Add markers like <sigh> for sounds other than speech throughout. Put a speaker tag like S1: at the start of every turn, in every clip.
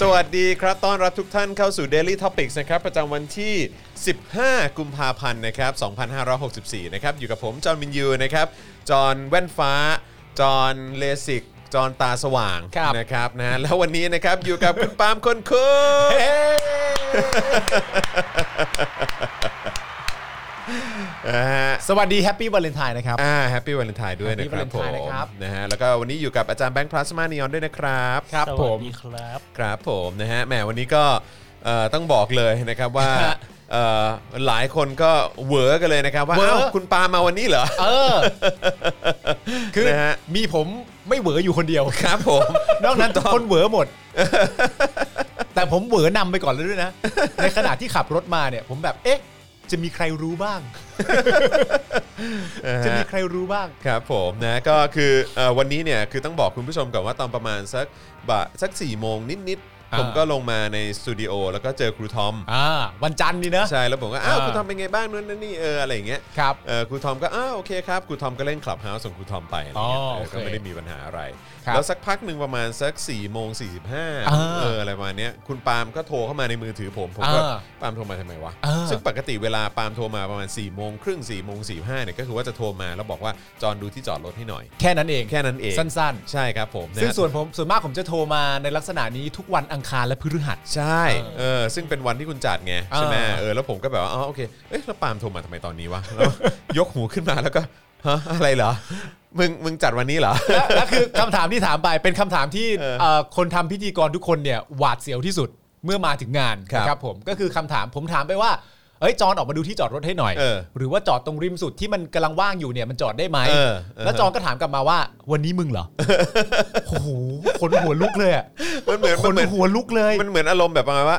S1: สวัสดีครับ ต้อนรับทุกท่านเข้าสู่ Daily Topics นะครับ ประจำวันที่ 15 กุมภาพันธ์นะครับ 2564 นะครับ อยู่กับผม จอห์นวินยูนะครับ จอห์นแว่นฟ้า จอห์นเลสิก จอห์นตาสว่าง
S2: ครับ
S1: นะครับนะฮะแล้ววันนี้นะครับ อยู่กับ <laughs> คุณปาล์มคน <laughs> คุยนะฮะ
S2: สวัสดีแฮปปี้วาเลนไทน์นะครับ
S1: อ่าแฮปปี้วาเลนไทน์ด้วยนะ
S2: Happy
S1: ครับผม
S2: Valentine นะครับ
S1: นะฮะแล้วก็วันนี้อยู่กับอาจารย์แบงค์พลาสมานีออนด้วยนะครับ
S2: ครับ
S3: ส
S2: ผ
S3: วั
S2: ม
S3: สดีครับ
S1: ครับผมนะฮะแหมวันนี้ก็เอ่อต้องบอกเลยนะครับ
S2: <laughs>
S1: ว่า
S2: ฮะ
S1: เอ่อหลายคนก็เหวอกันเลยนะครับ ว่า
S2: เหวอ
S1: เอ้าคุณปามาวันนี้เหรอ
S2: เออ <laughs> คือ
S1: นะฮะ
S2: มีผมไม่เหวออยู่คนเดียว
S1: ครับผม
S2: นอกนั้นคนเหวอหมด แต่ผมเหวอนำไปก่อนแล้วด้วยนะ ในขณะที่ขับรถมาเนี่ย ผมแบบเอ๊ะ จะมีใครรู้บ้าง จะมีใครรู้บ้าง
S1: ครับผมนะก็คือเอ่อวันนี้เนี่ยคือต้องบอกคุณผู้ชมก่อนว่าตอนประมาณสักบ่ายสัก4ี่โมงนิดๆ
S2: อ่า
S1: ผมก็ลงมาในสตูดิโอแล้วก็เจอครูทอม
S2: อ่า วันจันทร์นี่นะ
S1: ใช่แล้วผมก็อ้าว
S2: อ่า
S1: ครูทอมเป็นไงบ้างนู่นนั่นนี่เอออะไรอย่างเงี้ย
S2: ครับ
S1: เอ่อครูทอมก็อ้าวโอเคครับครูทอมก็เล่นคลับเฮาส์ส่งครูทอมไปอะไรเงี้ย
S2: อ๋อ
S1: เออ
S2: โอเค
S1: ก็ไม่ได้มีปัญหาอะไร
S2: ครับ
S1: แล้วสักพักหนึ่งประมาณสัก4ี่โมงสี่สิบห้า
S2: อ่า
S1: เอออะไรประมาณเนี้ยคุณปาล์มก็โทรเข้ามาในมือถือผมผมก็
S2: อ่า
S1: ปาล์มโทรมาทำไมวะ
S2: อ่า
S1: ซึ่งปกติเวลาปาล์มโทรมาประมาณ4ี่โมงครึ่ง4ี่โมงสี่ห้าเนี่ยก็คือว่าจะโทรมาแล้วบอกว่าจอห์นดูที่จอดรถให้หน่อย
S2: แค่นั้นเอง
S1: แค่นั้นเอง
S2: สั้น
S1: ใช่ครับผม
S2: ๆ
S1: นะ
S2: ซึ่งส่วนผมส่วนมากผมจะโทรมาในลักษณะนี้ทุกวันอังคารและพฤหัส
S1: ใช่เออซึ่งเป็นวันที่คุณจัดไงใช่ไหม
S2: อ่า
S1: เออแล้วผมก็แบบว่าอ๋อโอเคเอ๊ะแล้วปาล์มโทรมาทำไมตอนนี้วะแล้ว <laughs> ยกหูขึ้นมาแล้วก็ฮะอะไรเหรอมึงมึงจัดวันนี้เหรอ
S2: และและคือ <laughs> คำถามที่ถามไปเป็นคำถามที่
S1: เออ
S2: เอ่อคนทำพิธีกรทุกคนเนี่ยหวาดเสียวที่สุดเมื่อมาถึงงาน
S1: ครับ
S2: นะครับผมก็คือคำถามผมถามไปว่าเอ้ยจอนออกมาดูที่จอดรถให้หน่อย
S1: เออ
S2: หรือว่าจอดตรงริมสุดที่มันกำลังว่างอยู่เนี่ยมันจอดได้ไหม
S1: เออเออ
S2: แล้วจอนก็ถามกลับมาว่า วันนี้มึงเหรอ โอ้โหขนหัวลุกเลยอะ
S1: มันเหมือน
S2: ข
S1: มัน
S2: น
S1: เหมือน
S2: หัวลุกเลย
S1: มันเหมือนอารมณ์แบบประมาณว่า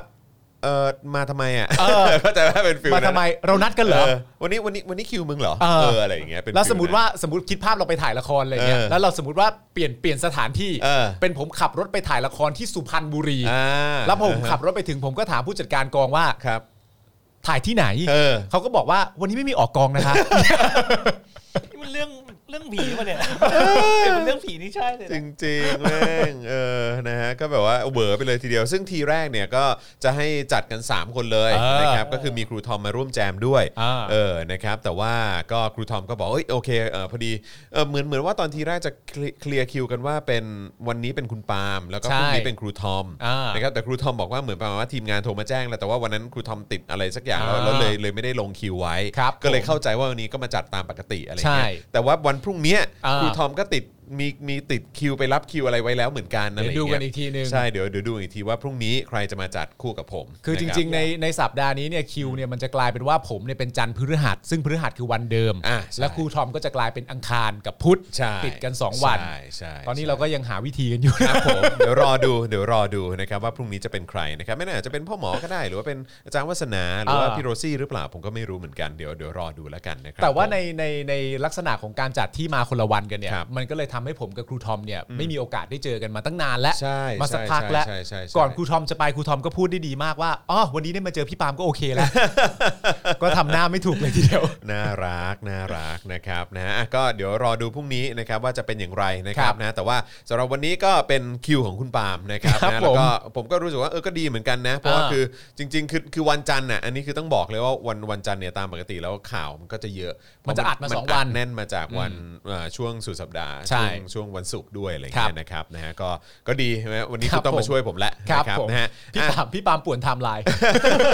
S1: เออมาทำไมอ่ะ
S2: เออ
S1: <laughs> เข้าใจว่าเป็นฟิล
S2: มา
S1: นั้น
S2: ทำไมเรานัดกันเหรอ
S1: เออวันนี้วันนี้วันนี้คิวมึงเหรอ
S2: เออ
S1: อะไรอย่างเงี้ยเป็น
S2: แล้วสมม
S1: ฟิ
S2: ติ
S1: นั้น
S2: ว่าสมมติคิดภาพเราไปถ่ายละครอะไรเงี้ย
S1: เออ
S2: แล้วเราสมมติว่าเปลี่ยนเปลี่ยนสถานที่
S1: เออ
S2: เป็นผมขับรถไปถ่ายละครที่สุพรรณบุรี
S1: อ่า
S2: แล้วพอผมขับรถไปถึงผมก็ถามผู้จัดการกองว่า
S1: ครับ
S2: ถ่ายที่ไหน
S1: เออ
S2: เขาก็บอกว่าวันนี้ไม่มีออกกองนะคะ
S3: นี่มันเรื่องเรื่องผีป่ะเนี่ยเป็นเรื่องผีนี่ใช่เล
S1: จ
S3: ยนะ
S1: ริงๆแม่ง <laughs> เออนะฮะก็แบบว่าเวอร์ไปเลยทีเดียว ซึ่งทีแรกเนี่ยก็จะให้จัดกัน 3 คนเลย
S2: เออ
S1: นะครับก็คือมีครูทอมมาร่วมแจมด้วย
S2: อ่า
S1: เออนะครับแต่ว่าก็ครูทอมก็บอกเอ้ยโอเคเออพอดีเออเหมือนเหมือนว่าตอนทีแรกจะเคลียร์เคลียร์คิวกันว่าเป็นวันนี้เป็นคุณปาล์มแล้วก็พรุ่งนี้
S2: ใช่
S1: เป็นครูทอม
S2: อ่าน
S1: นะครับแต่ครูทอมบอกว่าเหมือนประมาณว่าทีมงานโทรมาแจ้งแล้วแต่ว่าวันนั้นครูทอมติดอะไรสักอย่างแล้ว
S2: อ่า
S1: แล้วเลยเลยไม่ได้ลงคิวไว้
S2: ครับ
S1: ก็เลย
S2: ผม
S1: เข้าใจว่าวันนี้ก็มาจัดตามปกติอะไรเงี้ย
S2: ใช่
S1: แต่ว่าวันพรุ่งเนี้ย
S2: อ่า
S1: ครูทอม ทอมก็ติดมีมีติดคิวไปรับคิวอะไรไว้แล้วเหมือนกันอะไร
S2: เดี๋ยวดูกันอีกทีนึง
S1: ใช่เดี๋ยวเดี๋ยวดูอีกทีว่าพรุ่งนี้ใครจะมาจัดคู่กับผม
S2: คือจริง ๆ ในในสัปดาห์นี้เนี่ยคิวเนี่ยมันจะกลายเป็นว่าผมเนี่ยเป็นจันทร์พฤหัส ซึ่งพฤหัสคือวันเดิม
S1: ๆอ่ะใช่
S2: และครูทอมก็จะกลายเป็นอังคารกับพุธ
S1: ใช่
S2: ติดกัน 2 วัน
S1: ใช่ใช่
S2: ตอนนี้เราก็ยังหาวิธีกันอยู่
S1: ครับผมเดี๋ยวรอดูเดี๋ยวรอดูนะครับว่าพรุ่งนี้จะเป็นใครนะครับไม่น่าจะเป็นพ่อหมอก็ได้ หรือว่าเป็นอาจารย์วัฒนาหรือว่า
S2: เออ
S1: พี่โรซี่หรือเปล่าผมก็ไม่รู้เหมือนกันเดี๋ยวเดี๋ยวรอดูแล้วกันนะครับ
S2: แต่ว่าในในในลักษณะของการจัดที่มาคนละวันกันเนี่ย
S1: ครับ
S2: มันก็เลยทำให้ผมกับครูทอมเนี่ยไม่มีโอกาสได้เจอกันมาตั้งนานแล้ว
S1: ใช่
S2: มาสัก
S1: ใช่
S2: พักแล้ว
S1: ใช่ใช่ใช่
S2: ก่อนครูทอมจะไปครูทอมก็พูดได้ดีมากว่าอ๋อวันนี้ได้มาเจอพี่ปาล์มก็โอเค
S1: <laughs>
S2: แล้ว ก็ทำหน้าไม่ถูกเลยทีเดียว
S1: น่ารักน่ารักนะครับนะอ่ะก็เดี๋ยวรอดูพรุ่งนี้นะครับว่าจะเป็นอย่างไรนะค
S2: ค
S1: รั
S2: รั
S1: บบ นะแต่ว่าสำหรับวันนี้ก็เป็นคิวของคุณปาล์มนะครับ
S2: ครับ
S1: นะ
S2: ผม
S1: แล้วก็ผมก็รู้สึกว่าเออก็ดีเหมือนกันนะเพราะว่า
S2: อ่า
S1: คือจริง ๆ คือคือวันจันทร์น่ะอันนี้คือต้องบอกเลยว่าวันวันจันทร์เนี่ยตามปกติแล้วข่าวมันก็จะเยอะ
S2: มันจะอัดมาสองวัน
S1: แน่นมาจากวันเอ่อช่วงสุดสัปดาห์
S2: ใช่
S1: ช่วงช่วงวันศุกร์ด้วยอะไรอย่างเงี้ยนะครับนะฮะก็ก็ดีใช่ไหมวันนี้
S2: ครั
S1: คุ
S2: บ
S1: ณต้อง
S2: ผม
S1: มาช่วยผมละ
S2: ครับ
S1: นะครับ
S2: ผม
S1: นะฮะ
S2: พี่
S1: อ่ะ
S2: ปาล์มพี่ปาล์มป่วนไทม์ไลน์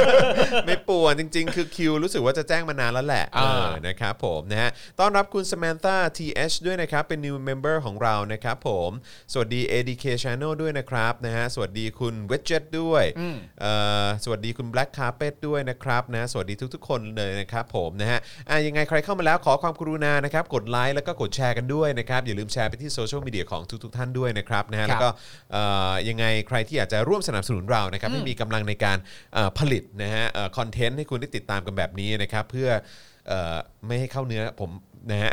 S1: <laughs> ไม่ป่วนจริง ๆ คือคิวรู้สึกว่าจะแจ้งมานานแล้วแหละ
S2: อ่า
S1: เออนะครับผมนะฮะต้อนรับคุณ Samantha TH ด้วยนะครับ เป็น new member ของเรานะครับผมสวัสดี ADK Channel ด้วยนะครับนะฮะสวัสดีคุณ Widget ด้วยเอ่อสวัสดีคุณ Black Carpet ด้วยนะครับนะสวัสดีทุก ๆ คนเลยนะครับผมนะฮะอ่ะยังไงใครเข้ามาแล้วขอความกรุณานะครับกดไลค์แล้วก็กดแชร์กันด้วยนะครับอย่าลืมแชร์ไปที่โซเชียลมีเดียของทุก ๆ ท่านด้วยนะครับนะฮะ
S2: ครับ
S1: แล้วก็ เอ่อยังไงใครที่อยากจะร่วมสนับสนุนเรานะครับให้มีกำลังในการเอ่อผลิตนะฮะคอนเทนต์ให้คุณได้ติดตามกันแบบนี้นะครับเพื่อ เอ่อไม่ให้เข้าเนื้อผมนะฮ <laughs> ะ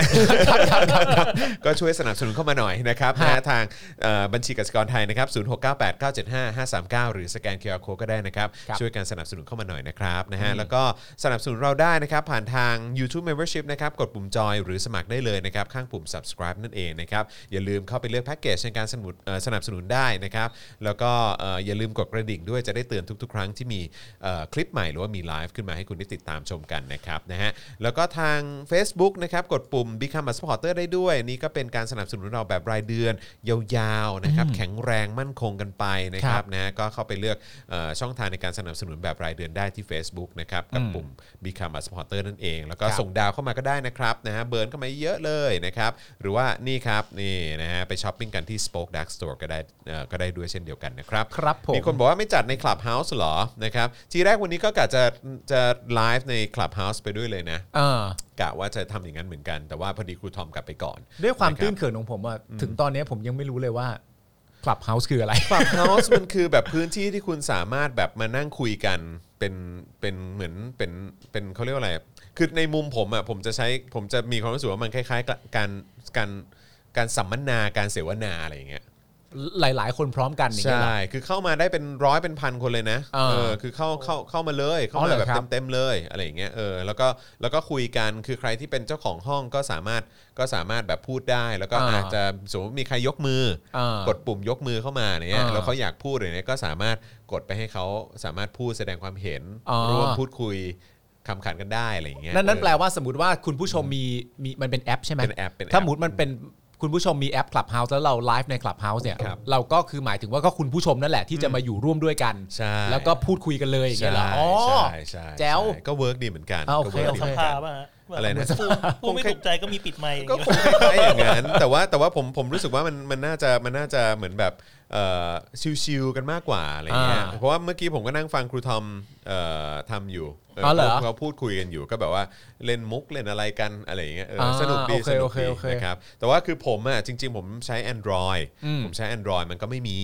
S1: ก็ช่วยสนับสนุนเข้ามาหน่อยนะครับนะฮะทางเอ่อบัญชีกสิกรไทยนะครับ0 6 9 8 9 7 5 5 3 9 หรือสแกน QR Code ก็ได้นะครับ
S2: ครับ
S1: ช่วยกันสนับสนุนเข้ามาหน่อยนะครับนะฮะแล้วก็สนับสนุนเราได้นะครับ ผ่านทาง YouTube Membership นะครับ กดปุ่มจอยหรือสมัครได้เลยนะครับ ข้างปุ่ม subscribe นั่นเองนะครับ อย่าลืมเข้าไปเลือกแพ็กเกจในการสนับสนุนเอ่อสนับสนุนได้นะครับ แล้วก็เอ่ออย่าลืมกดกระดิ่งด้วยจะได้เตือนทุกๆ ครั้งที่มีเอ่อคลิปใหม่หรือว่ามีไลฟ์ขึ้นมาให้คุณได้ติดตามชมกันนะครับนะฮะแล้วก็ทาง Facebook นะครับกดปุ่ม Become a supporter ได้ด้วย นี่ก็เป็นการสนับสนุนเราแบบรายเดือน ยาวๆนะครับแข็งแรงมั่นคงกันไปนะค
S2: ครั
S1: รับบ นะฮะก็เข้าไปเลือกเอ่อช่องทางในการสนับสนุนแบบรายเดือนได้ที่ Facebook นะครับกับปุ่ม Become a supporter นั่นเอง แล้วก็
S2: ครับ
S1: ส่งดาวเข้ามาก็ได้นะครับนะฮะเบิร์นเข้ามาเยอะเลยนะครับหรือว่านี่ครับนี่นะฮะไปช้อปปิ้งกันที่ Spoke Dark Store ก็ได้เอ่อก็ได้ด้วยเช่นเดียวกันนะครับ
S2: ครับผม
S1: มีคนบอกว่าไม่จัดในคลับเฮาส์หรอนะครับทีแรกวันนี้ก็กะจะจะไลฟ์ในคลับเฮาส์ไปด้วยเลยนะ
S2: อ่าก
S1: ะว่าจะทำอย่างนั้นเหมือนกัน แต่ว่าพอดีครูทอมกลับไปก่อน
S2: ด้วยความตื้น
S1: ค
S2: เขินของผมอะถึงตอนเนี้ยผมยังไม่รู้เลยว่าคลับเฮาส์คืออะไร
S1: ลับเฮาส์มันคือแบบพื้นที่ที่คุณสามารถแบบมานั่งคุยกันเป็นเป็นเหมือนเป็นเป็นเขาเรียกว่าอะไรคือในมุมผมอ่ะผมจะใช้ผมจะมีความรู้สึกว่ามันคล้ายๆกับการการการสัมมนาการเสวนาอะไรอย่างเงี้ย
S2: หลาย ๆ คนพร้อมกันอย่างเงี้ยเหรอ
S1: ใช่ คือเข้ามาได้เป็นร้อยเป็นพันคนเลยนะ
S2: อ่า
S1: เออคือเข้าเข้าเข้ามาเลย เข้า
S2: อ๋อเหร
S1: มา
S2: อ
S1: แบบ
S2: ครับ
S1: เต็มๆเลยอะไรอย่างเงี้ย เออ แล้วก็แล้วก็คุยกัน คือใครที่เป็นเจ้าของห้องก็สามารถก็สามารถแบบพูดได้ แล้วก็อาจจะสมมติมีใครยกมือ
S2: อ่า
S1: กดปุ่มยกมือเข้ามาเนี่ย
S2: อ่า
S1: แล้วเขาอยากพูดอะไรเนี่ยก็สามารถกดไปให้เขาสามารถพูดแสดงความเห็น
S2: อ๋อ
S1: ร่วมพูดคุยคำขันกันได้อะไรอย่างเงี้ย
S2: นั่นนั่น
S1: เออ
S2: แปลว่าสมมติว่าคุณผู้ชมมีมีมันเป็นแอปใช่ไหม
S1: เป็นแอปเป็นแอป
S2: ถ้าสมมติมันเป็นคุณผู้ชมมีแอป Clubhouse แล้วเราไลฟ์ใน Clubhouse เนี่ย
S1: ครับ
S2: เราก็คือหมายถึงว่าก็คุณผู้ชมนั่นแหละที่จะมาอยู่ร่วมด้วยกัน
S1: ใช่
S2: แล้วก็พูดคุยกันเลยอย่างเงี้ยเหรออ๋อ
S1: ใช่ใช่ใช่
S2: แจ๋ว
S1: ก็เวิร์กดีเหมือนกัน
S2: อ่าโอ
S1: ก็
S2: เค
S1: วิร์ก
S2: โอ
S1: ดี
S2: เค
S1: ห
S3: ส
S1: มืน
S3: ภา
S1: กัน
S3: ป่ะฮะว่า
S1: อะไรนะ
S3: พูดพูดไม่ถูกใจก็มีปิดไมค์อย่าง
S1: ก็
S3: เงี้ย
S1: คงคล้ายๆอย่างนั้น <laughs> แต่ว่าแต่ว่าผมผมรู้สึกว่ามันมันน่าจะมันน่าจะเหมือนแบบเอ่อชิวๆกันมากกว่าอะไรเงี้ย
S2: อ่า
S1: เพราะว่าเมื่อกี้ผมก็นั่งฟังครูทอมเอ่อทำอยู่เออ
S2: อเหรอ
S1: ขาเขาพูดคุยกันอยู่ก็แบบว่าเล่นมุกเล่นอะไรกันอะไรอย่างเงี้ยเอออา สนุกดี
S2: โอเค
S1: สนุก
S2: โอเค
S1: ดี
S2: โอเค
S1: นะครับแต่ว่าคือผมอ่ะจริง ๆ ผมใช้ Android
S2: อืม
S1: ผมใช้ Android มันก็ไม่มี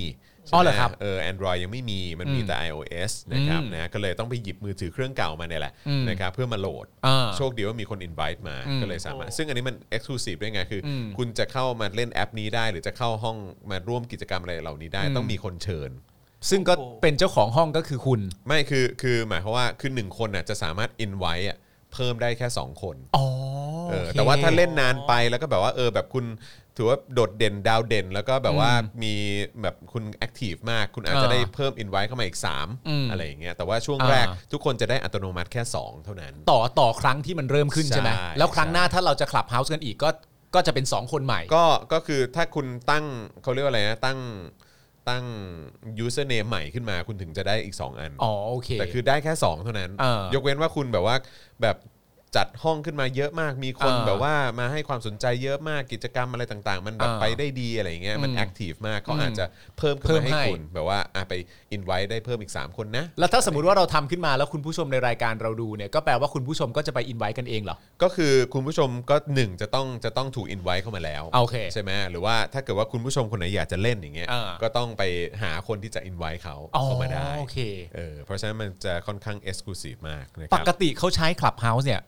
S2: อ๋อเหรอ
S1: ใช่ไม
S2: ครับ
S1: เออแอนดรอยยังไม่มีมันมี
S2: อืม
S1: แต่ iOS นะครับ
S2: อืม
S1: นะก็เลยต้องไปหยิบมือถือเครื่องเก่ามาเนี่ยแหละ
S2: อืม
S1: นะครับเพื่อมาโหลด
S2: อ่า
S1: โชคดีว่ามีคน invite มา
S2: อืม
S1: ก็เลยสามารถ ซึ่งอันนี้มัน exclusive ด้วยไง คืออ
S2: ม
S1: คุณจะเข้ามาเล่นแอปนี้ได้ หรือจะเข้าห้องมาร่วมกิจกรรมอะไรเหล่านี้ได้
S2: อืม
S1: ต้องมีคนเชิญ
S2: ซึ่งก็เป็นเจ้าของห้องก็คือคุณ
S1: ไม่คือคือหมายความว่าคือหนึ่งคนน่ะจะสามารถ invite อ่ะเพิ่มได้แค่ 2 คน
S2: อ๋อ
S1: เออ
S2: โอค
S1: แต่ว่าถ้าเล่นนานไปแล้วก็แบบว่าเออแบบคุณถือว่าโดดเด่นดาวเด่น แล้วก็แบบว่ามีแบบคุณ active มากคุณอาจจะ
S2: อ่า
S1: ได้เพิ่ม invite เข้ามาอีก 3
S2: อืม
S1: อะไรอย่างเงี้ยแต่ว่าช่วง
S2: อ่า
S1: แรกทุกคนจะได้อัตโนมัติแค่ 2 เท่านั้น
S2: ต่อต่อครั้งที่มันเริ่มขึ้นใช่ไหม
S1: ใช่
S2: แล้วครั้งหน้าถ้าเราจะ Clubhouse กันอีกก็ก็จะเป็นสองคนใหม่
S1: ก็ก็คือถ้าคุณตั้งเขาเรียกว่าอะไรนะตั้งตั้ง username ใหม่ขึ้นมาคุณถึงจะได้อีก 2 อัน
S2: อ๋อโอเค
S1: แต่คือได้แค่ 2 เท่านั้น
S2: เออย
S1: กเว้นว่าคุณแบบว่าแบบจัดห้องขึ้นมาเยอะมาก มีคน
S2: เออ
S1: แบบว่ามาให้ความสนใจเยอะมากกิจกรรมอะไรต่างๆ มันแบบ
S2: เออ
S1: ไปได้ดีอะไรอย่างเงี้ยมัน
S2: อืม
S1: แอคทีฟมากเขา
S2: อืม
S1: อาจจะเพิ่มขึ้นมาม
S2: เพิ่
S1: ให้
S2: ให้
S1: คุณแบบว่าอ่ะไปอินไว้ได้เพิ่มอีก 3 คนนะ
S2: แล้วถ้าสมมติว่าเราทำขึ้นมาแล้วคุณผู้ชมในรายการเราดูเนี่ยก็แปลว่าคุณผู้ชมก็จะไปอินไว้กันเองเหรอ
S1: ก็คือคุณผู้ชมก็หนึ่งจะต้องจะต้องถูกอินไว้เข้ามาแล้ว
S2: โอเค
S1: ใช่ไหมหรือว่าถ้าเกิดว่าคุณผู้ชมคนไหนอยากจะเล่นอย่างเงี้ย
S2: อ่า
S1: ก็ต้องไปหาคนที่จะอินไว้เขา
S2: อ๋อ
S1: เข้ามาได้
S2: โอเค
S1: เออเพราะฉะนั้นมันจะค่อนข้างเอ็กซ์คลูซีฟมากนะค
S2: ป
S1: รั
S2: ก
S1: บ
S2: ติเขาใช้ Clubhouse เนี่ย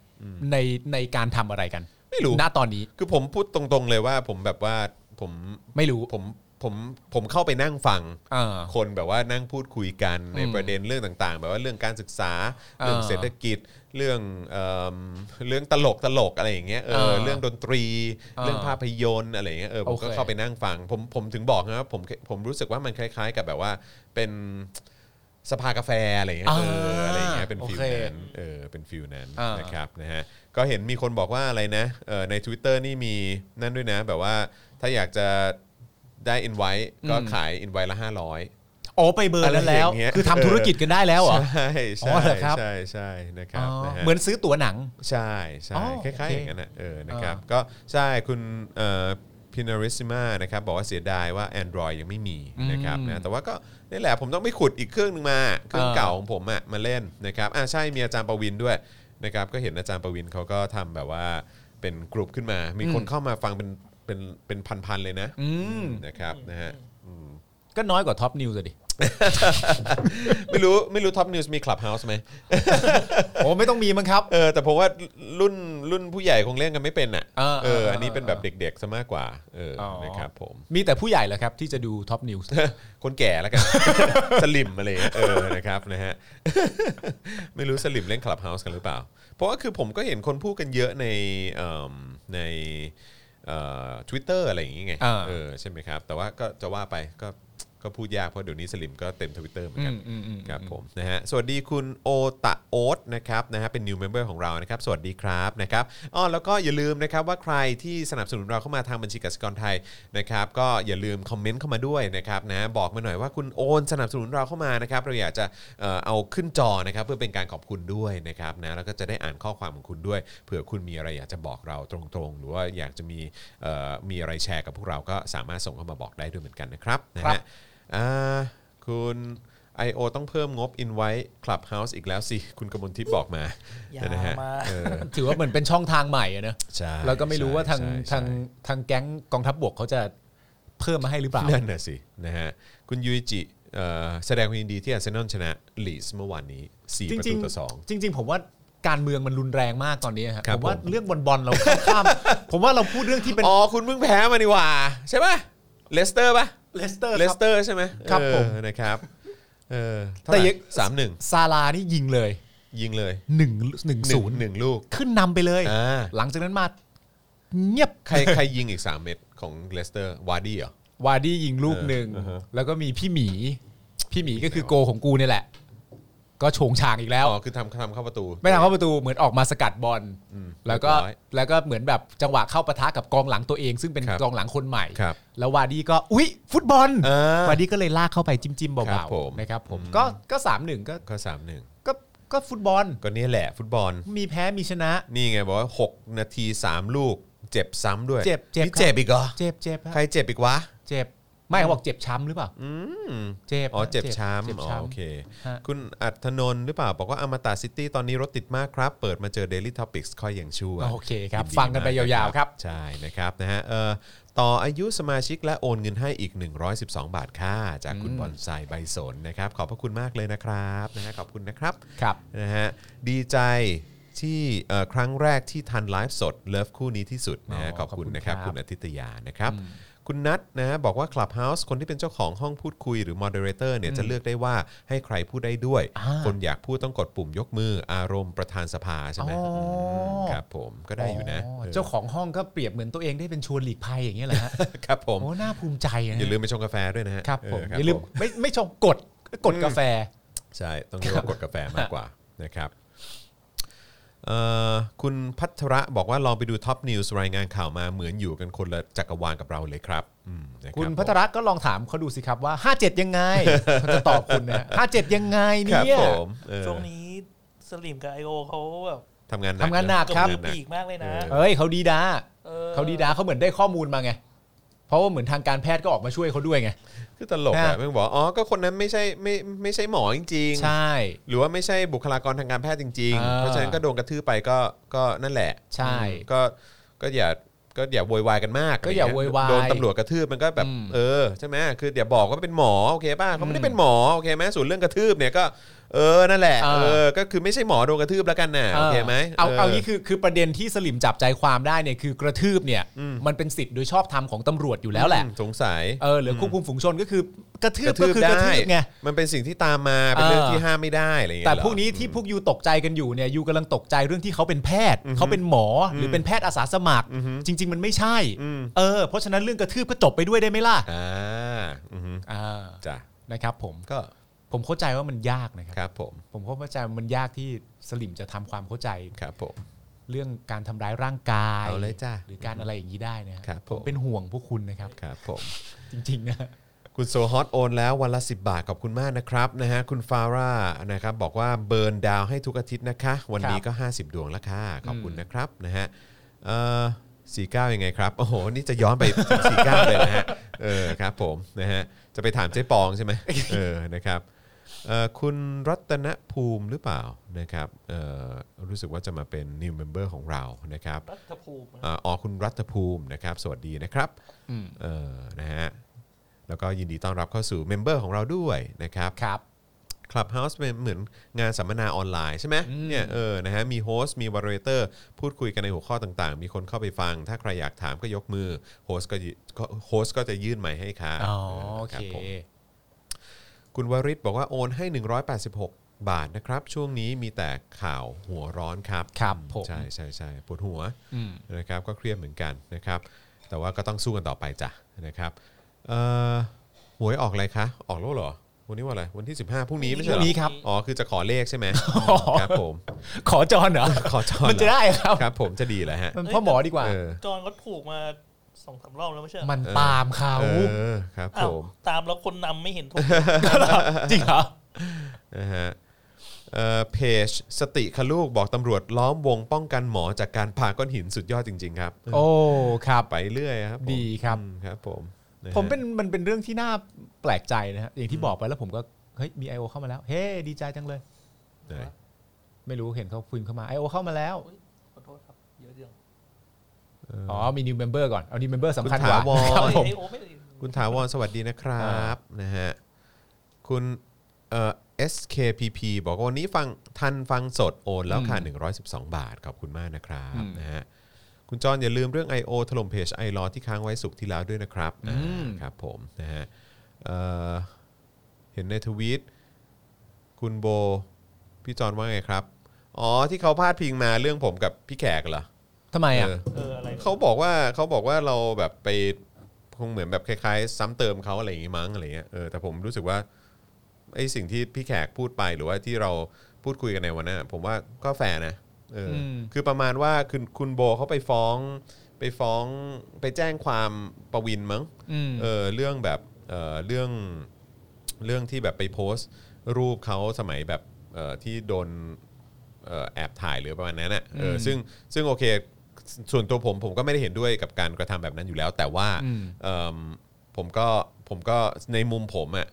S2: ในในการทำอะไรกัน
S1: ไม่รู้
S2: ณตอนนี้
S1: คือผมพูดตรงๆเลยว่าผมแบบว่าผม
S2: ไม่รู้
S1: ผมผมผมเข้าไปนั่งฟัง
S2: อ่า
S1: คนแบบว่านั่งพูดคุยกันใน
S2: อืม
S1: ประเด็นเรื่องต่างๆ แบบว่าเรื่องการศึกษา
S2: อ่า
S1: เรื่องเศรษฐกิจ เรื่องเอิ่มเรื่องตลกตลกอะไรอย่างเงี้ยเออ
S2: อ่า
S1: เรื่องดนตรี
S2: อ่า
S1: เรื่องภาพยนตร์อะไรอย่างเงี้ยเออผมก็
S2: โอเค
S1: เข้าไปนั่งฟังผมผมถึงบอกนะว่าผมผมรู้สึกว่ามันคล้าย ๆ กับแบบว่าเป็นสภากาแฟอะไรอย่างเงี้ย
S2: อ่า
S1: เอออะไรอย่างเงี้ยเป็นฟิล
S2: โอเค
S1: นั้นเออเป็นฟิลนั้น
S2: อ่าน
S1: นะครับนะฮะก็เห็นมีคนบอกว่าอะไรนะเออใน Twitter นี่มีนั่นด้วยนะ แบบว่าถ้าอยากจะได้อินไว้ก็ขายอินไว้ละ500
S2: อ๋อไปเบอร์นั้นแล้ว
S1: อะไรอย่างเงี้ย
S2: คือทำธุรกิจกันได้แล้วเหรอ
S1: ใช่
S2: อ๋
S1: ใช่
S2: อเหรอครับ
S1: ใช่ใช่นะครับ
S2: อ๋อ
S1: นะฮะ
S2: เหมือนซื้อตั๋วหนัง
S1: ใช่ใช่
S2: อ๋อ
S1: คล้าย
S2: โอ
S1: ๆ
S2: เค
S1: อย่างนั้นนะเออนะครับก็ใช่คุณเอ่อพินาริซิมานะครับบอกว่าเสียดายว่า Android ยังไม่มีนะครับนะแต่ว่าก็นี่แหละผมต้องไปขุดอีกเครื่องหนึงมา เครื่อง
S2: อ่า
S1: เก่าของผมอ่ะมาเล่นนะครับอ่าใช่มีอาจารย์ประวินด้วยนะครับก็เห็นอาจารย์ประวินเขาก็ทำแบบว่าเป็นกลุ่มขึ้นมา มีคนเข้ามาฟังเป็นเป็นเป็นพันๆเลยนะ
S2: อืม
S1: นะครับนะฮะอืม
S2: ก็น้อยกว่าท็อปนิวส์ดิ
S1: ไม่รู้ไม่รู้ท็อปนิวส์มีคลับเฮาส์ไหม
S2: โอ้ไม่ต้องมีมั้งครับ
S1: เออแต่ผมว่ารุ่นรุ่นผู้ใหญ่คงเล่นกันไม่เป็นอ่ะ
S2: อ่า
S1: เออ
S2: อ่า
S1: อันนี้เป็นแบบเด็กๆซะมากกว่าเอออ
S2: อ
S1: นะครับผม
S2: มีแต่ผู้ใหญ่เหรอครับ ที่จะดูท็อปนิวส์
S1: คนแก่แล้ว <laughs> กัน สลิมมาเลยเออนะครับนะ <laughs> ฮะ ไม่รู้สลิมเล่นคลับเฮาส์กันหรือเปล่า เพราะว่าคือผมก็เห็นคนพูดกันเยอะในเอิ่มในทวิตเตอร์อะไรอย่างงี้ไง
S2: อ่า
S1: เออใช่ไหมครับ แต่ว่าก็จะว่าไปก็ก็พูดยากเพราะเดี๋ยวนี้สลิมก็เต็มทวิตเตอร์เหมือนกัน ครับผมนะฮะสวัสดีคุณโอตะโอ๊ตนะครับนะฮะเป็น new member ของเรานะครับ สวัสดีครับนะครับอ๋อแล้วก็อย่าลืมนะครับว่าใครที่สนับสนุนเราเข้ามาทางบัญชีกสิกรไทยนะครับก็อย่าลืมคอมเมนต์เข้ามาด้วยนะครับนะบอกมาหน่อยว่าคุณโอนสนับสนุนเราเข้ามานะครับเราอยากจะเอ่อเอาขึ้นจอนะครับเพื่อเป็นการขอบคุณด้วยนะครับนะแล้วก็จะได้อ่านข้อความของคุณด้วยเผื่อคุณมีอะไรอยากจะบอกเราตรงๆ หรือว่าอยากจะมีเอ่อมีอะไรแชร์กับพวกเราก็สามารถส่งเข้ามาบอกได้ด้วยเหมือนกันนะครับนะ
S2: ครับ
S1: ฮะ อ่าคุณ I.O. ต้องเพิ่มงบ i n v i t e Clubhouse อีกแล้วสิ คุณกมลทิพย์บอกมา
S3: อย่า
S1: นะฮะ
S3: มา
S1: เออ
S2: ถือว่าเหมือนเป็นช่องทางใหม่อะเนอะ
S1: ใช่
S2: เราก็ไม่รู้ว่าทาง
S1: ใช่ใช่
S2: ทางทางแก๊งกองทัพบกเขาจะเพิ่มมาให้หรือเปล่า
S1: นั่นน่ะสิ นะฮะ คุณยูจิเอ่อแสดงความยินดีที่อาร์เซนอลชนะลีสเมื่อวานนี้ 4 ประตูต่อ 2
S2: จริง ๆ ผมว่าการเมืองมันรุนแรงมากตอนนี้ครับ
S1: ครับ
S2: ผมว่า
S1: ผม
S2: เรื่องบอลบอลๆเราข้าม <laughs> ๆผมว่าเราพูดเรื่องที่เป็น
S1: อ๋อ คุณเพิ่งแพ้มานี่หว่า ใช่ป่ะเลสเตอร์ป่ะ
S2: เลสเตอร์
S1: เล
S2: ค
S1: ส
S2: รับ
S1: เตอร์ใช่ไหม
S2: ครับผม
S1: เออนะครับเออ
S2: แต่ยัง
S1: สามหนึ่ง
S2: ซาลานี่ยิงเลย
S1: ยิงเลย
S2: หนึ่งหนึ่ง
S1: หนึ่
S2: ศู
S1: ง
S2: นย์
S1: หนึ่งลูก
S2: ขึ้นนำไปเลย
S1: อ่า
S2: หลังจากนั้นมาเงียบ
S1: ใคร <laughs> ใครยิงอีก 3 เม็ดของเลสเตอร์วาร์ดี้เหรอ
S2: วาร์ดี้ยิงลูกหนึ่ง
S1: เออเออ
S2: แล้วก็มีพี่หมี พี่หมีก็คือโกของกูเนี่ยแหละ ก็โฉงฉางอีกแล้ว
S1: อ๋อคือทำทำเข้าประตู
S2: ไม่ทำเข้าประตูเหมือนออกมาสกัดบอล
S1: อืม
S2: แล้วก็
S1: เรียบร้อย
S2: แล้วก็เหมือนแบบจังหวะเข้าปะทะกับกองหลังตัวเอง ซึ่งเป็น
S1: ครับ
S2: กองหลังคนใหม่
S1: ครับ
S2: แล้ววาร์ดี้ก็อุ๊ย ฟุตบอล
S1: อ่าว
S2: าร์ดี้ก็เลยลากเข้าไปจิ้มจิ้มๆ
S1: ครั
S2: เบา
S1: บผม
S2: ๆนะครับผม
S1: อืม
S2: ก็ก็สามหนึ่งก็
S1: ก็สามหนึ่ง
S2: ก็ก็ฟุตบอล
S1: ก็นี่แหละฟุตบอล
S2: มีแพ้มีชนะ
S1: นี่ไงบอกว่า 6 นาที 3 ลูก เจ็บซ้ำด้วย
S2: เจ็บเจ็บ
S1: นี่เจ็บอีกเหรอ
S2: เจ็บเจ็บฮะ
S1: ใครเจ็บอีกวะ
S2: เจ็บไม่เขาบอกเจ็บช้ำหรือเปล่า
S1: อืม
S2: เจ็บ
S1: อ๋อเจ็บช้
S2: เจ็
S1: ำ
S2: บ
S1: อ๋อ
S2: ช้ำ
S1: โอเค
S2: ฮะ
S1: คุณอัธนนท์หรือเปล่า บอกว่าอมตะซิตี้ตอนนี้รถติดมากครับ เปิดมาเจอ Daily Topics ค่อยอย่างชั่ว
S2: โอเคครับ
S1: ยิดี
S2: ฟังกันไป
S1: ม
S2: ยาวๆครับ
S1: ใช่นะครับนะฮะเอ่อต่ออายุสมาชิกและโอนเงินให้อีก 112 บาทค่า จากคุณบอลไซใบสนนะครับ ขอบพระคุณมากเลยนะครับนะฮะขอบคุณนะครับ
S2: ครับ
S1: นะฮะดีใจที่เอ่อครั้งแรกที่ทันไลฟ์สด เลิฟคู่นี้ที่สุดนะฮะ
S2: อ๋อ
S1: ขอบคุณ
S2: ขอบคุณ
S1: นะครับ
S2: ครับ
S1: คุณอาทิตยานะครับ คุณนัทนะฮะบอกว่า Clubhouse คนที่เป็นเจ้าของห้องพูดคุยหรือ Moderator เนี่ยจะเลือกได้ว่าให้ใครพูดได้ด้วย
S2: อ่า
S1: คนอยากพูดต้องกดปุ่มยกมืออารมณ์ประธานสภาใช่ไหมมครับผมก็ได้อยู่นะ
S2: อ๋อ
S1: ออ
S2: เจ้าของห้องก็เปรียบเหมือนตัวเองได้เป็นชวนหลีกภัยอย่างเงี้ยเหรอฮะ
S1: ครับผม
S2: โอ้น่าภูมิใจนะ
S1: อย่าลืมไปชงกาแฟด้วยนะฮะ
S2: ครับผม
S1: เ
S2: อย่าลืมไม่ไม่ชมกดกดกาแฟ
S1: ใช่ต้องเรียกว่ากดกาแฟมากก <laughs> ว่านะครับเอ่อคุณพัทระบอกว่าลองไปดูท็อปนิวส์รายงานข่าวมาเหมือนอยู่กันคนละจักรวาลกับเราเลยครับอืมนะรับ
S2: คุณพัทรักษ์ก็ลองถามเขาดูสิครับว่า
S1: <laughs>
S2: 57ยังไง เขาจะตอบคุณนะ57 ยังไง
S1: ค
S2: เนี่
S1: รับ
S2: ย
S1: ผมเออ
S3: ช่วงนี้สลิมกับไอโอเขาแบบ
S1: ทำงานหนัก
S2: ทำงานหนัก
S1: ะ
S2: ครับ
S3: กระพือ
S1: ทำงานหนัก
S3: ปีกมากเลยนะ
S1: เออ
S2: เอ้ยเขาดีดา
S3: ออ
S2: เขาดีดาเขาเหมือนได้ข้อมูลมาไง เพราะว่าเหมือนทางการแพทย์ก็ออกมาช่วยเขาด้วยไง
S1: คือตลกอะ
S2: นะ
S1: แม่งบอกอ๋อก็คนนั้นไม่ใช่ไม่ไม่ใช่หมอจริง
S2: ใช่
S1: ๆหรือว่าไม่ใช่บุคลากรทางการแพทย์จริง
S2: อ่า
S1: ๆ เพราะฉะนั้นก็โดนกระทืบไปก็ก็นั่นแหละ
S2: ใช่
S1: อืมก็ก็อย่าก็อย่าโวยวายกันมาก
S2: ก็อย่า
S1: ะไรเงี้
S2: โวยวาย
S1: โดนตำรวจกระทืบมันก็แบบ
S2: อืม
S1: เออใช่ไหมคืออย่าบอกว่าเป็นหมอโอเคป่ะเขาไม่ได้เป็นหมอโอเคไหมส่วนเรื่องกระทืบเนี่ยก็เออนั่นแหละ
S2: อ่า
S1: เออก็คือไม่ใช่หมอโดนกระทืบแล้วกันน่ะโอเคไหม
S2: เอาเอางี้คือคือประเด็นที่สลิมจับใจความได้เนี่ยคือกระทืบเนี่ย มันเป็นสิทธิ์โดยชอบธรรมของตำรวจอยู่แล้วแหละ
S1: อืมสงสัย
S2: เออหรือควบคุมฝูงชนก็คือกระทืบก็คือกระทืบไง
S1: มันเป็นสิ่งที่ตามมาเป็นเรื่อง
S2: เออ
S1: ที่ห้ามไม่ได้อะไรอย่างเงี้ย
S2: แต่
S1: เหรอ
S2: พวกนี้ที่พวกยูตกใจกันอยู่เนี่ยยูกำลังตกใจเรื่องที่เขาเป็นแพทย์ เขาเป็นหมอหรือเป็นแพทย์อาสาสมัคร จริง ๆ มันไม่ใช่
S1: อืม
S2: เออเพราะฉะนั้นเรื่องกระทืบก็จบไปด้วยได้ไหมล่ะ
S1: อ่าอือฮึ
S2: อ่า
S1: จ้ะ
S2: นะครับผม
S1: ก็
S2: ผมเข้าใจว่ามันยากนะค
S1: ครับ รับผม
S2: ผมเข้าใจว่ามันยากที่สลิมจะทำความเข้าใจ
S1: ครับผม
S2: เรื่องการทำร้ายร่างกาย
S1: เอาเลยจ้ะ
S2: หรือการอะไรอย่างนี้ได้นะครับ
S1: ผม
S2: เป็นห่วงพวกคุณนะครับ
S1: ครับผม
S2: จริงๆนะ
S1: คุณโซฮอตโอนแล้ววันละ 10 บาท ขอบคุณมากนะครับนะฮะคุณฟาร่านะครับบอกว่าเบิร์นดาวให้ทุกอาทิตย์นะคะ วันนี้ก็ 50 ดวงแล้วค่ะ ขอบคุณนะครับนะฮะเอ่อสี่เก้ายังไงครับ โอ้โห นี่จะย้อนไปสี่เก้าเลยนะฮะเออครับผมนะฮะจะไปถามเจ๊ปองใช่ไหมเออนะครับเอ่อคุณรัตนภูมิหรือเปล่านะครับเอ่อรู้สึกว่าจะมาเป็น new member ของเรานะครับ
S3: รัฐภูมิ
S1: อาอ๋อคุณรัฐภูมินะครับ สวัสดีนะครับเออนะฮะ แล้วก็ยินดีต้อนรับเข้าสู่เมมเบอร์ของเราด้วยนะครับ
S2: ครับ
S1: Clubhouse เป็นเหมือนงานสัมมนาออนไลน์ใช่ไหม
S2: อืม
S1: เนี่ยเออนะฮะมีโฮสต์มีวอร์เรเตอร์พูดคุยกันในหัวข้อต่างๆ มีคนเข้าไปฟัง ถ้าใครอยากถามก็ยกมือโฮสต์ก็ยิก็โฮสต์ก็จะยื่นไมค์ให้ครับ
S2: อ๋อโอ
S1: ครับ
S2: เค
S1: ผม คุณวริศบอกว่าโอนให้ 186 บาทนะครับ ช่วงนี้มีแต่ข่าวหัวร้อนครับ
S2: ครับผม
S1: ใช่ใช่ใช่ปวดหัว
S2: อืม
S1: นะครับก็เครียดเหมือนกันนะครับ แต่ว่าก็ต้องสู้กันต่อไปจ้ะนะครับเอ่อหวยออกอะไรคะออกแล้วเหรอ วันนี้วันอะไรวันที่ 15พรุ่งนี้ไม่ใช่เหร
S2: พรุ่งนี้
S1: อ
S2: ครับ
S1: อ๋อคือจะขอเลขใช่ไหม
S2: <laughs>
S1: ครับผม
S2: ขอจอนเหรอ
S1: ขอจอน
S2: มันจะได้ครับ
S1: ครับผมจะดีเหรอฮะ
S2: มันพ่อหมอดีกว่า
S1: เออ
S3: จอนก็ถูกมาสองสามรอบแล้วไม่ใช่เหรอ
S2: มันตามเขา
S1: เออครับ
S3: อ้า
S1: ผ
S3: ว
S1: ม
S3: ตามแล้วคนนำไม่เห็นถูก
S2: จริงเหรอ
S1: นะฮะเอ่อเพจสติคลูกบอกตำรวจล้อมวงป้องกันหมอจากการผ่าก้อนหินสุดยอดจริง ๆ ครับ
S2: โอ้ครับ
S1: ไปเรื่อยครับผม
S2: ดีครับ
S1: อืมครับผมะฮะ
S2: ผมเป็นมันเป็นเรื่องที่น่าแปลกใจนะฮะอย่างที่บอกไปแล้วผมก็เฮ้ยมี I.O. เข้ามาแล้ว เฮ้ดีใจจังเลย
S1: ไหน
S2: ไม่รู้เห็นเขาพิมพ์เข้ามา I.O. เข้ามาแล้ว
S3: ขอโทษครับเยอะจัง
S2: อ๋อมี new member ก่อน เอา new member สำคัญ
S1: ณ
S2: ก
S1: ถา
S2: ว่าวครับ
S1: ร
S2: ผม
S3: ไอโอไม่ได้
S1: คุณถาวรสวัสดีนะครับนะฮะคุณเอ่อ SKPP บอกว่าวันนี้ฟังทันฟังสดโอนแล้วค่ะ 112 บาท ขอบคุณมากนะครับนะฮะคุณจอนอย่าลืมเรื่อง I.O. ถล่มเพจไอรอที่ค้างไว้สุกร์ที่แล้วด้วยนะครับอ่าครับผมนะฮะเอ่อ เห็นในทวีตคุณโบ พี่จอนว่าไงครับ อ๋อที่เขาพาดพิงมาเรื่องผมกับพี่แขกเหรอ
S2: ทำไมอ่ะ
S1: เออ
S3: เอออะไร
S1: <laughs> เขาบอกว่าเขาบอกว่าเราแบบไปคงเหมือนแบบคล้ายๆ ซ้ำเติมเขาอะไรอย่างงี้มั้งอะไรเงี้ยเออแต่ผมรู้สึกว่าไอ้สิ่งที่พี่แขกพูดไปหรือว่าที่เราพูดคุยกันในวันนั้นอะผมว่าก็แฟร์นะเอออ
S2: ม
S1: คือประมาณว่าคุณคุณโบเขาไปฟ้องไปฟ้องไปแจ้งความประวินมั้ง
S2: อืม
S1: เออเรื่องแบบเออเรื่องเรื่องที่แบบไปโพสต์รูปเขาสมัยแบบเออที่โดนเอ่อแอบถ่ายหรือประมาณนั้นน่ะเออ
S2: ม
S1: ซึ่งซึ่งโอเคส่วนตัวผมผมก็ไม่ได้เห็นด้วยกับการกระทำแบบนั้นอยู่แล้ว แต่ว่า
S2: อืม
S1: เอิ่มผมก็ผมก็ในมุมผมอ่ะ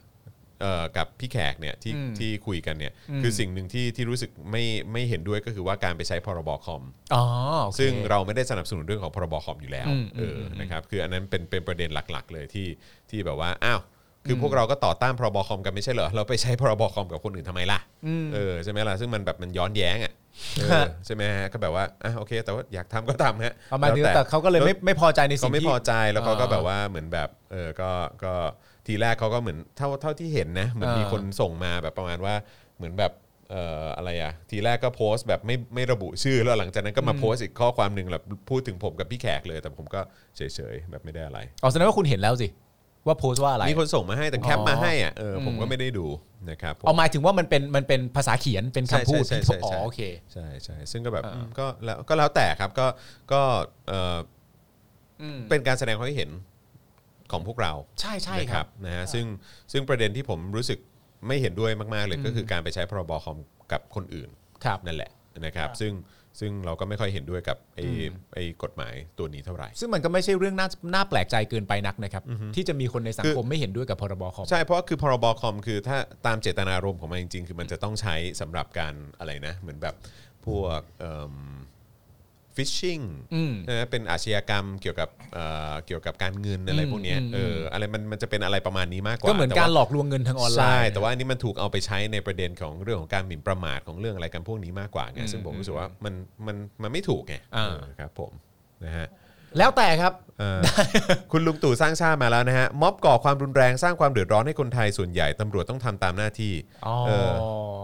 S1: เอ่อกับพี่แขกเนี่ยที่
S2: อืม
S1: ที่คุยกันเนี่ย
S2: อืม
S1: คือสิ่งหนึ่งที่ที่รู้สึกไม่ไม่เห็นด้วยก็คือว่าการไปใช้พรบคอม
S2: อ๋อโอค
S1: ซึ่งเราไม่ได้สนับสนุนเรื่องของพรบคอมอยู่แล้ว
S2: อืม
S1: เอออ
S2: ม
S1: นะครับคืออันนั้นเป็นเป็นประเด็นหลัก ๆ เลยที่ที่แบบว่าอ้าวคือพวกเราก็ต่อต้านพรบคอมกันไม่ใช่เหรอเราไปใช้พรบคอมกับคนอื่นทำไมล่ะ
S2: อืม
S1: เออใช่ไหมล่ะซึ่งมันแบบมันย้อนแย้งอ่ะเออ
S2: ฮะ
S1: ใช่ไหมฮะก็แบบว่าอ่ะโอเค แต่ว่าอยากทำก็ทำฮะ
S2: ประมาณนี้แต่เขาก็เลยไม่ไม่พอใจใน
S1: เขา
S2: สิ่ง
S1: ไม่
S2: ที่
S1: พอใจแล้วเขาก็
S2: อ่า
S1: แบบว่าเหมือนแบบเออก็ก็ทีแรกเขาก็เหมือนเท่าเท่าที่เห็นนะเหมือน
S2: อ่ามี
S1: มีคนส่งมาแบบประมาณว่าเหมือนแบบเอ่ออะไรอะทีแรกก็โพสต์แบบไม่ไม่ระบุชื่อแล้วหลังจากนั้นก็มาโพสต์อีกข้อความหนึ่งแบบพูดถึงผมกับพี่แขกเลย แต่ผมก็เฉยๆแบบไม่ได้อะไร
S2: อ๋อแสดงว่าคุณเห็นแล้วสิ ว่าโพสต์ว่าอะไร
S1: มีคนส่งมาให้แต่แคปมาให้อ่ะเอออ
S2: ม
S1: ผมก็ไม่ได้ดูนะครับผม
S2: เอาหมายถึงว่ามันเป็นมันเป็นภาษาเขียนเป็นคำพูด
S1: ใช่ใช่
S2: ที่
S1: ใช่
S2: อ๋อ
S1: ใช่
S2: โอเค
S1: ใช่ใช่ซึ่งก็แบบ
S2: อ่า
S1: อืมก็แล้วก็แล้วแต่ครับก็ก็เออ
S2: อืม
S1: เป็นการแสดงความคิดเห็นของพวกเรา
S2: ใช่ใช่
S1: นะ
S2: ครับ
S1: นะฮะซึ่งซึ่งประเด็นที่ผมรู้สึกไม่เห็นด้วยมาก ๆ เลยก็คือการไปใช้พรบคอมกับคนอื่น
S2: ครับ
S1: นั่นแหละนะครับ ซึ่งซึ่งเราก็ไม่ค่อยเห็นด้วยกับไอ้ไอ้กฎหมายตัวนี้เท่าไหร่
S2: ซึ่งมันก็ไม่ใช่เรื่องน่าน่าแปลกใจเกินไปนักนะครับ ที่จะมีคนในสังคมไม่เห็นด้วยกับพรบคอม
S1: ใช่เพราะคือพรบคอมคือถ้าตามเจตนารมณ์ของมันจริง ๆ คือมันจะต้องใช้สำหรับการอะไรนะเหมือนแบบพวกฟิชชิ่ง
S2: อืม
S1: นะเป็นอาชญากรรมเกี่ยวกับเอ่อเกี่ยวกับการเงินอะไรพวกเนี้ย
S2: อืมอืม
S1: เอออะไรมันมันจะเป็นอะไรประมาณนี้มากกว่า
S2: ก็เหมือน
S1: แต่
S2: การ
S1: ว่า
S2: หลอกลวงเงินทางออนไล
S1: ใช่
S2: น์
S1: แต่ว่าอันนี้มันถูกเอาไปใช้ในประเด็นของเรื่องของการหมิ่นประมาทของเรื่องอะไรกันพวกนี้มากกว่าไงซึ่งผมรู้สึกว่ามันมันมันไม่ถูกไง
S2: อ่า
S1: เออครับผมนะฮะ
S2: แล้วแต่ครับ
S1: เอ่อคุณลุงตู่สร้างชาติมาแล้วนะฮะม็อบก่อความรุนแรงสร้างความเดือดร้อนให้คนไทยส่วนใหญ่ตำรวจต้องทำตามหน้าที่
S2: อ๋อ
S1: เออ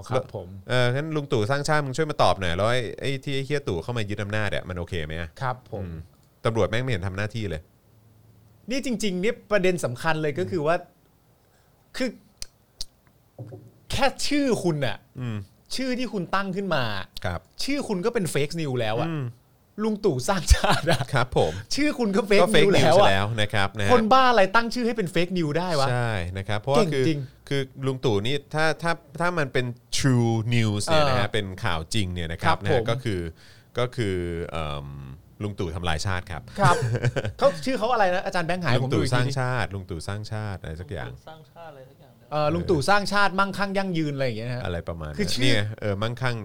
S2: ครับผม
S1: เอองั้นลุงตู่สร้างชาติมึงช่วยมาตอบหน่อยแล้วไอ้ไอ้ที่ไอ้เฮียตู่เข้ามายึดอำนาจเนี่ยมันโอเคไหมอะ
S2: ครับผม
S1: อืมตำรวจแม่งไม่เห็นทำหน้าที่เลย
S2: นี่จริงๆเนี่ยประเด็นสำคัญเลยก็คือว่า คือ แค่ชื่อคุณน่ะ
S1: อืม
S2: ชื่อที่คุณตั้งขึ้นมา
S1: ครับ
S2: ชื่อคุณก็เป็นเฟกนิวแล้วอะลุงตู่สร้างชาติ <laughs> อะ
S1: ครับผม
S2: ชื่อคุณก็เฟก
S1: ก็เฟ
S2: นิ
S1: ก
S2: ว
S1: นิว
S2: แล้ว
S1: ส์
S2: อะ
S1: แล้วนะครับนะฮะ
S2: คนบ้าอะไรตั้งชื่อให้เป็นเฟกนิวได้วะ
S1: ใช่นะครับเพราะว่า
S2: เก่ง
S1: คือ
S2: จริง
S1: คือลุงตู่นี่ถ้าถ้าถ้ามันเป็น true news เนี่ยนะฮะ
S2: เออ
S1: เป็นข่าวจริงเนี่ยนะค
S2: ครั
S1: รับบ นะฮะ
S2: ผม
S1: ก็คือก็คือเอิ่มลุงตู่ทำลายชาติครับ
S2: ครับ เขาชื่อเขาอะไรนะอาจารย์แบงค์หาย
S1: ลุ
S2: ผ
S1: ง
S2: มดู
S1: ตู่
S2: อีก
S1: ส
S2: ที
S1: ร้าง
S2: ดิ
S1: ชาติ ลุงตู่สร้างชาติอะไรสักอย่าง
S3: สร้างชาติอะไรสักอย่างเนี่ย
S2: เอ่อลุงตู่สร้างชาติมั่งคั่งยั่งยืนอะไรอย่างเงี้ยนะฮะ
S1: อะไรประมาณ
S2: คือ
S1: นั้น
S2: ชื่อ
S1: เนี่ยเออมั่งคั่ง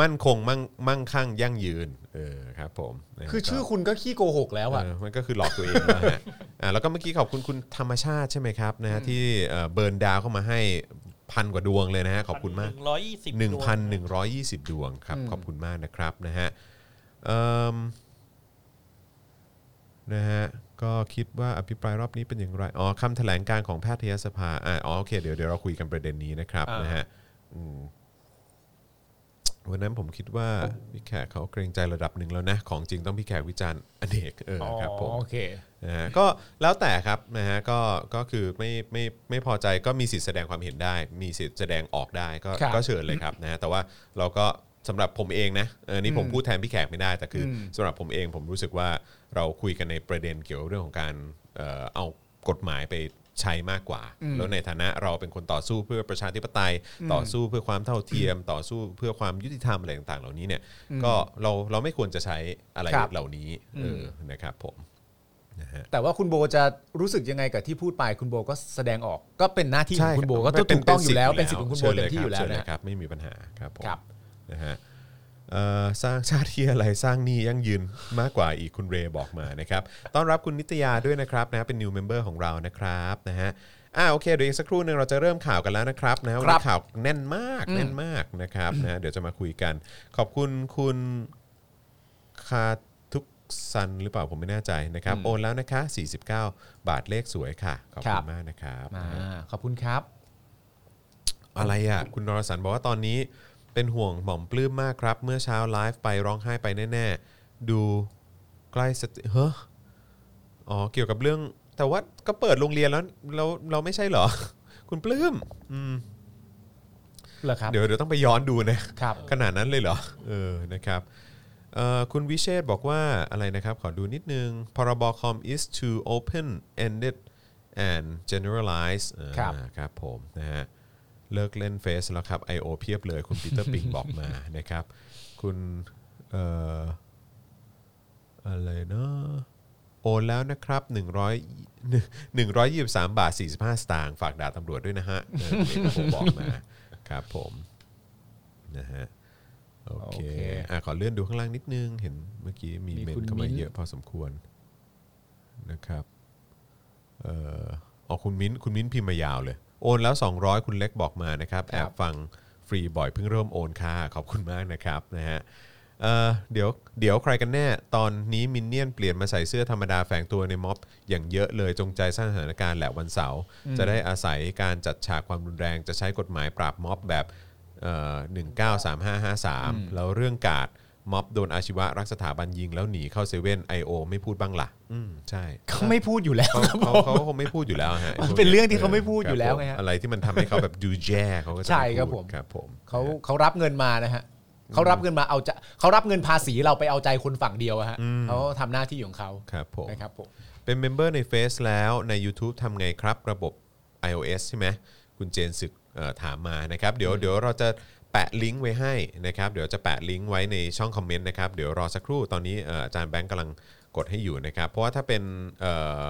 S1: มั่นคงมั่งมั่งคั่งยั่งยืนเออครับผมนะฮะ
S2: คือชื่อ
S1: ก็
S2: คุณก็ขี้โกหกแล้วอะ
S1: เออมันก็คือหลอกตัวเองนะฮะ <laughs> อ่าแล้วก็เมื่อกี้ขอบคุณคุณธรรมชาติใช่ไหมครับนะฮะที่เอ่อเบิร์นดาวเข้ามาให้พันกว่าดวงเลยนะฮะขอบคุณมาก
S3: หนึ่งร้อยยี่สิบดว
S1: 1,120 ดวงครับ
S2: อืม
S1: ขอบคุณมากนะครับนะฮะเอิ่มนะฮะก็คิดว่าอภิปรายรอบนี้เป็นอย่างไรอ๋อคำแถลงการของแพทยสภาอ่าอ๋อโอเคเดี๋ยวเดี๋ยวเราคุยกันประเด็นนี้นะครับ
S2: อ่าน
S1: นะฮะอืมวันนั้นผมคิดว่าพี่แขกเขาเกรงใจระดับหนึ่งแล้วนะ ของจริงต้องพี่แขกวิจารณ์อเนกเออครับผม
S2: โอเค
S1: นะฮะก็แล้วแต่ครับนะฮะก็ก็คือไม่ไม่ไม่พอใจก็มีสิทธิ์แสดงความเห็นได้ มีสิทธิ์แสดงออกได้ก็
S2: ครับ
S1: ก็เชิญเลยครับนะฮะแต่ว่าเราก็สำหรับผมเองนะเออนี่ผมพูดแทนพี่แขกไม่ได้แต่คืออ
S2: ม
S1: สำหรับผมเองผมรู้สึกว่าเราคุยกันในประเด็นเกี่ยวกับเรื่องของการเอ่อเอากฎหมายไปใช้มากกว่า
S2: อืม
S1: แล้วในฐานะเราเป็นคนต่อสู้เพื่อประชาธิปไตย ต่อสู้เพื่อความเท่าเทียม ต่อสู้เพื่อความยุติธรรมอะไรต่างๆ เหล่านี้เนี่ยก็เราเราไม่ควรจะใช้อะไร
S2: ครับ
S1: เหล่านี้เอออนะครับผมนะฮะ
S2: แต่ว่าคุณโบจะรู้สึกยังไงกับที่พูดไปคุณโบก็แสดงออกก็เป็นหน้าที่ของคุณโบก็
S1: เป็น
S2: ถูกต้องอยู่แล้ว
S1: ป็
S2: เป็นสิทธิ์ของคุณโบ
S1: ชิญ
S2: เต็มที่
S1: รับ
S2: อยู่แล้ว
S1: เชิญ
S2: นะ
S1: ครับไม่มีปัญหาครับผม
S2: ครับ
S1: นะฮะเอ่อสร้างชาติที่อะไรสร้างหนี้ยั่งยืนมากกว่าอีกคุณเรบอกมานะครับต้อนรับคุณนิตยาด้วยนะครับนะเป็น new member ของเรานะครับนะฮะอ่าโอเคเดี๋ยวอีกสักครู่หนึ่งเราจะเริ่มข่าวกันแล้วนะครับนะวันนี้ข่าวแน่นมากแน่นมากนะครับนะเดี๋ยวจะมาคุยกัน ขอบคุณคุณ คาทุกซันหรือเปล่าผมไม่แน่ใจนะครับโอนแล้วนะคะ 49 บาทเลขสวยค่ะขอบ
S2: ครั
S1: คุ
S2: บ
S1: ณมากนะครับ
S2: อ่าขอบคุณครับ
S1: อะไรอ่ะ คุณนรสันต์บอกว่าตอนนี้เป็นห่วงหม่อมปลื้มมากครับ เมื่อเช้าไลฟ์ไปร้องไห้ไปแน่ๆ ดูใกล้สติเฮ้ออ๋อ เกี่ยวกับเรื่อง แต่ว่าก็เปิดโรงเรียนแล้วเราเราไม่ใช่เหรอ คุณปลื้มอืม
S2: เหรอครับ
S1: เดี๋ยวเดี๋ยวต้องไปย้อนดูนะ
S2: ครับ
S1: ขนาดนั้นเลยเหรอ เออ นะครับเอ่อคุณวิเชษฐ์บอกว่าอะไรนะครับ ขอดูนิดนึง พรบคอม is to open ended and generalize อ่า
S2: ครับ
S1: ครับผมนะฮะ เลิกเล่นเฟซแล้วครับ I.O. เพียบเลยคุณปีเตอร์ปิง บอกมานะครับ คุณเอ่ออะไรเนาะโอนแล้วนะครับ 100 123 บาท 45 สตางค์ฝากด่าตำรวจด้วยนะฮะเออเอกผมบอกมาครับผมนะฮะโอเค
S2: โอเค
S1: อ่ะขอเลื่อนดูข้างล่างนิดนึง เห็นเมื่อกี้มี
S2: มี
S1: เมน
S2: คุณ
S1: เข้ามา
S2: มิ้น
S1: เยอะพอสมควรนะครับ เอ่ออ๋อคุณมิ้นคุณมิ้นพิมพ์มายาวเลย โอนแล้ว 200 คุณเล็กบอกมานะครับ แอบฟังฟรีบ่อยเพิ่งเริ่มโอนค่ะ ขอบคุณมากนะครับนะฮะเอ่อเดี๋ยวเดี๋ยวใครกันแน่ ตอนนี้มินเนี่ยนเปลี่ยนมาใส่เสื้อธรรมดาแฝงตัวในม็อบ อย่างเยอะเลยจงใจสร้างสถานการณ์แหละวันเสาร์จะได้อาศัยการจัดฉากความรุนแรง จะใช้กฎหมายปราบม็อบแบบเอ่อ193553 แล้วเรื่องกาดม็อบโดนอาชีวะรักสถาบันยิงแล้วหนีเข้าเซเว่นไอโอไม่พูดบ้างล่ะอืมใช่
S2: เขาไม่พูดอยู่แล้ว
S1: เขาเขาเขาคงไม่พูดอยู่แล้วฮะ
S2: มันเป็นเรื่องที่เขาไม่พูดอยู่แล้วไง
S1: ครั
S2: ฮะ
S1: บผมอะไรที่มันทำให้เขาแบบดูแย่เขาก็จะ
S2: ใช่
S1: ไม่พูด
S2: ค
S1: ครั
S2: รับผม
S1: บผม
S2: เขาเขารับเงินมานะฮะเขารับเงินมาเอาจะเขารับเงินภาษีเราไปเอาใจคนฝั่งเดียวอะฮะเขาทำหน้าที่ของเขา
S1: ครับผม
S2: นะครับผม
S1: เป็นเมมเบอร์ในเฟซแล้วใน YouTube ทำไงครับ ระบบ iOS ใช่ไหมคุณเจนศึกเอ่อถามมานะครับ เดี๋ยวเดี๋ยวเราจะแปะลิงก์ไว้ให้นะครับ เดี๋ยวจะแปะลิงก์ไว้ในช่องคอมเมนต์นะครับ เดี๋ยวรอสักครู่ตอนนี้เอ่ออาจารย์แบงค์กำลังกดให้อยู่นะครับ เพราะว่าถ้าเป็นเอ่อ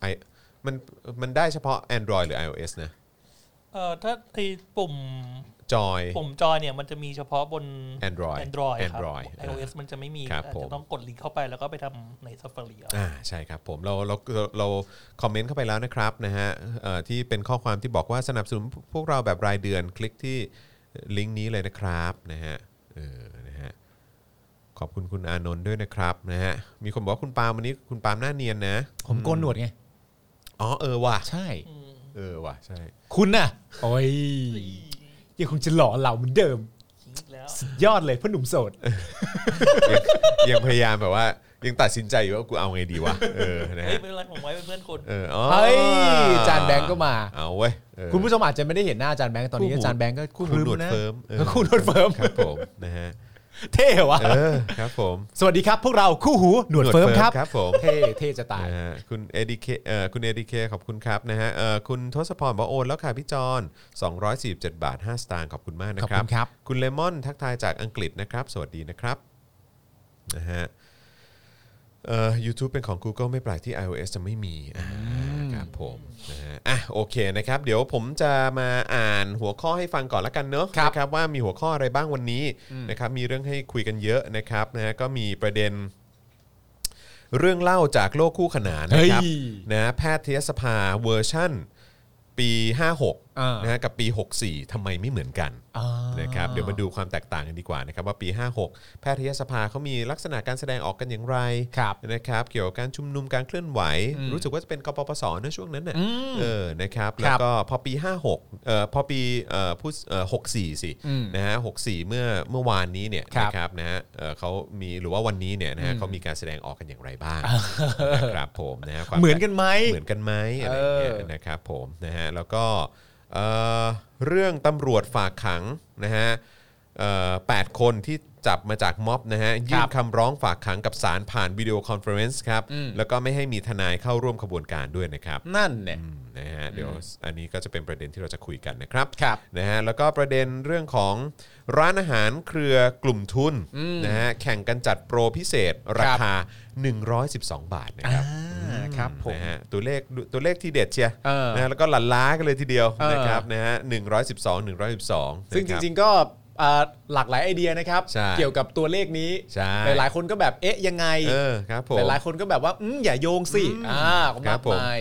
S1: ไอมันมันได้เฉพาะ Android หรือ iOS นะ
S3: เอ่อถ้าไอ้ปุ่ม
S1: จอย
S3: ปุ่มจอยเนี่ยมันจะมีเฉพาะบน
S1: Android
S3: Android ครับ
S1: Android เออ
S3: iOS มันจะไม่มี
S1: ครับ
S3: อาจ
S1: ผม
S3: จะต้องกดลิงก์เข้าไปแล้วก็ไปทำใน Safari เอา
S1: อ่าใช่ครับผมเราเราเราเราคอมเมนต์เข้าไปแล้วนะครับนะฮะเอ่อที่เป็นข้อความที่บอกว่าสนับสนุนพวกเราแบบรายเดือนคลิกที่ลิงก์นี้เลยนะครับนะฮะเออนะฮะขอบคุณคุณอานนท์ด้วยนะครับนะฮะมีคนบอกว่าคุณปาล์มวันนี้คุณปาล์มหน้าเนียนนะ
S2: ผมโกนหนวดไง
S1: อ๋อเออว่ะ
S2: ใช่
S1: เออว่ะใช่
S2: คุณน่ะโอ้ยยังคงจะหล่อเหลาเหมือนเดิม
S3: ทิ้งอีกแล้ว
S2: สุดยอดเลยพ่อหนุ่มโสด
S1: ยังยังพยายามแบบว่ายังตัดสินใจอยู่ว่ากูเอาไงดีวะเออนะ
S3: เฮ้ย
S1: ฮะ
S3: ไม่เป็นไรผมไว้เป็นเพื่อนคน
S1: เอออ๋อ
S2: เฮ้ยอาจารย์แบงค์ก็มา
S1: เอาเว้ยเออ
S2: คุณผู้ชมอาจจะไม่ได้เห็นหน้าอาจารย์แบงค์ตอนนี้
S1: คู่หู
S2: อาจารย์แบงค์ก็
S1: คู่หูหนวด
S2: คลึ้มนะ
S1: เฟิร์มเออ
S2: คู่หนวดเฟิร์ม <laughs>
S1: ครับผมนะฮะ
S2: เท่วะ
S1: เออครับผม
S2: สวัสดีครับ พวกเราคู่หูหนวดเฟิร์มครับ
S1: ครับผม
S2: เท่เท่จะตาย
S1: นะฮะคุณเอดีเคเอ่อคุณเอดีเคขอบคุณครับนะฮะเอ่อคุณทศพรบอกว่าโอนแล้วค่ะพี่จอน247 บาท 5 สตางค์ขอบคุณมากนะครั
S2: ข
S1: บบ
S2: อคุณครับ
S1: คุณเลมอนทักทายจากอังกฤษนะครับ สวัสดีนะครับนะฮะเอ่อ YouTube เป็นของ Google ไม่แปลกที่ iOS จะไม่มีอ่าครับผมนะฮะอ่ะโอเคนะครับ เดี๋ยวผมจะมาอ่านหัวข้อให้ฟังก่อนละกันเนอะนะครับว่ามีหัวข้ออะไรบ้างวันนี้นะครับมีเรื่องให้คุยกันเยอะนะครับนะฮะก็มีประเด็น เรื่องเล่าจากโลกคู่ขนานนะครับ
S2: เฮ้ย
S1: นะแพทยสภาเวอร์ชั่น ปี
S2: อ่าน
S1: 56ะฮะกับปี 64ทำไมไม่เหมือนกัน
S2: อ่า
S1: นะครับเดี๋ยวมาดูความแตกต่างกันดีกว่านะครับว่าปี 56 แพทยสภาเขามีลักษณะการแสดงออกกันอย่างไร
S2: ครับ
S1: นะครับเกี่ยวกับการชุมนุมการเคลื่อนไหว รู้สึกว่าจะเป็นกปปสนะช่วงนั้นน่ะเออนะครับแล้วก็พอปี 56เอ่อพอปีเอ่อพูดเอ่อ64 สิ
S2: อืม
S1: นะฮะ64 เมื่อเมื่อวานนี้เนี่ย
S2: ครับ
S1: นะครับนะฮะเอ่อเขามีหรือว่าวันนี้เนี่ยนะฮะเขามีการแสดงออกกันอย่างไรบ้างนะครับผมนะฮะความ
S2: เหมือนกันไหม
S1: เหมือนกันไหมอะไรอย่างเงี้ย
S2: เออ
S1: นะครับผมนะฮะแล้วก็เอ่อเรื่องตำรวจฝากขังนะฮะเอ่อแปดคนที่จับมาจากม็อบนะฮะยื่นคำร้องฝากขังกับศาลผ่านวิดีโอคอนเฟอเรนซ์ครับ
S2: อืม
S1: แล้วก็ไม่ให้มีทนายเข้าร่วมขบวนการด้วยนะครับ
S2: นั่นเนี่ย
S1: อืมนะฮะเดี๋ยวอันนี้ก็จะเป็นประเด็นที่เราจะคุยกันนะครับ
S2: ครับ
S1: นะฮะแล้วก็ประเด็นเรื่องของร้านอาหารเครือกลุ่มทุนนะฮะแข่งกันจัดโปรพิเศษราคา 112 บาทนะครับ
S2: อ่าครับผม
S1: นะฮะตัวเลขตัวเลขที่เด็ดเชียร์
S2: เออ
S1: นะฮะแล้วก็หลันล้ากันเลยทีเดียว
S2: เออ
S1: นะครับนะฮะหนึ่งร้อยสิบสองหนึ่งร้อยสิบสอง
S2: ซึ่งจริง ๆ ก็อ่าหลากหลายไอเดียนะครับ
S1: ใช่
S2: เกี่ยวกับตัวเลขนี้
S1: ใช่
S2: หลายๆคนก็แบบเอ๊ะยังไง
S1: เออครับผม
S2: หลายๆคนก็แบบว่าอืมอย่าโยงสิอ่าก็
S1: ครั
S2: มา
S1: บ
S2: ก
S1: ผม
S2: มาย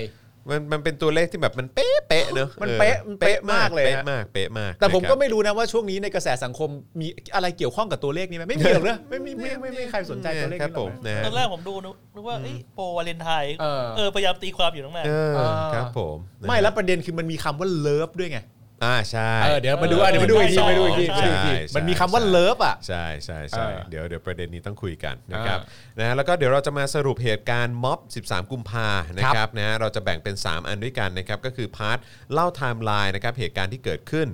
S1: มันมันเป็นตัวเลขที่แบบมันเป๊ะเป๊ะเนอะ
S2: มัน
S1: ออ
S2: เป๊ะมันเป๊ะมากเลย
S1: เป๊ะ
S2: ฮะ
S1: มากเป๊ะมาก
S2: แต่ผม
S1: นะครับ
S2: ก็ไม่รู้นะว่าช่วงนี้ในกระแสสังคมมีอะไรเกี่ยวข้องกับตัวเลขนี้ไหมไม่มีหรอก
S1: <laughs>
S2: นะไม่มีไม่ไม่ไม่มีใครสนใจตัวเลข
S1: ครับ
S2: นี้หร
S1: ผ
S2: อก
S1: ม
S2: นะ
S1: นะฮะ
S3: ตอนแรกผมดูนึกนึกว่าเอ้ยโปรวาเลนไทน์
S2: เออ
S3: เออพยายามตีความอยู่ตั้งนาน
S1: เออ
S2: เออ
S1: ครับผมนะฮะ
S2: ไม่แล้วประเด็นคือมันมีคำว่าเลิฟด้วยไง
S1: อ่าใช่
S2: เออเดี๋ยวมาดูอ่ะเดี๋ยวมาดูอีกทีมาดูอีกทีมาดู
S3: ใช่
S2: อีกที
S1: ใช่
S2: มันมีคำว่าเลิฟอ่ะ
S1: ใช่ใช่ใช่
S2: เออ
S1: เดี๋ยวเดี๋ยวประเด็นนี้ต้องคุยกันนะครับนะฮะแล้วก็เดี๋ยวเราจะมาสรุปเหตุการณ์ม็อบ 13 กุมภานะครับนะฮะเราจะแบ่งเป็น 3 อันด้วยกันนะครับก็คือพาร์ทเล่าไทม์ไลน์นะครับเหตุการณ์ที่เกิดขึ้น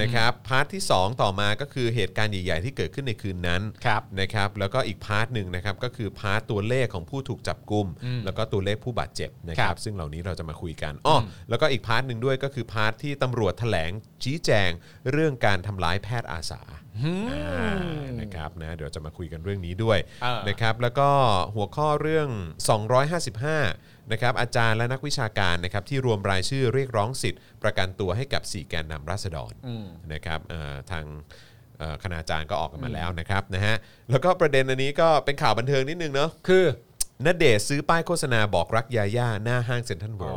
S1: นะครับพาร์ทที่ 2 ต่อมาก็คือเหตุการณ์ใหญ่ ๆ ที่เกิดขึ้นในคืนนั้น
S2: ครับ
S1: นะครับแล้วก็อีกพาร์ทหนึ่งนะครับก็คือพาร์ทตัวเลขของผู้ถูกจับกลุ่มแล้วก็ตัวเลขผู้บาดเจ็บนะค
S2: ค
S1: รั
S2: รับ บ
S1: ซึ่งเหล่านี้เราจะมาคุยกันอ้ออแล้วก็อีกพาร์ทหนึ่งด้วยก็คือพาร์ทที่ตำรวจแถลงชี้แจงเรื่องการทำร้ายแพทย์อาสา อ่านะครับนะเดี๋ยวจะมาคุยกันเรื่องนี้ด้วย
S2: อ่าน
S1: นะครับแล้วก็หัวข้อเรื่อง 255นะครับอาจารย์และนักวิชาการนะครับที่รวมรายชื่อเรียกร้องสิทธิ์ ประกันตัวให้กับ4แกนนำราษฎรนะครับเอ่อทางเอ่อคณาจารย์ก็ออกกันมาแล้วนะครับนะฮะแล้วก็ประเด็นอันนี้ก็เป็นข่าวบันเทิงนิดนึงเนาะ
S2: คือ
S1: ณเดชน์ซื้อป้ายโฆษณาบอกรักยาย่าหน้าห้างเซ็นทรัลเวิ
S2: อ๋อ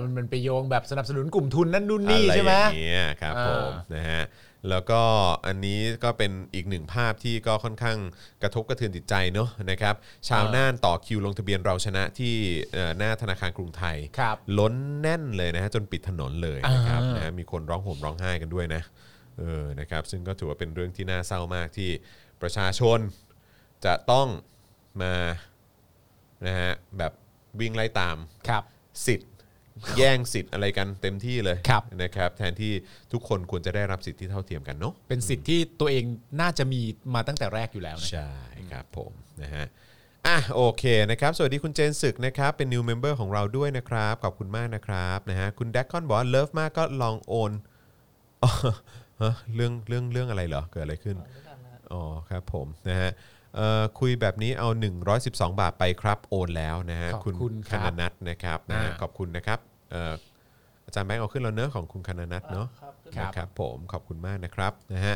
S1: ลด์
S2: มันไปโยงแบบสนับสนุนกลุ่มทุนนั่นนู่นนี่ใช่ไหม
S1: อะไรอย่างเงี้ยครับ
S2: อ่า
S1: ผมนะฮะแล้วก็อันนี้ก็เป็นอีกหนึ่งภาพที่ก็ค่อนข้างกระทบกระเทือนจิตใจเนอะนะครับชาว
S2: อ่า
S1: น่านต่อคิวลงทะเบียนเราชนะที่เอ่อหน้าธนาคารกรุงไทย
S2: ครับ
S1: ล้นแน่นเลยนะฮะจนปิดถนนเลยนะครับ
S2: อ่าน
S1: นะฮะมีคนร้องห่มร้องไห้กันด้วยนะเออนะครับซึ่งก็ถือว่าเป็นเรื่องที่น่าเศร้ามากที่ประชาชนจะต้องมานะฮะแบบวิ่งไล่ตาม
S2: ครับ
S1: สิ
S2: <laughs>
S1: ทธิ์ แย่งสิทธิ์อะไรกันเต็มที่เลย
S2: ครับ
S1: นะครับแทนที่ทุกคนควรจะได้รับสิทธิ์ที่เท่าเทียมกันเนาะ
S2: เป็นสิทธิ์ที่ตัวเองน่าจะมีมาตั้งแต่แรกอยู่แล้วนะ
S1: ใช่ครับผมนะฮะอ่ะโอเคนะครับ สวัสดีคุณเจนศึกนะครับ เป็น new member ของเราด้วยนะครับ ขอบคุณมากนะครับนะฮะคุณแดกคอนบอกว่าเลิฟมากก็ลองโอน <laughs> อ๋อฮะเรื่องเรื่องเรื่องอะไรเหรอ เกิดอะไรขึ้น อ๋อครับผมนะฮะเอ่อคุยแบบนี้เอา 112 บาทไปครับโอนแล้วนะฮะ
S2: ขอบคุณ
S1: ค
S2: ครับ
S1: ณนัทนะครับนะฮะ
S2: อ่า
S1: ขอบคุณนะครับเอ่ออาจารย์แบงค์เอาขึ้นแล้วเนอะของคุณคณนัทเนอะ
S3: ค
S2: ครั
S3: รับ
S2: บ
S1: นะครับผมขอบคุณมากนะครับนะฮะ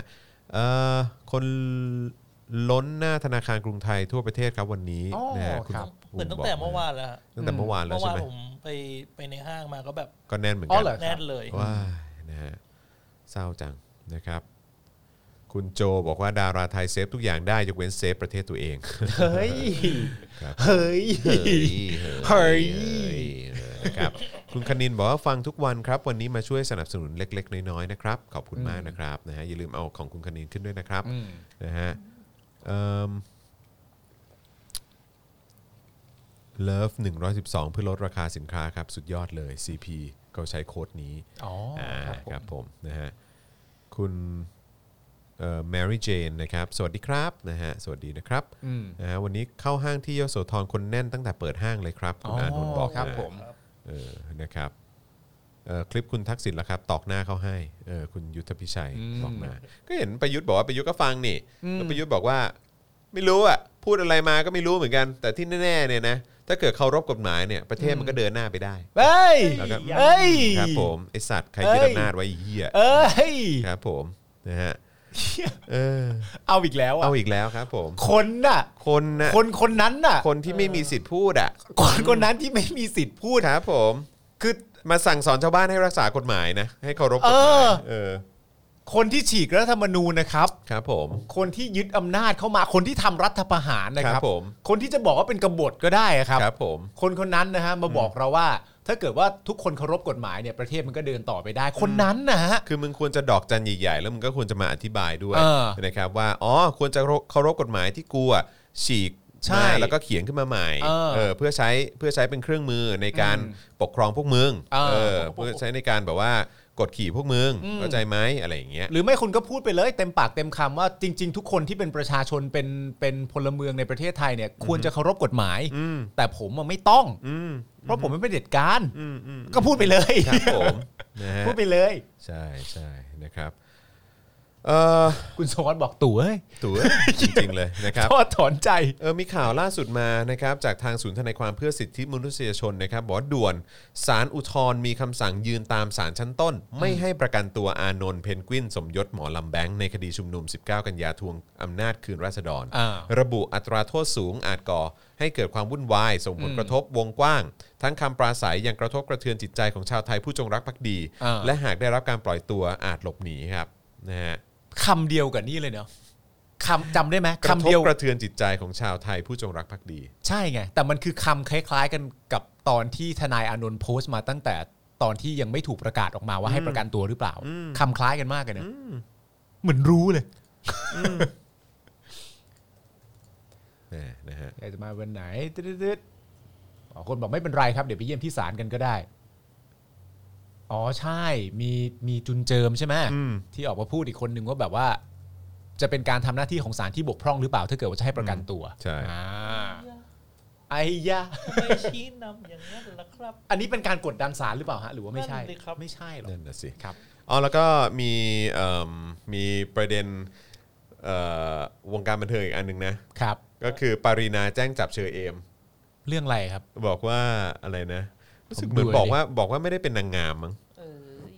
S1: เอ่อคนล้นหน้าธนาคารกรุงไทยทั่วประเทศครับวันนี้
S2: อ๋อ
S1: นะฮะณ
S2: ครับ
S1: ภู
S3: เหมือนตั้งแต่
S1: บก
S3: เมื่อวานแล้วฮะ
S1: ตั้งแต่เมื่อวานแล้ว
S3: เมื่อ
S1: ใช่
S3: วาน
S1: ไหม
S3: ผมไปไปในห้างมาก็แบบ
S1: ก็แน่นเหมือน
S2: อ๋
S1: กั
S2: อเหรอ
S3: แน่นเลย
S1: ว้ายนะฮะเศร้าจังนะครับ คุณโจบอกว่าดาราไทยเซฟทุกอย่างได้ยกเว้นเซฟประเทศตัวเอง
S2: เฮ้ย
S1: ครับ
S2: เฮ้ย
S1: เฮ้ย
S2: เฮ้ย
S1: เฮ้ยนะครับ <laughs> คุณคณินบอกว่าฟังทุกวันครับ วันนี้มาช่วยสนับสนุนเล็ก ๆ น้อยๆนะครับ ขอบคุณมากนะครับนะฮะอย่าลืมเอาของคุณคณินขึ้นด้วยนะครับนะฮะเอิ่ม Love 112 เพื่อลดราคาสินค้าครับ สุดยอดเลย CP เขาใช้โค้ดนี้
S2: อ๋ออ่
S1: า
S2: ค
S1: ค
S2: รับผม
S1: รับผมนะฮะคุณเอ่อ Mary Jane นะครับ สวัสดีครับนะฮะสวัสดีนะครับ
S2: อืม
S1: นะฮะวันนี้เข้าห้างที่ยโสธรคนแน่นตั้งแต่เปิดห้างเลยครับคุณอานนท์บอก
S2: ครับ
S1: นะ
S2: ผม
S1: เออนะครับเอ่อคลิปคุณทักษิณละครับ ตอกหน้าเขาให้เออคุณยุทธพิชัยบอกมา ก็เห็นประยุทธ์บอกว่าประยุทธ์ก็ฟังนี่แล้วประยุทธ์บอกว่า ไม่รู้อ่ะพูดอะไรมาก็ไม่รู้เหมือนกัน แต่ที่แน่ๆเนี่ยนะถ้าเกิดเคารพกฎหมายเนี่ยประเทศมันก็เดินหน้าไปได้
S2: เฮ้ย
S1: แล้วก็
S2: เฮ้ย <laughs>
S1: ครับผมไอสัตว์ใครยึดอำนาจไว้ไอ้เหี้ย
S2: เอ้ย
S1: ครับผมนะฮะ เออ
S2: เอาอีกแล้วอ่ะ
S1: เอาอีกแล้วครับ ผม
S2: คนน่ะ
S1: คนนะ
S2: คนคนนั้นน่ะ
S1: คนที่ไม่มีสิทธิ์พูดอ่ะ
S2: คนคนนั้นที่ไม่มีสิทธิ์พูด
S1: ครับผม
S2: คือ
S1: มาสั่งสอนชาวบ้านให้รักษากฎหมายนะ ให้เคารพกฎห
S2: เอ
S1: มา
S2: อ
S1: ยเออ
S2: คนที่ฉีกรัฐธรรมนูญนะครับ
S1: ครับผม
S2: คนที่ยึดอำนาจเข้ามาคนที่ทำรัฐประหารนะค
S1: ครั
S2: รับบ
S1: ผม
S2: คนที่จะบอกว่าเป็นกบฏก็ได้อะครับ
S1: ครับผม
S2: คนคนนั้นนะฮะมาบอกเราว่า ถ้าเกิดว่าทุกคนเคารพกฎหมายเนี่ยประเทศมันก็เดินต่อไปได้ คนนั้นนะฮะ
S1: คือมึงควรจะดอกจันใหญ่ๆแล้วมึงก็ควรจะมาอธิบายด้วย
S2: เออ
S1: นะครับว่าอ๋อควรจะเคารพกฎหมายที่กูอะฉีก
S2: ใช่
S1: มาแล้วก็เขียนขึ้นมาใหม่
S2: เออ
S1: เออเพื่อใช้เพื่อใช้เป็นเครื่องมือในการปกครองพวกมึง
S2: เออ
S1: เออเพื่อใช้ในการแบบว่ากดขี่พวกมึงเข้าใจไหมอะไรอย่างเงี้ย
S2: หรือไม่คุณก็พูดไปเลยเต็มปากเต็มคำว่าจริง ๆ ทุกคนที่เป็นประชาชนเป็นเป็นพลเมืองในประเทศไทยเนี่ยควรจะเคารพกฎหมาย
S1: อืม
S2: แต่ผมอะไม่ต้อง
S1: อืม
S2: เพราะผมไม่เป็นเผด็จการ
S1: อืมอืม
S2: ก็พูดไปเลย
S1: ครับ
S2: <laughs>
S1: ผมนะฮะ
S2: พูดไปเลย
S1: ใช่ใช่นะครับเออ
S2: คุณสวัสดิ์บอกตู่เฮ้ย <laughs>
S1: ตัวจริงๆเลยนะครับ
S2: ทอดถอนใจ
S1: เออมีข่าวล่าสุดมานะครับจากทางศูนย์ทนายความเพื่อสิทธิมนุษยชนนะครับบอกว่าด่วนสารอุทธรณ์มีคำสั่งยืนตามสารชั้นต้น ไม่ให้ประกันตัวอานนท์เพนกวิน สมยศหมอลำแบงค์ในคดีชุมนุม 19 กันยาทวงอำนาจคืนราษฎร
S2: อ่า
S1: ระบุอัตราโทษสูงอาจก่อให้เกิดความวุ่นวาย ส่งผลกระทบวงกว้าง ทั้งคำปราศัยยังกระทบกระเทือนจิตใจของชาวไทยผู้จงรักภักดี
S2: อ่า
S1: และหากได้รับการปล่อยตัวอาจหลบหนีครับนะฮะ
S2: คำเดียวกับนี่เลยเนาะคำจำได้ไหม
S1: กระ
S2: คำ
S1: ทบ
S2: เดียว
S1: กระเทือนจิตใจของชาวไทยผู้จงรักภักดี
S2: ใช่ไง แต่มันคือคำคล้าย ๆ กันกับตอนที่ทนายอานนท์โพสต์มาตั้งแต่ตอนที่ยังไม่ถูกประกาศออกมาว่าให้ประกันตัวหรือเปล่าคำคล้ายกันมากเลยเนอะเหมือนรู้เลย
S1: แหม่นะฮะ
S2: อยากจะมาวันไหนตึ๊ดๆอ๋อคนบอกไม่เป็นไรครับ เดี๋ยวไปเยี่ยมที่ศาลกันก็ได้ อ๋อใช่ มีมีจุนเจิมใช่ไหม
S1: อืม
S2: ที่ออกมาพูดอีกคนนึงว่าแบบว่า จะเป็นการทำหน้าที่ของศาลที่บกพร่องหรือเปล่าถ้าเกิดว่าจะให้ประกันตัว
S1: ใช่
S2: อ่าไอ้ยะ
S3: ไม่ชี้นำอย่างนั้นล่ะครับ
S2: อันนี้เป็นการกดดันศาลหรือเปล่าฮะหรือว่าไม่ใช่
S3: นั่นสิครับ
S2: ไม่ใช่หรอก
S1: นั่นนะสิ
S2: ครับ
S1: อ๋อแล้วก็มีเอิ่มมีประเด็นเอ่อวงการบันเทิงอีกอันหนึ่งนะ
S2: ครับ
S1: ก็คือปารีนาแจ้งจับเชอเอม
S2: เรื่องอะไรครับ
S1: บอกว่าอะไรนะรู้สึก
S2: ผม
S1: เหมือน
S2: ดู
S1: บอก
S2: เลย
S1: ว่าบอกว่าไม่ได้เป็นนางงามมั้ง
S3: เออ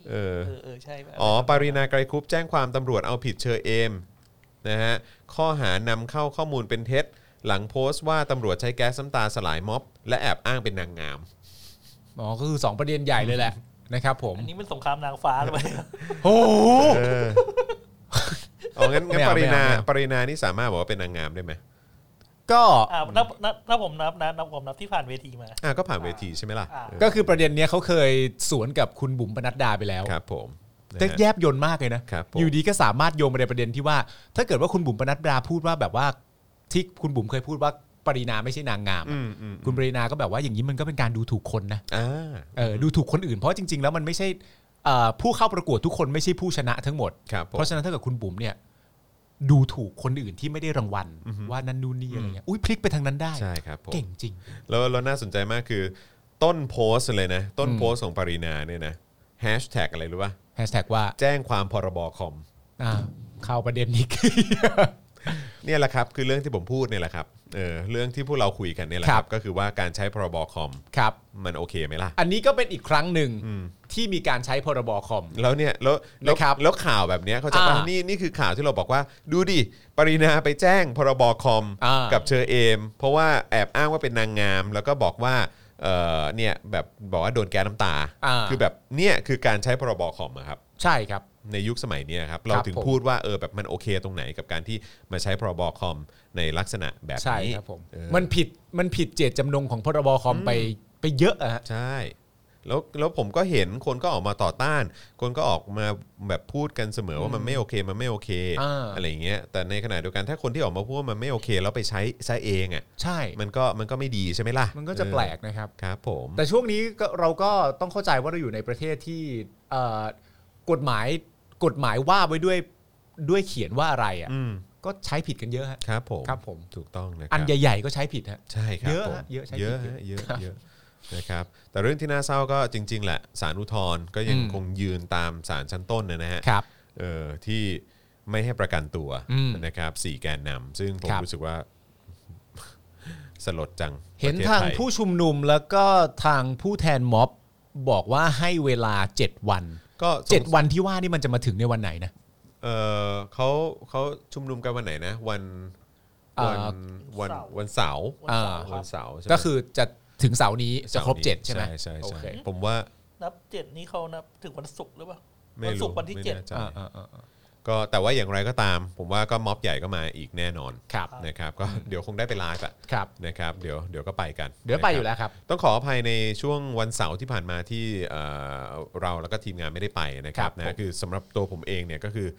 S1: เออ
S3: เออเออใช่ะไร
S1: อ๋อปารีนาไกรคุปแจ้งความตำรวจเอาผิดเชอเอมนะฮะข้อหานำเข้าข้อมูลเป็นเท็จ หลังโพสต์ว่าตำรวจใช้แก๊สน้ำตาสลายม็อบ และแอบอ้างเป็นนางงาม
S2: อ๋อก็คือ 2 ประเด็นใหญ่เลยแหละ นะครับผม
S3: อันนี้มันสงครามนางฟ้าหรือเปล่
S1: <laughs>
S3: า
S2: โอ้โห
S1: เอ
S2: <laughs>
S1: ออ๋องั้นงั้
S2: ไม่
S1: น
S2: เอา
S1: ปารีนา
S2: ไม่เอาไม่เอา
S1: ปารีนานี่สามารถบอกว่าเป็นนางงามได้ไหม
S2: ก็
S3: อ่านับนับถ้าผมนับนะนับผมนับที่ผ่านเวทีมา
S1: อ่ะก็ผ่านเวทีใช่ไหมล่ะ
S3: อ่า
S1: เออ
S2: ก็คือประเด็นเนี้ยเขาเคยสวนกับคุณบุ๋มปนัดดาไปแล้ว
S1: ครับผมนะฮะ
S2: แต่แยบยนต์มากเลยนะครับ
S1: ผม
S2: อยู่ดีก็สามารถโยงไปในประเด็นที่ว่า ถ้าเกิดว่าคุณบุ๋มปนัดดาพูดว่าแบบว่าที่คุณบุ๋มเคยพูดว่าปรินาไม่ใช่นางงาม
S1: อื
S2: อะ
S1: มอืม
S2: คุณปรินาก็แบบว่าอย่างนี้มันก็เป็นการดูถูกคนนะ
S1: อ่า
S2: เออดูถูกคนอื่นเพราะจริง ๆ แล้วมันไม่ใช่เอ่อผู้เข้าประกวดทุกคนไม่ใช่ผู้ชนะทั้งหมด
S1: ครับผม
S2: เพราะฉะนั้นถ้าเกิดคุณบุ๋มเนี่ย ดูถูกคนอื่นที่ไม่ได้รางวัล ว่านั่นนู่นนี่อะไรเงี้ยอุ้ยพลิกไปทางนั้นได้
S1: ใช่ครับผม
S2: เก่งจริง
S1: แล้วแล้วน่าสนใจมากคือ ต้นโพสต์เลยนะ ต้น
S2: อืม
S1: โพสต์ของปรินาเนี่ยนะแฮชแท็กอะไรรู้ป่ะ
S2: แฮชแท็กว่า
S1: แจ้งความพรบคอม
S2: อ่าเข้าประเด็นนี้ <laughs>
S1: เนี่ยแหละครับคือเรื่องที่ผมพูดเนี่ยแหละครับเออเรื่องที่พวกเราคุยกันเนี่ยแหละค
S2: ครั
S1: รับ
S2: บ
S1: ก็คือว่าการใช้พรบคอม
S2: ครับ
S1: มันโอเคไหมล่ะ
S2: อันนี้ก็เป็นอีกครั้งหนึ่งที่มีการใช้พรบคอม
S1: แล้วเนี่ยแล้วแล้ว
S2: นะครับ
S1: แล้วข่าวแบบเนี้ยเขาใจะว่า
S2: อ่านี่
S1: นี่นี่คือข่าวที่เราบอกว่า ดูดิปรินาไปแจ้งพรบคอม
S2: อ่ากั
S1: กับเชอเอม เพราะว่าแอบอ้างว่าเป็นนางงาม แล้วก็บอกว่าเออเนี่ยแบบบอกว่าโดนแก๊สน้ำตา
S2: อ่า
S1: คือแบบเนี่ยคือการใช้พรบคอมอะครับ
S2: ใช่ครับ
S1: ในยุคสมัยเนี้ยครับเราถึง
S2: ผม
S1: พูดว่าเออแบบมันโอเคตรงไหนกับการที่มาใช้พรบคอมในลักษณะแบบ
S2: ใช่
S1: นี้
S2: ครับผม
S1: เออ
S2: มันผิดมันผิดเจตจำนงของพรบคอมไปไปเยอะอะฮะ
S1: ใช่แล้วแล้วผมก็เห็นคนก็ออกมาต่อต้าน คนก็ออกมาแบบพูดกันเสมอว่ามันไม่โอเคมันไม่โอเค
S2: อ่า
S1: อะไรอย่างเงี้ยแต่ในขณะเดียวกันถ้าคนที่ออกมาพูดว่ามันไม่โอเค แล้วไปใช้ใช้เองอ่ะ
S2: ใช่
S1: มันก็มันก็ไม่ดีใช่ไหมล่ะ
S2: มันก็จะแปลกนะครับ
S1: ครับ ผม
S2: แต่ช่วงนี้ก็เราก็ต้องเข้าใจว่าเราอยู่ในประเทศที่เอ่อกฎหมายกฎหมายว่าไว้ด้วยด้วยเขียนว่าอะไรอ่ะ
S1: อืม
S2: ก็ใช้ผิดกันเยอะฮะ
S1: ครับผม
S2: ครับผม
S1: ถูกต้องนะครับ
S2: อันใหญ่ ๆ ก็ใช้ผิดฮะ
S1: ใช่ครับ
S2: เยอะ
S1: ผม
S2: ฮะเยอะใช้
S1: เยอะ
S2: จริงๆ
S1: ฮะเยอะ
S2: ครับ
S1: เยอะนะครับ แต่เรื่องที่น่าเศร้าก็จริง ๆ แหละสารอุทธรณ์ก็ยัง
S2: อืม
S1: คงยืนตามสารชั้นต้นนะนะฮะ
S2: ครับ
S1: เออที่ไม่ให้ประกันตัว
S2: อืม
S1: นะครับสี่แกนนำซึ่งผม
S2: ครับ
S1: รู้สึกว่า <laughs> สลดจัง
S2: เห็น
S1: ประศ
S2: ทาง
S1: ไย
S2: ผู้ชุมนุมแล้วก็ทางผู้แทนม็อบบอกว่าให้เวลา 7 วัน
S1: ก็สง
S2: 7 วันที่ว่านี่มันจะมาถึงในวันไหนนะ
S1: เ เออเขาเขาชุมนุมกันวันไหนนะ วัน
S2: เอ่
S1: วั
S2: อ
S1: นวันวันเสาร์
S3: วันเสาร์ค
S1: วั
S3: รับ
S1: นเสาร์ใช่ไหม
S2: ก็คือจะถึงเสาร์นี้จะครบ
S1: สานี้
S2: เจ็ดใช่ไหม
S1: ใช่
S2: โอ
S1: ใช่
S2: เค
S1: ผมว่า
S3: นับเจ็ดนี้เขานับถึงวันศุกร์หรือเปล่า
S1: ไม่
S3: วันศุ
S1: รู้
S3: กร์วันที่
S1: ไม่
S3: เจ็ด
S1: แน่ใจ
S2: อ่าอ่าอ่าอ่า
S1: ก็แต่ว่าอย่างไรก็ตาม ผมว่าก็ม็อบใหญ่ก็มาอีกแน่นอน
S2: ครับ
S1: นะครับ ก็ <laughs> เดี๋ยวคงได้ไปไลฟ์อะ
S2: ครับ
S1: นะครับ เดี๋ยวเดี๋ยวก็ไปกัน
S2: เดี๋ยวไป
S1: นะครับ
S2: อยู่แล้วครับ
S1: ต้องขออภัยในช่วงวันเสาร์ที่ผ่านมาที่เอ่อเราแล้วก็ทีมงานไม่ได้ไปนะครับ
S2: ครับผม
S1: นะคือสำหรับตัวผมเองเนี่ยก็คือ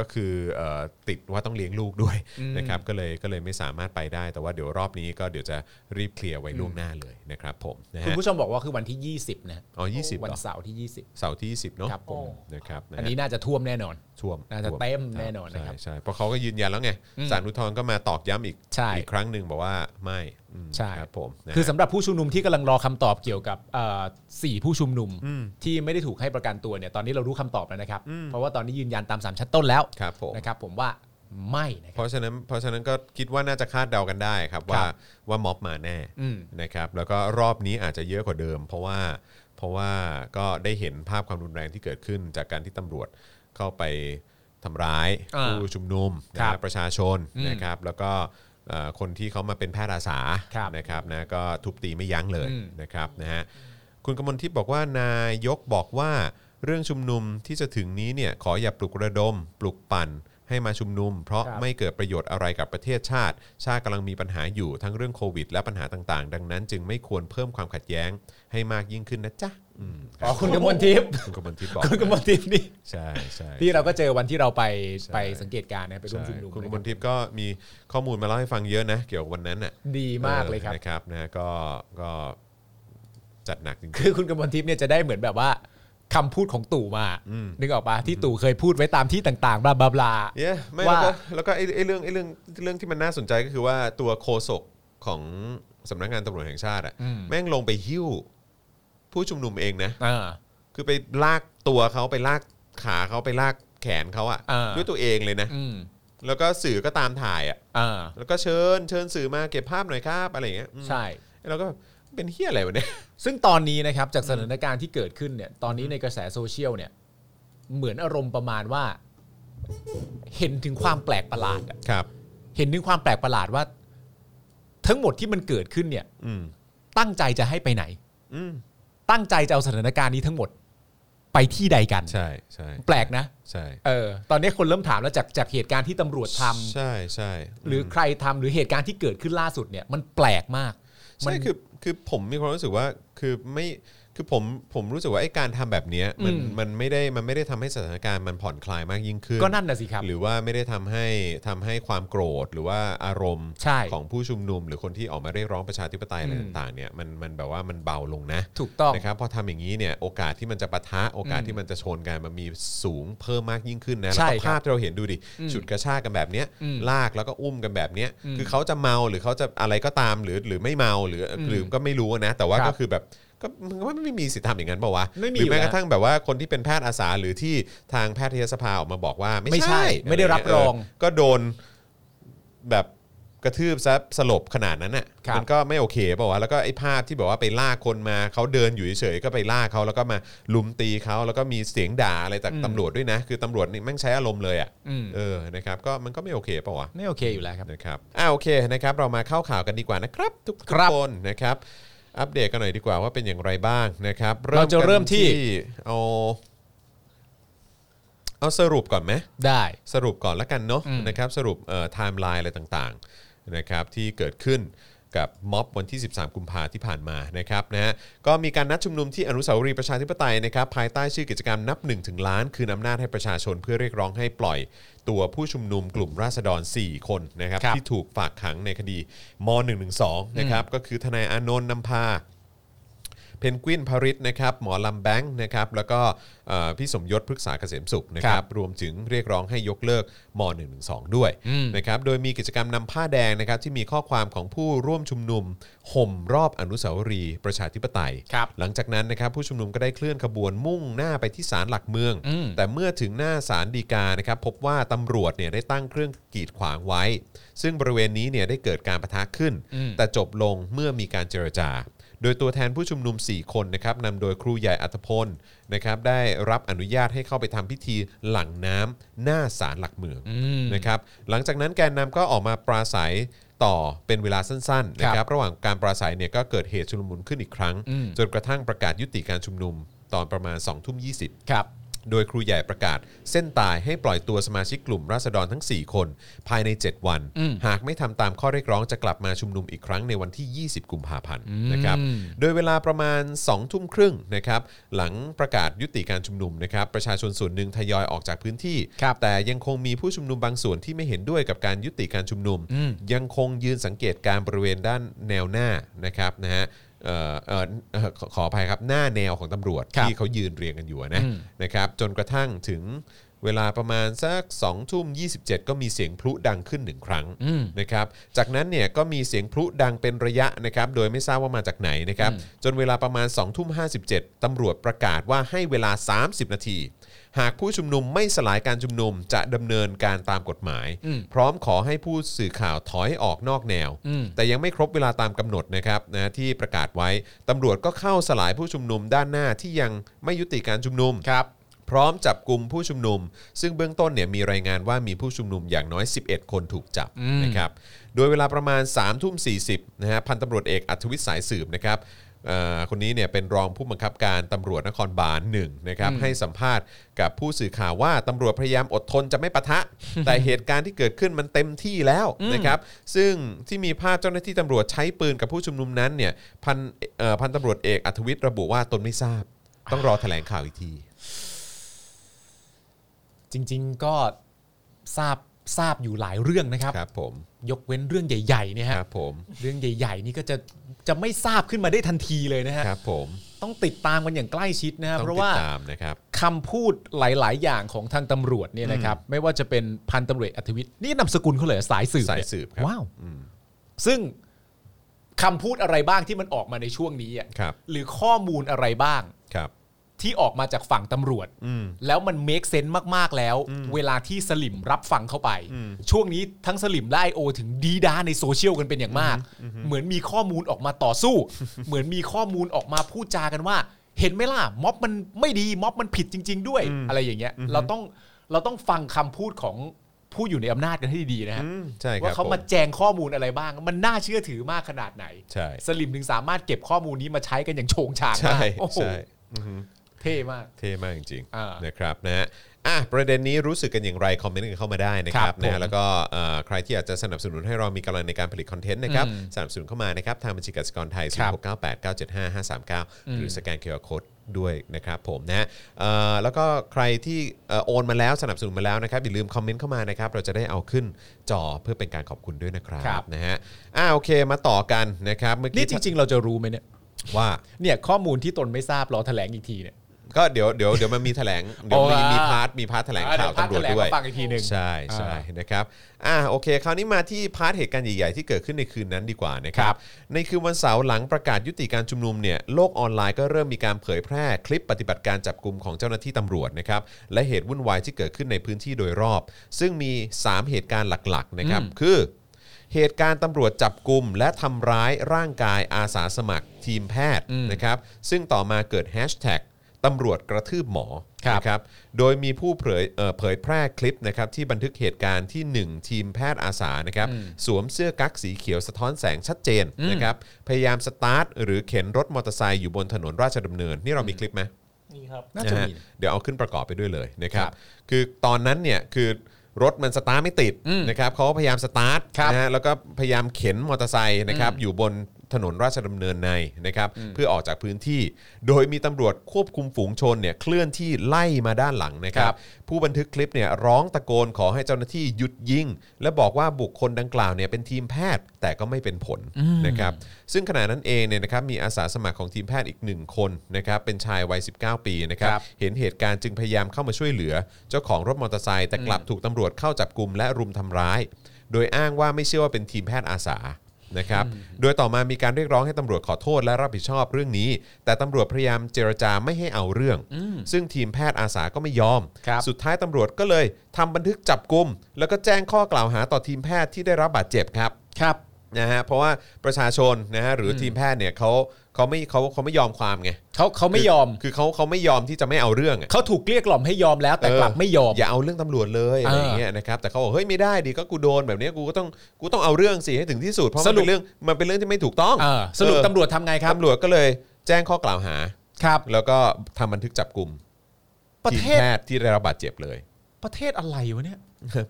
S1: ก็คือเอ่อติดว่าต้องเลี้ยงลูกด้วย
S2: อืม
S1: นะครับก็เลยก็เลยไม่สามารถไปได้ แต่ว่าเดี๋ยวรอบนี้ก็เดี๋ยวจะรีบเคลียร์ไว้ล่วงหน้าเลยนะครับผมนะ
S2: คุณ
S1: ฮะ
S2: ผู้ชมบอกว่าคือวันที่ 20 นะ
S1: อ๋อยี่สิบ
S2: วั
S1: เหร
S2: น
S1: อ
S2: เสาร์ที่
S1: เสาร์ที่ 20 เนาะ
S2: ครับผม
S1: นะครับะ
S2: 20
S1: ฮะ
S2: อันนี้น่าจะท่วมแน่นอน
S1: ท่วม
S2: น่าจะ
S1: ท่ว
S2: เต็มแน่นอนนะครับ
S1: ใช่ใช่เพราะเขาก็ยืนยันแล้วไง
S2: อืม
S1: สารุทธรณ์ก็มาตอกย้ำอีก
S2: ใช่
S1: อีกครั้งหนึ่งบอกว่าไม่อืม
S2: ใช่
S1: ครับผมนะฮะ
S2: คือสำหรับผู้ชุมนุมที่กำลังรอคำตอบเกี่ยวกับเอ่อสี่ผู้ชุมนุมที่ไม่ได้ถูกให้ประกันตัวเนี่ยตอนนี้เรารู้คำตอบแล้วนะครับ เพราะว่าตอนนี้ยืนยันตามสามชั้นต้นแล้ว
S1: ครับผม
S2: นะครับผมว่าไม่นะค
S1: เพ
S2: รับ
S1: ราะฉะนั้นเพราะฉะนั้นก็คิดว่าน่าจะคาดเดากันได้ครับว่า
S2: ครับ
S1: ว่าม็อบมาแน่
S2: อืม
S1: นะครับแล้วก็รอบนี้อาจจะเยอะกว่าเดิม เพราะว่าเพราะว่าก็ได้เห็นภาพความรุนแรงที่เกิดขึ้น จากการที่ตำรวจเข้าไปทำร้าย
S2: อ่า
S1: ผู้ชุมนุมนะครับ ประชาชน
S2: อืม
S1: นะครับแล้วก็เอ่อคนที่เขามาเป็นแพทย์อาสา
S2: ครับ
S1: นะครับนะก็ทุบตีไม่ยั้งเลย
S2: อืม
S1: นะครับนะฮะคุณกมลทิพย์บอกว่านายกบอกว่าเรื่องชุมนุมที่จะถึงนี้เนี่ยขออย่าปลุกระดม ปลุกปั่นให้มาชุมนุม เพราะ
S2: ครับ
S1: ไม่เกิดประโยชน์อะไรกับประเทศชาติ ชาติกำลังมีปัญหาอยู่ทั้งเรื่องโควิด และปัญหาต่างๆ ดังนั้นจึงไม่ควรเพิ่มความขัดแย้งให้มากยิ่งขึ้นนะจ๊ะอืม
S2: อ๋อคุณกมล
S1: <laughs>
S2: ทิพย์
S1: คุณกมลทิพย์บอก
S2: คุณกมลทิพย์นี่
S1: ใช่ใช่
S2: ที่เราก็เจอวันที่เราไปไปสังเกตการณ์นะไปร่วมชุมนุม
S1: ใช่คุณกม
S2: นะครั
S1: ล
S2: บ
S1: ทิพย์ก็มีข้อมูลมาเล่าให้ฟังเยอะนะ เกี่ยวกับวันนั้นน่ะ
S2: ดีมากเลยครับ
S1: ออนะครับนะก็ก็จัดหนักจริง
S2: คือคุณกำมลทิพย์เนี่ยจะได้เหมือนแบบว่าคำพูดของตู่มา นึกออกปะที่ตู่เคยพูดไว้ตามที่ต่างๆบลาบลาบลา
S1: เย้ไม่
S2: ว่า
S1: แล้วก็แล้วก็ไอ้ไอ้เรื่องไอ้เรื่องเรื่องที่มันน่าสนใจก็คือว่าตัวโคศกของสำนักงานตำรวจแห่งชาติอ่ะแม่งลงไปหิ้ว ผู้ชุมนุมเองนะ
S2: อ่า
S1: คือไปลากตัวเขาไปลากขาเขาไปลากแขนเขาอ่ะ
S2: อ่า
S1: ด้วยตัวเองเลยนะ
S2: อืม
S1: แล้วก็สื่อก็ตามถ่ายอ่ะ
S2: อ่า
S1: แล้วก็เชิญเชิญสื่อมาเก็บภาพหน่อยครับอะไรอย่างเงี้ยอืม
S2: ใช่
S1: แล้วก็เป็นเฮี้ยอะไรวะเนี่ย
S2: ซึ่งตอนนี้นะครับจากสถานการณ์ที่เกิดขึ้นเนี่ยตอนนี้ในกระแสโซเชียลเนี่ยเหมือนอารมณ์ประมาณว่า เห็นถึงความแปลกประหลาดอะ
S1: ครับ
S2: เห็นถึงความแปลกประหลาดว่า ทั้งหมดที่มันเกิดขึ้นเนี่ย
S1: อืม
S2: ตั้งใจจะให้ไปไหน
S1: อืม
S2: ตั้งใจจะเอาสถานการณ์นี้ทั้งหมด ไปที่ใดกัน
S1: ใช่ใช่
S2: แปลกนะ
S1: ใช่
S2: เออ ตอนนี้คนเริ่มถามแล้วจากจากเหตุการณ์ที่ตำรวจทำ
S1: ใช่ใช่
S2: หรือใครทำหรือเหตุการณ์ที่เกิดขึ้นล่าสุดเนี่ย มันแปลกมากมัน
S1: ใช่คือคือผมมีความรู้สึกว่าคือไม่คือผมผมรู้สึกว่าไอ้การทำแบบเนี้ยมัน
S2: อืม
S1: มันไม่ได้มันไม่ได้ทำให้สถานการณ์มันผ่อนคลายมากยิ่งขึ้น
S2: ก็นั่นนะสิครับ
S1: หรือว่าไม่ได้ทำให้ทำให้ความโกรธหรือว่าอารมณ์
S2: ใช่
S1: ของผู้ชุมนุม หรือคนที่ออกมาเรียกร้องประชาธิปไตยอะไร
S2: อืม
S1: ต่างๆเนี่ยมันมันแบบว่ามันเบาลงนะ
S2: ถูกต้อง
S1: นะครับพอทำอย่างนี้เนี่ยโอกาสที่มันจะปะทะโอกาสที่มันจะชนกันมันมีสูงเพิ่มมากยิ่งขึ้นนะ
S2: ใช่
S1: แล้วก็
S2: ครับ
S1: ภาพที่เราเห็นดูดิ
S2: อืม
S1: ฉุดกระชากกันแบบเนี้ย
S2: อืม
S1: ลากแล้วก็อุ้มกันแบบเนี้ย
S2: อืม
S1: คือเขาจะเมาหรือเขาจะอะไรก็ตามหรือหรือไม่เมาหรืออ
S2: ม
S1: หรือก็ไม่รู้นะ แต่ว่า
S2: ครั
S1: ก็
S2: บ
S1: คือแบบก็มันก็ไม่มีสิทธิ์ทำอย่างนั้นเปล่าวะ
S2: ไม่มี
S1: หรือแม้
S2: อยู่
S1: ก
S2: แล้ว
S1: ระทั่งแบบว่าคนที่เป็นแพทย์อาสาหรือที่ทางแพทยสภาออกมาบอกว่า
S2: ไม่ใช่ไม่ได้รับรอง
S1: เก็โดนแบบกระทืบซะสลบขนาดนั้นน่ะ
S2: ครับ
S1: มัก็ไม่โอเคเปล่าวะแล้วก็ไอ้ภาพที่บอกว่าไปลากคนมาเขาเดินอยู่เฉยๆก็ไปลากเขาแล้วก็มาลุมตีเขาแล้วก็มีเสียงด่าอะไรจาก
S2: อืม
S1: ตำรวจด้วยนะ คือตำรวจนี่แม่งใช้อารมณ์เลยอ่ะ
S2: อืม
S1: เออนะครับก็มันก็ไม่โอเคเปล่าวะ
S2: ไม่โอเคอยู่แล้วครับ
S1: นะครับ อ่าโอเคนะครับ เรามาเข้าข่าวกันดีกว่านะครับ ทุก
S2: ครับ
S1: คนนะครับ อัปเดตกันหน่อยดีกว่าว่าเป็นอย่างไรบ้างนะครับ
S2: เราจะ
S1: กัน
S2: เริ่มที่
S1: เอาเอาสรุปก่อนไหม
S2: ได้
S1: สรุปก่อนละกันเนาะ
S2: อืม
S1: นะครับสรุปไทม์ไลน์อะไรต่างๆนะครับที่เกิดขึ้นกับม็อบวันที่ 13 กุมภาที่ผ่านมานะครับนะฮะก็มีการนัดชุมนุมที่อนุสาวรีย์ประชาธิปไตยนะครับภายใต้ชื่อกิจกรรมนับ1ถึงล้าน คืนอำนาจให้ประชาชนเพื่อเรียกร้องให้ปล่อยตัวผู้ชุมนุมกลุ่มราษฎร 4 คนนะครับ
S2: ครับ
S1: ที่ถูกฝากขังในคดีม .112 นะครับก็คือทนายอานนท์นำพา เพนกวินพาริสนะครับหมอลำแบงค์นะครับแล้วก็เอ่อพี่สมยศพฤกษาเกษมสุขนะค
S2: ค
S1: รั
S2: รั
S1: บบ รวมถึงเรียกร้องให้ยกเลิกม .112 ด้วย
S2: อืม
S1: นะครับโดยมีกิจกรรมนำผ้าแดงนะครับที่มีข้อความของผู้ร่วมชุมนุมห่มรอบอนุสาวรีย์ประชาธิปไตย
S2: ครับ
S1: หลังจากนั้นนะครับผู้ชุมนุมก็ได้เคลื่อนขบวนมุ่งหน้าไปที่ศาลหลักเมือง
S2: อืม
S1: แต่เมื่อถึงหน้าศาลฎีกานะครับพบว่าตำรวจเนี่ยได้ตั้งเครื่องกีดขวางไว้ ซึ่งบริเวณนี้เนี่ยได้เกิดการปะทะขึ้น
S2: อืม
S1: แต่จบลงเมื่อมีการเจรจา โดยตัวแทนผู้ชุมนุม 4 คนนะครับนำโดยครูใหญ่อัธพลนะครับได้รับอนุญาตให้เข้าไปทำพิธีหลังน้ำหน้าศาลหลักเมือง
S2: อืม
S1: นะครับหลังจากนั้นแกนนำก็ออกมาปราศัยต่อเป็นเวลาสั้นๆนะค
S2: ครั
S1: รับบ ระหว่างการปราศัยเนี่ยก็เกิดเหตุชุลมุนขึ้นอีกครั้ง
S2: อืม
S1: จนกระทั่งประกาศยุติการชุมนุมตอนประมาณ2ทุ่ม20
S2: ครับ
S1: โดยครูใหญ่ประกาศเส้นตายให้ปล่อยตัวสมาชิกกลุ่มราษฎรทั้ง 4 คน ภายใน 7 วัน
S2: อืม
S1: หากไม่ทำตามข้อเรียกร้องจะกลับมาชุมนุมอีกครั้งในวันที่ 20 กุมภาพันธ์นะครับ โดยเวลาประมาณ 2 ทุ่มครึ่งนะครับ หลังประกาศยุติการชุมนุมนะครับ ประชาชนส่วนหนึ่งทยอยออกจากพื้นที่
S2: ครับ
S1: แต่ยังคงมีผู้ชุมนุมบางส่วนที่ไม่เห็นด้วยกับการยุติการชุมนุม ยังคงยืนสังเกตการณ์บริเวณด้านแนวหน้านะครับนะฮะเอ่อเอ่อเอ่อขอขออภัยครับหน้าแนวของตำรวจ
S2: ครับ
S1: ที่เขายืนเรียงกันอยู่นะ
S2: อืม
S1: นะครับจนกระทั่งถึงเวลาประมาณสัก2ทุ่ม27 ก็มีเสียงพลุดังขึ้นหนึ่งครั้ง
S2: อืม
S1: นะครับจากนั้นเนี่ยก็มีเสียงพลุดังเป็นระยะนะครับโดยไม่ทราบว่ามาจากไหนนะครับจนเวลาประมาณ2องทุ่มห้ตำรวจประกาศว่าให้เวลา 30 นาที หากผู้ชุมนุมไม่สลายการชุมนุมจะดำเนินการตามกฎหมาย
S2: อืม
S1: พร้อมขอให้ผู้สื่อข่าวถอยออกนอกแนว
S2: อืม
S1: แต่ยังไม่ครบเวลาตามกำหนดนะครับนะที่ประกาศไว้ตำรวจก็เข้าสลายผู้ชุมนุมด้านหน้าที่ยังไม่ยุติการชุมนุม
S2: ครับ
S1: พร้อมจับกลุ่มผู้ชุมนุม ซึ่งเบื้องต้นเนี่ยมีรายงานว่ามีผู้ชุมนุมอย่างน้อย 11 คนถูกจับ
S2: อืม
S1: นะครับ โดยเวลาประมาณ3ามทุ่มสีนะฮะพันตำรวจเอกอัธวิทย์สายสืบนะครับเอ่อคนนี้เนี่ยเป็นรองผู้บังคับการตำรวจนครบาลหนึ่งนะครับให้สัมภาษณ์กับผู้สื่อข่าวว่าตำรวจพยายามอดทนจะไม่ปะ
S2: <laughs>
S1: ทะ แต่เหตุการณ์ที่เกิดขึ้นมันเต็มที่แล้วนะครับซึ่งที่มีภาพเจ้าหน้าที่ตำรวจใช้ปืนกับผู้ชุมนุมนั้นเนี่ยพันเอ่อพันตำรวจเอกอัธวิทย์ระบุว่าตนไม่ทราบ ต้องรอแถลงข่าวอีกที
S2: จริง ๆ ก็ทราบทราบอยู่หลายเรื่องนะครับ
S1: ครับผม
S2: ยกเว้นเรื่องใหญ่ๆเนี่ย
S1: ค
S2: ฮะ
S1: รับผม
S2: เรื่องใหญ่ ๆ นี่ก็จะจะไม่ทราบขึ้นมาได้ทันทีเลยนะฮะ
S1: ครับผม
S2: ต้องติดตามกันอย่างใกล้ชิดนะ
S1: ต้
S2: ฮะ
S1: อง
S2: เพราะ
S1: ติ
S2: ว่า
S1: ดตามนะครับ
S2: คำพูดหลาย ๆ อย่างของทางตำรวจเนี่ยนะครับไม่ว่าจะเป็นพันตำรวจอัธวิทย์นี่นามสกุลเขาเลยเหรอสายสืบเนี่
S1: สายสืบครับ
S2: ว้าวซึ่งคำพูดอะไรบ้างที่มันออกมาในช่วงนี้อ่ะ
S1: ครับ
S2: หรือข้อมูลอะไรบ้าง
S1: ครับ
S2: ที่ออกมาจากฝั่งตำรวจ
S1: อืม
S2: แล้วมันเมคเซนต์มาก ๆ แล้ว เวลาที่สลิมรับฟังเข้าไป
S1: อืม
S2: ช่วงนี้ทั้งสลิมและไอโอถึงดีด้าในโซเชียลกันเป็นอย่างมาก เหมือนมีข้อมูลออกมาต่อสู้ <laughs> เหมือนมีข้อมูลออกมาพูดจากันว่า เห็นไหมล่ะม็อบมันไม่ดีม็อบมันผิดจริง ๆ ด้วย
S1: อืม
S2: อะไรอย่างเงี้ย เราต้องเราต้องฟังคำพูดของผู้อยู่ในอำนาจกันให้ดีๆนะฮะ
S1: อืมใช่ครับ
S2: ว่าเขามา
S1: ผ
S2: แจงข้อมูลอะไรบ้าง มันน่าเชื่อถือมากขนาดไหน
S1: ใช่
S2: สลิมถึงสามารถเก็บข้อมูลนี้มาใช้กันอย่างโฉงฉาง
S1: ใช่
S2: มากโอ้โห
S1: ใช่อือฮึ
S2: เท่มาก
S1: เท่มากจริง
S2: อ่า
S1: ๆ
S2: น
S1: นะครับนะฮะอ่ะประเด็นนี้รู้สึกกันอย่างไรคอมเมนต์กันเข้ามาได้นะค
S2: ครั
S1: รับบ นะ
S2: ผ
S1: ฮะ
S2: ม
S1: แล้วก็เอ่อใครที่อยากจะสนับสนุนให้เรามีกำลังในการผลิตคอนเทนต์นะครับ
S2: อืม
S1: สนับสนุนเข้ามานะครับทางบัญชีกสิกรไทย
S2: ครับ
S1: 0698975539 หรือสแกนเคอร์โคดด้วยนะครับผมนะฮะเอ่อแล้วก็ใครที่เอ่อโอนมาแล้วสนับสนุนมาแล้วนะครับอย่าลืมคอมเมนต์เข้ามานะครับเราจะได้เอาขึ้นจอเพื่อเป็นการขอบคุณด้วยนะครับ
S2: ครับ
S1: นะฮะอ่าโอเคมาต่อกันนะครับเมื่อกี้
S2: นี่จริง ๆ เราจะรู้ไหมเนี่ย
S1: ว่า
S2: เนี่ยข้อมูลที่ตนไม่ทราบรอแถลงอีกทีเนี่ย
S1: ก็เดี๋ยวเดี๋ยวเดี๋ยวมันมีแถลงเดี๋ยวมี
S2: อ๋อ
S1: มีพาร์ทมีพาร์ทแถลงข่าวตำรวจด้วย
S2: ฟังอีกทีหนึ่ง
S1: ใช่ใช่
S2: อ่า
S1: นะครับอ่าโอเค คราวนี้มาที่พาร์ทเหตุการณ์ใหญ่ ๆ ที่เกิดขึ้นในคืนนั้นดีกว่านะครับ ในคืนวันเสาร์หลังประกาศยุติการชุมนุมเนี่ยโลกออนไลน์ก็เริ่มมีการเผยแพร่คลิปปฏิบัติการจับกลุ่มของเจ้าหน้าที่ตำรวจนะครับและเหตุวุ่นวายที่เกิดขึ้นในพื้นที่โดยรอบ ซึ่งมี 3 เหตุการณ์หลักๆนะครับ
S2: อืม
S1: คือ เหตุการณ์ตำรวจจับกลุ่มและทำร้ายร่างกายอาสาสมัครทีมแพทย์นะครับซึ่งต่อมาเกิดแฮชแท็กตำรวจกระทืบหมอ
S2: ครับ
S1: นะครับโดยมีผู้เผยเอ่อเผยแพร่คลิปนะครับที่บันทึกเหตุการณ์ที่ 1 ทีมแพทย์อาสานะครับสวมเสื้อกั๊กสีเขียวสะท้อนแสงชัดเจน
S2: อืม
S1: นะครับพยายามสตาร์ทหรือเข็นรถมอเตอร์ไซค์อยู่บนถนนราชดำเนิน นี่เรามีคลิปไหม
S3: นี่ครับ
S2: น่าจะมี
S1: ฮเดี๋ยวเอาขึ้นประกอบไปด้วยเลยนะครับ
S2: ครับ
S1: คือตอนนั้นเนี่ยคือรถมันสตาร์ทไม่ติด
S2: อืม
S1: นะครับเขาก็พยายามสตาร์ท
S2: ครับ
S1: นะฮะแล้วก็พยายามเข็นมอเตอร์ไซค์นะครับอยู่บนถนนราชดำเนินในนะครับเพื่อออกจากพื้นที่ โดยมีตำรวจควบคุมฝูงชนเนี่ยเคลื่อนที่ไล่มาด้านหลังนะครั
S2: ครับ บ
S1: ผู้บันทึกคลิปเนี่ยร้องตะโกนขอให้เจ้าหน้าที่หยุดยิง และบอกว่าบุคคลดังกล่าวเนี่ยเป็นทีมแพทย์แต่ก็ไม่เป็นผลนะครับซึ่งขณะนั้นเองเนี่ยนะครับมีอาสาสมัครของทีมแพทย์อีกหนึ่งคนนะครับเป็นชายวัย 19 ปีนะครับ
S2: ครับ
S1: เห็นเหตุการณ์จึงพยายามเข้ามาช่วยเหลือ เจ้าของรถมอเตอร์ไซค์แต่กลับถูกตำรวจเข้าจับกลุ่มและรุมทำร้าย โดยอ้างว่าไม่เชื่อว่าเป็นทีมแพทย์อาสานะครับ โดยต่อมามีการเรียกร้องให้ตำรวจขอโทษและรับผิดชอบเรื่องนี้ แต่ตำรวจพยายามเจรจาไม่ให้เอาเรื่อง ซึ่งทีมแพทย์อาสาก็ไม่ยอม
S2: ครับ
S1: สุดท้ายตำรวจก็เลยทำบันทึกจับกลุ่มแล้วก็แจ้งข้อกล่าวหาต่อทีมแพทย์ที่ได้รับบาดเจ็บครับ
S2: ครับ
S1: นะฮะเพราะว่าประชาชนนะฮะหรืออทีมแพทย์เนี่ยเขา เขาไม่เขาเขาไม่ยอมความไง
S2: เขาเขาไม่ยอม
S1: คือเขาเขาไม่ยอมที่จะไม่เอาเรื่องอะ
S2: เขาถูกเกลี้ยกล่อมให้ยอมแล้วแต่
S1: เออ
S2: กลับไม่ยอม
S1: อย่าเอาเรื่องตำรวจเลยอะไร
S2: เออ
S1: อย่างเงี้ยนะครับแต่เขาบอกเฮ้ยไม่ได้ดิก็กูโดนแบบเนี้ยกูก็ต้องกูต้องเอาเรื่องสิให้ถึงที่สุดเพราะ
S2: ส
S1: มัน
S2: รุ
S1: เป็น
S2: ป
S1: เรื่องมันเป็นเรื่องที่ไม่ถูกต้อง
S2: เออสรุป
S1: เออ
S2: ตำรวจทำไงครับ
S1: ตำรวจก็เลยแจ้งข้อกล่าวหา
S2: ครับ
S1: แล้วก็ทำบันทึกจับกลุ่ม
S2: ประ
S1: ทีม
S2: เทศ
S1: แพทย์ที่ได้รับบาดเจ็บเลย
S2: ประเทศอะไรวะเนี่ย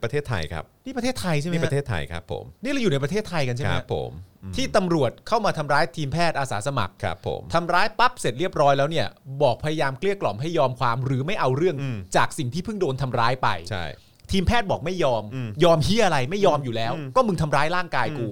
S1: ประเทศไทยครับ
S2: นี่ประเทศไทยใช่ไหม
S1: นี่
S2: ฮะ
S1: ประเทศไทยครับผม
S2: นี่เราอยู่ในประเทศไทยกันใช่
S1: ค
S2: ไหม
S1: รับ
S2: ฮะ
S1: ผม
S2: ที่ตำรวจเข้ามาทำร้ายทีมแพทย์อาสาสมัคร
S1: ครับผม
S2: ทำร้ายปั๊บเสร็จเรียบร้อยแล้วเนี่ย บอกพยายามเกลี้ยกล่อมให้ยอมความหรือไม่เอาเรื่อง
S1: อืม
S2: จากสิ่งที่เพิ่งโดนทำร้ายไป
S1: ใช่
S2: ทีมแพทย์บอกไม่ยอม
S1: อืม
S2: ยอมเฮียอะไรไม่ยอมอยู่แล้ว
S1: อืม
S2: ก็มึงทำร้ายร่างกายกู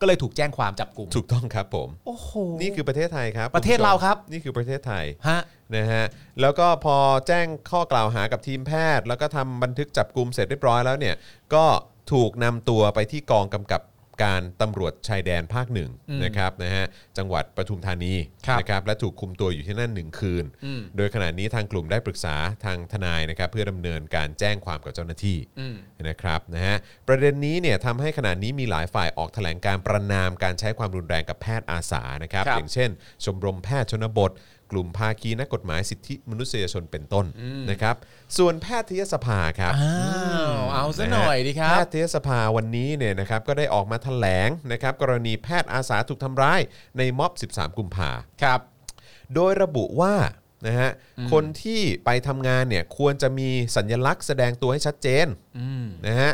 S2: ก็เลยถูกแจ้งความจับกลุ่ม
S1: ถูกต้องครับผม
S2: โอ้โห
S1: นี่คือประเทศไทยครับ
S2: ประเทศเราครับ
S1: นี่คือประเทศไทย
S2: ฮะ
S1: นะฮะแล้วก็พอแจ้งข้อกล่าวหากับทีมแพทย์ แล้วก็ทำบันทึกจับกลุ่มเสร็จเรียบร้อยแล้วเนี่ยก็ถูกนำตัวไปที่กองกำกับการตำรวจชายแดนภาคหนึ่ง
S2: อืม
S1: นะครับนะฮะจังหวัดปทุมธานี
S2: ครับ
S1: นะครับและถูกคุมตัวอยู่ที่นั่นหนึ่งคืน
S2: อืม
S1: โดยขณะนี้ทางกลุ่มได้ปรึกษาทางทนายนะครับเพื่อดำเนินการแจ้งความกับเจ้าหน้าที่
S2: อืม
S1: นะครับนะฮะประเด็นนี้เนี่ยทำให้ขณะนี้มีหลายฝ่ายออกแถลงการประนามการใช้ความรุนแรงกับแพทย์อาสานะครับ
S2: ครับ
S1: อย่างเช่น ชมรมแพทย์ชนบท กลุ่มภาคีนักกฎหมายสิทธิมนุษยชนเป็นต้นนะครับส่วนแพทยสภาครับ
S2: อ้าวเอาซะหน่อยดีครั
S1: แพ
S2: บ
S1: ทยสภาวันนี้เนี่ยนะครับก็ได้ออกมาแถลงนะครับกรณีแพทย์อาสาถูกทำร้ายในม็อบ 13 กุมภาครับ โดยระบุว่านะฮะคนที่ไปทำงานเนี่ยควรจะมีสัญลักษณ์แสดงตัวให้ชัดเจนนะฮะ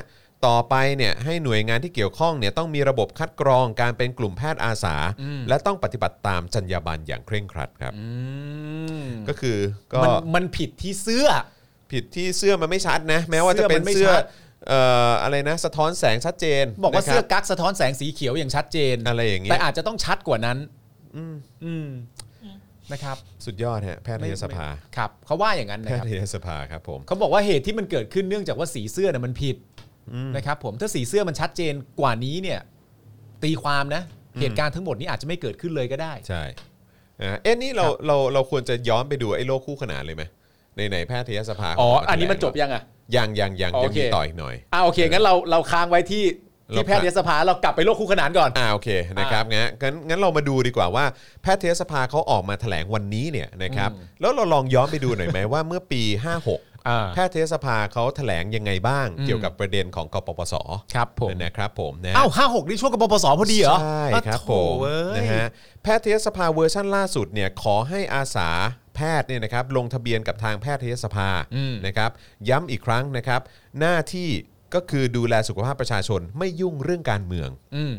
S1: ต่อไปเนี่ยให้หน่วยงานที่เกี่ยวข้องเนี่ยต้องมีระบบคัดกรองการเป็นกลุ่มแพทย์อาสา และต้องปฏิบัติตามจรรยาบรรณอย่างเคร่งครัดครับ
S2: อืม
S1: ก็คือก็
S2: มันมันผิดที่เสื้อ
S1: ผิดที่เสื้อมันไม่ชัดนะ แม้ว่าจะเป็น
S2: เสื้
S1: เสื้
S2: อ
S1: อ
S2: มันไม่ชัด
S1: เอ่ออะไรนะ สะท้อนแสงชัดเจน
S2: บอกว่า
S1: นะค
S2: เสื้
S1: รั
S2: อกั๊กสะท้อนแสงสีเขียวอย่างชัดเจน
S1: อะไรอย่างเงี้
S2: แต่
S1: ย
S2: อาจจะต้องชัดกว่านั้น อืมนะครับ
S1: สุดยอดฮะแพทยสภา
S2: ครับเขาว่าอย่างนั้น
S1: แพ
S2: นะครับ
S1: ทยสภาครับผม
S2: เขาบอกว่าเหตุที่มันเกิดขึ้นเนื่องจากว่าสีเสื้อน่ะมันผิดนะครับ ผมถ้าสีเสื้อมันชัดเจนกว่านี้เนี่ย ตีความนะ เหตุการณ์ทั้งหมดนี้อาจจะไม่เกิดขึ้นเลยก็ได้
S1: ใช่อ่าเอ๊ะนี่เรา
S2: ครับ
S1: เราเราควรจะย้อนไปดูไอ้โลกคู่ขนานเลยไหมในไหนแพทยสภา
S2: อ๋อ
S1: ขง
S2: อันนี้มันจบยังอ่ะ
S1: ยังยังยัง
S2: อ๋อ
S1: ยังมี
S2: โอเค
S1: ต่ออีกหน่อย
S2: อ่าโอเคงั้นเราเราค้างไว้ที่ที่แพทยสภาเรากลับไปโลกคู่ขนานก่อน
S1: อ่าโอเคนะครับงั้นงั้นงั้นเรามาดูดีกว่าว่าแพทยสภาเขาออกมาแถลงวันนี้เนี่ยนะครับ
S2: อืม
S1: แล้วเราลองย้อนไปดูหน่อยไหมว่าเมื่อปี 56
S2: อ่า
S1: แพทยสภาเขาแถลงยังไงบ้าง
S2: อืม
S1: เกี่ยวกับประเด็นของกปปส
S2: ครับผม
S1: นะครับผมนะฮะ
S2: อ้าวห้าหกนี่ช่วงกับปปสพอดีเหรอ
S1: ใช่ครับ
S2: อ่ะโถ
S1: ผม
S2: เว้ย
S1: นะฮะแพทยสภาเวอร์ชั่นล่าสุดเนี่ยขอให้อาสาแพทย์เนี่ยนะครับลงทะเบียนกับทางแพทยสภา
S2: อืม
S1: นะครับย้ำอีกครั้งนะครับ หน้าที่ก็คือดูแลสุขภาพประชาชนไม่ยุ่งเรื่องการเมือง
S2: อืม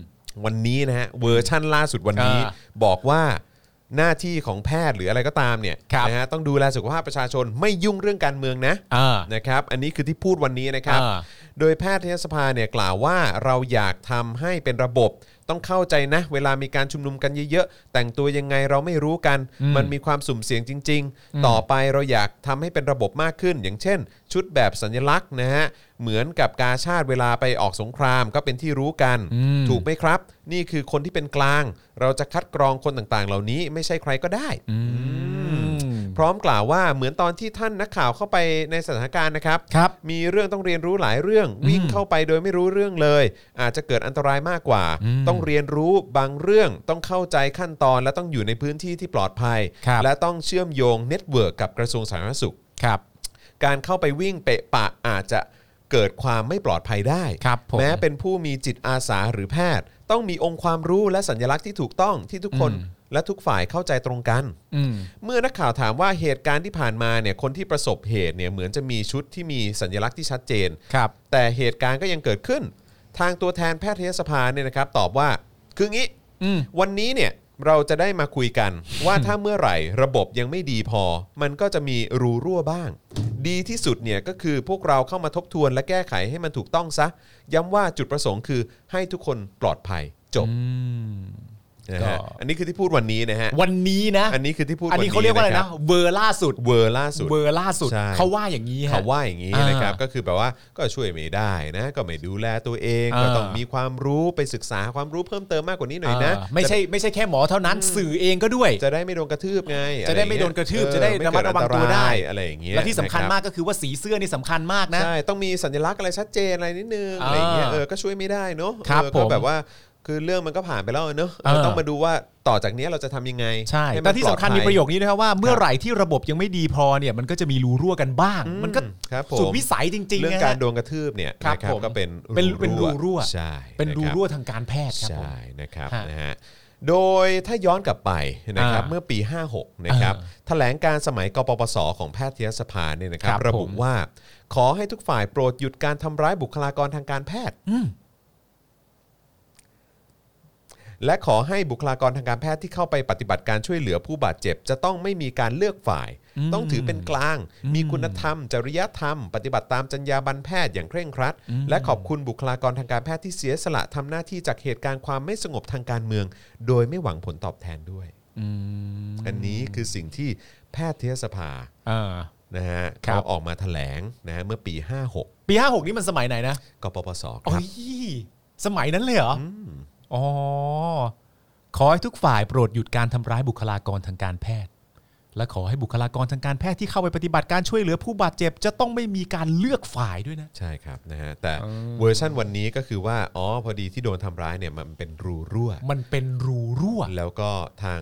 S1: วันนี้นะฮะเวอร์ชั่นล่าสุดวันนี้
S2: อ่า
S1: บอกว่าหน้าที่ของแพทย์หรืออะไรก็ตามเนี่ย
S2: ครับ
S1: นะฮะต้องดูแลสุขภาพประชาชนไม่ยุ่งเรื่องการเมืองนะ
S2: อ่า
S1: นะครับ อันนี้คือที่พูดวันนี้นะครับ
S2: อ่า
S1: โดยแพทยสภาเนี่ยกล่าวว่าเราอยากทำให้เป็นระบบ ต้องเข้าใจนะ เวลามีการชุมนุมกันเยอะๆ แต่งตัวยังไงเราไม่รู้กัน
S2: อืม
S1: มันมีความสุ่มเสี่ยงจริง
S2: อืม
S1: ๆ ต่อไปเราอยากทำให้เป็นระบบมากขึ้น อย่างเช่น ชุดแบบสัญลักษณ์นะฮะ เหมือนกับกาชาติเวลาไปออกสงครามก็เป็นที่รู้กัน
S2: อืม
S1: ถูกไหมครับ นี่คือคนที่เป็นกลาง เราจะคัดกรองคนต่างๆ เหล่านี้ไม่ใช่ใครก็ได้ พร้อมกล่าวว่าเหมือนตอนที่ท่านนักข่าวเข้าไปในสถานการณ์นะครับ
S2: ครับ
S1: มีเรื่องต้องเรียนรู้หลายเรื่อง วิ่งเข้าไปโดยไม่รู้เรื่องเลย อาจจะเกิดอันตรายมากกว่า
S2: อืม
S1: ต้องเรียนรู้บางเรื่องต้องเข้าใจขั้นตอนและต้องอยู่ในพื้นที่ที่ปลอดภัย
S2: ครับ
S1: และต้องเชื่อมโยงเน็ตเวิร์กกับกระทรวงสาธารณสุข
S2: ครับ
S1: การเข้าไปวิ่งเปะปะอาจจะเกิดความไม่ปลอดภัยได้
S2: ครับผม
S1: แม้เป็นผู้มีจิตอาสาหรือแพทย์ ต้องมีองค์ความรู้และสัญลักษณ์ที่ถูกต้องที่ทุกคน
S2: อืม
S1: และทุกฝ่ายเข้าใจตรงกัน
S2: อืม
S1: เมื่อนักข่าวถามว่าเหตุการณ์ที่ผ่านมาเนี่ยคนที่ประสบเหตุเนี่ยเหมือนจะมีชุดที่มีสัญลักษณ์ที่ชัดเจน
S2: ครับ
S1: แต่เหตุการณ์ก็ยังเกิดขึ้น ทางตัวแทนแพทยสภาเนี่ยนะครับตอบว่าคืองี้
S2: อืม
S1: วันนี้เนี่ยเราจะได้มาคุยกัน ว่าถ้าเมื่อไหร่ระบบยังไม่ดีพอ มันก็จะมีรูรั่วบ้าง ดีที่สุดเนี่ยก็คือพวกเราเข้ามาทบทวนและแก้ไขให้มันถูกต้องซะ ย้ำว่าจุดประสงค์คือให้ทุกคนปลอดภัยจบนะฮะ
S2: ก็
S1: อันนี้คือที่พูดวันนี้นะฮะ
S2: วันนี้นะ
S1: อันนี้คือที่พูด
S2: อัน
S1: วัน
S2: นี้
S1: นี้
S2: เขาเรียกว่าอะไร
S1: ค
S2: นะ
S1: บ
S2: เวอร์ล่าสุด
S1: เวอร์ล่าสุด
S2: เวอร์ล่าสุด
S1: ใช่
S2: เขาว่าอย่างนี้ฮะ
S1: เขาว่าอย่างนี้
S2: อ่าน
S1: นะครับก็คือแบบว่าก็ช่วยไม่ได้นะก็ไม่ดูแลตัวเอง
S2: อ่า
S1: ก็ต้องมีความรู้ไปศึกษาความรู้เพิ่มเติมมากกว่านี้หน่อยนะ
S2: อ่าไม่ใช่ไม่ใช่แค่หมอเท่านั้น สื่อเองก็ด้วย
S1: จะจะได้ไม่โดนกระทืบไงอ
S2: จะได้ไม่โดนกระทืบจะได้ระมัดระวังตัวได้
S1: ม่เกิอันตรายอะไรอย่างเงี้ย
S2: และที่สำคัญ
S1: นะรับ
S2: มากก็คือว่าสีเสื้อนี่สำคัญมากนะ
S1: ใช่ต้องมีสัญลักษณ์อะไรชัดเจนอะไรนิดนึง
S2: อ่า
S1: อะไรอย่างเงี้ยเออก็ช่วยไม่ได้เนอะ
S2: ครับ
S1: เออ
S2: ผ
S1: ก็
S2: ม
S1: แบบว่า คือเรื่องมันก็ผ่านไปแล้วเนอะ
S2: เออ
S1: เราต้องมาดูว่าต่อจากเนี้ยเราจะทำยังไง
S2: ใช่
S1: ห้มัน
S2: แต่ที่สำคั
S1: ป
S2: ญ
S1: ลอดภั
S2: มีประโยคนี้นะครับว่าเมื่อไหร่ที่ระบบยังไม่ดีพอเนี่ยมันก็จะมีรูรั่วกันบ้าง
S1: อื
S2: มันก็
S1: ครับผม
S2: สุดวิสัยจริงๆ
S1: เรื่อง
S2: นะ
S1: การ
S2: ฮะ
S1: โดนกระทืบเนี่ย
S2: ครับ
S1: นะครับ
S2: ผม
S1: ก็เป็น
S2: เป็นเป็นรูรั่ว
S1: ใช่
S2: เป็นรู
S1: ะคบ
S2: รั่วทางการแพทย์ครับผม
S1: ใช่นะครับ
S2: ฮะ
S1: นะฮะโดยถ้าย้อนกลับไปนะครับ
S2: อ่า
S1: เมื่อปี 56 นะครับ
S2: อ่า
S1: แถลงการณ์สมัยกปปสของแพทยสภาเนี่ยนะครับ
S2: ครับ
S1: ระบุ
S2: ผม
S1: ว่า ขอให้ทุกฝ่ายโปรดหยุดการทำร้ายบุคลากรทางการแพทย์
S2: อืม
S1: และขอให้บุคลากรทางการแพทย์ที่เข้าไปปฏิบัติการช่วยเหลือผู้บาดเจ็บ จะต้องไม่มีการเลือกฝ่าย
S2: อืม
S1: ต้องถือเป็นกลาง
S2: อืม
S1: มีคุณธรรม จริยธรรม ปฏิบัติตามจรรยาบรรณแพทย์อย่างเคร่งครัด
S2: อืม
S1: และขอบคุณบุคลากรทางการแพทย์ที่เสียสละทำหน้าที่จากเหตุการณ์ความไม่สงบทางการเมือง โดยไม่หวังผลตอบแทนด้วย
S2: อืม
S1: อันนี้คือสิ่งที่แพทยสภา
S2: เออ
S1: นะฮะ
S2: ครับ
S1: เขาออกมาแถลงนะฮะเมื่อปี 56
S2: ปีห้าหกนี่มันสมัยไหนนะ
S1: กปปสค
S2: โอ้
S1: รับ
S2: ยสมัยนั้นเลยเหรอ
S1: อืม
S2: อ๋อ ขอให้ทุกฝ่ายโปรดหยุดการทำร้ายบุคลากรทางการแพทย์ และขอให้บุคลากรทางการแพทย์ที่เข้าไปปฏิบัติการช่วยเหลือผู้บาดเจ็บ จะต้องไม่มีการเลือกฝ่ายด้วยนะ
S1: ใช่ครับนะฮะแต่
S2: อืม
S1: เวอร์ชั่นวันนี้ก็คือว่าอ๋อพอดีที่โดนทำร้ายเนี่ยมันเป็นรูรั่ว
S2: มันเป็นรูรั่ว
S1: แล้วก็ทาง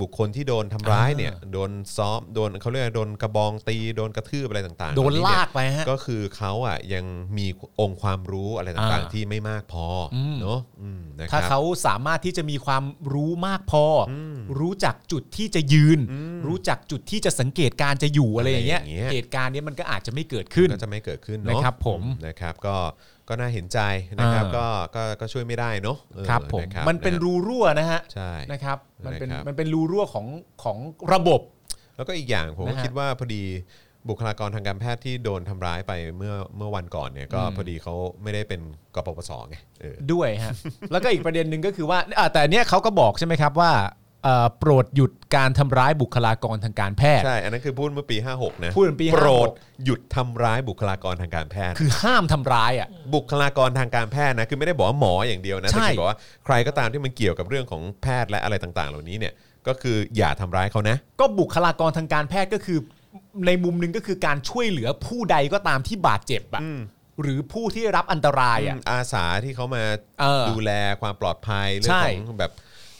S1: บุคคลที่โดนทำร้ายเนี่ย
S2: อ่า
S1: โดนซ้อมโดนเขาเรียกว่าโดนกระบองตีโดนกระทืบอะไรต่างๆ
S2: โดน
S1: เห
S2: ลา
S1: เย
S2: กไปฮะ
S1: ก็คือเขาอ่ะยังมีองค์ความรู้อะไรต่าง
S2: อ่า
S1: ๆ ที่ไม่มากพออ
S2: ม
S1: เนาะอืมนะค
S2: ถ้า
S1: รับ
S2: เขาสามารถที่จะมีความรู้มากพออ
S1: ม
S2: รู้จักจุดที่จะยืน
S1: อืม
S2: รู้จักจุดที่จะสังเกตการจะอยู่อะไรอย่างเงี้ย
S1: อะไรอย่างเงี้ย
S2: เหตุการณ์เนี้ยมันก็อาจจะไม่เกิดขึ้น
S1: ก็จะไม่เกิดขึ้นเนอะ
S2: นะครับผม
S1: อืนะครับก็ก็น่าเห็นใจนะครับ
S2: อ่า
S1: ก็ก็ก็ช่วยไม่ได้เนาะเออ
S2: ครับผม
S1: ะครั
S2: มันเป็นะ
S1: ฮะ
S2: รูรั่วนะฮะ
S1: ใช่
S2: นะครับ มันเป็น
S1: นะครับ
S2: มันเป็นรูรั่วของของระบบ
S1: แล้วก็อีกอย่างผมก็
S2: นะฮะ
S1: คิดว่าพอดีบุคลากรทางการแพทย์ที่โดนทำร้ายไปเมื่อเมื่อวันก่อนเนี่ยก็
S2: อืม
S1: พอดีเขาไม่ได้เป็นกปปสไงเออ
S2: ด้วย
S1: <laughs>
S2: ฮะ แล้วก็อีกประเด็นหนึ่งก็คือว่าอ่าแต่เนี้ยเขาก็บอกใช่ไหมครับว่าเอ่อโปรดหยุดการทำร้ายบุคลากรทางการแพทย์
S1: ใช่ อันนั้นคือพูดเมื่อปี 56 นะ
S2: พูดเป็นปี
S1: โปรด
S2: 56
S1: หยุดทำร้ายบุคลากรทางการแพทย์
S2: คือห้ามทำร้ายอ่ะ
S1: บุคลากรทางการแพทย์นะ คือไม่ได้บอกว่าหมออย่างเดียวนะ
S2: ใช่
S1: แต่คือบอกว่าใครก็ตามที่มันเกี่ยวกับเรื่องของแพทย์และอะไรต่างๆ เหล่านี้เนี่ย ก็คืออย่าทำร้ายเขานะ
S2: ก็บุคลากรทางการแพทย์ก็คือ ในมุมหนึงก็คือการช่วยเหลือผู้ใดก็ตามที่บาดเจ็บอ่ะ
S1: อืม
S2: หรือผู้ที่ได้รับอันตรายอ่ะ
S1: อาสาที่เขามา
S2: เออ
S1: ดูแลความปลอดภัยเรื่องของแบบ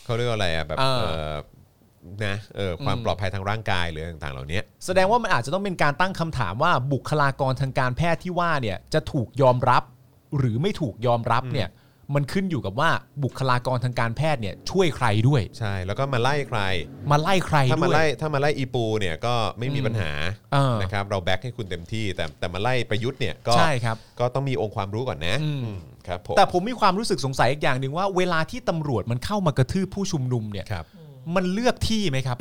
S1: เขาเรียกว่าอะไรอ่ะแบบ
S2: เออ
S1: เอ่อนะเออความ
S2: อืม
S1: ปลอดภัยทางร่างกายหรืออะไรต่างๆ เหล่านี้
S2: แสดงว่ามันอาจจะต้องเป็นการตั้งคำถามว่าบุคลากรทางการแพทย์ที่ว่าเนี่ยจะถูกยอมรับ หรือไม่ถูกยอมรับเนี่ยมันขึ้นอยู่กับว่าบุคลากรทางการแพทย์เนี่ยช่วยใครด้วย
S1: ใช่แล้วก็มาไล่ใคร
S2: มาไล่ใคร
S1: ถ้ามา
S2: ด้วย
S1: ไล่ถ้ามาไล่อีปูเนี่ยก็ไม่มี
S2: อืม
S1: ปัญหา
S2: เออ
S1: นะครับเราแบ็คให้คุณเต็มที่ แต่แต่มาไล่ประยุทธ์เนี่ยก็
S2: ใช่ครับ
S1: ก็ต้องมีองค์ความรู้ก่อนนะ
S2: อืม
S1: อืมครับผม
S2: แต่ผมมีความรู้สึกสงสัยอีกอย่างหนึ่งว่า เวลาที่ตำรวจมันเข้ามากระทืบผู้ชุมนุมเนี่ย
S1: ครับ
S2: มันเลือกที่ไหมครับ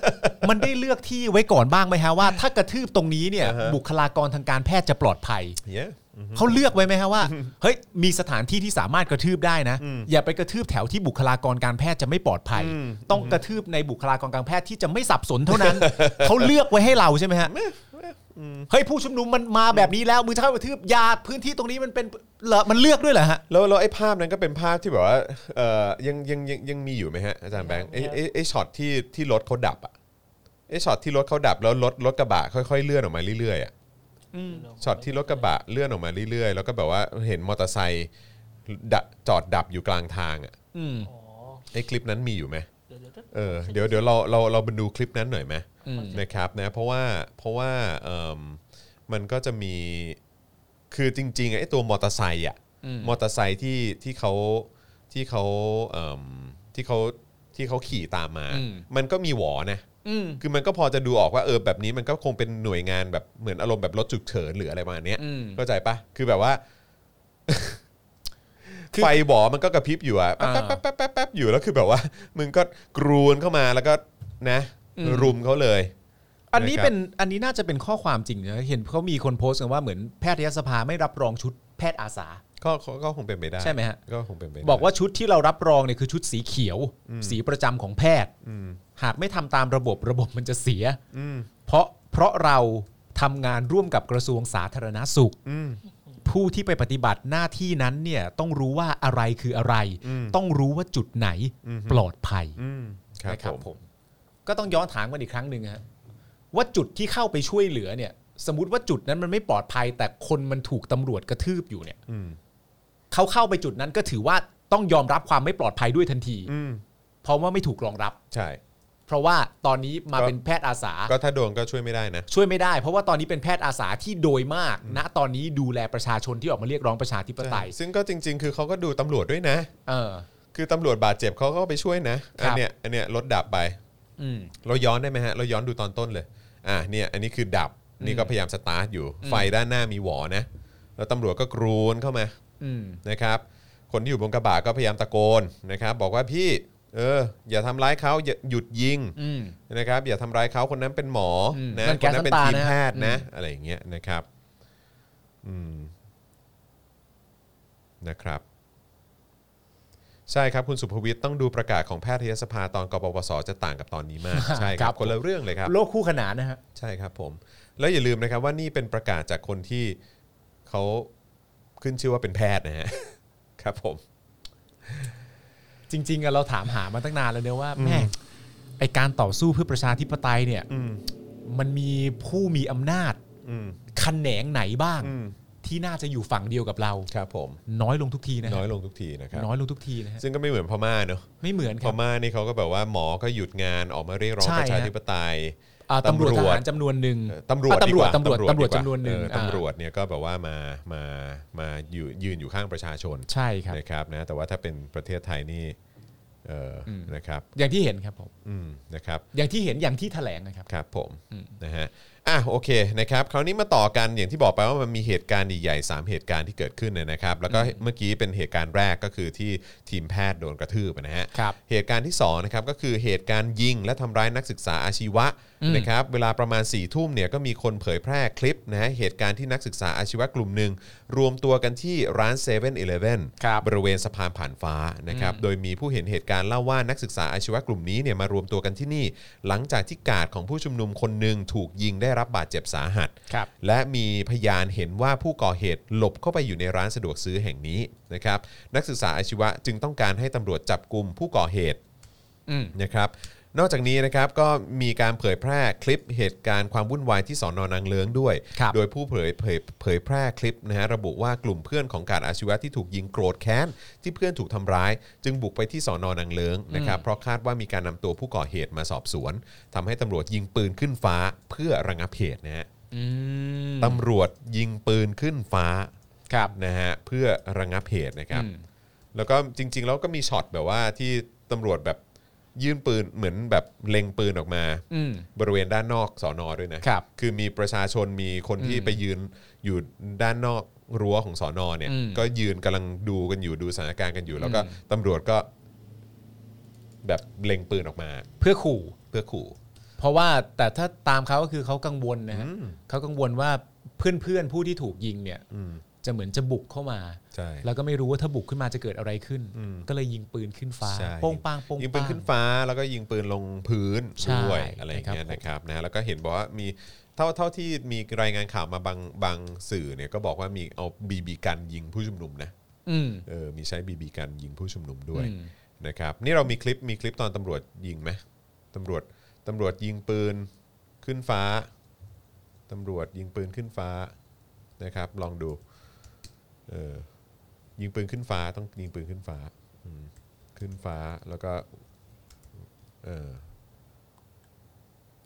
S2: <laughs> มันได้เลือกที่ไว้ก่อนบ้างไหมฮ <laughs> ะว่าถ้ากระทืบตรงนี้เนี่ย
S1: อ่าฮะ
S2: บุคลากรทางการแพทย์จะปลอดภัย
S1: เยอะ
S2: เขาเลือกไว้ไหมฮะว่า เฮ้ยมีสถานที่ที่สามารถกระทืบได้นะ
S1: อืม
S2: อย่าไปกระทืบแถวที่บุคลากรการแพทย์จะไม่ปลอดภัย
S1: อืม
S2: ต้องกระทืบในบุคลากรการแพทย์ที่จะไม่สับสนเท่านั้น <laughs> เขาเลือกไว้ให้เราใช่ไหมฮะเฮ้ยผู้ชุมนุมมันมาแบบนี้แล้วมือเท้ากระทืบอยาพื้นที่ตรงนี้มันเป็นเหรอมันเลือกด้วยเหรอฮะ
S1: แล้วแล้วไอ้ภาพนั้นก็เป็นภาพที่แบบว่าเอ่อยังยังยังยังมีอยู่ไหมฮะอาจารย์แบงค์ไอ้ไอ้ไอ้ช็อตที่ที่รถเขาดับอ่ะไอ้ช็อตที่รถเขาดับแล้วรถรถกระบะค่อยๆเลื่อนออกมาเรื่อยๆอ่ะช็อตที่รถกระบะเลื่อนออกมาเรื่อยๆ แล้วก็แบบว่าเห็นมอเตอร์ไซค์ดะจอดดับอยู่กลางทางอ่ะ
S2: อืม
S3: อ๋อ
S1: ไอ้คลิปนั้นมีอยู่ไหม
S3: เดี๋ยวเดี๋ยว
S1: เออเดี๋ยวเดี๋ยวเราเราเราไปดูคลิปนั้นหน่อยไหม
S2: อืม
S1: นะครับนะเพราะว่าเพราะว่าเอิ่มมันก็จะมีคือจริงๆอะไอ้ตัวมอเตอร์ไซค์อ่ะ
S2: อืม
S1: มอเตอร์ไซค์ที่ที่เขาที่เขาเอิ่มที่เขาที่เขาขี่ตามมา
S2: อืม
S1: มันก็มีหวอนะ
S2: อืม
S1: คือมันก็พอจะดูออกว่าเออแบบนี้มันก็คงเป็นหน่วยงานแบบเหมือนอารมณ์แบบรถฉุกเฉินหรืออะไรประมาณเนี้ย
S2: อืม
S1: เข้าใจปะคือแบบว่า
S2: <laughs> คือ
S1: ไฟหวอมันก็กระพริบอยู่อะแป๊บ
S2: อ่า
S1: แป๊บแป๊บแป๊บแป๊บอยู่แล้วคือแบบว่า มึงก็กรูนเข้ามาแล้วก็นะ
S2: อืม
S1: รุมเขาเลย
S2: อันนี้
S1: นะครับ
S2: เป็นอันนี้น่าจะเป็นข้อความจริงนะเห็นเขามีคนโพสต์กันว่าเหมือนแพทยสภาไม่รับรองชุดแพทย์อาสา
S1: ก็ก็ก็คงเป็นไปได้
S2: ใช่ไหมฮะ
S1: ก็คงเป็นไปได้
S2: บอกว่าชุดที่เรารับรองเนี่ยคือชุดสีเขียว
S1: อืม
S2: สีประจำของแพทย์
S1: อืม
S2: หากไม่ทำตามระบบระบบมันจะเสีย
S1: อืม
S2: เพราะเพราะเราทำงานร่วมกับกระทรวงสาธารณสุข
S1: อืม
S2: ผู้ที่ไปปฏิบัติหน้าที่นั้นเนี่ยต้องรู้ว่าอะไรคืออะไร
S1: อืม
S2: ต้องรู้ว่าจุดไหน
S1: อืม
S2: ปลอดภัย
S1: อืมครับ
S2: นะครับ
S1: ผ
S2: ผม มก็ต้องย้อนถามกันอีกครั้งหนึ่งฮะว่าจุดที่เข้าไปช่วยเหลือเนี่ย สมมติว่าจุดนั้นมันไม่ปลอดภัย แต่คนมันถูกตำรวจกระทืบอยู่เนี่ย
S1: อืม
S2: เขาเข้าไปจุดนั้นก็ถือว่า ต้องยอมรับความไม่ปลอดภัยด้วยทันที
S1: อืม
S2: เพราะว่าไม่ถูกรองรับ
S1: ใช่
S2: เพราะว่าตอนนี้มา
S1: ก็
S2: เป็นแพทย์อาสา
S1: ก็ถ้าโดนก็ช่วยไม่ได้นะ
S2: ช่วยไม่ได้ เพราะว่าตอนนี้เป็นแพทย์อาสาที่โดยมาก ณตอนนี้ดูแลประชาชนที่ออกมาเรียกร้องประชาธิปไตย
S1: ซึ่งก็จริง ๆ คือเขาก็ดูตำรวจด้วยนะ
S2: เออ
S1: คือตำรวจบาดเจ็บเขาก็ไปช่วยนะ
S2: ครั
S1: อัน
S2: บ
S1: เนี้ยอันเนี้ยลดดาบไป
S2: อืม
S1: เราย้อนได้ไหมฮะ เราย้อนดูตอนต้นเลย อ่าเนี่ย อันนี้คือดับ นี่ก็พยายามสตาร์ทอยู่ ไฟด้านหน้ามีหวอนะ แล้วตำรวจก็กรูนเข้ามา
S2: อืม
S1: นะครับ คนที่อยู่บนกระบะก็พยายามตะโกนนะครับ บอกว่าพี่ เออ อย่าทำร้ายเขาอย่าหยุดยิง
S2: อืม
S1: นะครับ อย่าทำร้ายเขาคนนั้นเป็นหมออ
S2: ม
S1: นะ
S2: นั่น
S1: ค
S2: แก๊
S1: น
S2: ส
S1: นั้นเป็น
S2: น้ำตา
S1: ทีม
S2: นะ
S1: แพทย์นะ
S2: อืม
S1: อะไรอย่างเงี้ยนะครับ อืม นะครับ ใช่ครับ คุณสุภวิทย์ต้องดูประกาศของแพทยสภาตอนกปปสจะต่างกับตอนนี้มาก
S2: <laughs>
S1: ใช่ค
S2: ครั
S1: รับบ คนละเรื่องเลยครับ
S2: โลกคู่ขนานนะฮะ
S1: ใช่ครับผม แล้วอย่าลืมนะครับว่านี่เป็นประกาศจากคนที่เขาขึ้นชื่อว่าเป็นแพทย์นะ <laughs> ฮะ ครับผม
S2: จริงๆอะเราถามหามาตั้งนานแล้วเนอะว่าแม่งไอการต่อสู้เพื่อประชาธิปไตยเนี่ย
S1: อืม
S2: มันมีผู้มีอำนาจ
S1: อืม
S2: คันแหนงไหนบ้าง
S1: อืม
S2: ที่น่าจะอยู่ฝั่งเดียวกับเรา
S1: ครับผม
S2: น้อยลงทุกทีนะฮะ
S1: น้อยลงทุกทีนะครับ
S2: น้อยลงทุกทีนะฮะ
S1: ซึ่งก็ไม่เหมือนพม่าเนอะ
S2: ไม่เหมือนค
S1: พ
S2: รับ
S1: ม่านี่เขาก็แบบว่าหมอก็หยุดงานออกมาเรียกร้อง
S2: ใช่
S1: ประชา
S2: ฮะ
S1: ธิปไตย
S2: อ่าตำรวจ
S1: ตำรวจ
S2: ทหารจำนวนหนึ่ง
S1: เอ่อตำรวจ
S2: อ่ะตำรวจ
S1: ดีกา
S2: ตำรวจตำรวจ
S1: ดีกา
S2: จำนวนหนึ่ง
S1: เออ
S2: อ่า
S1: ตำรวจเนี่ยก็แบบว่ามามามาอยู่ยืนอยู่ข้างประชาชน
S2: ใช่ครับ
S1: นะครับนะแต่ว่าถ้าเป็นประเทศไทยนี่เอออ
S2: ม
S1: นะครับ
S2: อย่างที่เห็นครับผม
S1: อืมนะครับ
S2: อย่างที่เห็นอย่างที่แถลงนะครับ
S1: ครับผม
S2: อืม
S1: นะฮะอ่ะโอเคนะครับคราวนี้มาต่อกันอย่างที่บอกไปว่ามันมีเหตุการณ์ใหญ่ๆสามเหตุการณ์ที่เกิดขึ้นเนยนะครับ แล้วก็เมื่อกี้เป็นเหตุการณ์แรกก็คือที่ทีมแพทย์โดนกระทืบนะฮะ
S2: ครับ
S1: เหตุการณ์ที่สองนะครับก็คือเหตุการณ์ยิงและทำร้ายนักศึกษาอาชีวะ
S2: อืม
S1: นะครับเวลาประมาณ4ี่ทุ่มเนี่ยก็มีคนเผยแพร่คลิปนะฮะเหตุการณ์ที่นักศึกษาอาชีวะกลุ่มหนึ่งรวมตัวกันที่ร้าน7 e เ e ่ e อ
S2: ครับ
S1: บริเวณสะพานผ่านฟ้านะครับ โดยมีผู้เห็นเหตุการณ์เล่าว่านักศึกษาอาชีวะกลุ่มนี้เนี่ยมารวมตัวกันที่นี่ หลังจากที่กาดของผู้ชุมนุมคนหนึ่งถูกยิงได้รับบาดเจ็บสาหัส
S2: ครับ
S1: และมีพยานเห็นว่าผู้ก่อเหตุหลบเข้าไปอยู่ในร้านสะดวกซื้อแห่งนี้นะครับ นักศึกษาอาชีวะจึงต้องการให้ตำรวจจับกลุ่มผู้ก่อเหตุ
S2: อืม
S1: นะครับนอกจากนี้นะครับก็มีการเผยแพร่คลิปเหตุการณ์ความวุ่นวายที่สอนอนางเลิ้งด้วย
S2: ครับ
S1: โดยผู้เผยเผยเผยแพร่คลิปนะฮะระบุว่ากลุ่มเพื่อนของกาดอาชีวะที่ถูกยิงโกรธแค้นที่เพื่อนถูกทำร้าย จึงบุกไปที่สอนอนางเลิ้งนะครับเพราะคาดว่ามีการนำตัวผู้ก่อเหตุมาสอบสวนทำให้ตำรวจยิงปืนขึ้นฟ้าเพื่อระงับเหตุนะฮะ
S2: อืม
S1: ตำรวจยิงปืนขึ้นฟ้า
S2: ครับ
S1: นะฮะเพื่อระงับเหตุนะครับ
S2: อืม
S1: แล้วก็จริง ๆ แล้วก็มีช็อตแบบว่าที่ตำรวจแบบยื่นปืนเหมือนแบบเล็งปืนออกมา
S2: อืม
S1: บริเวณด้านนอกสอนอด้วยนะครับคือมีประชาชนมีคนที่ไปยืนอยู่ด้านนอกรั้วของสอนอเนี่ย
S2: อืม
S1: ก็ยืนกำลังดูกันอยู่ดูสถานการณ์กันอยู่ แล้วก็
S2: อืม
S1: ตำรวจก็ แบบเล็งปืนออกมา
S2: เพื่อขู่
S1: เพื่อขู่
S2: เพราะว่าแต่ถ้าตามเขาก็คือเขากังวลนะฮะ
S1: อืม
S2: เขากังวลว่าเพื่อนๆผู้ที่ถูกยิงเนี่ย
S1: อืม
S2: จะเหมือนจะบุกเข้ามา
S1: ใช่
S2: แล้วก็ไม่รู้ว่าถ้าบุกขึ้นมาจะเกิดอะไรขึ้น
S1: อืม
S2: ก็เลยยิงปืนขึ้นฟ้า
S1: ใช่
S2: โป้งปางโป้ง
S1: ยิงปืน
S2: ปาง
S1: ขึ้นฟ้าแล้วก็ยิงปืนลงพื้น
S2: ใช่
S1: ด้วยอะไรอย่างเงี้ยนะครับนะฮะแล้วก็เห็นบอกว่ามีเท่าเท่าที่มีรายงานข่าวมาบางบางสื่อเนี่ยก็บอกว่ามีเอาบีบีกันยิงผู้ชุมนุมนะ
S2: อืม
S1: เออมีใช้บีบีกันยิงผู้ชุมนุมด้วย
S2: อืม
S1: นะครับนี่เรามีคลิปมีคลิปตอนตำรวจยิงไหมตำรวจตำรวจยิงปืนขึ้นฟ้าตำรวจยิงปืนขึ้นฟ้านะครับ ลองดูเออยิงปืนขึ้นฟ้าต้องยิงปืนขึ้นฟ้าอืมขึ้นฟ้าแล้วก็ เออ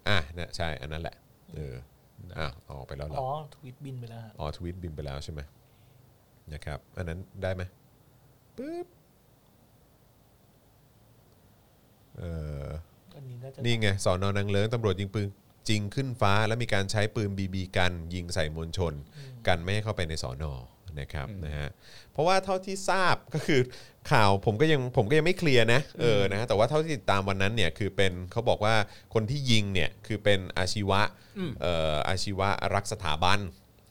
S1: อ่ะเนี่ยใช่ อันนั้นแหละ เอออ่ะออกไปแล้วเหร
S3: อ๋
S1: อ
S3: อทวิตบินไปแล้วฮะ
S1: อ๋อทวิตบินไปแล้วใช่ไหมนะครับ อันนั้นได้ไหมปึ๊บเออ
S3: อันนี้น่าจะ
S1: นี่ไงสอนอนังเลิ้งตำรวจยิงปืนจริงขึ้นฟ้า และมีการใช้ปืนบีบีกัน ยิงใส่มวลชน กันไม่ให้เข้าไปในสอนอนะครับนะฮะเพราะว่าเท่าที่ทราบก็คือข่าวผมก็ยังผมก็ยังไม่เคลียร์นะเออนะฮะแต่ว่าเท่าที่ติดตามวันนั้นเนี่ยคือเป็นเขาบอกว่าคนที่ยิงเนี่ยคือเป็นอาชีวะเอ่ออาชีวะรักสถาบัน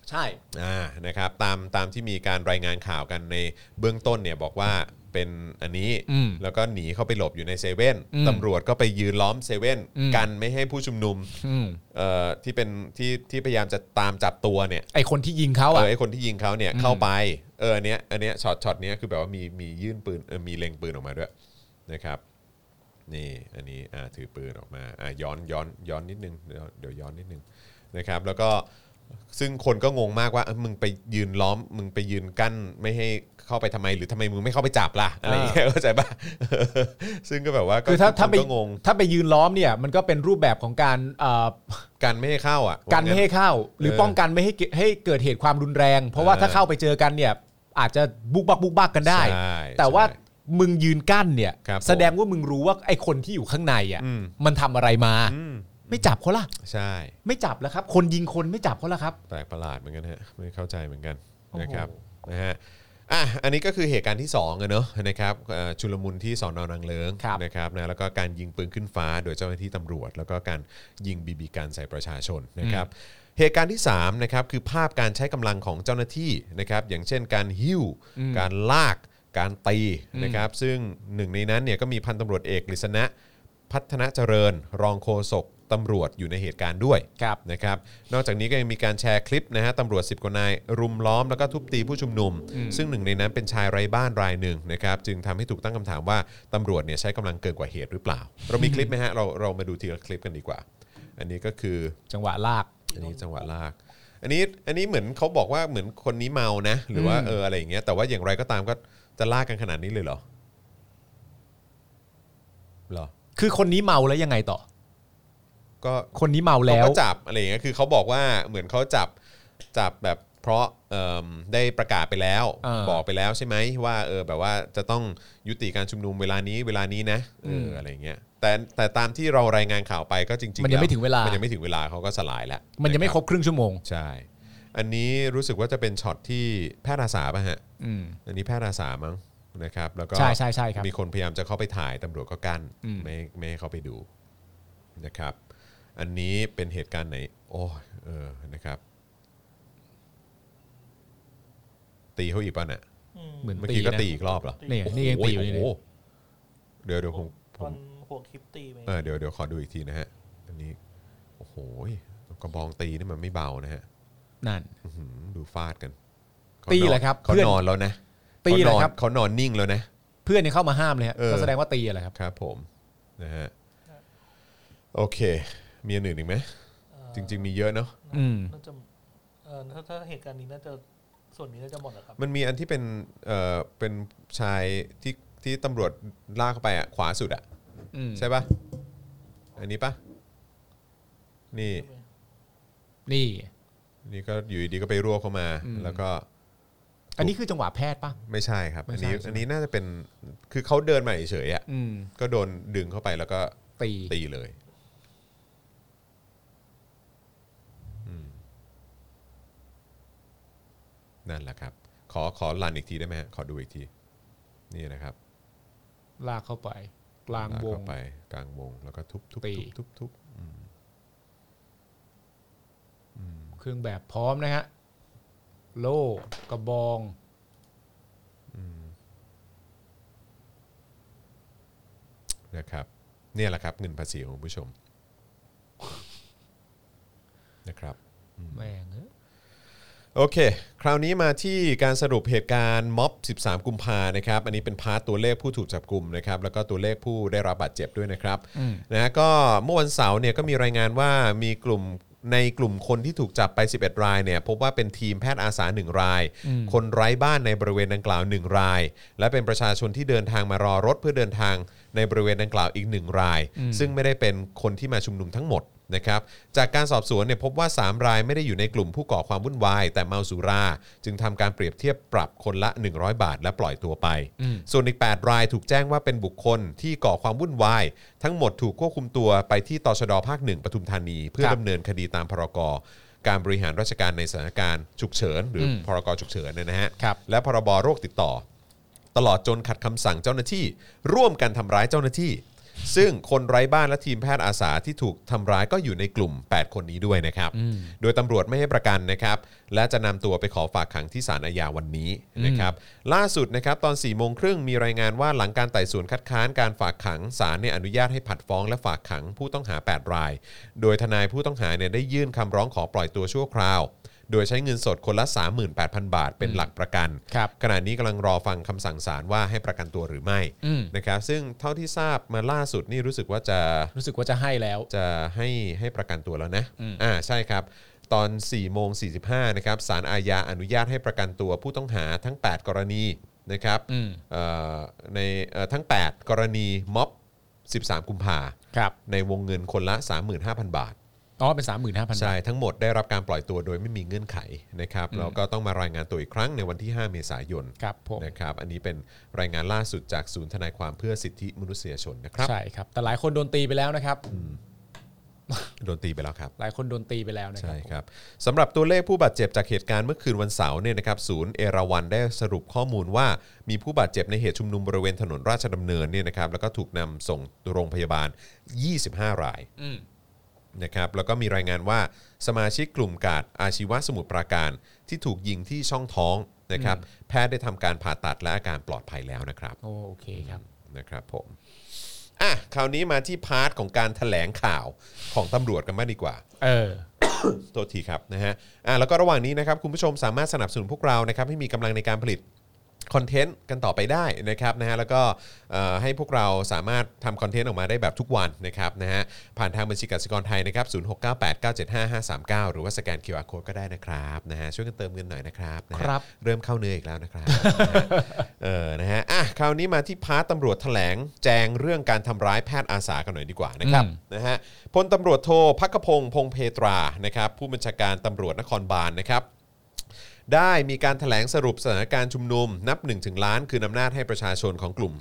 S2: ใช่
S1: อ่านะครับตามตามที่มีการรายงานข่าวกันในเบื้องต้นเนี่ยบอกว่าเป็นอันนี้
S2: อืม
S1: แล้วก็หนีเข้าไปหลบอยู่ในเซเว่น
S2: อืม
S1: ตำรวจก็ไปยืนล้อมเซเว่น
S2: อืม
S1: กันไม่ให้ผู้ชุมนุม
S2: อืม
S1: เอ่อที่เป็นที่ที่พยายามจะตามจับตัวเนี่ย
S2: ไอคนที่ยิงเขา
S1: เอ
S2: อ่ะ
S1: อไอคนที่ยิงเขาเนี่ย
S2: อืม
S1: เข้าไปเอออันเนี้ยอันเนี้ยช็อตช็อตเนี้ยคือแบบว่ามีมียื่นปืนเออมีเล็งปืนออกมาด้วยนะครับนี่อันนี้อ่าถือปืนออกมาอ่าย้อนย้อนย้อนนิดนึงเดี๋ยวเดี๋ยวย้อนนิดนึงนะครับ แล้วก็ ซึ่งคนก็งงมากว่าเอ้ยมึงไปยืนล้อม มึงไปยืนกั้นไม่ให้เข้าไปทำไม หรือทำไมมึงไม่เข้าไปจับล่ะอะไรอย่างเงี้ยเข้าใจป่ะ <laughs> ซึ่งก็แบบว่าก็
S2: คือถ้าถ้าไป
S1: นก็งง
S2: ถ้าไปยืนล้อมเนี่ยมันก็เป็นรูปแบบของการเอ่อ
S1: การไม่ให้เข้าอ่ะ
S2: การไม่ให้เข้า หรือป้องกันไม่ให้เกิดให้เกิดเหตุความรุนแรง เพราะว่าถ้าเข้าไปเจอกันเนี่ยอาจจะบุกบักบุกบักกันได้
S1: ใช่
S2: แต่ว่า
S1: ใช่
S2: มึงยืนกั้นเนี่ย
S1: ครับผม
S2: แสดงว่ามึงรู้ว่าไอ้คนที่อยู่ข้างในอ่ะ
S1: อืม
S2: มันทำอะไรมา
S1: อืม
S2: ไม่จับเขาล่ะ
S1: ใช่
S2: ไม่จับแล้วครับ คนยิงคนไม่จับเขาล่ะครับ
S1: แปลกประหลาดเหมือนกันฮะไม่เข้าใจเหมือนกัน
S2: โอ้โห
S1: นะครับนะฮะอ่ะอันนี้ก็คือเหตุการณ์ที่2องอะเนอะนะครับเอ่อชุลมุนที่สอนอนางเลิงนะครับนะแล้วก็การยิงปืนขึ้นฟ้าโดยเจ้าหน้าที่ตำรวจ แล้วก็การยิงบีบีกันใส่ประชาชนนะครับเหตุการณ์ที่3นะครับคือภาพการใช้กำลังของเจ้าหน้าที่นะครับอย่างเช่นการหิ้ว การลากการตีนะครับซึ่งหนึ่งในนั้นเนี่ยก็มีพันตำรวจเอกกฤษณะ พัฒนาเจริญรองโฆษกตำรวจอยู่ในเหตุการณ์ด้วย
S2: ครับ
S1: นะครับ นอกจากนี้ก็ยังมีการแชร์คลิปนะฮะตำรวจ 10 กว่านาย รุมล้อมแล้วก็ทุบตีผู้ชุมนุม ซึ่งหนึ่งในนั้นเป็นชายไร้บ้านรายหนึ่งนะครับจึงทำให้ถูกตั้งคำถามว่าตำรวจเนี่ยใช้กำลังเกินกว่าเหตุหรือเปล่า เรามีคลิปไหมฮะเราเรามาดูทีละคลิปกันดีกว่า อันนี้ก็คือ
S2: จังหวะลาก
S1: อันนี้จังหวะลาก อันนี้อันนี้เหมือนเขาบอกว่าเหมือนคนนี้เมานะ หรือว่า
S2: อืม
S1: เอออะไรอย่างเงี้ยแต่ว่าอย่างไรก็ตามก็จะลากกันขนาดนี้เลยเหรอเหรอ
S2: คือคนนี้เมาแล้วยังไงต่อ
S1: ก็
S2: คนนี้เมาแล้ว
S1: เขาก็จับอะไรอย่างเงี้ย คือเขาบอกว่าเหมือนเขาจับจับแบบเพราะเอิ่มได้ประกาศไปแล้ว
S2: เออ
S1: บอกไปแล้วใช่ไหมว่าเออแบบว่าจะต้องยุติการชุมนุมเวลานี้เวลานี้นะเออ
S2: ม
S1: อะไรอย่างเงี้ย แต่แต่ตามที่เรารายงานข่าวไปก็จริงๆ
S2: มันยังไม่
S1: แ
S2: ถึงเวลามั
S1: นยังไม่ถึงเวลาเขาก็สลายแล้ว
S2: มันยังไม่ครบครึ่งชั่วโมง
S1: ใช่ อันนี้รู้สึกว่าจะเป็นช็อตที่แพทย์อาสาป่ะฮะ
S2: อืม
S1: อันนี้แพทย์อาสามั้งนะครับ แล้วก็
S2: ใช่ใช่ใช่ครับ
S1: มีคนพยายามจะเข้าไปถ่ายตำรวจก็กั้น
S2: อืม
S1: ไม่ให้ไม่ให้เขาไปดูนะครับ อันนี้เป็นเหตุการณ์ไหน โอ้ยเออนะครับ ตีเขาอีกป่ะเนี่ย
S3: อืม
S2: เหมือน
S1: เมื่อกี้ก็
S2: นะ
S1: ตีอีกรอบเหรอ
S2: นี่นี่ยังตีอยู่นี่เลย
S1: โโหเดี๋ยวเดี๋ยวผมผ
S3: ตอ
S1: ม
S3: นหัวคลิปตีไป
S1: เออเดี๋ยวเดี๋ยวขอดูอีกทีนะฮะ อันนี้ โอ้โหกระบองตีนี่มันไม่เบานะฮะ
S2: นั่น
S1: อื้อหือดูฟาดกันขา
S2: ตี
S1: นน
S2: เหรอครับ
S1: เขา
S2: เพื่อน
S1: นอนแล้วนะ
S2: ตีเหรอครับ
S1: เขานอนเขานอนนิ่งแล้วนะ
S2: เพื่อนเนี่ยเข้ามาห้ามเลยฮะ
S1: เออ
S2: ก็แสดงว่าตีอะไรครับ
S1: ครับผมนะฮะโอเค มีอันอื่นอีกไหมจริง ๆ มีเยอะเนาะ
S2: อืม
S3: น่าจะเออถ้าถ้าเหตุการณ์นี้น่าจะส่วนนี้น่าจะหมดแล้วครับ
S1: มันมีอันที่เป็นเอ่อเป็นชายที่ที่ตำรวจลากเข้าไปอ่ะขวาสุดอ่ะ
S2: อืม
S1: ใช่ปะอันนี้ปะนี่
S3: ใช่ไหม
S2: นี่
S1: นี่ก็อยู่ดีๆก็ไปรั่วเข้ามา
S2: อืม
S1: แล้วก็
S2: อันนี้คือจังหวะแพทย์ป่ะ
S1: ไม่ใช่ครับ
S2: ไม่
S1: อัน
S2: ใช่
S1: นี้
S2: ใช่ไหม
S1: อันนี้น่าจะเป็นคือเขาเดินมาเฉยๆอ่ะ
S2: อืม
S1: ก็โดนดึงเข้าไปแล้วก็
S2: ตี
S1: ตีเลยอืมนั่นแหละครับ ขอขอลันอีกทีได้ไหมฮะขอดูอีกที นี่นะครับ
S2: ลากเข้าไป กลางวง
S1: เข้าไปกลางวงแล้วก็ทุบทุบ
S2: ตี
S1: ทุบทุบทุบ
S2: เครื่องแบบพร้อมนะฮะโล่กระบอง
S1: นะครับเนี่ยแหละครับเงินภาษีของผู้ชมนะครับ
S2: แม่งเอ้ย
S1: โอเค คราวนี้มาที่การสรุปเหตุการณ์ม็อบ 13 กุมภานะครับ อันนี้เป็นพาร์ตตัวเลขผู้ถูกจับกลุ่มนะครับ แล้วก็ตัวเลขผู้ได้รับบาดเจ็บด้วยนะครับ
S2: อืม
S1: นะฮะก็เมื่อวันเสาร์เนี่ยก็มีรายงานว่ามีกลุ่มในกลุ่มคนที่ถูกจับไป 11 รายเนี่ยพบว่าเป็นทีมแพทย์อาสา 1 ราย คนไร้บ้านในบริเวณดังกล่าว 1 ราย และเป็นประชาชนที่เดินทางมารอรถเพื่อเดินทางในบริเวณดังกล่าวอีก 1 ราย ซึ่งไม่ได้เป็นคนที่มาชุมนุมทั้งหมดนะครับจากการสอบสวนเนี่ยพบว่า 3 รายไม่ได้อยู่ในกลุ่มผู้ก่อความวุ่นวาย แต่เมาสุรา จึงทำการเปรียบเทียบปรับคนละ 100 บาท และปล่อยตัวไป ส่วนอีก 8 รายถูกแจ้งว่าเป็นบุคคลที่ก่อความวุ่นวาย ทั้งหมดถูกควบคุมตัวไปที่ตชดภาคหนึ่งปทุมธานี เพื่อ
S2: ครับ
S1: ดำเนินคดีตามพรกการบริหารราชการในสถานการณ์ฉุกเฉินหรืออพรกฉุกเฉินเนี่ยนะฮะ
S2: ครับ
S1: และพรบโรคติดต่อ ตลอดจนขัดคำสั่งเจ้าหน้าที่ ร่วมกันทำร้ายเจ้าหน้าที่ ซึ่งคนไร้บ้านและทีมแพทย์อาสาที่ถูกทำร้ายก็อยู่ในกลุ่ม 8 คนนี้ด้วยนะครับ โดยตำรวจไม่ให้ประกันนะครับ และจะนำตัวไปขอฝากขังที่ศาลอาญาวันนี้นะครับ ล่าสุดนะครับตอน4ี่โมงครึ่งมีรายงานว่าหลังการไต่สวนคัดค้านการฝากขังศาลเนี่ยอนุญาตให้ผัดฟ้องและฝากขังผู้ต้องหา 8 ราย โดยทนายผู้ต้องหาเนี่ยได้ยื่นคำร้องขอปล่อยตัวชั่วคราว โดยใช้เงินสดคนละ 38,000 บาท เป็นหลักประกัน
S2: ครับ
S1: ขณะนี้กำลังรอฟังคำสั่งศาลว่าให้ประกันตัวหรือไม่
S2: อืม
S1: นะครับ ซึ่งเท่าที่ทราบมาล่าสุดนี่รู้สึกว่าจะ
S2: รู้สึกว่าจะให้แล้ว
S1: จะให้ให้ประกันตัวแล้วนะอ่าใช่ครับ ตอน4โมง45นะครับสารอาญาอนุญาตให้ประกันตัวผู้ต้องหาทั้ง 8 กรณีนะครับ
S2: อืม
S1: เอ่อในเอ่อทั้ง 8 กรณีม็อบ 13 กุมภา
S2: ครับ
S1: ในวงเงินคนละ 35,000 บาท
S2: อ๋อเป็นสามหมื่นห้าพัน
S1: ใช่ ทั้งหมดได้รับการปล่อยตัวโดยไม่มีเงื่อนไขนะครับแล้วก็ต้องมารายงานตัวอีกครั้งในวันที่ 5 เมษายน
S2: ครับผม
S1: นะครับอันนี้เป็นรายงานล่าสุดจากศูนย์ทนายความเพื่อสิทธิมนุษยชนนะครับ
S2: ใช่ครับ แต่หลายคนโดนตีไปแล้วนะครับ
S1: โดนตีไปแล้วครับ
S2: หลายคนโดนตีไปแล้วนะครั
S1: ใช่
S2: บ
S1: ครับสำหรับตัวเลขผู้บาดเจ็บจากเหตุการณ์เมื่อคืนวันเสาร์เนี่ยนะครับศูนย์เอราวันได้สรุปข้อมูลว่ามีผู้บาดเจ็บในเหตุชุมนุมบริเวณถนนราชดำเนินเนี่ยนะครับแล้วก็ถูกนำส่งโรงพยาบาล 25 ราย
S2: อืม
S1: นะครับแล้วก็มีรายงานว่าสมาชิกกลุ่มกาดอาชีวะสมุทรปราการ ที่ถูกยิงที่ช่องท้องนะครับแพทย์ได้ทำการผ่าตัดและอาการปลอดภัยแล้วนะครับ
S2: โอ้โอเคครับ
S1: นะครับผมอ่ะคราวนี้มาที่พาร์ทของการแถลงข่าวของตำรวจกันบ้างดีกว่า
S2: เออ
S1: โทษทีครับนะฮะอ่าแล้วก็ระหว่างนี้นะครับคุณผู้ชมสามารถสนับสนุนพวกเรานะครับให้มีกำลังในการผลิตคอนเทนต์กันต่อไปได้นะครับนะฮะแล้วก็เอ่อให้พวกเราสามารถทำคอนเทนต์ออกมาได้แบบทุกวันนะครับนะฮะผ่านทางบัญชีกสิกรไทยนะครับ0 6 9 8 9 7 5 5 3 9 หรือว่าสแกน QR Code ก็ได้นะครับนะฮะช่วยกันเติมเงินหน่อยนะครับนะฮะ
S2: ครับ
S1: เริ่มเข้าเนื้ออีกแล้วนะครับ นะฮ <laughs> ะเออนะฮะอ่ะคราวนี้มาที่พาร์ตตำรวจแถลงแจงเรื่องการทำร้ายแพทย์อาสากันหน่อยดีกว่านะครับ
S2: อืม
S1: นะฮะพลตำรวจโทพักกพงศ์พงเพตรา นะครับ ผู้บัญชาการตำรวจนครบาลนะครับ ได้มีการถแถลงสรุปสถานการณ์ชุมนุม นับ1ถึงล้าน คืนอำนาจให้ประชาชนของกลุ่ม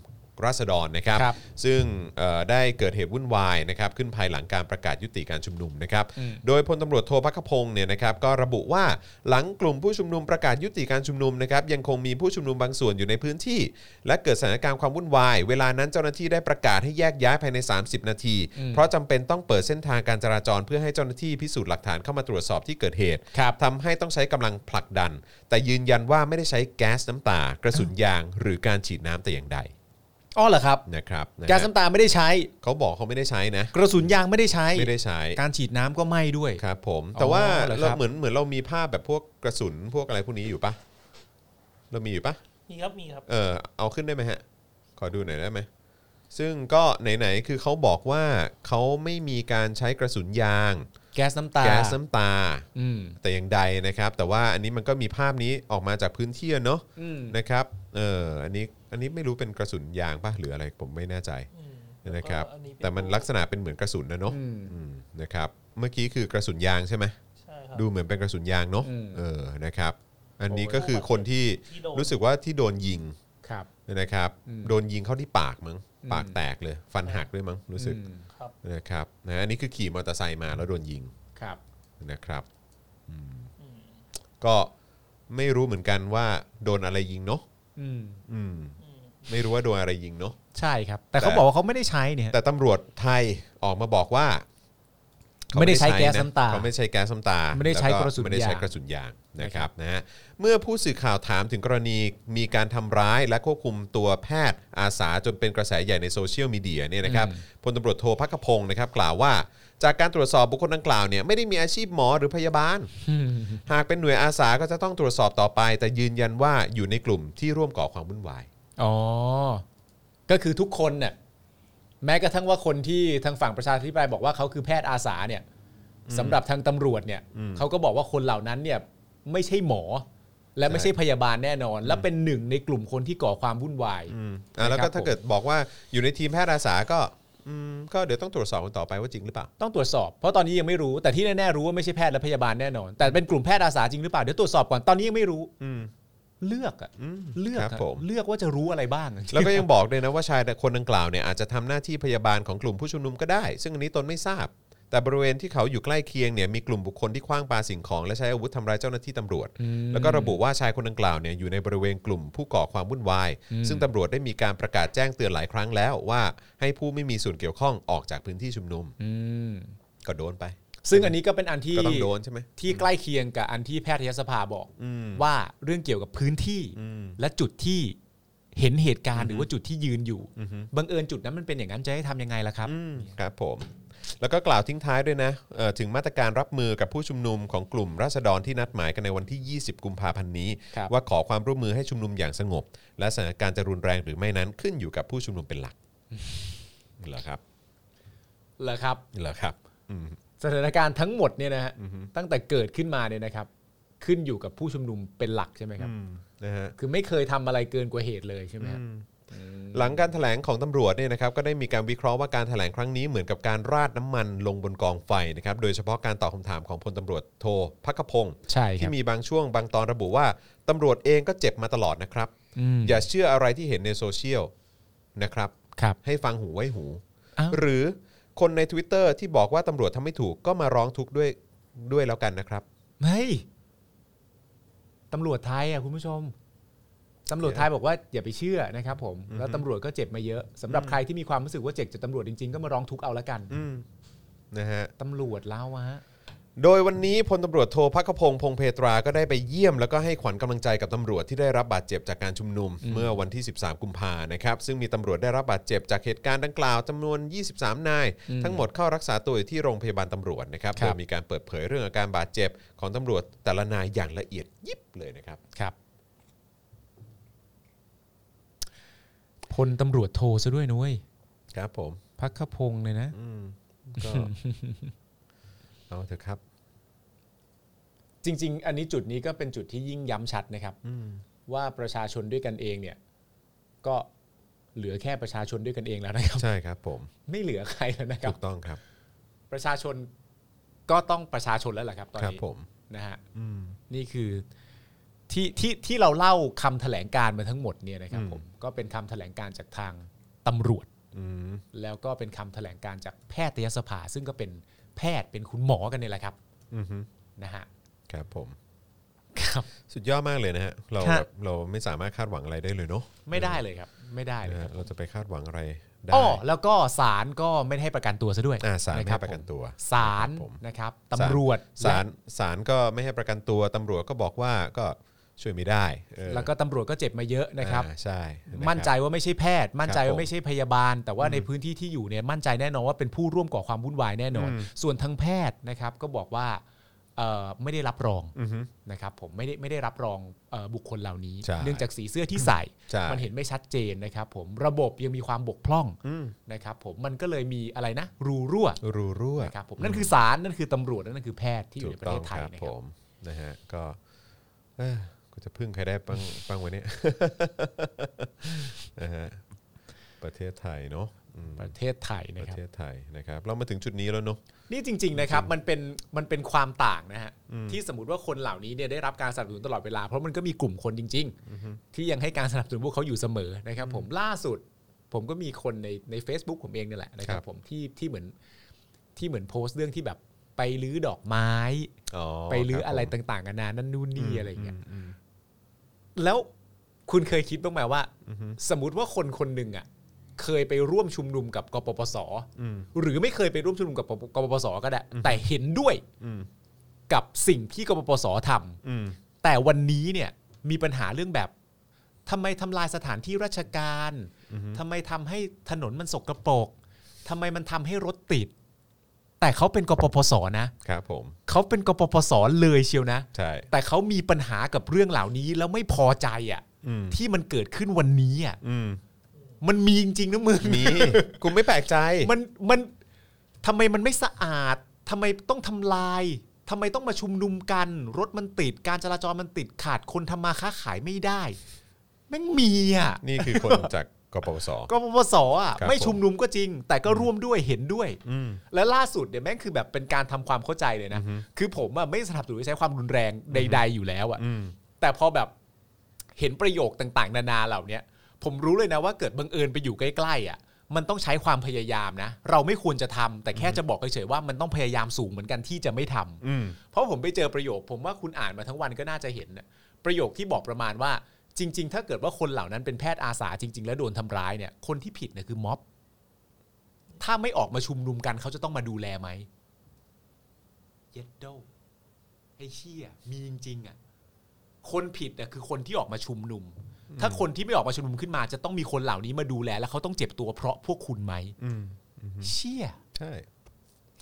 S1: ราษฎรนะครับ
S2: ครับ
S1: ซึ่งเอ่อได้เกิดเหตุวุ่นวายนะครับขึ้นภายหลังการประกาศยุติการชุมนุมนะครับ โดยพลตำรวจโทพักขพงศ์เนี่ยนะครับก็ระบุว่าหลังกลุ่มผู้ชุมนุมประกาศยุติการชุมนุมนะครับยังคงมีผู้ชุมนุมบางส่วนอยู่ในพื้นที่ และเกิดสถานการณ์ความวุ่นวาย เวลานั้นเจ้าหน้าที่ได้ประกาศให้แยกย้ายภายใน 30 นาที เพราะจำเป็นต้องเปิดเส้นทางการจราจร เพื่อให้เจ้าหน้าที่พิสูจน์หลักฐานเข้ามาตรวจสอบที่เกิดเหตุ
S2: ครับ
S1: ทำให้ต้องใช้กำลังผลักดัน แต่ยืนยันว่าไม่ได้ใช้แก๊สน้ำตา กระสุนยาง หรือการฉีดน้ำแต่อย่างใด
S2: อ๋อเหรอครับ
S1: นะครับนะฮะ
S2: แก๊สน้ำตาไม่ได้ใช้
S1: เขาบอกเขาไม่ได้ใช้นะ
S2: กระสุนยางไม่ได้ใช้
S1: ไม่ได้ใช้
S2: การฉีดน้ำก็ไม่ด้วย
S1: ครับผมแต่ว่า
S2: เหรอครับ
S1: เราเหมือนเหมือนเรามีภาพแบบพวกกระสุนพวกอะไรพวกนี้อยู่ปะเรามีอยู่ปะ
S3: มีครับมีครับ
S1: เออเอาขึ้นได้ไหมฮะ ขอดูหน่อยได้ไหมซึ่งก็ไหนๆคือเขาบอกว่าเขาไม่มีการใช้กระสุนยาง
S2: แก๊สน้ำตา
S1: แก๊สน้ำตา
S2: อืม
S1: แต่อย่างใดนะครับ แต่ว่าอันนี้มันก็มีภาพนี้ออกมาจากพื้นที่อะเนาะ
S2: อืม
S1: นะครับเอออันนี้อันนี้ไม่รู้เป็นกระสุนยางป่ะหรืออะไรผมไม่แน่ใจ
S3: อืม
S1: นะครับ
S3: ล้วก็อัเป็
S1: แต่มันลักษณะเป็นเหมือนกระสุนนะเนาะ
S2: อืม
S1: อืมนะครับเมื่อกี้คือกระสุนยางใช่ไหม
S3: ใช่ครับ
S1: ดูเหมือนเป็นกระสุนยางเนาะ
S2: อืม
S1: เออนะครับ อันนี้ก็คือคนที่
S3: ที่โดน
S1: รู้สึกว่าที่โดนยิง
S2: ครับ
S1: นะครับ
S2: อืม
S1: โดนยิงเข้าที่ปากมั้งปากแตกเลย ฟันหักด้วยมั้งรู้สึก
S2: อืม
S3: ครับ
S1: นะครับนะอันนี้คือขี่มอเตอร์ไซค์มาแล้วโดนยิง
S2: ครับ
S1: นะครับอืม
S3: อืม
S1: ก็ไม่รู้เหมือนกันว่าโดนอะไรยิงเนาะ
S2: อืม
S1: อืม
S3: อืม
S1: ไม่รู้ว่าโดนอะไรยิงเนาะ
S2: ใช่ครับ แต่
S1: แต่
S2: เขาบอกว่าเขาไม่ได้ใช้เนี่ย
S1: แต่ตำรวจไทยออกมาบอกว่าเขา
S2: ไม่ได้ใช้แก๊สน้ำตา
S1: เขาไม่ใช้แก๊สน้ำตา
S2: ไม่ได้ใช้
S1: แล้ว
S2: กระสุนยาง
S1: ไม่ได้ใช้กระสุนยางนะครับนะฮะเมื่อผู้สื่อข่าวถามถึงกรณีมีการทำร้ายและควบคุมตัวแพทย์อาสาจนเป็นกระแสใหญ่ในโซเชียลมีเดียเนี่ยนะครับพลตำรวจโทพักขพงศ์นะครับกล่าวว่า จากการตรวจสอบบุคคลดังกล่าวเนี่ยไม่ได้มีอาชีพหมอหรือพยาบาล หากเป็นหน่วยอาสาก็จะต้องตรวจสอบต่อไป แต่ยืนยันว่าอยู่ในกลุ่มที่ร่วมก่อความวุ่นวาย
S2: อ๋อ ก็คือทุกคนเนี่ยแม้กระทั่งว่าคนที่ทางฝั่งประชาธิปไตยบอกว่าเขาคือแพทย์อาสาเนี่ยสำหรับทางตำรวจเนี่ยเขาก็บอกว่าคนเหล่านั้นเนี่ยไม่ใช่หมอ และไม่ใช่พยาบาลแน่นอน และเป็นหนึ่งในกลุ่มคนที่ก่อความวุ่นวาย
S1: อืมอ่ะแล้ว
S2: ครั
S1: ก็
S2: บ
S1: ถ้าเกิดบอกว่าอยู่ในทีมแพทย์อาสาก็อืมก็เดี๋ยวต้องตรวจสอบกันต่อไปว่าจริงหรือเปล่า
S2: ต้องตรวจสอบ เพราะตอนนี้ยังไม่รู้แต่ที่แน่ๆรู้ว่าไม่ใช่แพทย์และพยาบาลแน่นอน แต่เป็นกลุ่มแพทย์อาสาจริงหรือเปล่าเดี๋ยวตรวจสอบก่อนตอนนี้ยังไม่รู้
S1: อืม
S2: เลือกอะ
S1: อืม
S2: เลือก
S1: ครั
S2: อะ
S1: บผม
S2: เลือกว่าจะรู้อะไรบ้าง
S1: แล้วก็ยังบอกเลยนะว่าชายคนดังกล่าวเนี่ยอาจจะทำหน้าที่พยาบาลของกลุ่มผู้ชุมนุมก็ได้ ซึ่งอันนี้ตนไม่ทราบ แต่บริเวณที่เขาอยู่ใกล้เคียงเนี่ยมีกลุ่มบุคคลที่คว้างปาสิ่งของ และใช้อาวุธทำร้ายเจ้าหน้าที่ตำรวจ แล้วก็ระบุว่าชายคนดังกล่าวเนี่ยอยู่ในบริเวณกลุ่มผู้ก่อความวุ่นวาย ซึ่งตำรวจได้มีการประกาศแจ้งเตือนหลายครั้งแล้วว่าให้ผู้ไม่มีส่วนเกี่ยวข้องออกจากพื้นที่ชุมนุม
S2: อืม
S1: ก็โดนไป
S2: ซึ่งอันนี้ก็เป็นอันที่
S1: ก็ต้องโดนใช่ไหม
S2: ที่ใกล้เคียงกับอันที่แพทยสภาบอก
S1: อืม
S2: ว่าเรื่องเกี่ยวกับพื้นที่
S1: อืม
S2: และจุดที่เห็นเหตุการณ์หรือว่าจุดที่ยืนอยู่
S1: อือฮึ
S2: บังเอิญจุดนั้นมันเป็นอย่างนั้นจะให้ทำยังไงล่ะครับ
S1: อืมครับผม แล้วก็กล่าวทิ้งท้ายด้วยนะเอ่อถึงมาตรการรับมือกับผู้ชุมนุมของกลุ่มราษฎรที่นัดหมายกันในวันที่ 20 กุมภาพันธ์นี้
S2: ครับ
S1: ว่าขอความร่วมมือให้ชุมนุมอย่างสงบ และสถานการณ์จะรุนแรงหรือไม่นั้นขึ้นอยู่กับผู้ชุ
S2: <laughs>
S1: มนุมเป็นหลักเหรอครับ
S2: เหรอครับ
S1: เหรอครับอืม
S2: สถานการณ์ทั้งหมดเนี่ยนะฮะ
S1: อือฮึ
S2: ตั้งแต่เกิดขึ้นมาเนี่ยนะครับ ขึ้นอยู่กับผู้ชุมนุมเป็นหลักใช่ไหมครับ
S1: อืมนะฮะ
S2: คือไม่เคยทำอะไรเกินกว่าเหตุเลยใช่ไหมฮะอืม
S1: หลังการถแถลงของตำรวจเนี่ยนะครับก็ได้มีการวิเคราะห์ว่าการถแถลงครั้งนี้เหมือนกับการราดน้ำมันลงบนกองไฟนะครับโดยเฉพาะการตอบคำถามของพลตำรวจโทพักขพงศ์
S2: ใช่ครับ
S1: ที่มีบางช่วงบางตอนระบุว่าตำรวจเองก็เจ็บมาตลอดนะครับ
S2: อืม
S1: อย่าเชื่ออะไรที่เห็นในโซเชียลนะครับ
S2: ครับ
S1: ให้ฟังหูไว้หู
S2: อ้าว
S1: หรือคนใน Twitter ที่บอกว่าตำรวจทำไม่ถูกก็มาร้องทุกข์ด้วยด้วยแล้วกันนะครับ
S2: เฮ้ยตำรวจไทยอ่ะคุณผู้ชมตำรวจไทยบอกว่าอย่าไปเชื่อนะครับผม แล้วตำรวจก็เจ็บมาเยอะสำหรับใครที่มีความรู้สึกว่าเจ็บจากตำรวจจริงๆ ก็มาร้องทุกข์เอาละกัน
S1: อืมนะฮะ
S2: ตำรวจแล้วอะฮะ
S1: โดยวันนี้พลตำรวจโทพักขพงศ์พงเพตราก็ได้ไปเยี่ยม แล้วก็ให้ขวัญกำลังใจกับตำรวจที่ได้รับบาดเจ็บจากการชุมนุม เมื่อวันที่ 13 กุมภานะครับ ซึ่งมีตำรวจได้รับบาดเจ็บจากเหตุการณ์ดังกล่าวจำนวน 23 นาย
S2: อืม
S1: ทั้งหมดเข้ารักษาตัวอยู่ที่โรงพยาบาลตำรวจนะครับ
S2: ครับ
S1: โดยมีการเปิดเผยเรื่องอาการบาดเจ็บของตำรวจแต่ละนายอย่างละเอียดยิบเลยนะครับ
S2: ครับพลตำรวจโทซะด้วยนุ้ย
S1: ครับผม
S2: พักขพงศ์เลยนะ
S1: อืม
S2: <laughs>
S1: ก็ เอาเถอะครับ
S2: จริง ๆ อันนี้จุดนี้ก็เป็นจุดที่ยิ่งย้ำชัดนะครับ
S1: อืม
S2: ว่าประชาชนด้วยกันเองเนี่ย ก็เหลือแค่ประชาชนด้วยกันเองแล้วนะครับ
S1: ใช่ครับผม
S2: ไม่เหลือใครแล้วนะครับ
S1: ถูกต้องครับ
S2: ประชาชนก็ต้องประชาชนแล้วแหละครับตอน
S1: ครับ
S2: นี้
S1: ผม
S2: นะฮะ
S1: อืม
S2: นี่คือที่ที่ที่เราเล่าคำแถลงการมาทั้งหมดเนี่ยนะครับ
S1: อืม
S2: ผมก็เป็นคำแถลงการจากทางตำรวจ
S1: อืม
S2: แล้วก็เป็นคำแถลงการจากแพทยสภา ซึ่งก็เป็นแพทย์เป็นคุณหมอกันเนี่ยแหละครับ
S1: อืมฮึ
S2: นะฮะ
S1: ครับผม
S2: ครับ
S1: สุดยอดมากเลยนะฮะเรา
S2: ฮะ
S1: แบบเราไม่สามารถคาดหวังอะไรได้เลยเนาะ
S2: ไม่ได้เลยครับ ไม่ได้เลย
S1: นะ
S2: ค
S1: ฮะ
S2: รับ
S1: เราจะไปคาดหวังอะไรได้
S2: อ๋อแล้วก็ศาลก็ไม่ได้ให้ประกันตัวซะด้วย
S1: อ่าศาลไม่
S2: ค
S1: ให้
S2: บ
S1: ประกันตัว
S2: ศาล
S1: ผม
S2: นะครับ
S1: ศาล
S2: ตำรวจ
S1: ศาลศาลก็ไม่ให้ประกันตัวตำรวจก็บอกว่าก็ช่วยไม่ได้เออ
S2: แล้วก็ตำรวจก็เจ็บมาเยอะนะครับ
S1: อ่าใช่ะครับ
S2: มั่นใจว่าไม่ใช่แพทย์ มั่นใจ
S1: ครับผ
S2: ว่าม ไม่ใช่พยาบาล แต่ว่าในพื้นที่ที่อยู่เนี่ยมั่นใจแน่นอนว่าเป็นผู้ร่วมก่อความวุ่นวายแน่นอน
S1: อืม
S2: ส่วนทางแพทย์นะครับก็บอกว่าเอ่อไม่ได้รับรอง
S1: อือฮึ
S2: นะครับผมไม่ได้ไม่ได้รับรองเอ่อบุคคลเหล่านี้
S1: ใช่
S2: เนื่องจากสีเสื้อที่ใส่
S1: ใช่
S2: มันเห็นไม่ชัดเจนนะครับผมระบบยังมีความบกพร่อง
S1: อืม
S2: นะครับผมมันก็เลยมีอะไรนะรูรั่ว
S1: รูรั่ว
S2: นะครับผมนั่นคือศาลนั่นคือตำรวจนั่นคือแพทย์ที่อยู่
S1: ถูก
S2: ในประ
S1: ต้อง
S2: เทศไท
S1: ค
S2: ย
S1: รับ
S2: นะ
S1: ผ
S2: ครับ
S1: มนะฮะก็เอ้อกูจะพึ่งใครได้
S2: <laughs>
S1: บ้างบ้างวันนี้ <laughs> นะฮะประเทศไทยเนาะอืม
S2: ประเทศไทย
S1: ป
S2: นะ
S1: ระ
S2: ครับ
S1: เทศไทยนะครับ เรามาถึงจุดนี้แล้วเนาะ
S2: นี่จริง ๆ นะครับมันเป็นมันเป็นความต่างนะฮะที่สมมติว่าคนเหล่านี้เนี่ยได้รับการสนับสนุนตลอดเวลา เพราะมันก็มีกลุ่มคนจริง ๆ ที่ยังให้การสนับสนุนพวกเขาอยู่เสมอนะครับ ผมล่าสุด ผมก็มีคนในใน Facebook ผมเองเนี่ยแหละนะครั
S1: ครับ บ
S2: ผมที่ที่เหมือนที่เหมือนโพสต์เรื่องที่แบบไปรื้อดอกไม้
S1: อ๋อ
S2: ไปรื้อ
S1: คบ
S2: อะไร
S1: ผม
S2: ต่างๆกันานานั่นนู่นนี่อะไรอย่างเงี้ย
S1: อืม
S2: แล้วคุณเคยคิดบ้างไหมว่า
S1: อือฮึ
S2: สมมติว่าคนคนหนึ่งอ่ะเคยไปร่วมชุมนุมกับกปปส
S1: อืม
S2: หรือไม่เคยไปร่วมชุมนุมกับกปกปปสก็ได้ แต่เห็นด้วย
S1: อืม
S2: กับสิ่งที่กปปสทำ
S1: อืม
S2: แต่วันนี้เนี่ยมีปัญหาเรื่องแบบทำไมทำลายสถานที่ราชการทำไมทำให้ถนนมันสกรปรกทำไมมันทำให้รถติด แต่เขาเป็นกปปสนะครับ
S1: ผม
S2: เขาเป็นกปปสเลยเชียวนะ
S1: ใช่
S2: แต่เขามีปัญหากับเรื่องเหล่านี้แล้วไม่พอใจอ่ะ
S1: อืม
S2: ที่มันเกิดขึ้นวันนี้อ่ะ
S1: อื
S2: <laughs>
S1: ม
S2: มันมีจริงๆนะมึง
S1: มี กูไม่แปลกใจ
S2: มันมันทำไมมันไม่สะอาดทำไมต้องทำลายทำไมต้องมาชุมนุมกัน รถมันติด การจราจรมันติดขาดคนทำมาค้าขายไม่ได้แม่งมีอ่ะ
S1: นี่คือคนจากกปปส
S2: กปปสอ่ะ
S1: ครับ
S2: ไม่ชุมนุมก็จริง แต่ก็ร่วมด้วยเห็นด้วย
S1: อืม
S2: และล่าสุดเนี่ยแม่งคือแบบเป็นการทำความเข้าใจเลยนะ
S1: อือฮึ
S2: คือผมอ่ะไม่สนับสนุนให้ใช้ความรุนแรงใด ๆ อยู่แล้วอ่ะ
S1: อืม
S2: แต่พอแบบเห็นประโยคต่างๆ นานาเหล่าเนี้ยผมรู้เลยนะว่าเกิดบังเอิญไปอยู่ใกล้ๆอ่ะมันต้องใช้ความพยายามนะ เราไม่ควรจะทำแต่แค่จะบอกเฉยๆว่ามันต้องพยายามสูงเหมือนกันที่จะไม่ทำ
S1: อืม
S2: เพราะผมไปเจอประโยค ผมว่าคุณอ่านมาทั้งวันก็น่าจะเห็นน่ะประโยคที่บอกประมาณว่าจริง ๆ ถ้าเกิดว่าคนเหล่านั้นเป็นแพทย์อาสาจริง ๆ แล้วโดนทำร้ายเนี่ยคนที่ผิดเนี่ยคือม็อบ ถ้าไม่ออกมาชุมนุมกันเขาจะต้องมาดูแลไหมเย็ดโดไอ้เชี่ยมีจริงๆอ่ะ คนผิดน่ะคือคนที่ออกมาชุมนุม ถ้าคนที่ไม่ออกมาชุมนุมขึ้นมา จะต้องมีคนเหล่านี้มาดูแล แล้วเขาต้องเจ็บตัวเพราะพวกคุณไหม
S1: อืม
S2: เชี่ย
S1: ใช่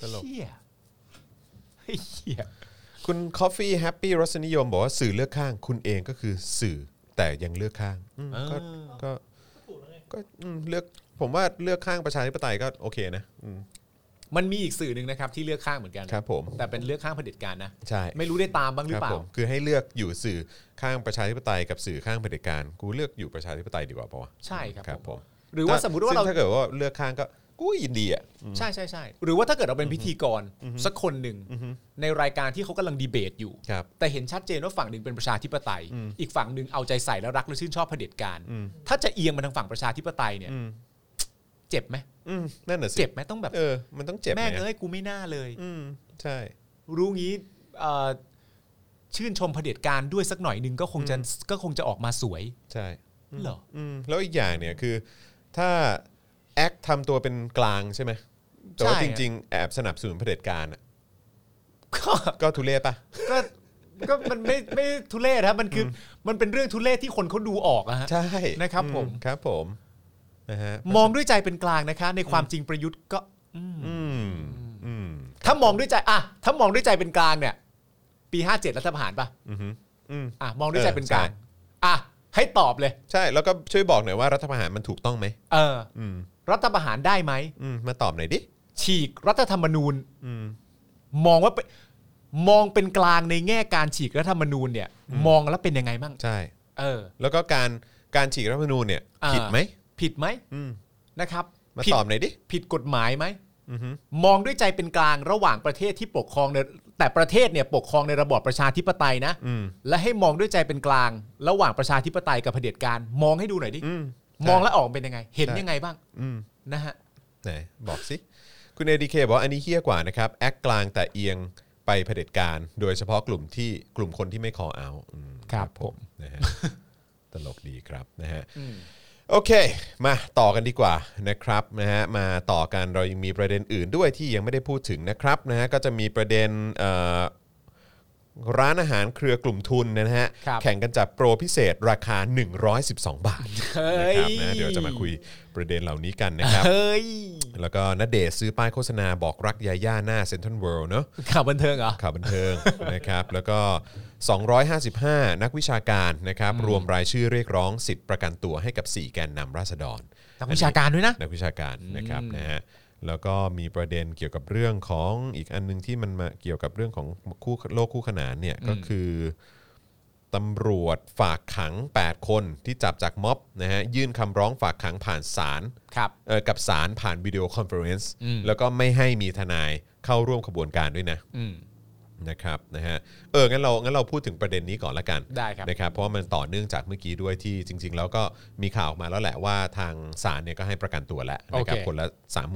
S1: ตลก
S2: เชี่ยเฮ้ยเชี่ย
S1: คุณ Coffee Happy รสนิยมบอกว่าสื่อเลือกข้าง คุณเองก็คือสื่อแต่ยังเลือกข้างอืม
S2: เอ
S1: ก็
S2: อ
S1: ก็
S3: ถูกแล้วไง
S1: ก็อืมเลือกผมว่าเลือกข้างประชาธิปไตยก็โอเคนะอืม
S2: มันมีอีกสื่อหนึ่งนะครับ ที่เลือกข้างเหมือนกัน
S1: ครับผม
S2: แต่เป็นเลือกข้างเผด็จการนะ
S1: ใช่
S2: ไม่รู้ได้ตามบ้างห
S1: ค
S2: รือ
S1: รับ
S2: เปล่า
S1: ผมคือให้เลือกอยู่สื่อข้างประชาธิปไตยกับสื่อข้างเผด็จการกูเลือกอยู่ประชาธิปไตยดีกว่าปะวะ
S2: ใช่ครับ
S1: ครับผม
S2: หรือว่าสมมุติว่าเรา
S1: ซึ่งถ้าเกิดว่าเลือกข้างก็กูยินดีอ่ะ
S2: ใช่ใช่ใช่หรือว่าถ้าเกิดเราเป็นพิธีกรสักคนหนึ่งในรายการที่เขากำลังดีเบตอยู่
S1: ครับ
S2: แต่เห็นชัดเจนว่าฝั่งหนึ่งเป็นประชาธิปไตย อีกฝั่งหนึ่งเอาใจใส่แล้วรักและชื่นชอบเผด็จการ
S1: อืม
S2: ถ้าจะเอียงมาทางฝั่งประชาธิปไตยเนี่ย
S1: อืม
S2: เจ็บไหม
S1: อืมนั่นน่ะสิ
S2: เจ็บไหมต้องแบบ
S1: เออ มันต้องเจ็บไห
S2: แม่ง
S1: อะ
S2: เอ้ยกูไม่น่าเลย
S1: อืมใช่
S2: รู้งี้เอ่อชื่นชมเผด็จการด้วยสักหน่อยหนึ่งก็คงจะก็คงจะออกมาสวย
S1: ใช่
S2: เหรอ
S1: อืมแล้วอีกอย่างเนี่ยคือ ถ้าแอคทำตัวเป็นกลางใช่ไหมแต่ว่าจริง ๆ แอบสนับสนุนเผด็จการอะ
S2: ก็
S1: ก็ทุเรศปะ
S2: ก็ก็มันไม่ไม่ทุเรศครับมันคืออมันเป็นเรื่องทุเรศที่คนเขาดูออกอะฮะ
S1: ใช่
S2: นะครับผม
S1: อืครับผมนะฮะ
S2: มองด้วยใจเป็นกลางนะคะ ในความจริงประยุทธ์ก็
S1: อืมอืม
S2: ถ้ามองด้วยใจอ่ะถ้ามองด้วยใจเป็นกลางเนี่ย ปีห้าเจ็ดรัฐประหารป่ะ
S1: อืมอืม
S2: อ่ะมองด้วยใจ
S1: เออ
S2: เป็นกลาง
S1: ใช่
S2: อ่ะให้ตอบเลย
S1: ใช่แล้วก็ช่วยบอกหน่อยว่ารัฐประหารมันถูกต้องไหม
S2: เออ
S1: อืม
S2: รัฐประหารได้ไหม
S1: อืมมาตอบหน่อยดิ
S2: ฉีกรัฐธรรมนูญ
S1: อืม
S2: มองว่าเป็นมองเป็นกลางในแง่การฉีกรัฐธรรมนูญเนี่ย มองแล้วเป็นยังไงบ้าง
S1: ใช่
S2: เออ
S1: แล้วก็การการฉีกรัฐธรรมนูญเนี่ย
S2: อ่า
S1: ผิดไหม
S2: ผิดไหม
S1: อืม
S2: นะครับ
S1: มา
S2: ผิด
S1: ตอบหน่อยดิ
S2: ผิดกฎหมายไหม
S1: อือฮึ
S2: มองด้วยใจเป็นกลางระหว่างประเทศที่ปกครองในแต่ประเทศเนี่ยปกครองในระบอบประชาธิปไตยนะ
S1: อืม
S2: และให้มองด้วยใจเป็นกลาง ระหว่างประชาธิปไตยกับเผด็จการมองให้ดูหน่อยดิ
S1: อืม
S2: มองแล้วออกเป็นยังไง เห็นยังไงบ้าง
S1: อืม
S2: นะฮะ
S1: ไหนบอกสิ คุณเอดีเคบอกว่าอันนี้เฮี้ยกว่านะครับ แอคกลางแต่เอียงไปเผด็จการ โดยเฉพาะกลุ่มที่กลุ่มคนที่ไม่คอเอาอืม
S2: ครับผม
S1: นะ
S2: <laughs>
S1: ฮะ ตลกดีครับนะฮะ โอเค มาต่อกันดีกว่านะครับนะฮะมาต่อกันเรายังมีประเด็นอื่นด้วยที่ยังไม่ได้พูดถึงนะครับนะฮะก็จะมีประเด็นเอ่อร้านอาหารเครือกลุ่มทุนนะฮะ
S2: ครับ
S1: แข่งกันจับโปรพิเศษราคา 112 บาท
S2: เฮ้ย
S1: นะครับนะเดี๋ยวจะมาคุยประเด็นเหล่านี้กันนะครับ
S2: เฮ้ย
S1: แล้วก็นเดชน์ซื้อป้ายโฆษณาบอกรักยาย่าหน้าเซ็นทรัลเวิลด์เนาะ
S2: ข่าวบันเทิงเหรอ
S1: ข่าวบันเทิง <laughs> นะครับแล้วก็ 255 นักวิชาการนะครับรวมรายชื่อเรียกร้องสิทธิ์ประกันตัวให้กับ 4 แกนนำราษฎร
S2: นักวิชาการด้วยนะ
S1: นักวิชาการนะครับนะฮะแล้วก็มีประเด็นเกี่ยวกับเรื่องของอีกอันหนึงที่มันมาเกี่ยวกับเรื่องของคู่โลกคู่ขนานเนี่ยก็คือตำรวจฝากขัง 8 คนที่จับจากม็อบนะฮะยื่นคำร้องฝากขังผ่านศาล
S2: ครับ
S1: เอ่อกับสารผ่านวิดีโอคอนเฟอเรนซ์
S2: อืม
S1: แล้วก็ไม่ให้มีทนายเข้าร่วมขบวนการด้วยนะ
S2: อืม
S1: นะครับนะฮะเอองั้นเรางั้นเราพูดถึงประเด็นนี้ก่อนละกัน
S2: ได้ครับ
S1: นะครับเพราะว่ามันต่อเนื่องจากเมื่อกี้ด้วยที่จริง ๆ แล้วก็มีข่าวออกมาแล้วแหละว่าทางศาลเนี่ยก็ให้ประกันตัวแล้วนะครับ
S2: โอเค
S1: คนละ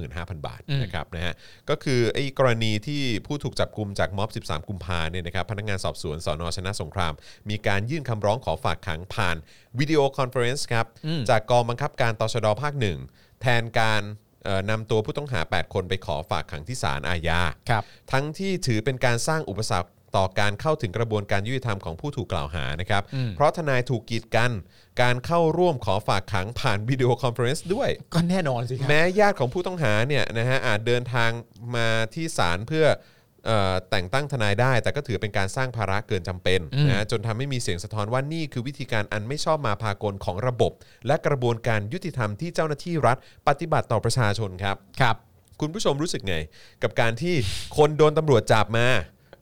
S1: 35,000 บาท
S2: อืม
S1: นะครับนะฮะก็คือไอ้กรณีที่ผู้ถูกจับกลุ่มจากม็อบ 13 กุมภาเนี่ยนะครับพนักงานสอบสวนสนชนะสงคราม มีการยื่นคำร้องขอฝากขังผ่านวิดีโอคอนเฟอเรนซ์ครับ จากกองบังคับการตชดภาคหนึ่งแทนการเอ่อนำตัวผู้ต้องหา 8 คนไปขอฝากขังที่ศาลอาญา
S2: ครับ
S1: ทั้งที่ถือเป็นการสร้างอุปสรรคต่อการเข้าถึงกระบวนการยุติธรรมของผู้ถูกกล่าวหานะครับ เพราะทนายถูกกีดกัน การเข้าร่วมขอฝากขังผ่าน <laughs> วิดีโอคอนเฟอเรนซ์ด้วย
S2: ก็แน่นอนสิครับ
S1: แม้ญาติของผู้ต้องหาเนี่ยนะฮะอาจเดินทางมาที่ศาลเพื่อเอ่อแต่งตั้งทนายได้ แต่ก็ถือเป็นการสร้างภาระเกินจำเป็นนะฮะจนทำให้มีเสียงสะท้อนว่านี่คือวิธีการอันไม่ชอบมาพากลของระบบ และกระบวนการยุติธรรมที่เจ้าหน้าที่รัฐ ปฏิบัติต่อประชาชนครับ
S2: ครับ
S1: คุณผู้ชมรู้สึกไง กับการที่คนโดนตำรวจจับมา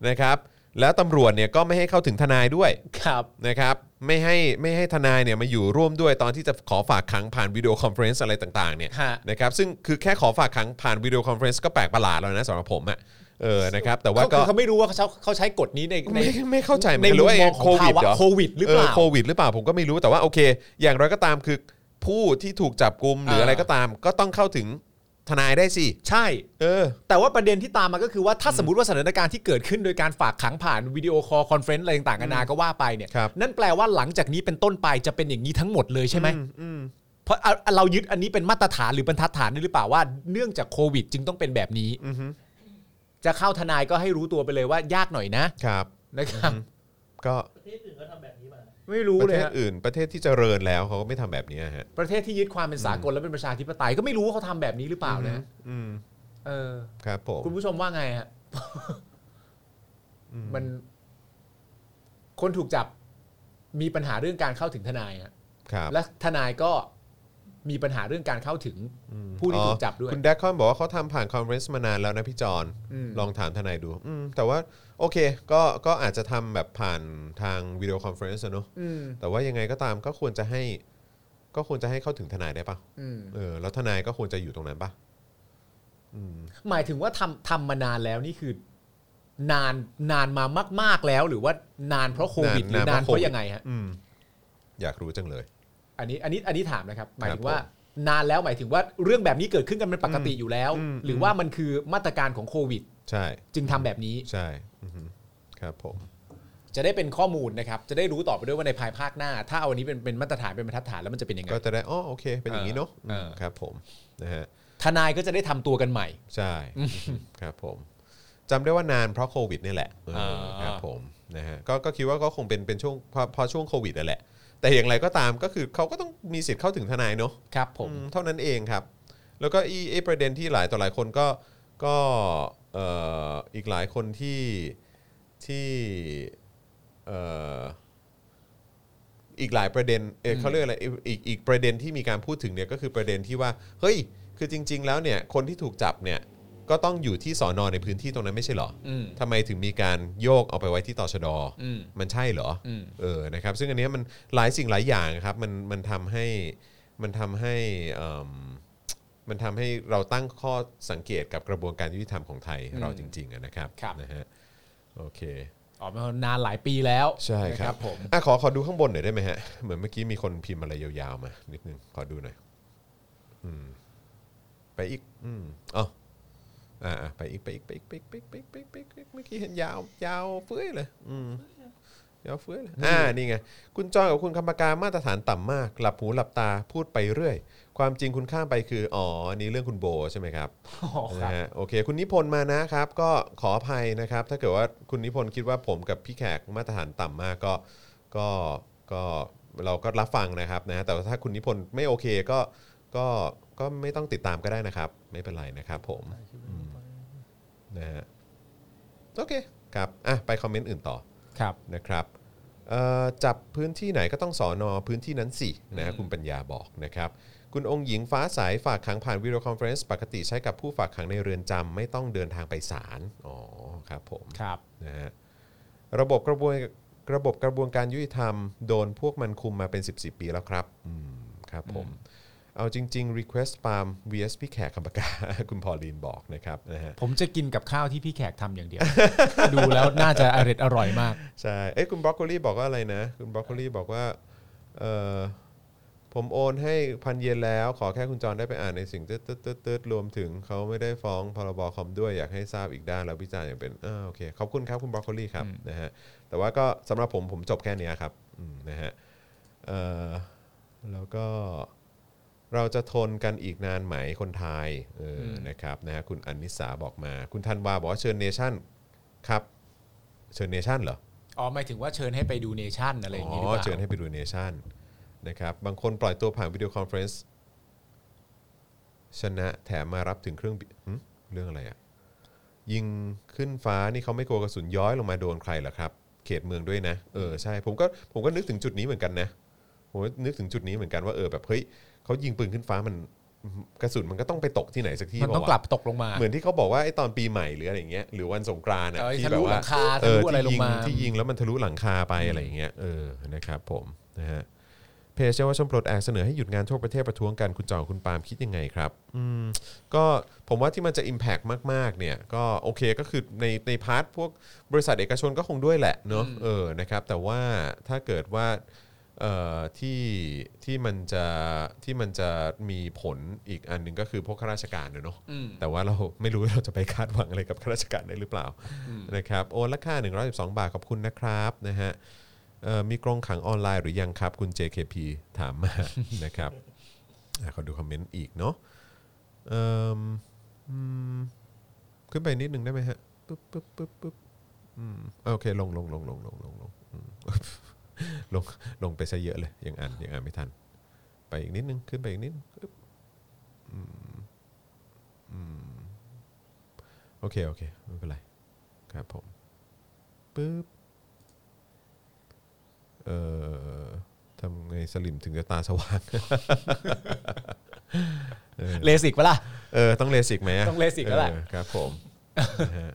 S1: นะครับ แล้วตำรวจเนี่ยก็ไม่ให้เข้าถึงทนายด้วย
S2: ครับ
S1: นะครับไม่ให้ไม่ให้ทนายเนี่ยมาอยู่ร่วมด้วยตอนที่จะขอฝากขังผ่านวิดีโอคอนเฟอเรนซ์อะไรต่างๆเนี่ย
S2: ฮะ
S1: นะครับซึ่งคือแค่ขอฝากขังผ่านวิดีโอคอนเฟอเรนซ์ก็แปลกประหลาดแล้วนะสำหรับผมอะ่ะเออนะครับแต่ว่า
S2: เขา
S1: ก็
S2: คือเขาไม่รู้ว่าเขาใช้เขาใช้กฎนี้ในใน
S1: ไม่ไม่เข้าใจเหมือน
S2: ใน
S1: กันหรือว่า
S2: มุมมองของ
S1: โควิด
S2: ภาวะ
S1: เหรอ
S2: โควิดหรือเปล่า
S1: โควิดหรือเปล่าผมก็ไม่รู้แต่ว่าโอเค อย่างไรก็ตามคือผู้ที่ถูกจับกลุมหรือ
S2: เอออ
S1: อะไรก็ตาม ก็ต้องเข้าถึงทนายได้สิ
S2: ใช่
S1: เออ
S2: แต่ว่าประเด็นที่ตามมาก็คือว่าถ้าสมมติว่าสถานการณ์ที่เกิดขึ้นโดยการฝากขังผ่านวิดีโอคอลคอนเฟรนซ์อะไรต่างกันานาก็ว่าไปเนี่ย
S1: ครับ
S2: นั่นแปลว่าหลังจากนี้เป็นต้นไปจะเป็นอย่างนี้ทั้งหมดเลยใช่ไหม
S1: อืม
S2: เพราะเอาเรายึดอันนี้เป็นมาตรฐานหรือบรรทัดฐานด้วยหรือเปล่าว่าเนื่องจากโควิด จึงต้องเป็นแบบนี้
S1: อือฮึ
S2: จะเข้าทนายก็ให้รู้ตัวไปเลยว่ายากหน่อยนะครับ นะครับ
S1: ก็
S3: ประเทศอื่นก็ทำแบบนี้มา
S2: ไม่รู้
S1: ประ
S2: เล
S1: เท
S2: ย
S1: ศ
S2: ฮะ
S1: อื่นประเทศที่เจริญแล้วเขาก็ไม่ทำแบบนี้ฮะ
S2: ประเทศที่ยึดความเป็นสากลและเป็นประชาธิปไตยก็ไม่รู้ว่าเขาทำแบบนี้หรือเปล่านะ
S1: อืม
S2: เออ
S1: ครับผม
S2: คุณผู้ชมว่าไงฮะ
S1: อืม
S2: มัน คนถูกจับมีปัญหาเรื่องการเข้าถึงทนายฮะ
S1: ครับ
S2: และทนายก็ มีปัญหาเรื่องการเข้าถึงผู้ที่ถูกจับด้วย
S1: คุณแดกคอนบอกว่าเขาทำผ่านคอนเฟอเรนซ์มานานแล้วนะพี่จอน
S2: อืม
S1: ลองถามทนายดูอืมแต่ว่าโอเคก็ก็อาจจะทำแบบผ่านทางวิดีโอคอนเฟอเรนซ์เนอะ
S2: อืม
S1: แต่ว่ายังไงก็ตามก็ควรจะให้ ก็ควรจะให้เข้าถึงทนายได้ปะ
S2: อืม
S1: เออแล้วทนายก็ควรจะอยู่ตรงนั้นปะอืม
S2: หมายถึงว่าทำทำมานานแล้วนี่คือนานนานมามาก ๆแล้ว หรือว่านานเพราะโควิดหรือนานเพราะยังไงฮะ
S1: อืมอยากรู้จังเลย
S2: อันนี้อันนี้อันนี้ถามนะครับ หมายถึง
S1: ค
S2: ว่า
S1: รับผ
S2: นานแล้วหมายถึงว่าเรื่องแบบนี้เกิดขึ้นกันเป็นปกติอยู่แล้ว
S1: อืม
S2: หรือว่ามันคือมาตรการของโควิด
S1: ใช่
S2: จึงทำแบบนี้
S1: ใช่อือฮึครับผม
S2: จะได้เป็นข้อมูลนะครับ จะได้รู้ต่อไปด้วยว่าในภายภาคหน้า ถ้าเอาอันนี้เป็นเป็นมาตรฐานเป็นบรรทัดฐานแล้วมันจะเป็นยังไง
S1: ก็จะได้อ๋อโอเค เป็นอย่างนี้เนาะ
S2: เอออื
S1: มครับผมนะฮะ
S2: ทนายก็จะได้ทำตัวกันใหม่
S1: ใช่
S2: <laughs>
S1: ครับผมจำได้ว่านานเพราะโควิดนี่แหละเออ
S2: อ่า
S1: ครับผมนะฮะก็ก็คิดว่าก็คงเป็นเป็นช่วงพอพอช่วงโควิดนั่นแหละ แต่อย่างไรก็ตามก็คือเขาก็ต้องมีสิทธิ์เข้าถึงทนายเนาะ
S2: ครับผม
S1: อืมเท่านั้นเองครับ แล้วก็อีไอ้ประเด็นที่หลายต่อหลายคนก็ก็เอ่ออีกหลายคนที่ที่เอ่ออีกหลายประเด็นเอ่อเขาเรียกอะไรอีกอีกอีกประเด็นที่มีการพูดถึงเนี่ยก็คือประเด็นที่ว่าเฮ้ยคือจริง ๆ แล้วเนี่ยคนที่ถูกจับเนี่ยก็ต้องอยู่ที่สอนอในพื้นที่ตรงนั้นไม่ใช่เหรอ
S2: อืม
S1: ทำไมถึงมีการโยกเอาไปไว้ที่ตชด
S2: อืม
S1: มันใช่เหรออ
S2: ม
S1: เออ นะครับ ซึ่งอันเนี้ยมันหลายสิ่งหลายอย่างครับ มัน มันทำให้ มันทำให้เอิ่มมันทำให้เราตั้งข้อสังเกตกับกระบวนการยุติธรรมของไทยเราจริงๆอะนะครับ
S2: ครับ
S1: นะฮะ โอเค
S2: ออกมานานหลายปีแล้ว
S1: ใช่ค
S2: นะ
S1: รับ
S2: ผม <laughs>
S1: อ่ะขอ ขอดูข้างบนหน่อยได้ไหมฮะ เหมือนเมื่อกี้มีคนพิมพ์อะไรยาวๆมา นิดนึง ขอดูหน่อย อืม ไปอีก อืมอ๋ออ่าอ่าไปอีก ไปอีก ไปอีก ไปอีก ไปอีก ไปอีก ไปอีกไปอีกเมื่อกี้เห็นยาว ยาวเฟ้ยเลย อืม ยาวเฟ้ยเลยอ่า นี่ไง คุณจอยกับคุณคำปากามาตรฐานต่ำมาก หลับหูหลับตา พูดไปเรื่อย ความจริงคุณข้ามไปคือ อ๋อ อันนี้เรื่องคุณโบใช่ไหมครับ
S2: อ๋อครับ
S1: นะฮะโอเคคุณนิพนธ์มานะครับ ก็ขออภัยนะครับ ถ้าเกิดว่าคุณนิพนธ์คิดว่าผมกับพี่แขกมาตรฐานต่ำมากก็ก็ก็เราก็รับฟังนะครับนะฮะแต่ว่าถ้าคุณนิพนธ์ไม่โอเคก็ก็ก็ไม่ต้องติดตามก็ได้นะครับ ไม่เป็นไรนะครับผมอืมนะฮะโอเคครับอ่ะไปคอมเมนต์อื่นต่อ
S2: ครับ
S1: นะครับเอ่อจับพื้นที่ไหนก็ต้องสอนอพื้นที่นั้นสินะฮะคุณปัญญาบอกนะครับ คุณองค์หญิงฟ้าสายฝากขังผ่านวิดีโอคอนเฟอเรนซ์ปกติใช้กับผู้ฝากขังในเรือนจำไม่ต้องเดินทางไปศาลอ๋อครับผม
S2: ครับ
S1: นะฮะระบบกระบวนระบบกระบวนการยุติธรรมโดนพวกมันคุมมาเป็น 10 10 ปีแล้วครับอืมครับผม เอาจริง ๆ Request Palm vs พี่แขกคำปาก <laughs> า คุณพอลีนบอกนะครับนะฮะ
S2: ผมจะกินกับข้าวที่พี่แขกทำอย่างเดียว ดูแล้วน่าจะอร่อยอร่อยมาก
S1: ใช่เอ้ยคุณบรอกโคลีบอกว่าอะไรนะ คุณบรอกโคลีบอกว่าเออ ผมโอนให้พันเยนแล้ว ขอแค่คุณจรได้ไปอ่านในสิ่งตืดตืดตืดตืดรวมถึงเขาไม่ได้ฟ้องพรบคอมด้วยอยากให้ทราบอีกด้านแล้วพิจารณ์อย่างเป็นอาโอเคขอบคุณครับคุณบรอกโคลีครับนะฮะแต่ว่าก็สำหรับผมผมจบแค่เนี้ยครับอืมนะฮะเอ่อแล้วก็เราจะทนกันอีกนานไหมคนไทยเอออนะครับนะฮะคุณอนิสาบอกมา คุณธันวาบอกว่าเชิญเนชั่นครับเชิญเนชั่นเหรอ
S2: อ๋อหมายถึงว่าเชิญให้ไปดูเนชั่นอะไรอย่างนี้หรือเปล่า
S1: เชิญให้ไปดูเนชั่นนะครับบางคนปล่อยตัวผ่านวิดีโอคอนเฟอเรนซ์ชนะแถมมารับถึงเครื่องบินหึเรื่องอะไรอะยิงขึ้นฟ้านี่เขาไม่กลัวกระสุนย้อยลงมาโดนใครเหรอครับ เขตเมืองด้วยนะเออใช่ผมก็ผมก็นึกถึงจุดนี้เหมือนกันนะผมก็นึกถึงจุดนี้เหมือนกันว่าเออแบบเฮ้ยเขายิงปืนขึ้นฟ้ามันกระสุนมันก็ต้องไปตกที่ไหนสักที่
S2: มันต้อง
S1: เปาวะ
S2: กลับตกลงมา
S1: เหมือนที่เขาบอกว่าไอ้ตอนปีใหม่หรืออะไรอย่างเงี้ยหรือวันสงกรานต์อะ
S2: เออ
S1: ที่
S2: ทะลุ
S1: แบบว่า
S2: หลังคา
S1: เออ
S2: ทะลุอะไรล
S1: ที่ยิ
S2: ง
S1: ง
S2: มา
S1: ที่ยิงแล้วมันทะลุหลังคาไปอะไรอย่างเงี้ยเออนะครับผมนะฮะเพจเยาวชนปลดแอกเสนอให้หยุดงานทั่วประเทศประท้วงกันคุณจองคุณปาล์มคิดยังไงครับอืมก็ผมว่าที่มันจะ Impact มากๆเนี่ยก็โอเคก็คือในในพาร์ทพวกบริษัทเอกชนก็คงด้วยแหละเนอะเออนะครับแต่ว่าถ้าเกิดว่า เอ่อที่ที่มันจะที่มันจะมีผลอีกอันหนึ่งก็คือพวกข้าราชการเนี่ยเนาะแต่ว่าเราไม่รู้เราจะไปคาดหวังอะไรกับข้าราชการได้หรือเปล่านะครับโอนราคา 112 บาทขอบคุณนะครับนะฮะเอ่อมีกรงขังออนไลน์หรือยังครับ คุณ JKP ถามมา นะครับอ่ะขอดูคอมเมนต์อีกเนาะเอิ่มอืมขึ้นไปนิดนึงได้ไหมฮะปึ๊บปึ๊บปึ๊บปึ๊บอืมโอเคลงลงลงลงลงลงลงอืม <laughs> ลงลงไปซะเยอะเลยยังอ่านยังอ่านไม่ทัน ไปอีกนิดนึงขึ้นไปอีกนิดนึงอึ๊บอืมอืมโอเค โอเคไม่เป็นไรครับผมปึ๊บเอ่อทำไง สลิมถึงจะตาสว่าง <laughs>
S2: เลสิกปะล่ะ
S1: เออต้องเลสิกไหมะ
S2: ต้องเลสิกแล้วแหละ
S1: เออครับผมนะฮะ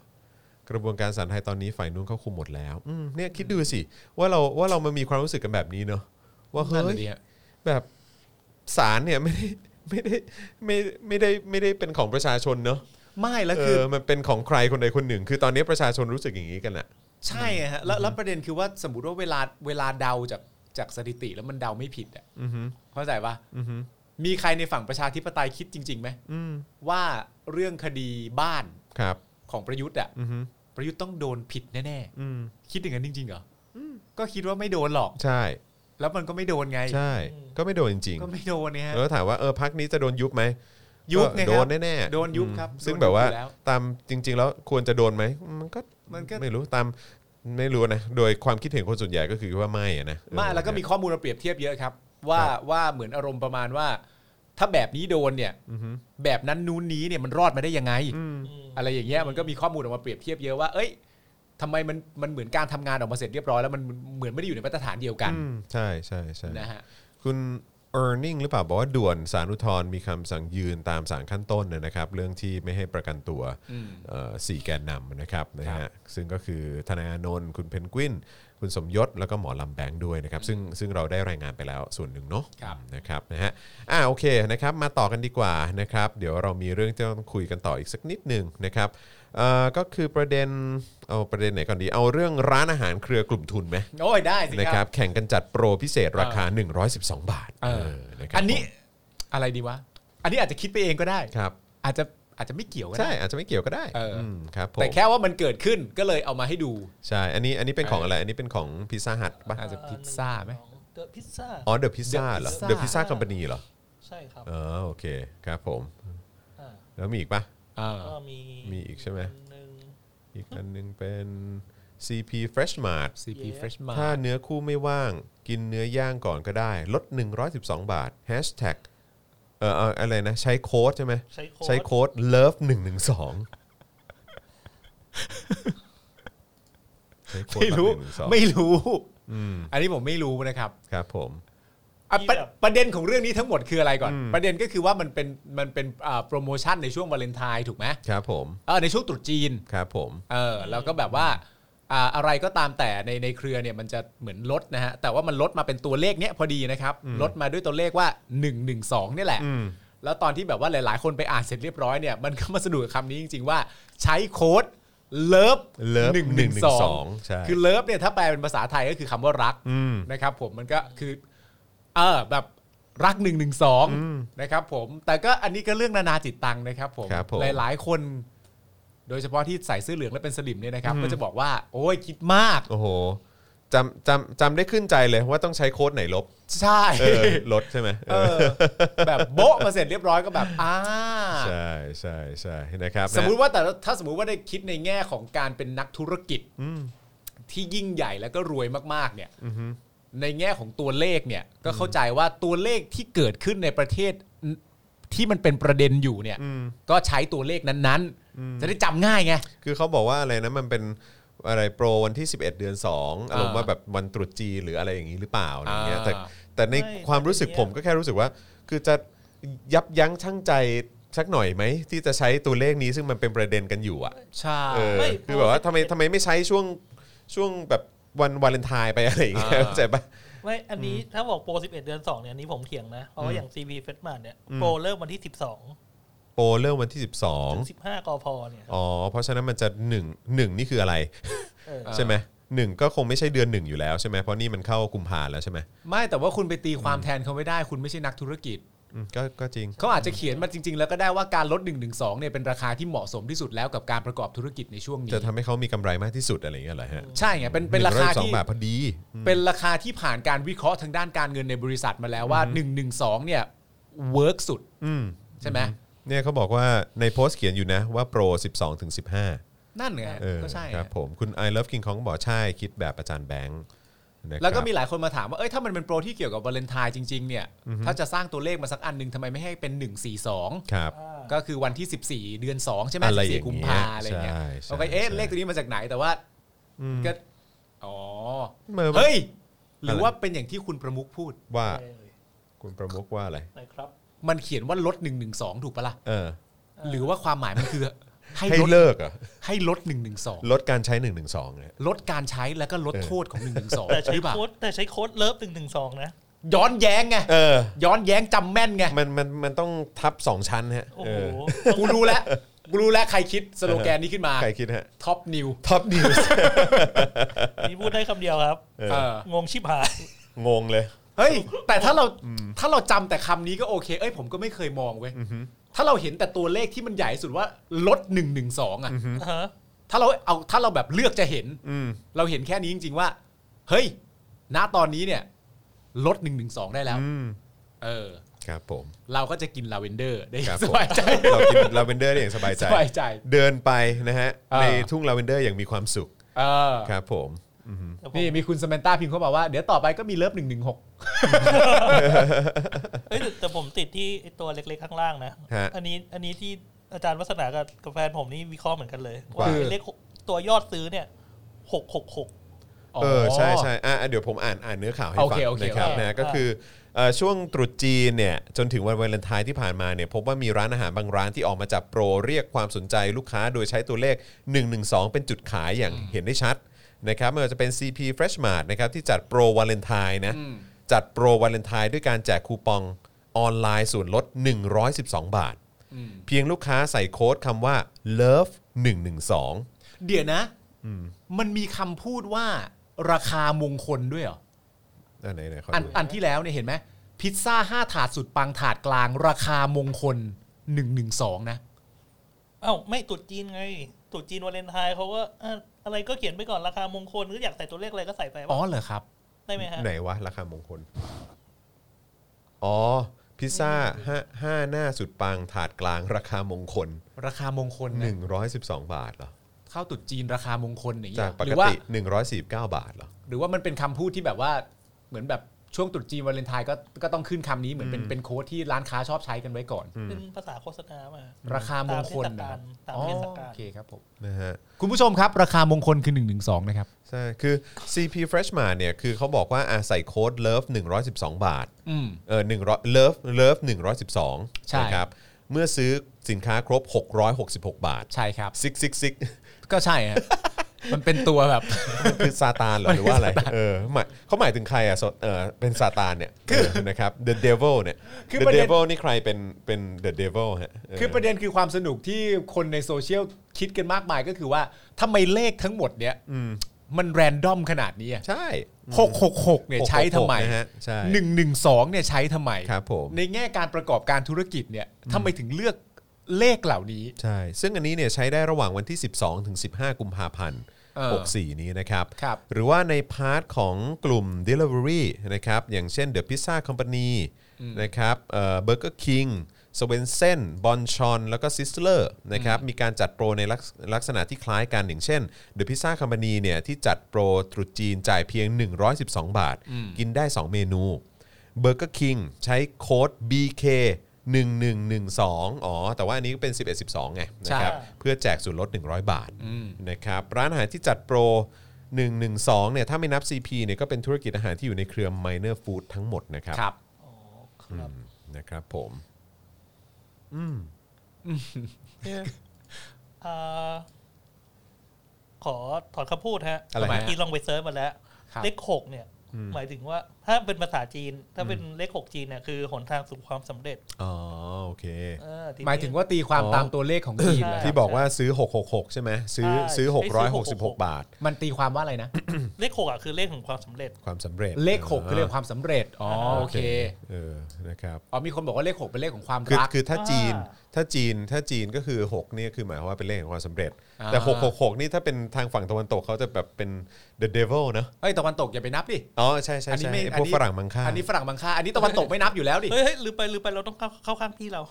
S1: กระบวนการสารไทยตอนนี้ฝ่ายนู้นเขาคุมหมดแล้วอืมเนี่ยคิดดูสิว่าเราว่าเรามันมีความรู้สึกกันแบบนี้เนาะว่าเฮ้
S2: นั่นน่ะ
S1: ย
S2: ดิฮะ
S1: แบบสารเนี่ย <laughs> ไม่ได้ไม่ได้ไม่ไม่ได้ไม่ได้เป็นของประชาชนเนอะ
S2: ไม่แล้ว
S1: เอ
S2: คือ
S1: อมันเป็นของใครคนใดคนหนึ่ง คือตอนนี้ประชาชนรู้สึกอย่างนี้กันอะ
S2: ใช่ฮะแล้วแล้วประเด็นคือว่าสมมติว่าเวลาเวลาเดาจากจากสถิติแล้วมันเดาไม่ผิดอ่ะ
S1: อือฮึ
S2: เข้าใจปะ
S1: อือฮึ
S2: มีใครในฝั่งประชาธิปไตยคิดจริงๆไหม
S1: อืม
S2: ว่าเรื่องคดีบ้าน
S1: ครับ
S2: ของประยุทธ์อ่ะ
S1: อือฮึ
S2: ประยุทธ์ต้องโดนผิดแน่
S1: อืม
S2: ๆคิดอย่างนั้นจริงๆเหรออก็คิดว่าไม่โดนหรอก
S1: ใช่
S2: แล้วมันก็ไม่โดนไง
S1: ใช่ ก็ไม่โดนจริง
S2: ก็ไม่โดนเนี่ย
S1: ๆ
S2: ฮะ
S1: แล้วถามว่าเออพักนี้จะโดนยุบไหม
S2: ยุบไงครับ
S1: ก็โดนแน่ๆ
S2: โดนยุบครับ
S1: อืมซึ่ง
S2: โดนยุบ
S1: แบบว่า
S2: อยู่แล้ว
S1: ตามจริง ๆ แล้วควรจะโดนไหมมันก็
S2: มันก็
S1: ไม่รู้ตามไม่รู้นะโดยความคิดเห็นคนส่วนใหญ่ก็คือว่าไม่อะนะเออ
S2: ไมาแล้วก็มีข้อมูลมาเปรียบเทียบเยอะครับ ว่าว่าเหมือนอารมณ์ประมาณว่า ถ้าแบบนี้โดนเนี่ย
S1: อือฮึ
S2: แบบนั้นนู้นนี้เนี่ยมันรอดมาได้ยังไง
S1: อืม
S2: อะไรอย่างเงี้ยมันก็มีข้อมูลออกมาเปรียบเทียบเยอะว่า เอ้ยทำไมมันมันเหมือนการทำงานออกมาเสร็จเรียบร้อยแล้วมันเหมือนไม่ได้อยู่ในมาตรฐานเดียวกัน
S1: อืมใช่ใช่ใช่
S2: นะฮะ
S1: คุณ e a r n i n g หรือเปล่า บอกว่าด่วนสารอุทธรณ์มีคำสั่งยืนตามสารขั้นต้นเนยนะครับ เรื่องที่ไม่ให้ประกันตัวเอ่อสี่แกนนำนะครับนะฮะซึ่งก็คือธนาโนนท์คุณเพนกวิน คุณสมยศ แล้วก็หมอลำแบงค์ด้วยนะครับ ซึ่งซึ่งเราได้รายงานไปแล้วส่วนหนึ่งเนาะ
S2: ครับ
S1: นะครับนะฮะอ่าโอเคนะครับ มาต่อกันดีกว่านะครับ เดี๋ยวเรามีเรื่องที่ต้องคุยกันต่ออีกสักนิดหนึ่งนะครับเอ่อก็คือประเด็นเอาประเด็นไหนก่อนดีเอาเรื่องร้านอาหารเครือกลุ่มทุนไหม
S2: โอ้ยได้สิ
S1: นะค
S2: ค
S1: รั
S2: รั
S1: บบ แข่งกันจัดโปรพิเศษราคา 112 บาท
S2: เออ
S1: เออนะครั
S2: อันนี้
S1: ผม
S2: อะไรดีวะ อันนี้อาจจะคิดไปเองก็ได้
S1: ครับ
S2: อาจจะอาจจะไม่เกี่ยวก็
S1: ใช่
S2: ได้
S1: อาจจะไม่เกี่ยวก็ได้
S2: เอออื
S1: มครับผม
S2: แต่แค่ว่ามันเกิดขึ้นก็เลยเอามาให้ดู
S1: ใช่อันนี้อันนี้เป็นของอะไร อันนี้เป็นของพิซซ่าฮัทป่ะ
S2: อาจจะพิซซ่าไหม
S3: เดอะพิซซ่า
S1: อ๋อเดอะพิซซ่า
S2: The
S1: เหรอ
S2: Pizza
S1: เดอะพิซซ่าคอมพานีเหรอ
S3: ใช่ครับ
S1: เออโอเคครับผม
S3: อ่า
S1: แล้วมีอีกป่ะ
S2: เออ
S3: ก็มี
S1: มีอีกใช่ไหม
S3: นนึ่ง
S1: อีกอันหนึงเป็น CP Fresh Mart
S2: CP
S3: Yeah
S2: Fresh Mart
S1: ถ้าเนื้อคู่ไม่ว่างกินเนื้อย่างก่อนก็ได้ ลด 112 บาท Hashtag เอ่อเอ่ออะไรนะ ใช้โค้ดใช่ไหม
S3: ใช้โค้ด
S1: ใช้โค้ด love หนึ่งหนึ่งสอง
S2: ไม่รู้ไม่รู้ อันนี้ผมไม่รู้นะครับ
S1: ครับผม
S2: อ่ะ
S3: ที่
S2: ประ
S3: แบบ
S2: ประเด็นของเรื่องนี้ทั้งหมดคืออะไรก่อน ประเด็นก็คือว่ามันเป็นมันเป็นอ่าโปรโมชั่นในช่วงวาเลนไทน์ถูกไหม
S1: ครับผม
S2: เออในช่วงตรุษจีน
S1: ครับผม
S2: เออแล้วก็แบบว่าอ่าอะไรก็ตามแต่ในในเครือเนี่ยมันจะเหมือนลดนะฮะแต่ว่ามันลดมาเป็นตัวเลขเนี้ยพอดีนะครับลดมาด้วยตัวเลขว่า 1 1 2เนี่ยแหละ
S1: อืม
S2: แล้วตอนที่แบบว่าหลายๆ คนไปอ่านเสร็จเรียบร้อยเนี่ยมันก็มาสะดุดกับคำนี้จริง ๆ ว่าใช้โค้ดเลิฟ
S1: เลิฟหนึ่งหนึ่งสองใช่
S2: คือเลิฟเนี่ยถ้าแปลเป็นภาษาไทยก็คือคำว่ารัก
S1: อืม
S2: นะครับผมมันก็คือเออแบบรักหนึ่งหนึ่งสอง
S1: อืม
S2: นะครับผมแต่ก็อันนี้ก็เรื่องนานาจิตตังนะครับผม
S1: ครับผม
S2: หลายๆคน โดยเฉพาะที่ใส่เสื้อเหลืองและเป็นสลิมเนี่ยนะครับ ก็จะบอกว่า โอ้ยคิดมาก
S1: โอ้โหจำจำจำได้ขึ้นใจเลยว่าต้องใช้โค้ดไหนลบ
S2: ใช่
S1: เออลดใช่ไหมเอ
S2: เอ
S1: อ
S2: อ <laughs> แบบโบ๊ะมาเสร็จเรียบร้อยก็แบบอ่า
S1: ใช่ใช่ใช่นะครับนะ
S2: สมมุติว่าแต่ถ้าสมมุติว่าได้คิดในแง่ของการเป็นนักธุรกิจ
S1: อืม
S2: ที่ยิ่งใหญ่แล้วก็รวยมากๆ เนี่ย
S1: อือฮึ
S2: ในแง่ของตัวเลขเนี่ยก็เข้าใจว่าตัวเลขที่เกิดขึ้นในประเทศที่มันเป็นประเด็นอยู่เนี่ย
S1: อืม
S2: ก็ใช้ตัวเลขนั้นๆ จะได้จำง่ายไง
S1: คือเขาบอกว่าอะไรนะมันเป็นอะไรโปรวันที่ 11 เดือน 2อารมณ์ว่าแบบวันตรุษจีนหรืออะไรอย่างนี้หรือเปล่าอะไรอย่างเงี้ยแต่
S2: อ่า
S1: แต่ใน
S3: ไม่
S1: ความรู้สึก
S3: แต่
S1: ผ
S3: อ
S1: ม
S3: ย่างเงี้
S1: ก็
S3: ย
S1: แค่รู้สึกว่า คือจะยับยั้งชั่งใจสักหน่อยไหม ที่จะใช้ตัวเลขนี้ซึ่งมันเป็นประเด็นกันอยู่อ่ะ
S2: ใช่
S1: เออ
S3: ไม่
S1: คือแบบว่า
S3: โปร
S1: ทำไม
S3: 11
S1: ทำไมไม่ใช้ช่วงช่วงแบบวันวาเลนไทน์ไปอะไรอย่างเงี้ยเข้าใจปะ
S3: ไม่อันนี้ถ้าบอกโปร 11 เดือน 2 เนี่ยอันนี้ผมเถียงนะ เพราะว่าอย่าง CP f e s t m a r t เนี่ย
S1: อืม
S3: โปรเริ่มวันที่ 12
S1: โปรเริ่มวันที่
S3: ถึง
S1: 12
S3: 15กพเนี่ย
S1: อ๋อ เพราะฉะนั้นมันจะ1งนี่คือ
S2: <laughs>
S1: อะไร
S3: เออ
S1: ใช่ไหมหนึ่งก็คงไม่ใช่เดือนหนึ่งอยู่แล้วใช่ไหมเพราะนี่มันเข้ากุมภาแล้วใช่ไหม
S2: ไม่แต่ว่าคุณไปตีความแทนเขาไม่ได้คุณไม่ใช่นักธุรกิจ
S1: อืมก็ก็จริง
S2: เขาอาจจะเขียนมาจริง ๆ แล้วก็ได้ว่าการลด1นึเนี่ยเป็นราคาที่เหมาะสมที่สุดแล้วกับการประกอบธุรกิจในช่วงนี้
S1: จะทำให้เขามีกำไรมากที่สุดอะไรอย่างเงี้ยเหรอฮะ
S2: ใช่ไงเป็นเป็นราคา
S1: 112
S2: ที่
S1: บาทพอดีอืม
S2: เป็นราคาที่ผ่านการวิเคราะห์ทางด้านการเงินในบริษัทมาแล้วว่า 1 1 2 เนี่ยเวิร์กสุด
S1: อืม
S2: ใช่ไหม
S1: เนี่ยเขาบอกว่าในโพสต์เขียนอยู่นะว่าโปร 12ถึง15
S2: นั่นไง
S1: เออ
S2: ก็ใช่
S1: ครับผมคุณ I love King Kong บอกใช่ คิดแบบอาจารย์แบงค์นะครับ
S2: แล้วก็มีหลายคนมาถามว่าเอ้ยถ้ามันเป็นโปรที่เกี่ยวกับวาเลนไทน์จริง ๆ เนี่ย ถ้าจะสร้างตัวเลขมาสักอันหนึ่งทำไมไม่ให้เป็น 1 4
S1: ครับ
S2: 2 ก็คือวันที่ 14 เดือน 2 ใช่ไหม
S1: อะไรอย่างเงี้ย
S2: 14กุมภาอะไรเงี้ย
S1: ใช่ใช่
S2: โอเคเอ๊ะ
S1: ใช่
S2: เลขตัวนี้มาจากไหนแต่ว่า
S1: อืม
S2: ก็อ๋อ
S1: เมื่อ
S2: เฮ้ย หรือว่าเป็นอย่างที่คุณประมุขพูด
S1: ว่า
S3: ได้เลย
S1: คุณประมุกว่าอะไร
S3: ไปครับ
S2: มันเขียนว่าลด1นึถูกปะล่ะ
S1: เออ
S2: หรือว่าความหมาย <laughs> มันคือ ให้
S1: ให้
S2: ลด
S1: เลิกเหรอ่ะ
S2: ให้ลด1นึ
S1: ลดการใช้1นึเนี่ย
S2: ลดการใช้แล้วก็ลด
S1: เออ
S2: โทษของ1นึ
S3: แต่
S2: ห
S3: ใช้
S2: รือเปล่า
S3: โค้ดแต่ใช้โค้ดเลิฟหนึ่งหนึ่งสองนะ
S2: ย้อนแย้งไง
S1: เออ
S2: ย้อนแย้งจำแม่นไง
S1: มันมันมันต้องทับสองชั้นฮะ
S3: โอ้
S1: เอ
S3: โห
S1: อ
S2: กูรู้ <laughs> แล้วกูรู้แล้วใครคิดสโลแกนนี้ขึ้นมา
S1: ใครคิดฮะ
S2: ท็อปนิว
S1: ท็อปนิวส์
S3: นี่พูดได้คำเดียวครับ
S2: เออ
S3: งงชิบหาย
S1: <laughs> งงเลย
S2: เฮ้ย แต่ถ้าเราถ้าเราจำแต่คำนี้ก็โอเค เอ้ยผมก็ไม่เคยมองเว้ยถ้าเราเห็นแต่ตัวเลขที่มันใหญ่สุดว่าลดหนึ่งหนึ่งสองอ่ะ
S3: ฮะ
S2: ถ้าเราเอาถ้าเราแบบเลือกจะเห็น
S1: อืม
S2: เราเห็นแค่นี้จริง ๆ ว่า เฮ้ย ณตอนนี้เนี่ย ลดหนึ่งหนึ่งสองได้แล้ว
S1: อืม
S2: เออ
S1: ครับผม
S2: เราก็จะกินลาเวนเดอร์ได้
S1: ครับผม
S2: สบายใจ
S1: เรากินลาเวนเดอร์ได้อย่างสบายใจ
S2: สบายใจ
S1: เดินไปนะฮะ
S2: เออ
S1: ในทุ่งลาเวนเดอร์อย่างมีความสุข
S2: เออ
S1: ครับผมอืม
S3: แต่ผม
S2: นี่มีคุณสแมนต้าพิมพ์เข้ามาว่าเดี๋ยวต่อไปก็มีเลิฟหนึ่งหนึ่งหก
S3: เอ้ยแต่แต่ผมติดที่ไอ้ตัวเล็กๆข้างล่างนะ
S1: ฮะ
S3: อันนี้อันนี้ที่อาจารย์วัฒนากับกับแฟนผมนี่วิเคราะห์เหมือนกันเลยว่า
S1: คือ
S3: ไอ้เลขหกตัวยอดซื้อเนี่ยหกหกหก
S1: เออใช่ใช่อ่ะอ่ะเดี๋ยวผมอ่านอ่านเนื้อข่าวให้
S2: โอ
S1: ฟัง
S2: เคโอเค
S1: นะครับ
S3: โอเค
S1: นะ
S3: อ่ะ
S1: ก็คือเอ่อช่วงตรุษจีนเนี่ยจนถึงวันวาเลนไทน์ที่ผ่านมาเนี่ยพบว่ามีร้านอาหารบางร้านที่ออกมาจับโปรเรียกความสนใจลูกค้าโดยใช้ตัวเลข 112 เป็นจุดขายอย่างเห็นได้ชัดนะครับไม่ว่าจะเป็น CP Fresh Mart นะครับที่จัดโปรวาเลนไทน์นะจัดโปรวาเลนไทน์ด้วยการแจกคูปองออนไลน์ส่วนลด 112 บาท เพียงลูกค้าใส่โค้ดคำว่า love 112
S2: เดี๋ยวนะมันมีคำพูดว่าราคามงคลด้วยเหรอ
S1: อันไหนไหนขอ
S2: อัน
S1: ดู
S2: อันที่แล้วเนี่ยเห็นไหมพิซซ่าห้าถาดสุดปังถาดกลางราคามงคลหนึ่งหนึ่งสองนะ
S3: เอ้าไม่ตรุดจีนไงตรุดจีนวาเลนไทน์เขาก็อ่ะอะไรก็เขียนไปก่อนราคามงคลหรืออยากใส่ตัวเลขอะไรก็ใส่ไป
S2: อ๋อ
S3: ว่า
S2: เหรอครับ
S3: ได้ไหมฮะ
S1: ไหนวะ ราคามงคล อ๋อ พิซซ่าห้าห้าหน้าสุดปังถาดกลางราคามงคล
S2: ราคามงคลนะ
S1: 112 บาทเหรอ
S2: ข้าวตรุดจีนราคามงคลอย่างเงี้
S1: จาก
S2: ย
S1: ป
S2: ห
S1: ก
S2: รือว่า
S1: ติ 149 บาทเหรอ
S2: หรือว่ามันเป็นคำพูดที่แบบว่าเหมือนแบบช่วงตรุษจีนวาเลนไทน์ก็ก็ต้องขึ้นคำนี้เหมือนเป็นเป็นโค้ดที่ร้านค้าชอบใช้กันไว้ก่อน
S3: เป็นภาษาโฆษณามา
S2: ราคามงคล
S3: ตาม
S2: นะครับ
S3: เทศกาลตาม
S2: อ๋อ
S3: เทศกาล
S2: โอเคครับผม
S1: นะฮะ
S2: คุณผู้ชมครับ ราคามงคลคือ1นึนะครับ
S1: ใช่ คือ CP Freshmart เนี่ย คือเขาบอกว่าอาใส่โค้ด love 112 บาท
S2: อืม
S1: เออ100 love love 112
S2: ใช่
S1: นะครับ เมื่อซื้อสินค้าครบ 666 บาท
S2: ใช่ครับ
S1: ซิกซิกซิก
S2: ก็ใช่ฮะ มันเป็นตัวแบบ
S1: คือซา
S2: <laughs>
S1: ตานเหรอหรือว่าอะไร เออหมายเขาหมายถึงใครอ่ะสเออเป็นซาตานเนี่ยคือนะครับ the devil เนี่ย
S2: คือ
S1: the
S2: ประเด็น
S1: devil นี่ใครเป็นเป็น the devil ฮะเ
S2: คือประเด็นคือความสนุกที่คนในโซเชียลคิดกันมากมายก็คือว่าทำไมเลขทั้งหมดเนี่ยมันแรนดอมขนาดนี้
S1: ใช่
S2: หกหกหกเนี่ยใช้ทำไม
S1: นะฮะใช่
S2: หนึ่งหนึ่งสองเนี่ยใช้ทำไม
S1: ครับผม
S2: ในแง่การประกอบการธุรกิจเนี่ยทำไมถึงเลือกเลขเหล่านี้
S1: ใช่ ซึ่งอันนี้เนี่ยใช้ได้ระหว่างวันที่ 12 ถึง 15 กุมภาพันธ์
S2: เออ
S1: 64 นี้นะครับ
S2: ครับ
S1: หรือว่าในพาร์ทของกลุ่ม Delivery นะครับ อย่างเช่น The Pizza Company นะครับเบอร์เกอร์คิงสเวนเซนบอนชอนแล้วก็ซิสเลอร์นะครับ มีการจัดโปรในลักษลักษณะที่คล้ายกันอย่างเช่น The Pizza Company เนี่ยที่จัดโปรตรุษจีนจ่ายเพียง 112 บาท กินได้ 2 เมนู เบอร์เกอร์คิงใช้โค้ด BK 1112 อ๋อ แต่ว่าอันนี้ก็เป็น 11 12 ไงนะครับ เพื่อแจกส่วนลด 100 บาทนะครับ ร้านอาหารที่จัดโปร 112 เนี่ย ถ้าไม่นับ CP เนี่ยก็เป็นธุรกิจอาหารที่อยู่ในเครือ Minor Food ทั้งหมดนะครับ
S2: ครับ
S3: อ๋อครับ
S1: นะครับผม
S3: อ่าขอถอนคำพูดฮะ
S1: อะไร
S3: เมื่อ
S1: ฮะ
S3: กี้ลองไปเซิร์ชมาแล้ว
S2: ครับ
S3: เลขหกเนี่ย หมายถึงว่าถ้าเป็นภาษาจีน ถ้าเป็นเลขหกจีนเนี่ยคือหนทางสู่ความสำเร็จ
S1: อ๋อ โอเค
S3: เออทีนี้
S2: หมายถึงว่าตีความ
S1: อ๋อ
S2: ตามตัวเลขของจีนเลย
S3: ใช่
S1: ที่บอกว่าซื้อ 666 ใช่ไหมซื้อ
S3: ใช่
S1: ซื้อ
S3: ใช้ซื้อ
S1: 666 บาท
S2: มันตีความว่าอะไรนะ
S3: เลขหกอ่ะคือเลขของความสำเร็จ
S1: ความสำเร็จ
S2: เลขหกคือเรื่องความสำเร็จอ๋อโอเค
S1: เออนะครับ
S2: อ๋อมีคนบอกว่าเลขหกเป็นเลขของความ
S1: คือ
S2: รัก
S1: คือถ้าจีน
S3: อ่า
S1: ถ้าจีนถ้าจีนก็คือ6เนี่ยคือหมายความว่าเป็นเลขของความสำเร็จ
S2: อ่า
S1: แต่ 6 6 6 นี่ถ้าเป็นทางฝั่งตะวันตกเขาจะแบบเป็น the devil นะ
S2: เอ้ยตะวันตกอย่าไปนับดิ
S1: อ๋อใช่ใช่
S2: อันนี้
S1: ใช่
S2: ไม่
S1: ไอ้
S2: อัน
S1: พวก
S2: นี้
S1: ฝรั่งมังค่า
S2: อันนี้ฝรั่งบางค่าอันนี้ตะวันตกไม่นับอยู่แล้วดิ
S3: เฮ้ยเฮ้ยลืมไปลืมไปเราต้องเข้าเข้าข้างพี่เรา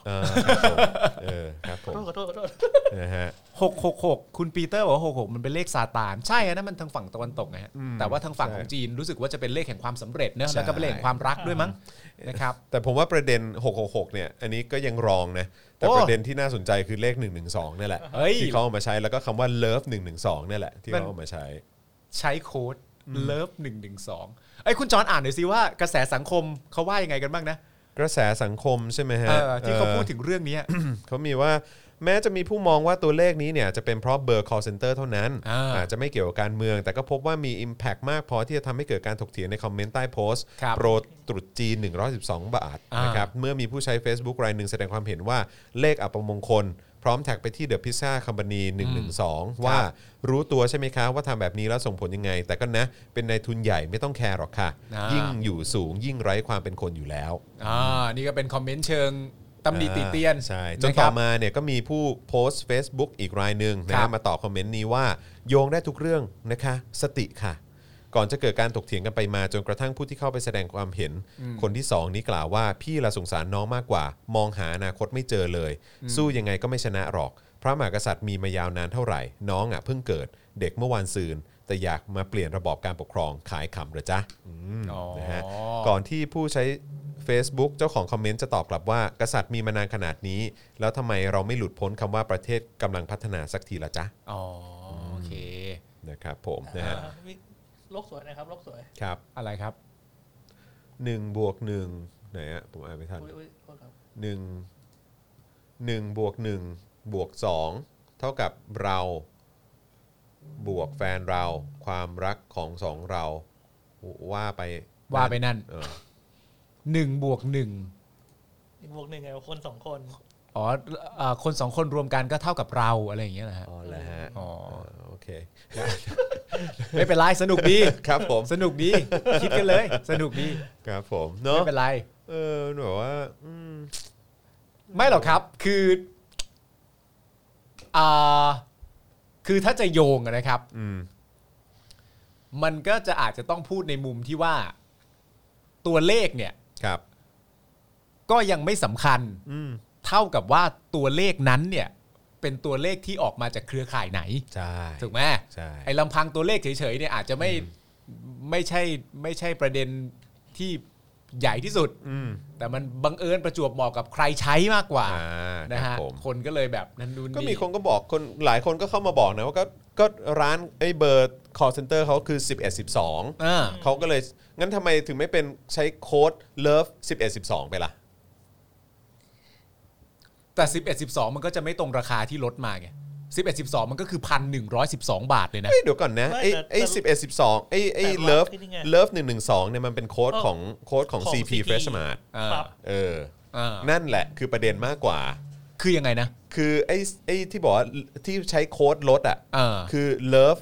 S1: เออครับผมเออครับผ
S3: ขอ
S1: ม
S3: โทษขอโทษขอโทษ
S2: <laughs>
S1: นะฮะ
S2: หกหกหกคุณปีเตอร์บอกว่าหกหกมันเป็นเลขซาตานใช่อันนั้นมันทางฝั่งตะวันตกนะฮะแต่ว่าทางฝั่งของจีนรู้สึกว่าจะเป็นเลขแห่งความสำเร็จเนอะแล้วก็เป็นเลขแห่งความรักด้วยมั้งนะครับ
S1: แต่ผมว่าประเด็น 666 เนี่ย อันนี้ก็ยังรองนะ แต่
S2: โอ้
S1: ประเด็นที่น่าสนใจคือเลข 112นี่แหละ
S2: เฮ้ย
S1: ที่เขาเอามาใช้แล้วก็คำว่า love 112นี่แหละที่
S2: มัน
S1: เขาเอามาใช้
S2: ใช้โค้ด เลิฟหนึ่งหนึ่งสองไอ้ยคุณจอนอ่านหน่อยสิว่ากระแสสังคมเขาว่ายังไงกันบ้างนะ
S1: กระแสสังคมใช่ไหมฮะ
S2: เออที่เขาพูด
S1: ออ
S2: ถึงเรื่องเนี้ย
S1: เขามีว่าแม้จะมีผู้มองว่าตัวเลขนี้เนี่ยจะเป็นเพราะเบอร์ call center เท่านั้น
S2: อ่า
S1: จจะไม่เกี่ยวกับการเมือง แต่ก็พบว่ามี impact มากพอที่จะทำให้เกิดการถกเถียงในคอมเมนต์ใต้โพสต์
S2: ครับ
S1: โปรตรุษจีน 112 บาท
S2: อ่าน
S1: นะครับเมื่อมีผู้ใช้ Facebook รายหนึ่งแสดงความเห็นว่าเลขอัปมงคล พร้อมแท็กไปที่เดอะพิซซ่าคัมบานี112 ว่ารู้ตัวใช่ไหมคะว่าทำแบบนี้แล้วส่งผลยังไง แต่ก็นะเป็นนายทุนใหญ่ไม่ต้องแคร์หรอกค่ะ
S2: อ่ายิ่
S1: ยิ่งอยู่สูงยิ่งไร้ความเป็นคนอยู่แล้ว
S2: อ่านี่ก็เป็นคอมเมนต์เชิงตำหนิติเตียน
S1: อ่าใช่
S2: ะ
S1: จน
S2: ค
S1: ต่
S2: รั
S1: อบ มาเนี่ยก็มีผู้โพสต์ Facebook อีกรายหนึ่งนะ
S2: ครั
S1: ฮะ
S2: บ
S1: มาตอบคอมเมนต์นี้ว่า โยงได้ทุกเรื่องนะคะ สติค่ะ ก่อนจะเกิดการถกเถียงกันไปมา จนกระทั่งผู้ที่เข้าไปแสดงความเห็น คนที่สองนี้กล่าวว่า พี่ละสงสารน้องมากกว่า มองหาอนาคตไม่เจอเลย สู้ยังไงก็ไม่ชนะหรอก พระมหากษัตริย์มีมายาวนานเท่าไหร่ น้องอ่ะเพิ่งเกิดเด็กเมื่อวานซืน แต่อยากมาเปลี่ยนระบอบการปกครองขายขำเหรอจ๊ะอืม
S2: อ๋อ
S1: นะฮะ ก่อนที่ผู้ใช้ Facebook เจ้าของคอมเมนต์จะตอบกลับว่า กษัตริย์มีมานานขนาดนี้ แล้วทำไมเราไม่หลุดพ้นคำว่าประเทศกำลังพัฒนาสักทีละจ๊ะ
S2: อ๋อโอเค
S1: นะครับผมนะฮะ
S3: อ่าวิโลกสวยนะครับโลกสวย
S1: ครับ
S2: อะไรครับ
S1: 1บวก1ไหนอะผมอ่านไม่ทัน
S3: อุ๊ยอุ๊ยโทษครับ
S1: 1 1บวก1บวก2เท่ากับเราบวกแฟนเรา ความรักของสองเรา ว่าไป
S2: ว่าไปนั่น
S1: เออ
S2: หนึ่งบวกหนึ่ง
S3: อีกบวกหนึ่งไงคนสองคน
S2: อ๋อเอ่อคนสองคนรวมกันก็เท่ากับเราอะไรอย่างเงี้ยนะฮะ
S1: อ๋อแล้วฮะ
S2: อ๋อ
S1: อ๋อโอเค
S2: ไม่เป็นไรสนุกดี
S1: ครับผม
S2: สนุกดี คิดกันเลย สนุกดี
S1: ครับผมเนอะ
S2: ไม่เป็นไร
S1: เออหนูแบบว่าอืม
S2: ไม่หรอกครับ คืออ่าคือถ้าจะโยงอะนะครับ
S1: อืม
S2: มันก็จะอาจจะต้องพูดในมุมที่ว่า ตัวเลขเนี่ย
S1: ครับ
S2: ก็ยังไม่สำคัญ
S1: อืม
S2: เท่ากับว่าตัวเลขนั้นเนี่ย เป็นตัวเลขที่ออกมาจากเครือข่ายไหน
S1: ใช่
S2: ถูกไหม
S1: ใช่
S2: ไอ้ลำพังตัวเลขเฉยๆเนี่ยอาจจะไม่ไม่ใช่ไม่ใช่ประเด็นที่ใหญ่ที่สุด
S1: อืม
S2: แต่มันบังเอิญประจวบเหมาะกับใครใช้มากกว่า
S1: อ่า
S2: นะ
S1: ครั
S2: ฮะ
S1: บผม
S2: คนก็เลยแบบนั้นดูน
S1: ก็มี
S2: นี่
S1: คนก็บอกคนหลายคนก็เข้ามาบอกนะว่าก็ก็ร้านไอ้เบอร์ call center เขาคือ 11 12
S2: อ่า
S1: เขาก็เลยงั้นทำไมถึงไม่เป็นใช้โค้ด love 11 12 ไปล่ะ
S2: แต่ 11 12 มันก็จะไม่ตรงราคาที่ลดมาไง11 12 มันก็คือพันหนึ่งร้อยสิบสองบาทเลยนะ
S1: เอ้ยเดี๋ยวก่อนนะ
S3: ไม่
S1: ไอ้
S3: แต่
S1: ไอ้
S3: แต่
S1: สิบเอ็ดสิบสองไอ้ไอ้
S3: แต่ว่า
S1: เลิฟ
S3: คือนี่ไง
S1: เลิฟหนึ่งหนึ่งสองเนี่ยมันเป็นโค้ด
S3: เออ
S1: ของโค้ดของ
S3: ของ
S1: CP
S3: CP
S1: Fresh Smart
S2: อ่า
S3: ครับ
S1: เออ
S2: อ่า
S1: นั่นแหละคือประเด็นมากกว่า
S2: คือยังไงนะ
S1: คือไอ้ไอ้ที่บอกว่าที่ใช้โค้ดลดอ่ะ
S2: อ่า
S1: คือ Love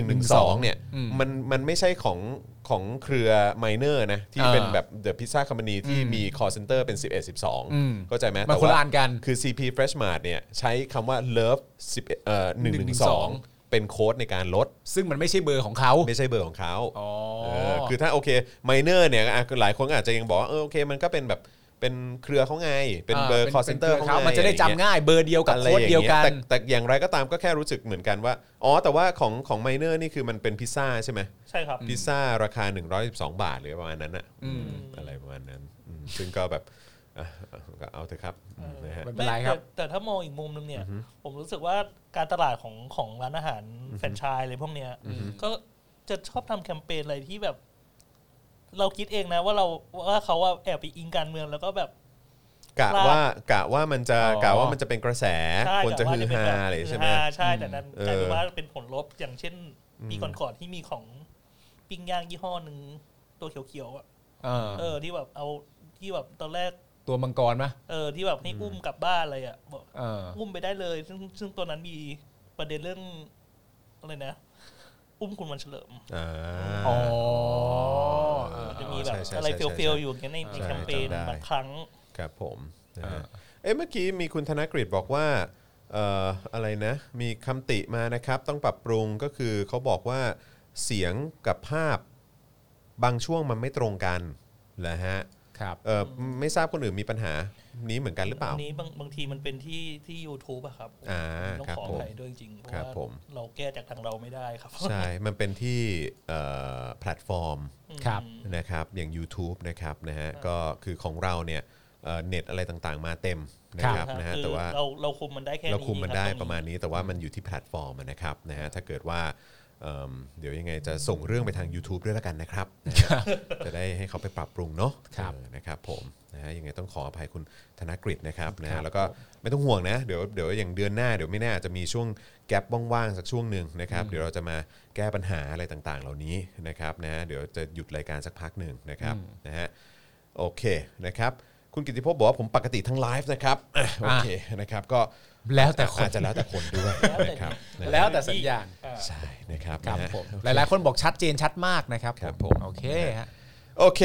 S1: 1 1 2 เนี่ย
S2: อืม
S1: มันมันไม่ใช่ของของเครือไมเนอร์นะ ที่
S2: อ่า
S1: เป็นแบบ The Pizza Company ที่มี call center เป็น 11
S2: อืม
S1: 12 เข้าใจไหม
S2: มันคนละอันกัน
S1: คือ CP Freshmart เนี่ยใช้คำว่า Love 10เอ่อ112
S2: 112
S1: เป็นโค้ดในการลด
S2: ซึ่งมันไม่ใช่เบอร์ของเขา
S1: ไม่ใช่เบอร์ของเขา
S2: อ๋อ
S1: เออคือถ้าโอเคไมเนอร์เนี่ยอ่ะหลายคนก็อาจจะยังบอกว่าเออโอเค มันก็เป็นแบบเป็นเครือเขาไง เป็นเบอร์ call center เขาไง
S2: มันจะได้
S1: อ
S2: จำ
S1: รเย
S2: ง่ายเบอร์เดียวกับ
S1: อะไร
S2: โค้ด
S1: อย่าง
S2: เดี
S1: เงี้
S2: ยวยกัน
S1: แต่แต่อย่างไรก็ตามก็แค่รู้สึกเหมือนกันว่า อ๋อ แต่ว่าของของไมเนอร์นี่คือมันเป็นพิซซ่าใช่ไหม
S3: ใช่ครับ
S1: พิซซ่าราคา 112 บาทหรือประมาณนั้นอะ
S2: อืม
S1: อะไรประมาณนั้นอืมซึ่งก็แบบอ่ะก็เอาเถอะครับอืมนะฮะ
S2: ไม่เป็นไรครับ
S3: แต่แต่ถ้ามองอีกมุมหนึงเนี่ย ผมรู้สึกว่าการตลาดของของร้านอาหารแฟรนไชส์อะไรพวกเนี้ยก็จะชอบทำแคมเปญอะไรที่แบบ เราคิดเองนะ ว่าเราว่าเขาว่าแอบไปอิงการเมืองแล้วก็แบบ
S1: กะว่ากะว่ามันจะ
S2: อ๋อ
S1: กะว่ามันจะเป็นกระแส
S3: ใช่
S1: คนจะ
S3: แต่ว่
S1: ฮือ
S3: นี่
S1: ฮา
S3: เป็นแบบ
S1: อะไรใช่ไหม
S3: ฮือฮาใช่แต่นั้น
S1: เออ
S3: กลายเป็นว่าเป็นผลลบอย่างเช่น ปีก่อนๆที่มีของปิ้งย่างยี่ห้อหนึ่งตัวเขียวๆอ่ะ
S2: เออ
S3: เออที่แบบเอาที่แบบตอนแรก
S2: ตัวมังกรมะ
S3: เออที่แบบให้อุ้มกลับบ้านอะไรอ่ะบอก
S2: เออ
S3: อุ้มไปได้เลย ซึ่งซึ่งตัวนั้นมีประเด็นเรื่องอะไรนะ อุ้มคุณวันเฉลิม
S1: อ่า
S2: อ๋อ
S1: เออ
S3: มันจะมีแบบ
S1: ใช่ใช่
S3: อะไร
S1: ใช่
S3: เฟลๆอยู่ในใน
S1: ใช่
S3: แคมเปญ
S1: จำได้
S3: บางครั้ง
S1: ครับผมนะฮะเอ๊ะเมื่อกี้มีคุณธนกฤษบอกว่าเอ่ออะไรนะ มีคำติมานะครับ ต้องปรับปรุงก็คือเขาบอกว่าเสียงกับภาพบางช่วงมันไม่ตรงกันแหละฮะ
S2: ครับ
S1: เอ่อไม่ทราบคนอื่นมีปัญหานี้เหมือนกันหรือเปล่า
S3: อันนี้บางบางทีมันเป็นที่ที่ YouTube อะครับ
S1: อ่า
S3: ต้อง
S1: ครับ
S3: ขอ
S1: ผ
S3: อ
S1: ม
S3: ภัยด้วยจริงๆเพราะ
S1: ครับ
S3: ว่า
S1: ผม
S3: เราแก้จากทางเราไม่ได้ครับ
S1: ใช่ มันเป็นที่เอ่อแพลตฟอร์ม
S3: อืม
S2: ครับ
S1: นะครับอย่าง YouTube นะครับนะฮะก็คือของเราเนี่ยเอ่อเน็ตอะไรต่างๆมาเต็มนะครับนะฮะ
S3: คือ
S1: แต่ว่า
S3: เราเราคุมมันได้แค่นี้
S1: เราคุมมันได้
S3: บตง
S1: ประมาณนี้แต่ว่ามันอยู่ที่แพลตฟอร์มอะนะครับนะฮะถ้าเกิดว่า เอิ่มเดี๋ยวยังไงจะส่งเรื่องไปทาง YouTube ด้วยแล้วกันนะครับนะฮะจะได้ให้เขาไปปรับปรุงเนาะ
S2: ครับ
S1: เออนะครับผมนะฮะยังไงต้องขออภัยคุณธนกฤษนะครับนะ
S2: ครั
S1: ฮะ
S2: บ
S1: แล้วก็ไม่ต้องห่วงนะเดี๋ยวเดี๋ยวอย่างเดือนหน้าเดี๋ยวไม่แน่อาจจะมีช่วงแกลบว่างๆสักช่วงหนึ่งนะครับเดี๋ยวเราจะมาแก้ปัญหาอะไรต่างๆ เหล่านี้นะครับนะฮะเดี๋ยวจะหยุดรายการสักพักหนึ่งนะครับนะฮะ โอเคนะครับ คุณกิติภพบอกว่าผมปกติทั้งไลฟ์นะครับ <coughs> อ่ะโอเคนะครับก็
S2: แล้วแต่คน
S1: อาจจะแล้วแต่คนด้วย
S3: แล้วแต่
S1: นะครับนะ
S2: แล้วแต่สัญญาณ
S3: อ่า
S1: ใช่นะครับ
S2: ครับ
S1: นะฮะ
S2: ผมหลายๆคนบอกชัดเจนชัดมากนะครับ
S1: ครับผม
S2: โอเคฮะ
S1: โอเค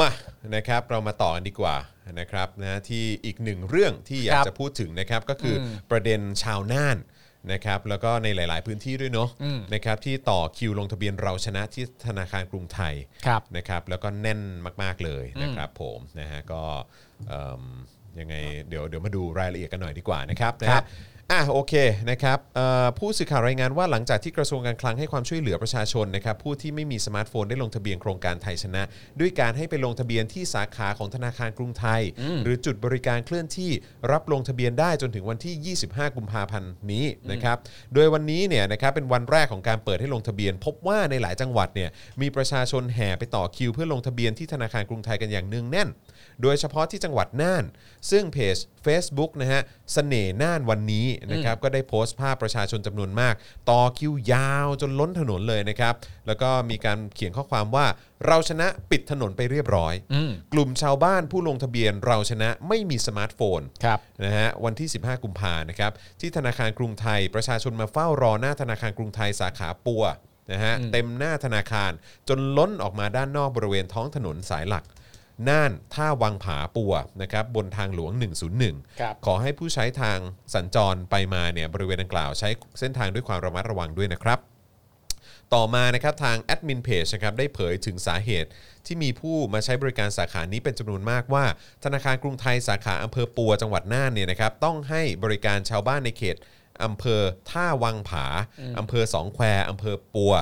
S1: มานะครับเรามาต่อกันดีกว่านะครับนะที่อีกหนึ่งเรื่องที่อยา
S2: ค
S1: ก
S2: รับ
S1: จะพูดถึงนะครับก็คืออประเด็นชาวน่านนะครับแล้วก็ในหลาย ๆ พื้นที่ด้วยเนาะ
S2: อืม
S1: นะครับที่ต่อคิวลงทะเบียนเราชนะที่ธนาคารกรุงไทย
S2: ครับ
S1: นะครับแล้วก็แน่นมาก ๆ เลยนะครับผมนะฮะก็เอิ่มยังไงเดี๋ยวเดี๋ยวมาดูรายละเอียดกันหน่อยดีกว่านะครับนะ
S2: ครั
S1: ฮะ
S2: บ
S1: อ่ะโอเคนะครับเอ่อผู้สื่อข่าวรายงานว่าหลังจากที่กระทรวงการคลังให้ความช่วยเหลือประชาชนนะครับผู้ที่ไม่มีสมาร์ทโฟนได้ลงทะเบียนโครงการไทยชนะ ด้วยการให้ไปลงทะเบียนที่สาขาของธนาคารกรุงไทย หรือจุดบริการเคลื่อนที่รับลงทะเบียนได้จนถึงวันที่ 25 กุมภาพันธ์นี้นะครับโดยวันนี้เนี่ยนะครับเป็นวันแรกของการเปิดให้ลงทะเบียน พบว่าในหลายจังหวัดเนี่ยมีประชาชนแห่ไปต่อคิว เพื่อลงทะเบียนที่ธนาคารกรุงไทยกันอย่างเนืองแน่น โดยเฉพาะที่จังหวัดน่าน ซึ่งเพจ Facebook นะฮะเสน่ห์น่านวันนี้นะครับก็ได้โพสต์ภาพประชาชนจำนวนมาก ต่อคิวยาวจนล้นถนนเลยนะครับ แล้วก็มีการเขียนข้อความว่าเราชนะปิดถนนไปเรียบร้อย
S2: อืม
S1: กลุ่มชาวบ้านผู้ลงทะเบียนเราชนะไม่มีสมาร์ทโฟน
S2: ครับ
S1: นะฮะวันที่ 15 กุมภานะครับที่ธนาคารกรุงไทย ประชาชนมาเฝ้ารอหน้าธนาคารกรุงไทยสาขาปัวนะฮะเต็มหน้าธนาคาร จนล้นออกมาด้านนอกบริเวณท้องถนนสายหลัก น่านท่าวังผาปัวนะครับบนทางหลวง 101
S2: ครับ
S1: ขอให้ผู้ใช้ทางสัญจรไปมาเนี่ยบริเวณดังกล่าวใช้เส้นทางด้วยความระมัดระวังด้วยนะครับ ต่อมานะครับทางแอดมินเพจนะครับได้เผยถึงสาเหตุที่มีผู้มาใช้บริการสาขานี้เป็นจำนวนมากว่า ธนาคารกรุงไทยสาขาอำเภอปัวจังหวัดน่านเนี่ยนะครับต้องให้บริการชาวบ้านในเขตอำเภอท่าวังผาอำเภอสองแควอำเภอปัว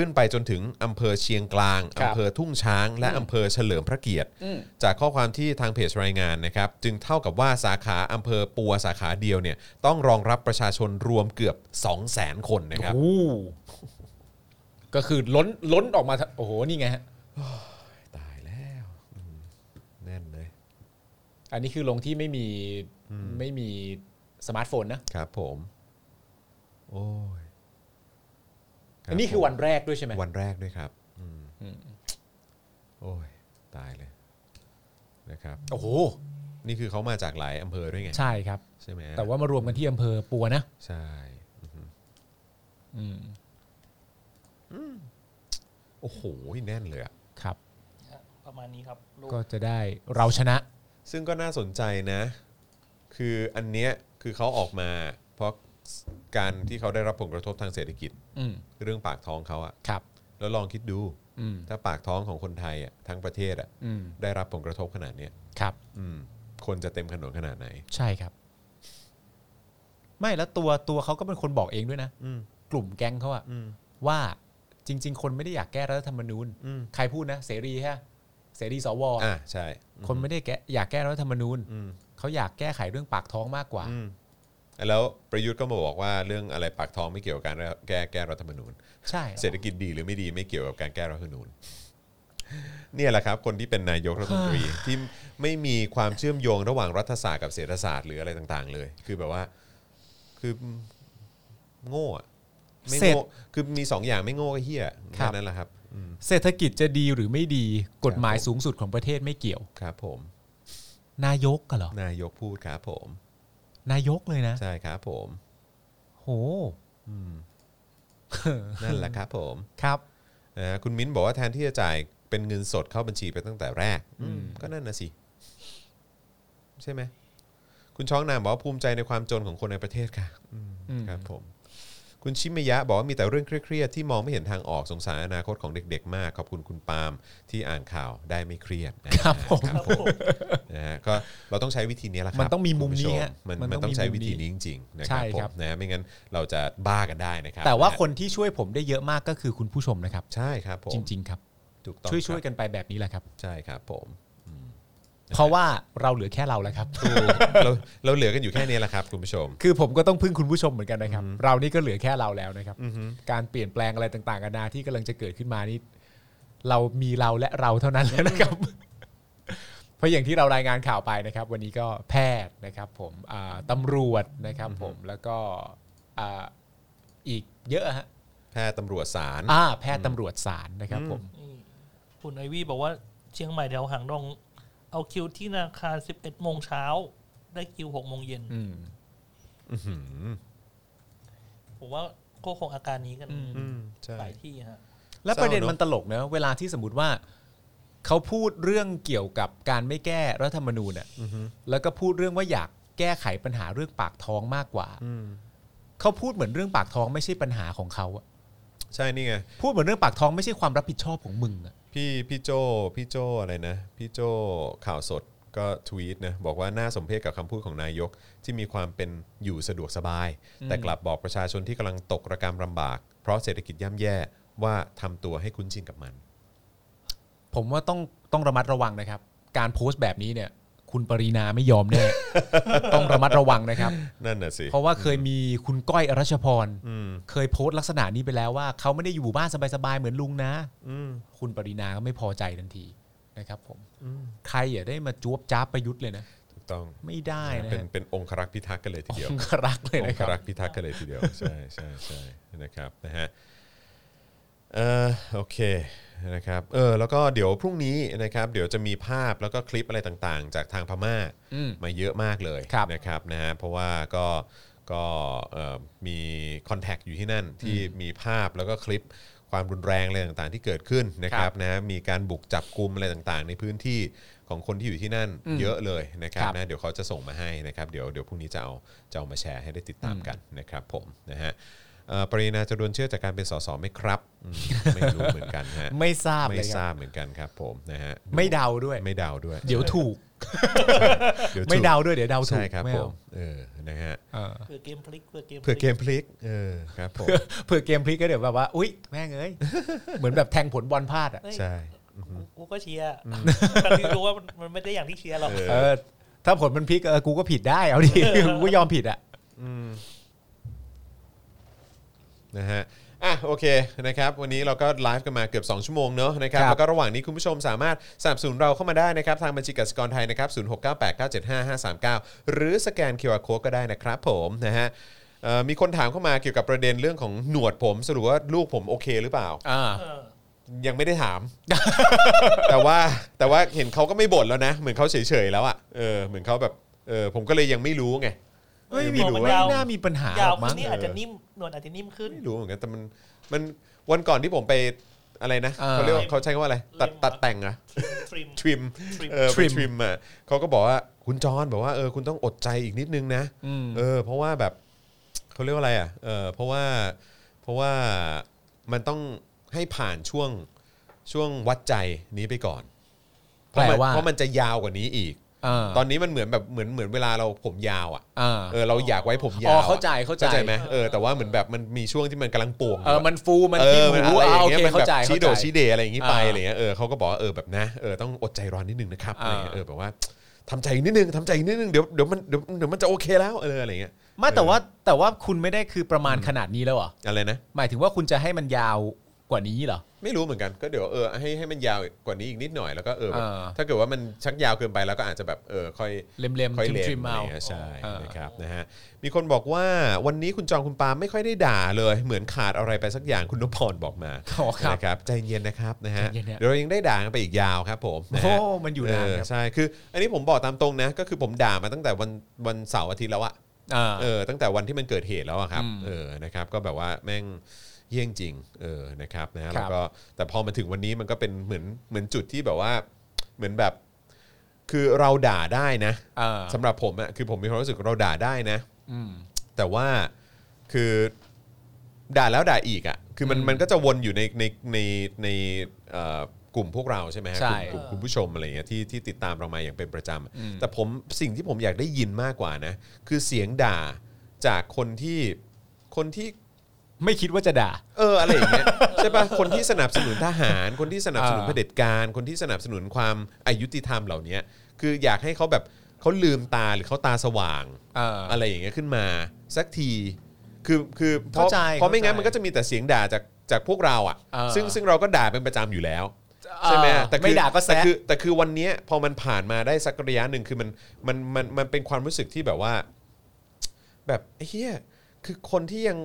S1: ขึ้นไปจนถึงอำเภอเชียงกลาง
S2: ครับ
S1: อำเภอทุ่งช้าง และอำเภอเฉลิมพระเกียรติ
S2: อืม
S1: จากข้อความที่ทางเพจรายงานนะครับจึงเท่ากับว่าสาขาอำเภอปัวสาขาเดียวเนี่ยต้องรองรับประชาชนรวมเกือบ 200,000 คนนะครับ
S2: โอ้โหก็คือล้นล้นออกมาทั้งโอ้โหนี่ไงฮะ
S1: ตายแล้วอืมแน่นเลย
S2: อันนี้คือลงที่ไม่มีไม่มีสมาร์ทโฟนนะครับ
S1: ผม โอ้ยรับ
S2: อันนี้คื
S1: ผ
S2: อ
S1: ม
S2: วันแรกด้วยใช่ไหม
S1: วันแรกด้วยครับ อืม
S2: อืม
S1: โอ้ย ตายเลยนะครับ
S2: โอ้โห
S1: นี่คือเขามาจากหลายอำเภอด้วยไง
S2: ใช่ครับ
S1: ใช่ไหม
S2: แต่ว่ามารวมกันที่อำเภอปัวนะ
S1: ใช่อือฮึ
S2: อืม
S1: โอ้โหแน่นเลยอะ
S2: ครับ
S3: ประมาณนี้ครับลูก
S2: ก็จะได้เราชนะ
S1: ซึ่งก็น่าสนใจนะ คืออันเนี้ยคือเขาออกมา เพราะการที่เขาได้รับผลกระทบทางเศรษฐกิจ
S2: อืม
S1: เรื่องปากท้องเขาอะ
S2: ครับ
S1: แล้วลองคิดดู
S2: อืม
S1: ถ้าปากท้องของคนไทยอะทั้งประเทศอะ
S2: อืม
S1: ได้รับผลกระทบขนาดเนี้ย
S2: ครับ
S1: อืม คนจะเต็มถนนขนาดไหน
S2: ใช่ครับ ไม่แล้วตัวตัวเขาก็เป็นคนบอกเองด้วยนะ
S1: อืม
S2: กลุ่มแก๊งเขาอะ
S1: อืม
S2: ว่าจริง ๆ คนไม่ได้อยากแก้รัฐธรรมนูญ
S1: อืม
S2: ใครพูดนะเสรีฮะเสรีสว
S1: อ่าใช่
S2: คนไม่ได้แก้อยากแก้รัฐธรรมนูญ
S1: อืม
S2: เขาอยากแก้ไขเรื่องปากท้องมากกว่า
S1: อืมแล้วประยุทธ์ก็มาบอกว่าเรื่องอะไรปากท้องไม่เกี่ยวกับการแก้แก้รัฐธรรมนูญ
S2: ใช่
S1: เศรษฐกิจดีหรือไม่ดีไม่เกี่ยวกับการแก้รัฐธรรมนูญ เนี่ยแหละครับ คนที่เป็นนายกรัฐมนต <sighs> รี ที่ไม่มีความเชื่อมโยงระหว่างรัฐศาสตร์กับเศรษฐศาสตร์หรืออะไรต่าง ๆ เลย คือแบบว่า คือโง่อะไม่โง่คือมีสองอย่างไม่โง่ก็เฮี้ยแค่นั้นแหละครับอืม
S2: เศรษฐกิจจะดีหรือไม่ดีกฎหมา
S1: ค
S2: ย
S1: รับผม
S2: สูงสุดของประเทศไม่เกี่ยว
S1: ครับ ผม
S2: นายกกันเหรอน
S1: ายกพูดครับผม
S2: นายกเลยนะ
S1: ใช่ครับผม
S2: โห <laughs>
S1: อืม นั่นแหละครับผม
S2: ครับ
S1: นะฮะคุณมิ้นบอกว่าแทนที่จะจ่ายเป็นเงินสดเข้าบัญชีไปตั้งแต่แรก อืมก็นั่นนะสิ ใช่ไหม คุณช้องนามบอกว่าภูมิใจในความจนของคนในประเทศค่ะอืม
S2: อืม
S1: ครับผม คุณชิมยะบอกว่ามีแต่เรื่องเครียดๆที่มองไม่เห็นทางออกสงสารอนาคตของเด็ก ๆ มาก ขอบคุณคุณปาล์มที่อ่านข่าวได้ไม่เครียดนะฮะ
S2: ครับผม
S1: ครับผม นะฮะก็เราต้องใช้วิธีนี้แหละครับ
S2: มันต้องมีมุม
S1: คุณ
S2: นี้
S1: ผู้ช
S2: ฮะ
S1: มัน
S2: มัน
S1: มันต้อง
S2: ต้องมี
S1: ใช้
S2: มุม
S1: วิธี
S2: นี้
S1: นี้จริงๆนะค
S2: ใช่
S1: รับผ
S2: ครั
S1: ม
S2: บ
S1: นะไม่งั้นเราจะบ้ากันได้นะครับ
S2: แต่ว่า
S1: ะฮะ
S2: คนที่ช่วยผมได้เยอะมากก็คือคุณผู้ชมนะครับ
S1: ใช่ครับผม
S2: จริง ๆ ครับ
S1: ถูกต้อง
S2: ช่วยช่ว
S1: ค
S2: ย
S1: รับ
S2: กันไปแบบนี้แหละครับ
S1: ใช่ครับผมอืม
S2: เพราะว่าเราเหลือแค่เราแล้วครับ
S1: เราเราเหลือกันอยู่แค่นี้แหละครับคุณผู้ชม
S2: คือผมก็ต้องพึ่งคุณผู้ชมเหมือนกันนะครับ เรานี่ก็เหลือแค่เราแล้วนะครับ การเปลี่ยนแปลงอะไรต่างๆกันานาที่กำลังจะเกิดขึ้นมานี่เรามีเราและเราเท่านั้นแล้วนะครับ เพราะอย่างที่เรารายงานข่าวไปนะครับ วันนี้ก็แพทย์นะครับผมอ่าตำรวจนะครับ ผมแล้วก็อ่าอีกเยอะฮะ
S1: แพทย์ตำรวจศาล
S2: อ่าแพทย์ตำรวจศาลนะครับ ผม
S3: นี่คุณไอวี่บอกว่าเชียงใหม่แถวหางดงเอาคิวที่ธนาคาร11โมงเช้า ได้คิว6โมงเย็น
S2: อืม
S1: อื้อหือ
S3: ผมว่าก็คงอาการนี้กัน
S1: อืมใช่
S3: หลายที่ฮะ
S2: และประเด็น
S1: เศร้าเนอะ
S2: มันตลกนะเวลาที่สมมติว่าเขาพูดเรื่องเกี่ยวกับการไม่แก้รัฐธรรมนูญน่ะ
S1: อือหือ
S2: แล้วก็พูดเรื่องว่าอยากแก้ไขปัญหาเรื่องปากท้องมากกว่า
S1: อืม
S2: เขาพูดเหมือนเรื่องปากท้องไม่ใช่ปัญหาของเขาอะ
S1: ใช่นี่ไง
S2: พูดเหมือนเรื่องปากท้องไม่ใช่ความรับผิดชอบของมึงอะ
S1: พี่พี่โจพี่โจอะไรนะ พี่โจข่าวสดก็ทวีตนะบอกว่าน่าสมเพชกับคำพูดของนายกที่มีความเป็นอยู่สะดวกสบาย แต่กลับบอกประชาชนที่กำลังตกระกรรมลำบาก เพราะเศรษฐกิจย่ำแย่ว่าทำตัวให้คุ้นชินกับมัน
S2: ผมว่าต้องต้องระมัดระวังนะครับ การโพสต์แบบนี้เนี่ย คุณปรีนาไม่ยอมแน่ <laughs> ต้องระมัดระวังนะครับ
S1: นั่นน่ะสิ
S2: เพราะว่าเคยมีคุณก้อยอรัชพร
S1: อืม
S2: เคยโพสต์ลักษณะนี้ไปแล้วว่าเขาไม่ได้อยู่บ้านสบายๆเหมือนลุงนะ
S1: อืม
S2: คุณปรินาก็ไม่พอใจทันทีนะครับผมใครอย่าได้มาจวบจ้าบประยุทธ์เลยนะ
S1: ถูกต้อง
S2: ไม่ได้นะ
S1: เป็น
S2: ฮะ
S1: เป็นองครักษ์พิทักษ์กันเลยทีเดียว
S2: องครักษ์เลย
S1: อง
S2: นะค
S1: ครับ รักษ์พิทักษ์กันเลยทีเดี
S2: <laughs>
S1: ยว ใช่ใช่ใช่นะครับนะฮะเออโอเคนะครับเออแล้วก็เดี๋ยวพรุ่งนี้นะครับเดี๋ยวจะมีภาพแล้วก็คลิปอะไรต่างๆ จากทางพม่า
S2: อืม
S1: มาเยอะมากเลย
S2: ครับ
S1: นะครับนะฮะเพราะว่าก็ก็เอ่อมีคอนแทคอยู่ที่นั่นที่มีภาพแล้วก็คลิปความรุนแรงอะไรต่างๆ ที่เกิดขึ้นนะค
S2: ครั
S1: รับบ นะฮะมีการบุกจับกลุ่มอะไรต่างๆ ในพื้นที่ของคนที่อยู่ที่นั่น
S2: อืม
S1: เยอะเลยนะครับ
S2: ครับ
S1: นะ นะเดี๋ยวเขาจะส่งมาให้นะครับเดี๋ยวเดี๋ยวพรุ่งนี้จะเอาจะเอามาแชร์ให้ได้ติดตามกันนะครับผมนะฮะเอ่อปรินาจะโดนเชื่อจากการเป็นสสไหมครับอืมไม่รู้เหมือนกันฮะ
S2: <laughs> ไม่ทราบเล
S1: ไม่
S2: ย
S1: ท
S2: ครับ
S1: ราบเหมือนกันครับผมนะฮะ
S2: ไม่เดาด้วย
S1: ไม่เดาด้วย
S2: เดี๋ยวถูก
S1: ยวถูก
S2: ไม่เดาด้วยเดี๋ยวเดาถูก
S1: ใช่ครับ
S2: ไม่
S1: ผ
S2: เอา
S1: มเออนะฮะ
S2: เออ
S3: เผื่อเกมพลิกเผื่อเกม
S1: เผื่อ
S3: พลิ
S1: เกมพลิกเออครับผม
S2: เผื่อเกมพลิกก็เดี๋ยวแบบว่า อุ๊ย แม่ง
S1: <laughs>
S2: เอ้ย เหมือนแบบแทงผลบอลพลาดอ่ะ
S3: เอ้ย
S1: ใช่
S3: กูกูก็เชียร์แต่ที่รู้ว่ามันมันไม่ได้อย่างที่เชียร์หรอก
S2: เออ ถ้าผลมันพลิกเออกูก็ผิดได้
S1: <laughs>
S2: เอาดิ กูก็ยอมผิดอ่ะ
S1: นะฮะอ่ะโอเคนะครับวันนี้เราก็ไลฟ์กันมาเกือบ 2 ชั่วโมงเนอะนะครับ
S2: ครับ
S1: แล้วก็ระหว่างนี้คุณผู้ชมสามารถสนับสนุนเราเข้ามาได้นะครับทางบัญชีกสิกรไทยนะครับ0698975539 หรือสแกน QR Code ก็ได้นะครับผมนะฮะเอ่อมีคนถามเข้ามาเกี่ยวกับประเด็นเรื่องของหนวดผมสรุปว่าลูกผมโอเคหรือเปล่า
S2: อ่า
S3: เออ
S1: ยังไม่ได้ถาม <laughs> แต่ว่าแต่ว่าเห็นเขาก็ไม่บ่นแล้วนะ เหมือนเขาเฉยๆแล้วอะ่ะเออเหมือนเขาแบบเออผมก็เลยยังไม่รู้ไง
S2: ไม่มี
S1: ไม่รู้อะ
S2: ไม่น่ามีปัญหาย
S3: า
S2: หร
S3: ว
S2: อก
S3: ขึ้
S2: มั้ง
S3: นนี่อาจจะนิ่มหนวดอาจจะนิ่มขึ้น
S1: ไม่รู้เหมือนกันแต่มันมันวันก่อนที่ผมไปอะไรนะเขาเรียกว่าเขาใช้คำว่าอะไรตัดตัดแต่งเหรอะ
S3: ทริม
S1: ทริม
S3: trim
S1: เออทริมทริมอ่ะเขาก็บอกว่าคุณจอนบอกว่าเออคุณต้องอดใจอีกนิดนึงนะ
S2: อืม
S1: เออเพราะว่าแบบเขาเรียกว่าอะไรอ่ะเออเพราะว่าเพราะว่ามันต้องให้ผ่านช่วงช่วงวัดใจนี้ไปก่อนเพ
S2: แปล
S1: ราะมัน
S2: ว่า
S1: เพราะมันจะยาวกว่านี้อีก
S2: อ่า
S1: ตอนนี้มันเหมือนแบบเหมือนเหมือนเวลาเราผมยาวอ่ะ
S2: อ่า
S1: เออเราอยากไว้ผมยา
S2: อ๋
S1: ว
S2: อ
S1: อะ
S2: เข้าใจเข้าใจ
S1: เข้าใจไหมเออแต่ว่าเหมือนแบบมันมีช่วงที่มันกำลังป่วงยู่
S2: เออ
S1: อะ
S2: มันฟูมัน
S1: เอ
S2: ที่
S1: อ
S2: ห
S1: มัน
S2: มู
S1: อะไรอย่าง
S2: อ่าโอ
S1: เงี้ย
S2: เค
S1: มัน
S2: เข้า
S1: แบบ
S2: ใจ
S1: ชี้
S2: เข้า
S1: โดด
S2: ใจ
S1: ชี้เดอะไรอย่างงี้ไป
S2: อ่า
S1: อะไรเงี้ยเออเขาก็บอกว่าเออแบบนะเออต้องอดใจรอนิดนึงนะครับอะไร
S2: อ่า
S1: เงี้ยเออแบบว่าทำใจนิดนึงทำใจนิดนึงเดี๋ยวเดี๋ยวมันเดี๋ยวเดี๋ยวมันจะโอเคแล้วเอออะไรเงี้ย
S2: ไม่แต่ว่าแต่ว่าคุณไม่ได้คือประมาณขนาดนี้แล้วเหรอ
S1: อะไรนะ
S2: หมายถึงว่าคุณจะให้มันยาวกว่านี้เหรอ
S1: ไม่รู้เหมือนกันก็เดี๋ยวเออให้ให้มันยาวกว่านี้อีกนิดหน่อยแล้วก็เออแบบ
S2: อ่า
S1: ถ้าเกิดว่ามันชักยาวเกินไปแล้วก็อาจจะแบบเออค่อย
S2: เล็มๆ
S1: ค่อย
S2: ท
S1: เล็
S2: ริ
S1: ม
S2: มๆ
S1: อะไร
S2: เอา
S1: เงี้ยใช่
S2: เออ
S1: นะครับนะฮะมีคนบอกว่าวันนี้คุณจองคุณปาล์มไม่ค่อยได้ด่าเลย เหมือนขาดอะไรไปสักอย่างคุณนพพรบอกมา
S2: อ๋อครับ
S1: นะครับใจเย็นนะครับนะฮะ
S2: ใจเย็นเนี่ย
S1: เดี๋ยวเรายังได้ด่ากันไปอีกยาวครับผมะฮะ
S2: โอ้มันอยู่นานครับ
S1: เใช่คือ อันนี้ผมบอกตามตรงนะก็คือผมด่ามาตั้งแต่วันวันเสาร์อาทิตย์แล้วอะ
S2: อ่า
S1: เออตั้งแต่วันที่มันเกิดเหตุแล้วอะครับ
S2: อืม
S1: เออนะครับก็แบบว่าแม่งเยี่ยงจริงเออนะครับนะฮะ
S2: ครับ
S1: แล้วก็แต่พอมาถึงวันนี้มันก็เป็นเหมือนเหมือนจุดที่แบบว่าเหมือนแบบ คือเราด่าได้นะ
S2: อ่า
S1: สำหรับผมอะคือผมมีความรู้สึกเราด่าได้นะ
S2: อืม
S1: แต่ว่าคือด่าแล้วด่าอีกอะคือมัน
S2: อืม
S1: มันก็จะวนอยู่ในในในในเอ่อกลุ่มพวกเราใช่ไหมฮะ
S2: ใช่
S1: กลุ่มกลุ่มคุณผู้ชมอะไรเงี้ยที่ที่ติดตามเรามาอย่างเป็นประจ
S2: อืม
S1: ำแต่ผมสิ่งที่ผมอยากได้ยินมากกว่านะ คือเสียงด่าจากคนที่คนที่
S2: ไม่คิดว่าจะด่า
S1: เอออะไรอย่างเงี้ย <laughs> ใช่ปะคนที่สนับสนุนทหาร คนที่สนับสนุน
S2: อ่า
S1: เผด็จการ คนที่สนับสนุนความอายุติธรรมเหล่าเนี้ย คืออยากให้เขาแบบเขาลืมตาหรือเขาตาสว่าง
S2: เออ
S1: อะไรอย่างเงี้ยขึ้นมาสักทีคือคือเพ
S2: เข้า
S1: ราะ
S2: ใจ
S1: เพราะไม่งั้น
S2: เข้าใจ
S1: มันก็จะมีแต่เสียงด่าจากจากพวกเราอ่ะ
S2: เออ
S1: ซึ่งซึ่งเราก็ด่าเป็นประจำอยู่แล้ว ใช่ไหม
S2: เออ
S1: แต่คือ
S2: ไม่ด่าก็
S1: แต่
S2: แซะ
S1: คือแต่คือวันเนี้ยพอมันผ่านมาได้สักระยะหนึ่งคือมันมันมันมันเป็นความรู้สึกที่แบบว่า แบบไอ้เฮียคือคนที่ยัง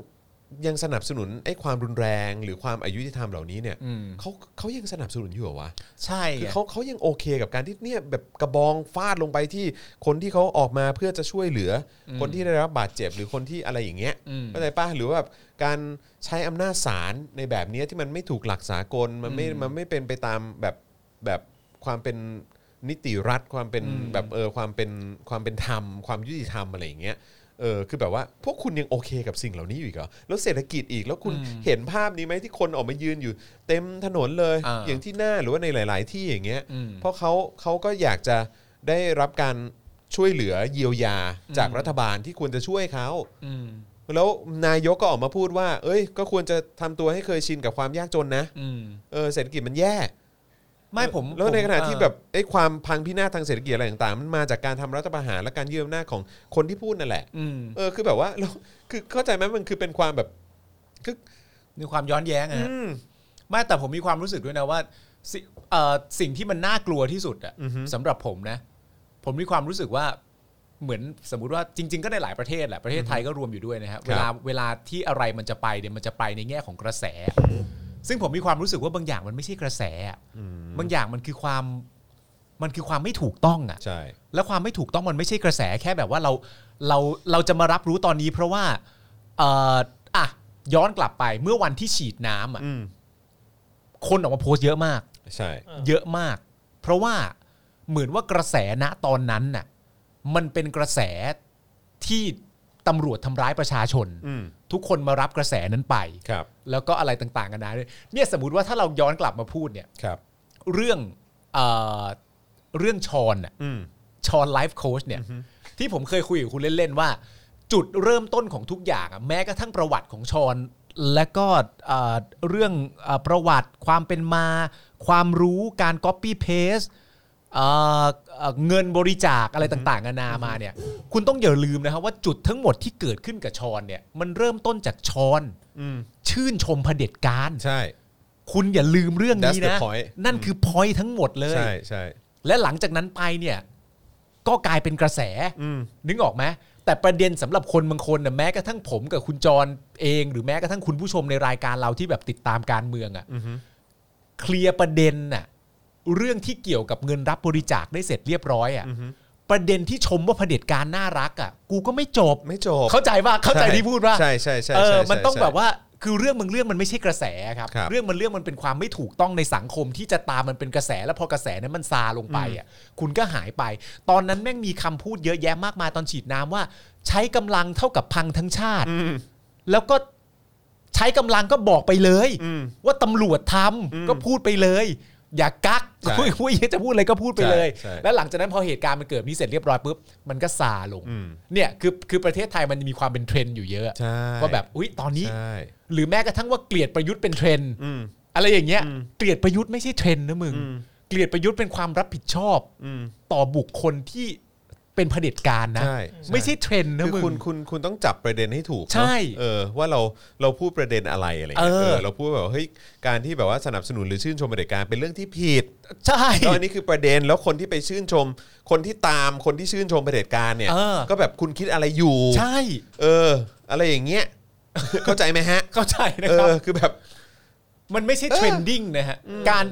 S1: ยังสนับสนุนไอ้ความรุนแรงหรือความอายุติธรรมเหล่านี้เนี่ย
S2: อืม
S1: เขาเขายังสนับสนุนอยู่เหรอวะ
S2: ใช่
S1: คือ
S2: ไง
S1: เขาเขายังโอเคกับการที่เนี่ยแบบกระบองฟาดลงไปที่คนที่เขาออกมาเพื่อจะช่วยเหลืออ
S2: ม
S1: คนที่ได้รับบาดเจ็บหรือคนที่อะไรอย่างเงี้ย
S2: อืม
S1: เข้าใจปะหรือว่าแบบการใช้อำนาจศาลในแบบเนี้ยที่มันไม่ถูกหลักสากลมันไม่
S2: อืม
S1: มันไม่เป็นไปตามแบบแบบความเป็นนิติรัฐ ความเป็น
S2: อืม
S1: แบบเออความเป็นความเป็นธรรม ความยุติธรรมอะไรอย่างเงี้ยเออคือแบบว่าพวกคุณยังโอเคกับสิ่งเหล่านี้อยู่อีกเหรอแล้วเศรษฐกิจอีกแล้วคุณเห็นภาพนี้ไหมที่คนออกมายืนอยู่ เต็มถนนเลย
S2: อ่า
S1: ย่าง ที่หน้าหรือว่าในหลาย ๆ ที่อย่างเงี้ย
S2: อืม
S1: เพราะเขาเขาก็อยากจะได้รับการช่วยเหลือเยียวยาจาก
S2: อืม
S1: รัฐบาลที่ควรจะช่วยเขา
S2: อืม
S1: แล้วนายกก็ออกมาพูดว่า เอ้ย ก็ควรจะทำตัวให้เคยชินกับความยากจนนะ
S2: อืม
S1: เออ เศรษฐกิจมันแย่
S2: ไม่ผม
S1: แล้วใน
S2: ผม
S1: ขณะ
S2: เอ่อ
S1: ที่แบบไอ้ความพังพินาศทางเศรษฐกิจอะไรต่าง ๆ มันมาจากการทำรัฐประหารและการยืมหน้าจของคนที่พูดนั่นแหละ
S2: อืม
S1: เออ คือแบบว่า <laughs> แล้วคือเข้าใจไหมมันคือเป็นความแบบ คือ
S2: มีความย้อนแย้งอะ
S1: อื
S2: ฮะ
S1: ม
S2: ไม่แต่ผมมีความรู้สึกด้วยนะว่าสิเอ่อสิ่งที่มันน่ากลัวที่สุดอะ
S1: อือฮึ
S2: สำหรับผมนะ ผมมีความรู้สึกว่าเหมือนสมมุติว่าจริง ๆ ก็ในหลายประเทศแหละประเทศไทยก็รวมอยู่ด้วยนะฮะเวลาเวลาที่อะไรมันจะไปเนี่ยมันจะไปในแง่ของกระแส ซึ่งผมมีความรู้สึกว่าบางอย่างมันไม่ใช่กระแสอะ
S1: อืม
S2: บางอย่างมันคือความมันคือความไม่ถูกต้องอะ
S1: ใช่
S2: แล้วความไม่ถูกต้องมันไม่ใช่กระแสแค่แบบว่าเราเราเราจะมารับรู้ตอนนี้เพราะว่าเอ่ออ่ะย้อนกลับไปเมื่อวันที่ฉีดน้ำอ่ะ
S1: อืม
S2: คนออกมาโพสต์เยอะมาก
S1: ใช่
S3: เออ
S2: เยอะมาก เพราะว่าเหมือนว่ากระแสณตอนนั้นน่ะมันเป็นกระแสที่ตำรวจทำร้ายประชาชน
S1: อืม
S2: ทุกคนมารับกระแสนั้นไป
S1: ครับ
S2: แล้วก็อะไรต่างๆกันนะเนี่ยสมมติว่าถ้าเราย้อนกลับมาพูดเนี่ย
S1: ครับ
S2: เรื่องเอ่อเรื่องชอนน่ะ
S1: อืม
S2: ชอนไลฟ์โค้ชเนี่ยที่ผมเคยคุยกับคุณเล่น ๆ ว่า จุดเริ่มต้นของทุกอย่างอะแม้กระทั่งประวัติของชอน และก็เอ่อเรื่องเอ่อประวัติความเป็นมา ความรู้การก๊อปปี้เพสเงินบริจาคอะไรต่างๆนานามาเนี่ยคุณต้องอย่าลืมนะครับว่าจุดทั้งหมดที่เกิดขึ้นกับชอนเนี่ยมันเริ่มต้นจากชอน
S1: อืม
S2: ชื่นชมเผด็จการ
S1: ใช่
S2: คุณอย่าลืมเรื่องนี้
S1: That's the
S2: นะ
S1: point
S2: นั่นคือพอยทั้งหมดเลย
S1: ใช่ใช่
S2: และหลังจากนั้นไปเนี่ยก็กลายเป็นกระแส
S1: อืม
S2: นึกออกไหมแต่ประเด็นสำหรับคนบางคนนะแม้กระทั่งผมกับคุณจรเอง หรือแม้กระทั่งคุณผู้ชมในรายการเราที่แบบติดตามการเมืองอะ่ะ
S1: อือฮึ
S2: เคลียร์ประเด็นน่ะเรื่องที่เกี่ยวกับเงินรับบริจาคได้เสร็จเรียบร้อยอะ่ะประเด็นที่ชมว่าเผด็จการน่ารักอะ่ะกูก็ไม่จบ
S1: ไม่จบ
S2: เข้าใจว่าเข้าใจที่พูดว่า
S1: ใช่ใช่ใช่
S2: เอ
S1: ใช่
S2: อ
S1: ใช่
S2: มันต้อง
S1: ใช่
S2: แบบว่าคือเรื่องบางเรื่องมันไม่ใช่กระแสครับ
S1: ครับ
S2: เรื่องมันเรื่องมันเป็นความไม่ถูกต้องในสังคมที่จะตามมันเป็นกระแสแล้วพอกระแสนั้นมันซาลงไปอ่ะคุณก็หายไป ตอนนั้นแม่งมีคำพูดเยอะแยะมากมายตอนฉีดน้ำว่า ใช้กำลังเท่ากับพังทั้งชาติ
S1: อืม
S2: แล้วก็ใช้กำลังก็บอกไปเลย
S1: อืม
S2: ว่าตำรวจทำ
S1: อืม
S2: ก็พูดไปเลย อย่ากัก
S1: ใช่
S2: พูดพูดจะพูดอะไรก็พูดไปเลย
S1: ใช่ใช่
S2: แล้วหลังจากนั้นพอเหตุการณ์มันเกิดนี้เสร็จเรียบร้อยปุ๊บมันก็ซาลง
S1: อืม
S2: เนี่ยคือคือประเทศไทยมันมีความเป็นเทรนด์อยู่เยอะ
S1: ใช่
S2: ว่าแบบอุ๊ยตอนนี้
S1: ใช่
S2: หรือแม้กระทั่งว่าเกลียดประยุทธ์เป็นเทรนด์
S1: อืม
S2: อะไรอย่างเงี้ย
S1: อืม
S2: เกลียดประยุทธ์ไม่ใช่เทรนด์นะมึง
S1: อืม
S2: เกลียดประยุทธ์เป็นความรับผิดชอบ
S1: อืม
S2: ต่อบุคคลที่เป็นเผด็จการนะ
S1: ใช่
S2: ไม่ใช่เทรนด์นะ
S1: คือ
S2: มึง
S1: คุณคุณคุณต้องจับประเด็นให้ถูกเนอะ
S2: ใช่
S1: เออว่าเราเราพูดประเด็นอะไรอะไรเงี้ย
S2: เออ
S1: เออเราพูดแบบว่าเฮ้ยการที่แบบว่าสนับสนุนหรือชื่นชมเผด็จการเป็นเรื่องที่ผิด
S2: ใช่
S1: แล้วอันนี้คือประเด็นแล้วคนที่ไปชื่นชม คนที่ตามคนที่ชื่นชมเผด็จการเนี่ย
S2: เออ
S1: ก็แบบคุณคิดอะไรอยู่
S2: ใช่
S1: เออ อะไรอย่างเงี้ย <laughs> เข้าใจไหมฮะ
S2: เข้าใจนะ
S1: เอ
S2: ครับ
S1: อคือแบบ
S2: มันไม่ใช่
S1: เออ
S2: เทรนดิ้งนะฮะการ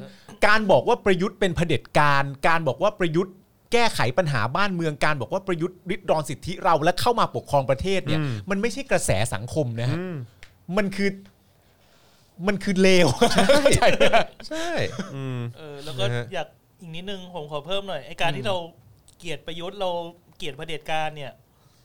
S2: การบอกว่าประยุทธ์เป็นเผด็จการ การบอกว่าประยุทธ์แก้ไขปัญหาบ้านเมืองการบอกว่าประยุทธ์ริดรอนสิทธิเราและเข้ามาปกครองประเทศเนี่ยมันไม่ใช่กระแสสังคมนะฮะ
S1: อืม
S2: มันคือ มันคือเลว <laughs> เข้าใจไหมฮะ
S1: ใช่ อืม
S3: เออแล้วก็
S1: นะฮะ
S3: อยากอีกนิดนึงผมขอเพิ่มหน่อยไอการที่เราเกลียดประยุทธ์เราเกลียดเผด็จการเนี่ย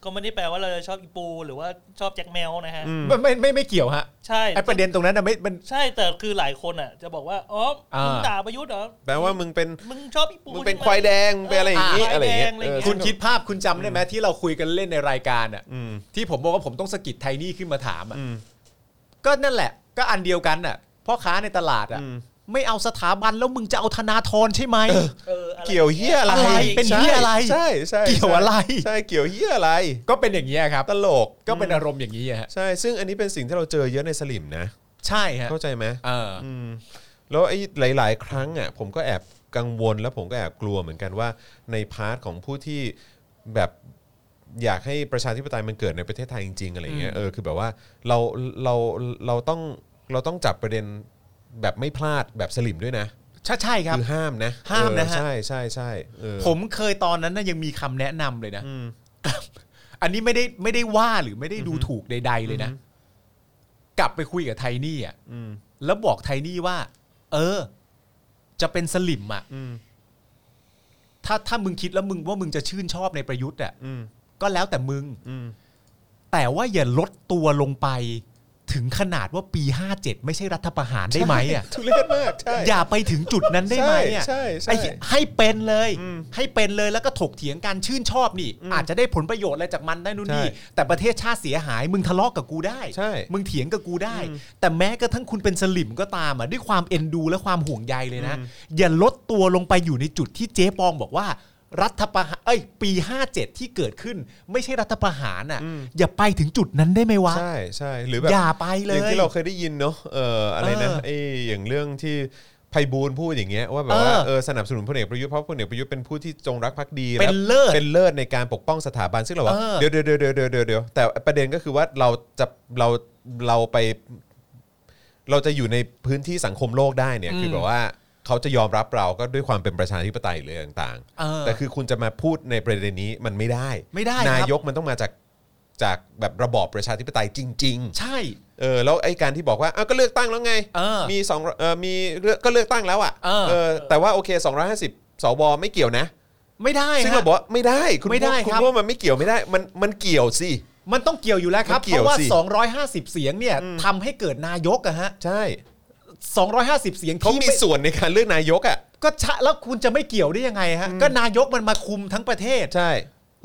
S3: ก็ไม่ได้แปลว่าเราจะชอบอีปู หรือว่าชอบแจ็คแมวนะฮะ
S1: อืม
S2: ไม่ไม่ไม่ไม่เกี่ยวฮะ
S3: ใช่
S2: ไอประเด็นตรงนั้นนะไม่มัน
S3: ใช่แต่คือหลายคนอ่ะ จะบอกว่าอ๋อ
S2: อ่ามึ
S3: มึงด่าประยุทธ์เหรอ
S1: แปลว่ามึงเป็น
S3: มึงชอบอีปู
S1: มึงเป็น
S3: ใช่ไห
S1: ควายแดงมึงเป็นอะไรอย่างนี้
S3: เออ
S1: อะ
S3: อะไร ไรอย่
S1: อา
S3: ย่างงเงี้
S1: เงี้ย
S3: ย
S1: เออ
S2: คุณคิดภาพคุณจำได้ไหมที่เราคุยกันเล่นในรายการอ่ะ
S1: อืม
S2: ที่ผมบอกว่าผมต้องสะกิดไทนี่ขึ้นมาถามอ่ะ
S1: อืม
S2: ก็นั่นแหละ ก็อันเดียวกันอ่ะพ่อค้าในตลาดอ่ะ
S1: อืม
S2: ไม่เอาสถาบันแล้วมึงจะเอาธนาธรใช่ไหม
S3: เอออะ
S1: เกี่ยวเหี้ยอะไร
S2: อะไรเป็นเหี้ยอะไร
S1: ใช่ใช่ใช่
S2: เกี่ยวอะไร
S1: ใช่เกี่ยวเหี้ยอะไร
S4: ก็เป็นอย่างนี้ยครับ
S1: ตลก
S4: ก็เป็นอารมณ์อย่างนี้ฮะ
S1: ใช่ ซึ่งอันนี้เป็นสิ่งที่เราเจอเยอะในสลิมนะ
S2: ใช่ฮะ
S1: เข้าใจไหม
S4: เออ
S1: อืมแล้วไอ้หลาย ๆ ครั้งอ่ะผมก็แอบกังวลแล้วผมก็แอบกลัวเหมือนกันว่าในพาร์ทของผู้ที่แบบอยากให้ประชาธิปไตยมันเกิดในประเทศไทยจริง ๆ อะไรเงี้ยเออคือแบบว่าเราเราเราต้องเราต้องจับประเด็นแบบไม่พลาดแบบสลิมด้วยนะ
S2: ใช่ใช่ครับ
S1: คือห้ามนะ
S2: ห้ามนะ
S1: เออ
S2: ฮะ
S1: ใช่ใช่ใช่เออ
S2: ผมเคยตอนนั้นนะยังมีคำแนะนำเลยนะ
S1: อืม
S2: อันนี้ไม่ได้ไม่ได้ว่าหรือไม่ได้ดูถูกใด ๆ เลยนะ
S1: อือฮึ
S2: กลับไปคุยกับไทนี่อ่ะ
S1: อืม
S2: แล้วบอกไทนี่ว่า เออ จะเป็นสลิมอ่ะ
S1: อืม
S2: ถ้าถ้ามึงคิดแล้วมึงว่ามึงจะชื่นชอบในประยุทธ์อ่ะ
S1: อืม
S2: ก็แล้วแต่มึง
S1: อืม
S2: แต่ว่าอย่าลดตัวลงไป ถึงขนาดว่าปี 57 ไม่ใช่รัฐประหารได้ไหมอ่ะ
S1: ทุเรศมากใช่ <laughs>
S2: อย่าไปถึงจุดนั้นได้ไหมอ่ะ
S1: ใช่ใช่
S2: ไอ้
S1: ใช่
S2: ให้เป็นเลย
S1: อืม
S2: ให้เป็นเลยแล้วก็ถกเถียงกันชื่นชอบนี่
S1: อืม
S2: อาจจะได้ผลประโยชน์อะไรจากมันได้นู่นนี่
S1: ใช่
S2: แต่ประเทศชาติเสียหาย มึงทะเลาะกับกูได้
S1: ใช่
S2: มึงเถียงกับกูได้ แต่แม้กระทั่งคุณเป็นสลิมก็ตามอ่ะด้วยความเอ็นดูและความห่วงใยเลยนะ
S1: อืม
S2: อย่าลดตัวลงไปอยู่ในจุดที่เจ๊ปองบอกว่า รัฐประหารเอ้ยปี 57 ที่เกิดขึ้น ไม่ใช่รัฐประหารอ่ะ อย่าไปถึงจุดนั้นได้ไหมวะ
S1: ใช่ใช่หรือแบบ
S2: อย่าไปเล
S1: อย ย่างที่เราเคยได้ยินเนาะ เอออะไรนะ
S2: เออ
S1: ไอ้อย่างเรื่องที่ไพบูลย์พูดอย่างเงี้ยว่าแบบว่า
S2: เออ
S1: เออสนับสนุนพลเอกประยุทธ์เพราะพลเอกประยุทธ์เป็นผู้ที่จงรักภักดี
S2: เป็น
S1: และ
S2: เลิศ
S1: เป็นเลิศในการปกป้องสถาบันซึ่งเราว่า
S2: เออ
S1: เดี๋ยวเดี๋ยวเดี๋ยวเดี๋ยวเดี๋ยวเดี๋ยวแต่ประเด็นก็คือว่าเราจะเราเราไป เราจะอยู่ในพื้นที่สังคมโลกได้เนี่ย คือแบบว่าเขาจะยอมรับเราก็ด้วยความเป็นประชาธิปไตยหรืออะไรต่าง
S2: เออ
S1: แต่คือคุณจะมาพูดในประเด็นนี้มันไม่ได้
S2: ไม่ได้ครับ
S1: นายกมันต้องมาจากจากแบบระบอบประชาธิปไตยจริง ๆ
S2: ใช่
S1: เออแล้วไอ้การที่บอกว่าอ้าวก็เลือกตั้งแล้วไง
S2: เออ
S1: มีสองเออมีเลือกก็เลือกตั้งแล้วอ่ะ
S2: เออ
S1: แต่ว่าโอเค 250สวไม่เกี่ยวนะ
S2: ไม่ได้
S1: ซึ่ง
S2: ฮะ
S1: เราบอกว่าไม่ได้คุณ
S2: ไม่ได้
S1: พูคุณ
S2: ครับ
S1: พูดว่ามันไม่เกี่ยวไม่ได้มันมันเกี่ยวสิ
S2: มันต้องเกี่ยวอยู่แล้วครับ
S1: มันเกี่
S2: เพ
S1: ยว
S2: ราะว่า
S1: สิ
S2: 250 เสียงเนี่ยทำให้เกิดนายกอะฮะ
S1: ใช่
S2: 250 เสียง
S1: เขา
S2: ที่
S1: มี
S2: ไม่
S1: ส่วนในการเลือกนายกอ่ะ
S2: ก็ชะแล้วคุณจะไม่เกี่ยวได้ยังไงฮะ ก็นายกมันมาคุมทั้งประเทศ
S1: ใช่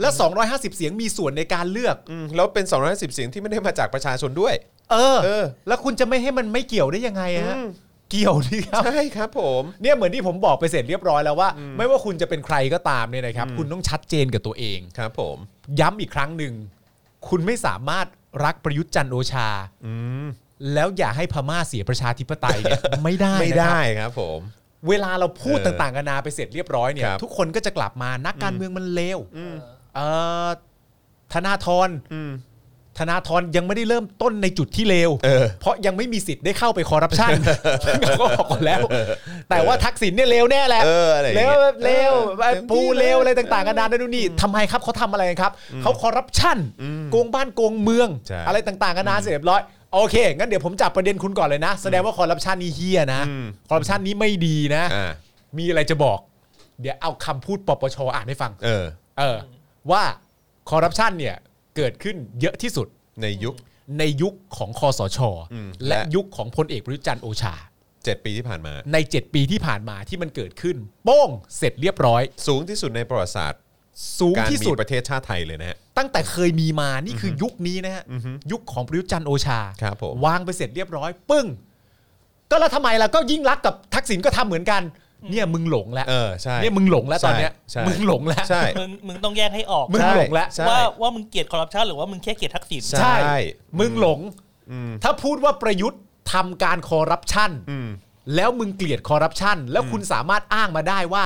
S2: และ 250 เสียงมีส่วนในการเลือก
S1: อืมแล้วเป็น 250 เสียงที่ไม่ได้มาจากประชาชนด้วย
S2: เออ
S1: เออ
S2: แล้วคุณจะไม่ให้มันไม่เกี่ยวได้ยังไงฮะ
S1: อืม
S2: เกี่ยวนี่ครับ
S1: ใช่ครับผม
S2: เนี่ยเหมือนที่ผมบอกไปเสร็จเรียบร้อยแล้วว่า ไม่ว่าคุณจะเป็นใครก็ตามเนี่ยนะครับ คุณต้องชัดเจนกับตัวเอง
S1: ครับผม
S2: ย้ำอีกครั้งหนึ่ง คุณไม่สามารถรักประยุทธ์จันทร์โอชา
S1: อืม
S2: แล้วอย่าให้พม่าเสียประชาธิปไตย
S1: <laughs>
S2: เนี่ย ไม่ได้
S1: ไม่
S2: นะ
S1: ได้
S2: ค
S1: ค
S2: รับ
S1: รับผม
S2: เวลาเราพูด
S1: เออ
S2: ต่างๆกันานาไปเสร็จเรียบร้อยเนี่ย
S1: ครับ
S2: ทุกคนก็จะกลับมานักการเมืองมันเลว
S1: อืม
S2: เอ่อธนาธร
S1: อืม
S2: ธนาธรยังไม่ได้เริ่มต้นในจุดที่เลว
S1: เออ
S2: เพราะยังไม่มีสิทธิ์ได้เข้าไปคอร์รัปชัน เราก็บอกกันแล้ว แต่ว่าทักษิณเนี่ยเลวแน่แหละ
S1: เอออะไรอย่าง
S2: เล
S1: เงี้ยว
S2: เลวไอ้
S1: เต็มที่
S2: ปูเลว
S1: เลย
S2: อะไรต่างๆกันานาได้ดูนนี่ทำไมครับเขาทำอะไรกันครับเขาคอร์รัปชันโกงบ้านโกงเมือง
S1: ใช่
S2: อะไรต่างๆกันานาเสร็จเรียบร้อยโอเคงั้นเดี๋ยวผมจับประเด็นคุณก่อนเลยนะ แสดงว่าคอร์รัปชันนี่เฮียนะคอร์รัปชันนี้ไม่ดีนะ
S1: อ่า
S2: มีอะไรจะบอก เดี๋ยวเอาคำพูดปปชอ่านให้ฟัง
S1: เออ
S2: เออ ว่าคอร์รัปชันเนี่ยเกิดขึ้นเยอะที่สุด
S1: ในยุค
S2: ในยุคของคอสช
S1: อืม
S2: และ
S1: และ
S2: ยุคของพลเอกประยุทธ์จันทร์โอชา
S1: 7 ปีที่ผ่านมา
S2: ใน 7 ปีที่ผ่านมาที่มันเกิดขึ้น โป้งเสร็จเรียบร้อย
S1: สูงที่สุดในประวัติศาสตร์
S2: สูง
S1: การ
S2: ที่
S1: มี
S2: สุด
S1: ประเทศชาติไทยเลยนะฮะ
S2: ตั้งแต่เคยมีมานี่คือยุคนี้นะฮะยุคของประยุทธ์จันทร์โอชา
S1: ครับผม
S2: วางไปเสร็จเรียบร้อย ปึ้ง ก็แล้วทำไมล่ะก็ยิ่งรักษณ์กับทักษิณก็ทำเหมือนกัน เนี่ยมึงหลงแล้ว
S1: เออใช่
S2: เนี่ยมึงหลงแล้วตอนเนี้ย
S1: ใช่ใช่
S2: มึงหลงแล้ว
S1: ใช่
S3: มึงมึงต้องแยกให้ออก
S2: มึง
S1: ใช่
S2: หลงแล้ว
S1: ใช่
S3: ว่าว่ามึงเกลียดคอร์รัปชันหรือว่ามึงแค่เกลียดทักษิณ
S1: ใช่
S2: มึงหลง
S1: อืม
S2: ถ้าพูดว่าประยุทธ์ทำการคอร์รัปชัน
S1: อืม
S2: แล้วมึงเกลียดคอร์รัปชันแล้วคุณสามารถอ้างมาได้ว่า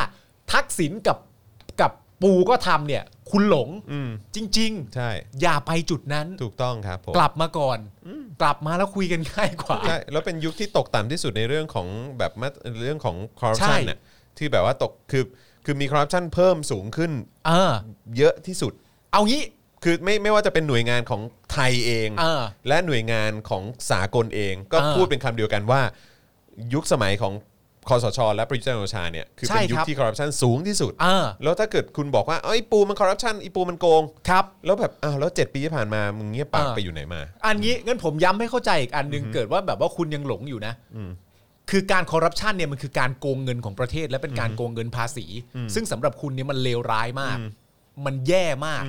S2: ทักษิณกับกับปูก็ทำเนี่ย คุณหลง
S1: อืม
S2: จริง
S1: ใช่
S2: ๆ อย่าไปจุดนั้น
S1: ถูกต้องครับผม
S2: กลับมาก่อน กลับมาแล้วคุยกันง่ายกว่า
S1: ใช่แล้วเป็นยุคที่ตกต่ำที่สุดในเรื่องของแบบมาเรื่องของคอร์รัปชัน
S2: ใช่
S1: น่ะที่แบบว่าตกคือคือมีคอร์รัปชันเพิ่มสูงขึ้น
S2: เออ
S1: เยอะที่สุด
S2: เอางี้
S1: คือไม่ไม่ว่าจะเป็นหน่วยงานของไทยเอง
S2: เออ
S1: และหน่วยงานของสากลเอง ก็
S2: เออ
S1: พูดเป็นคำเดียวกันว่า ยุคสมัยของคอสช และประยุทธ์จันทร์โอชาเนี่ยคือเป็น
S2: ใช่
S1: ยุค
S2: ครับ
S1: ที่คอร์รัปชันสูงที่สุด
S2: เออ
S1: แล้วถ้าเกิดคุณบอกว่าเอ้ยปูมันคอร์รัปชันอีปูมันโกง
S2: ครับ
S1: แล้วแบบอ้าวแล้วเจ็ดปีที่ผ่านมามึงเงียบปาก
S2: เออ
S1: ไปอยู่ไหนมา
S2: อันนี้งั้นผมย้ำให้เข้าใจอีกอันหนึ่งเกิดว่าแบบว่าคุณยังหลงอยู่นะ
S1: อืม
S2: คือการคอร์รัปชันเนี่ยมันคือการโกงเงินของประเทศและเป็นการโกงเงินภาษี ซึ่งสำหรับคุณเนี่ยมันเลวร้ายมาก มันแย่มาก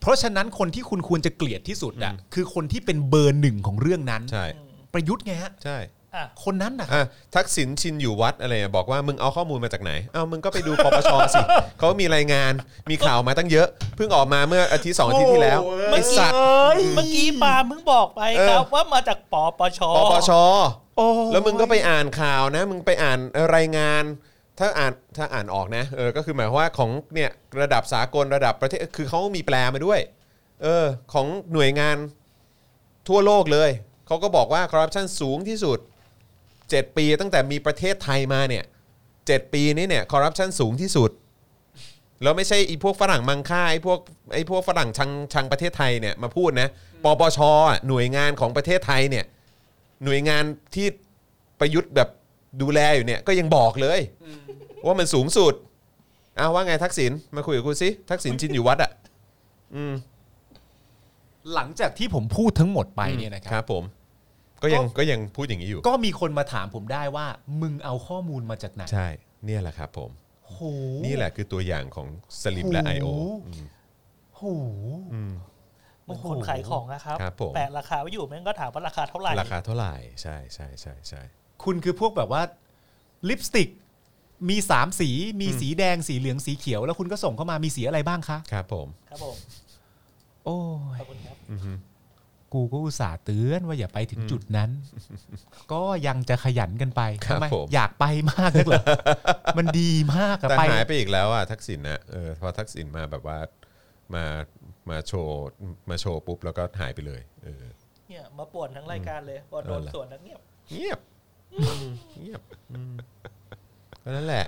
S2: เพราะฉะนั้นคนที่คุณควรจะเกลียดที่สุดอ่ะคือคนที่เป็นเบอร์หนึ่งของเรื่องนั้น
S1: ใช่
S2: ประยุทธ์ไงฮะ
S1: ใช่
S3: อ่ะ
S5: คนนั้นนะ
S1: อ่ะทักษิณชินอยู่วัดอะไรอะบอกว่ามึงเอาข้อมูลมาจากไหนเอามึงก็ไปดูปปชสิเขามีรายงาน มีข่าวมาตั้งเยอะ เพิ่งออกมาเมื่ออาทิตย์สองอาทิตย์ที่แล้วไอ
S3: เมื่อกี้
S1: สัตว์
S3: เมื่อกี้ปาเพิ่งบอกไปครับว่ามาจากปปช
S1: ปปช
S3: โอ้ย
S1: แล้วมึงก็ไปอ่านข่าวนะ มึงไปอ่านรายงาน ถ้าอ่านถ้าอ่านออกนะ เออ ก็คือหมายความว่าของเนี่ยระดับสากลระดับประเทศ คือเขามีแปลมาด้วย เออ ของหน่วยงานทั่วโลกเลย เขาก็บอกว่าคอร์รัปชันสูงที่สุด 7 ปีตั้งแต่มีประเทศไทยมาเนี่ย 7 ปีนี้เนี่ยคอร์รัปชันสูงที่สุด แล้วไม่ใช่ไอีพวกฝรั่งมังค่าไอ้พวกไอ้พวกฝรั่งชังชังประเทศไทยเนี่ยมาพูดนะ ปปชอ่ะหน่วยงานของประเทศไทยเนี่ย หน่วยงานที่ประยุทธ์แบบดูแลอยู่เนี่ย ก็ยังบอกเลย ว่ามันสูงสุดอ้าวว่าไงทักษิณมาคุยกับกูสิทักษิณชินอยู่วัดอ่ะอืม
S5: หลังจากที่ผมพูดทั้งหมดไปเนี่ยนะครั
S1: ครับ บ ผม ก็ยังก็ยังพูดอย่างนี้อยู่
S5: ก็มีคนมาถามผมได้ว่า มึงเอาข้อมูลมาจากไหน
S1: ใช่ เนี่ยแหละครับ ผม
S5: โอ้โห
S1: นี่แหละคือตัวอย่างของสลิมและ I.O.
S5: โอ้โห
S1: อืม
S5: โอ้โห
S3: เหมือนคนขายของนะครับ
S1: ครับผม
S3: แปะราคาไว้อยู่แม่งก็ถามว่าราคาเท่าไหร่
S1: ราคาเท่าไหร่ ใช่ใช่ใช่ใช่
S5: คุณคือพวกแบบว่าลิปสติก มีสามสีมีสีแดงสีเหลืองสีเขียว แล้วคุณก็ส่งเข้ามามีสีอะไรบ้างคะ
S1: ครับผม
S3: ครับผม
S5: โอ้ย
S3: ขอบคุณครับ
S1: อือฮึ
S5: กูก็อุตส่าห์เตือนว่าอย่าไปถึงจุดนั้น ก็ยังจะขยันกันไป
S1: ครั
S5: ทำ
S1: บ
S5: ไม
S1: ผม
S5: อยากไปมากนักเหร <laughs> อ มันดีมากอะ
S1: แต่
S5: ไป
S1: หายไปอีกแล้วอ่ะทักษิณนะเออพอทักษิณมาแบบว่ามามาโชว์มาโชว์ปุ๊บแล้วก็หายไปเลยเออ
S3: เนี่ยมาป่วนทั้งรายการเลยว่าโดนส่วนนักเงียบ
S1: เงียบเงียบก็นั่นแหละ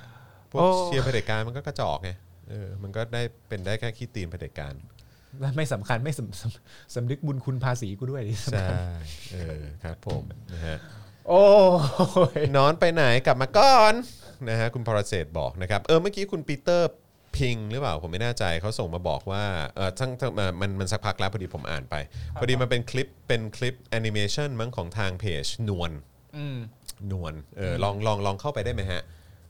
S1: พวก
S5: โอ้
S1: เชียร์เผด็จการมันก็กระจอกไงเออ มันก็ได้เป็นได้แค่ขี้ตีนเผด็จการ
S5: และไม่สำคัญไม่สำสำสำนึกบุญคุณภาษีกูด้วย <laughs> ดิ
S1: ใช่เออครับผมนะฮะ
S5: โอ้ย
S1: นอนไปไหนกลับมาก่อนนะฮะคุณพรเศษบอกนะครับเออเมื่อกี้คุณปีเตอร์พิงหรือเปล่าผมไม่แน่ใจเขาส่งมาบอกว่าเออทั้งทั้งเอ่อมันมันสักพักแล้วพอดีผมอ่านไป พอดีมันเป็นคลิปเป็นคลิปแอนิเมชันมั้งของทางเพจนวล
S5: อืม
S1: นวลเออลองลองลองเข้าไปได้ไหมฮะ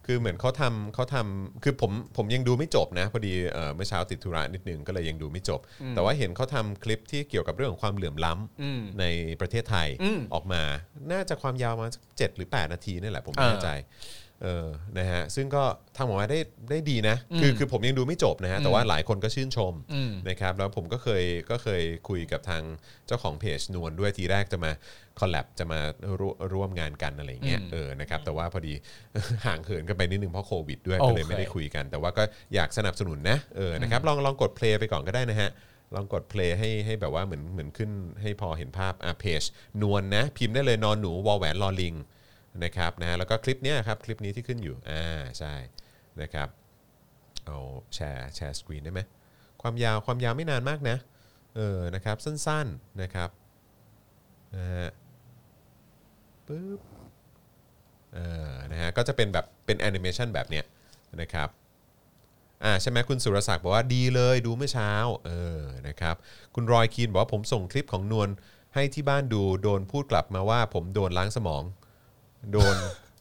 S1: คือเหมือนเขาทำเขาทำคือผมผมยังดูไม่จบนะ พอดีเอ่อเมื่อเช้าติดธุระนิดนึงก็เลยยังดูไม่จบ แต่ว่าเห็นเขาทำคลิปที่เกี่ยวกับเรื่องของความเหลื่อมล้
S5: อืม
S1: ำในประเทศไทย
S5: อืม
S1: ออกมา น่าจะความยาวประมาณเจ็ดหรือ 8 นาทีนี่แหละผมไม่
S5: อ่า
S1: แน่ใจเออนะฮะซึ่งก็ทำออกมาได้ได้ดีนะ คือคือผมยังดูไม่จบนะฮะแต่ว่าหลายคนก็ชื่นชม
S5: อืม
S1: นะครับแล้วผมก็เคยก็เคยคุยกับทางเจ้าของเพจนวลด้วยทีแรกจะมาคอลแลบจะมาร่วมร่วมงานกันอะไรอย่างเงี้ย
S5: อืม
S1: เออนะครับแต่ว่าพอดี <laughs> ห่างเหินกันไปนิดนึงเพราะโควิดด้วย
S5: โอเค
S1: ก็เลยไม่ได้คุยกัน แต่ว่าก็อยากสนับสนุนนะเออนะครับลองลองกดเพลย์ไปก่อนก็ได้นะฮะ ลองกดเพลย์ให้ให้แบบว่าเหมือนเหมือนขึ้นให้พอเห็นภาพอ่ะเพจนวลนะ พิมพ์ได้เลยนอนหนูวอแหวนลอลิงนะครับนะฮะแล้วก็คลิปเนี้ยครับคลิปนี้ที่ขึ้นอยู่อ่าใช่นะครับ เอาแชร์แชร์สกรีนได้ไหมความยาวความยาวไม่นานมากนะ เออนะครับสั้นๆนะครับนะฮะปึ๊บเออนะฮะก็จะเป็นแบบเป็นแอนิเมชันแบบเนี้ยนะครับอ่าใช่ไหมคุณสุรศักดิ์บอกว่าดีเลยดูเมื่อเช้าเออนะครับคุณรอยคีนบอกว่าผมส่งคลิปของนวลให้ที่บ้านดูโดนพูดกลับมาว่าผมโดนล้างสมอง โดน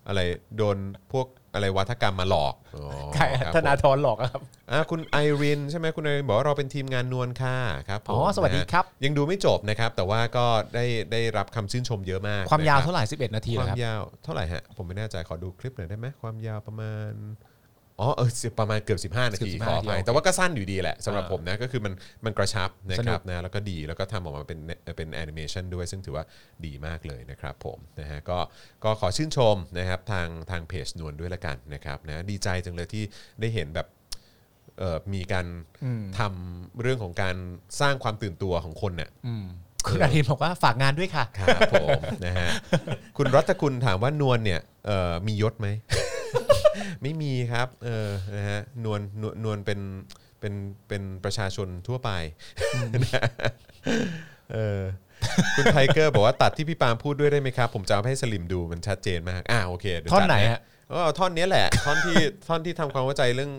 S1: อะไรโดนพวกอะไรวัฒกรรมมาหลอกอ๋อ
S5: ใคร
S1: ครับ
S5: ธ
S1: ผม
S5: นาธรหลอกอะครับ
S1: อ่ะคุณไอรินใช่ไหมคุณไอรินบอกว่าเราเป็นทีมงานนวลค่ะครับผม
S5: อ๋อสวัสดีครับ
S1: นะฮะยังดูไม่จบนะครับ แต่ว่าก็ได้ได้รับคำชื่นชมเยอะมาก
S5: ความยาว
S1: นะ
S5: เท่า
S1: รับ
S5: ไหร่ 11 นาทีเห
S1: ค
S5: รอ
S1: วาม
S5: ครับ
S1: ยาวเท่าไหร่ฮะผมไม่แน่ใจขอดูคลิปหน่อยได้ไหมความยาวประมาณอ๋อเออสิประมาณเกือบ 15 นาที
S5: เกือบ15
S1: ขออภัย
S5: นาที
S1: แต่ว่าก็สั้นอยู่ดีแหละสำหรับ
S5: อ่า
S1: ผมนะก็คือมันมันกระชับนะ
S5: ส
S1: ค
S5: นุ
S1: รับ
S5: ก
S1: นะแล้วก็ดีแล้วก็ทำออกมาเป็นเป็นแอนิเมชันด้วย ซึ่งถือว่าดีมากเลยนะครับผมนะฮะก็ก็ขอชื่นชมนะครับทางทางเพจนวลด้วยละกันนะครับนะดีใจจังเลยที่ได้เห็นแบบ เอ่อมีการทำเรื่องของการสร้างความตื่นตัวของคนเนี่ย
S5: อืมคุณอาทิตย์บอกว่าฝากงานด้วยค่ะ
S1: ครับผม นะฮะ <laughs> คุณรัตคุณถามว่านวลเนี่ยเอ่อมียศไหม <laughs> ไม่มีครับเออนะฮะนวลนวลนวลเป็นเป็นเป็นประชาชนทั่วไป <laughs> นะเออคุณไทเกอร์บอกว่าตัดที่พี่ปาล์มพูดด้วยได้ไหมครับ ผมจะเอาไปให้สลิมดูมันชัดเจนมากอ่าโอเคเดี๋ยว
S5: ท่อน
S1: จัด
S5: ไหน
S1: ให้
S5: ฮะ
S1: ก็เอาท่อนเนี้ยแหละ ท่อนที่ท่อนที่ทำความเข้าใจเรื่อง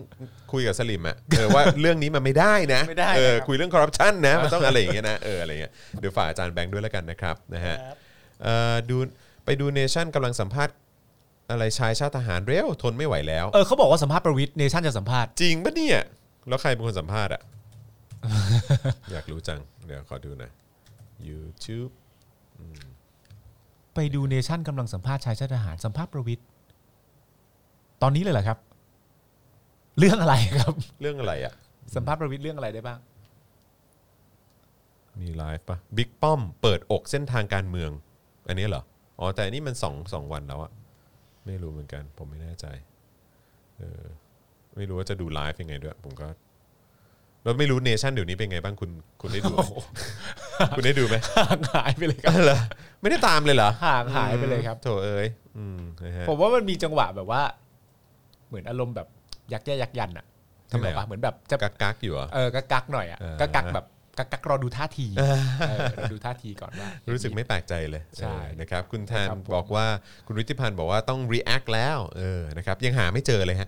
S1: คุยกับสลิมอ่ะเออว่าเรื่องนี้มันไม่ได้นะ
S5: ไม่ได้
S1: เออ
S5: นะครับ
S1: คุยเรื่องคอร์รัปชันนะมันต้องอะไรอย่างเงี้ยนะเอออะไรเงี้ยเดี๋ยวฝากอาจารย์แบงค์ด้วยแล้วกันนะครับนะฮะ
S3: ครับ
S1: เออดูไปดูเนชั่นกำลังสัมภาษณ์อะไรชายชาติทหารเร็วทนไม่ไหวแล้ว
S5: เออเขาบอกว่าสัมภาษณ์ประวิทย์เนชั่นจะสัมภาษณ์
S1: จริงปะเนี่ย แล้วใครเป็นคนสัมภาษณ์อ่ะ อยากรู้จัง เดี๋ยวขอดูหน่อย YouTube อืม
S2: ไปดูเนชั่นกำลังสัมภาษณ์ชายชาติทหารสัมภาษณ์ประวิทย์ตอนนี้เลยเหรอครับ เรื่องอะไรครับ
S1: เรื่องอะไรอ่ะ
S2: สัมภาษณ์ประวิทย์เรื่องอะไรได้บ้าง <laughs>
S1: มีไลฟ์ปะบิ๊กป้อมเปิดอกเส้นทางการเมือง อันนี้เหรอ อ๋อ แต่อันนี้มันสองสองวันแล้วอะไม่รู้เหมือนกัน ผมไม่แน่ใจเออไม่รู้ว่าจะดูไลฟ์ยังไงด้วย ผมก็ แล้วไม่รู้เนชั่นเดี๋ยวนี้เป็นไงบ้างคุณคุณได้ดู
S2: <laughs>
S1: ไหม <laughs> คุณได้ดูไหม
S2: ห่างหายไปเลยครับ
S1: อ๋อเหรอ <laughs> ไม่ได้ตามเลยเหรอ
S2: ห่างหายไปเลยครับ
S1: โถเอ้ยอืมนะฮะ
S2: ผมว่ามันมีจังหวะแบบว่า เหมือนอารมณ์แบบยักแย่ยักยันอะ
S1: ทำไมอะ
S2: นึกออกปะเหมือนแบบจะ
S1: กักกักอยู่เหรอ่ะ
S2: เออกักกักๆหน่อยอะ
S1: เออ
S2: กักกักๆแบบกักกักๆรอดูท่าทีเออรอดูท่าทีก่อนว่า
S1: รู้สึกไม่แปลกใจเลย
S2: ใช่
S1: เออนะครับ คุณแทน
S2: ครับผม
S1: บอกว่าคุณวิทธิพันธ์บอกว่าต้อง react แล้วเออนะครับ ยังหาไม่เจอเลยฮะ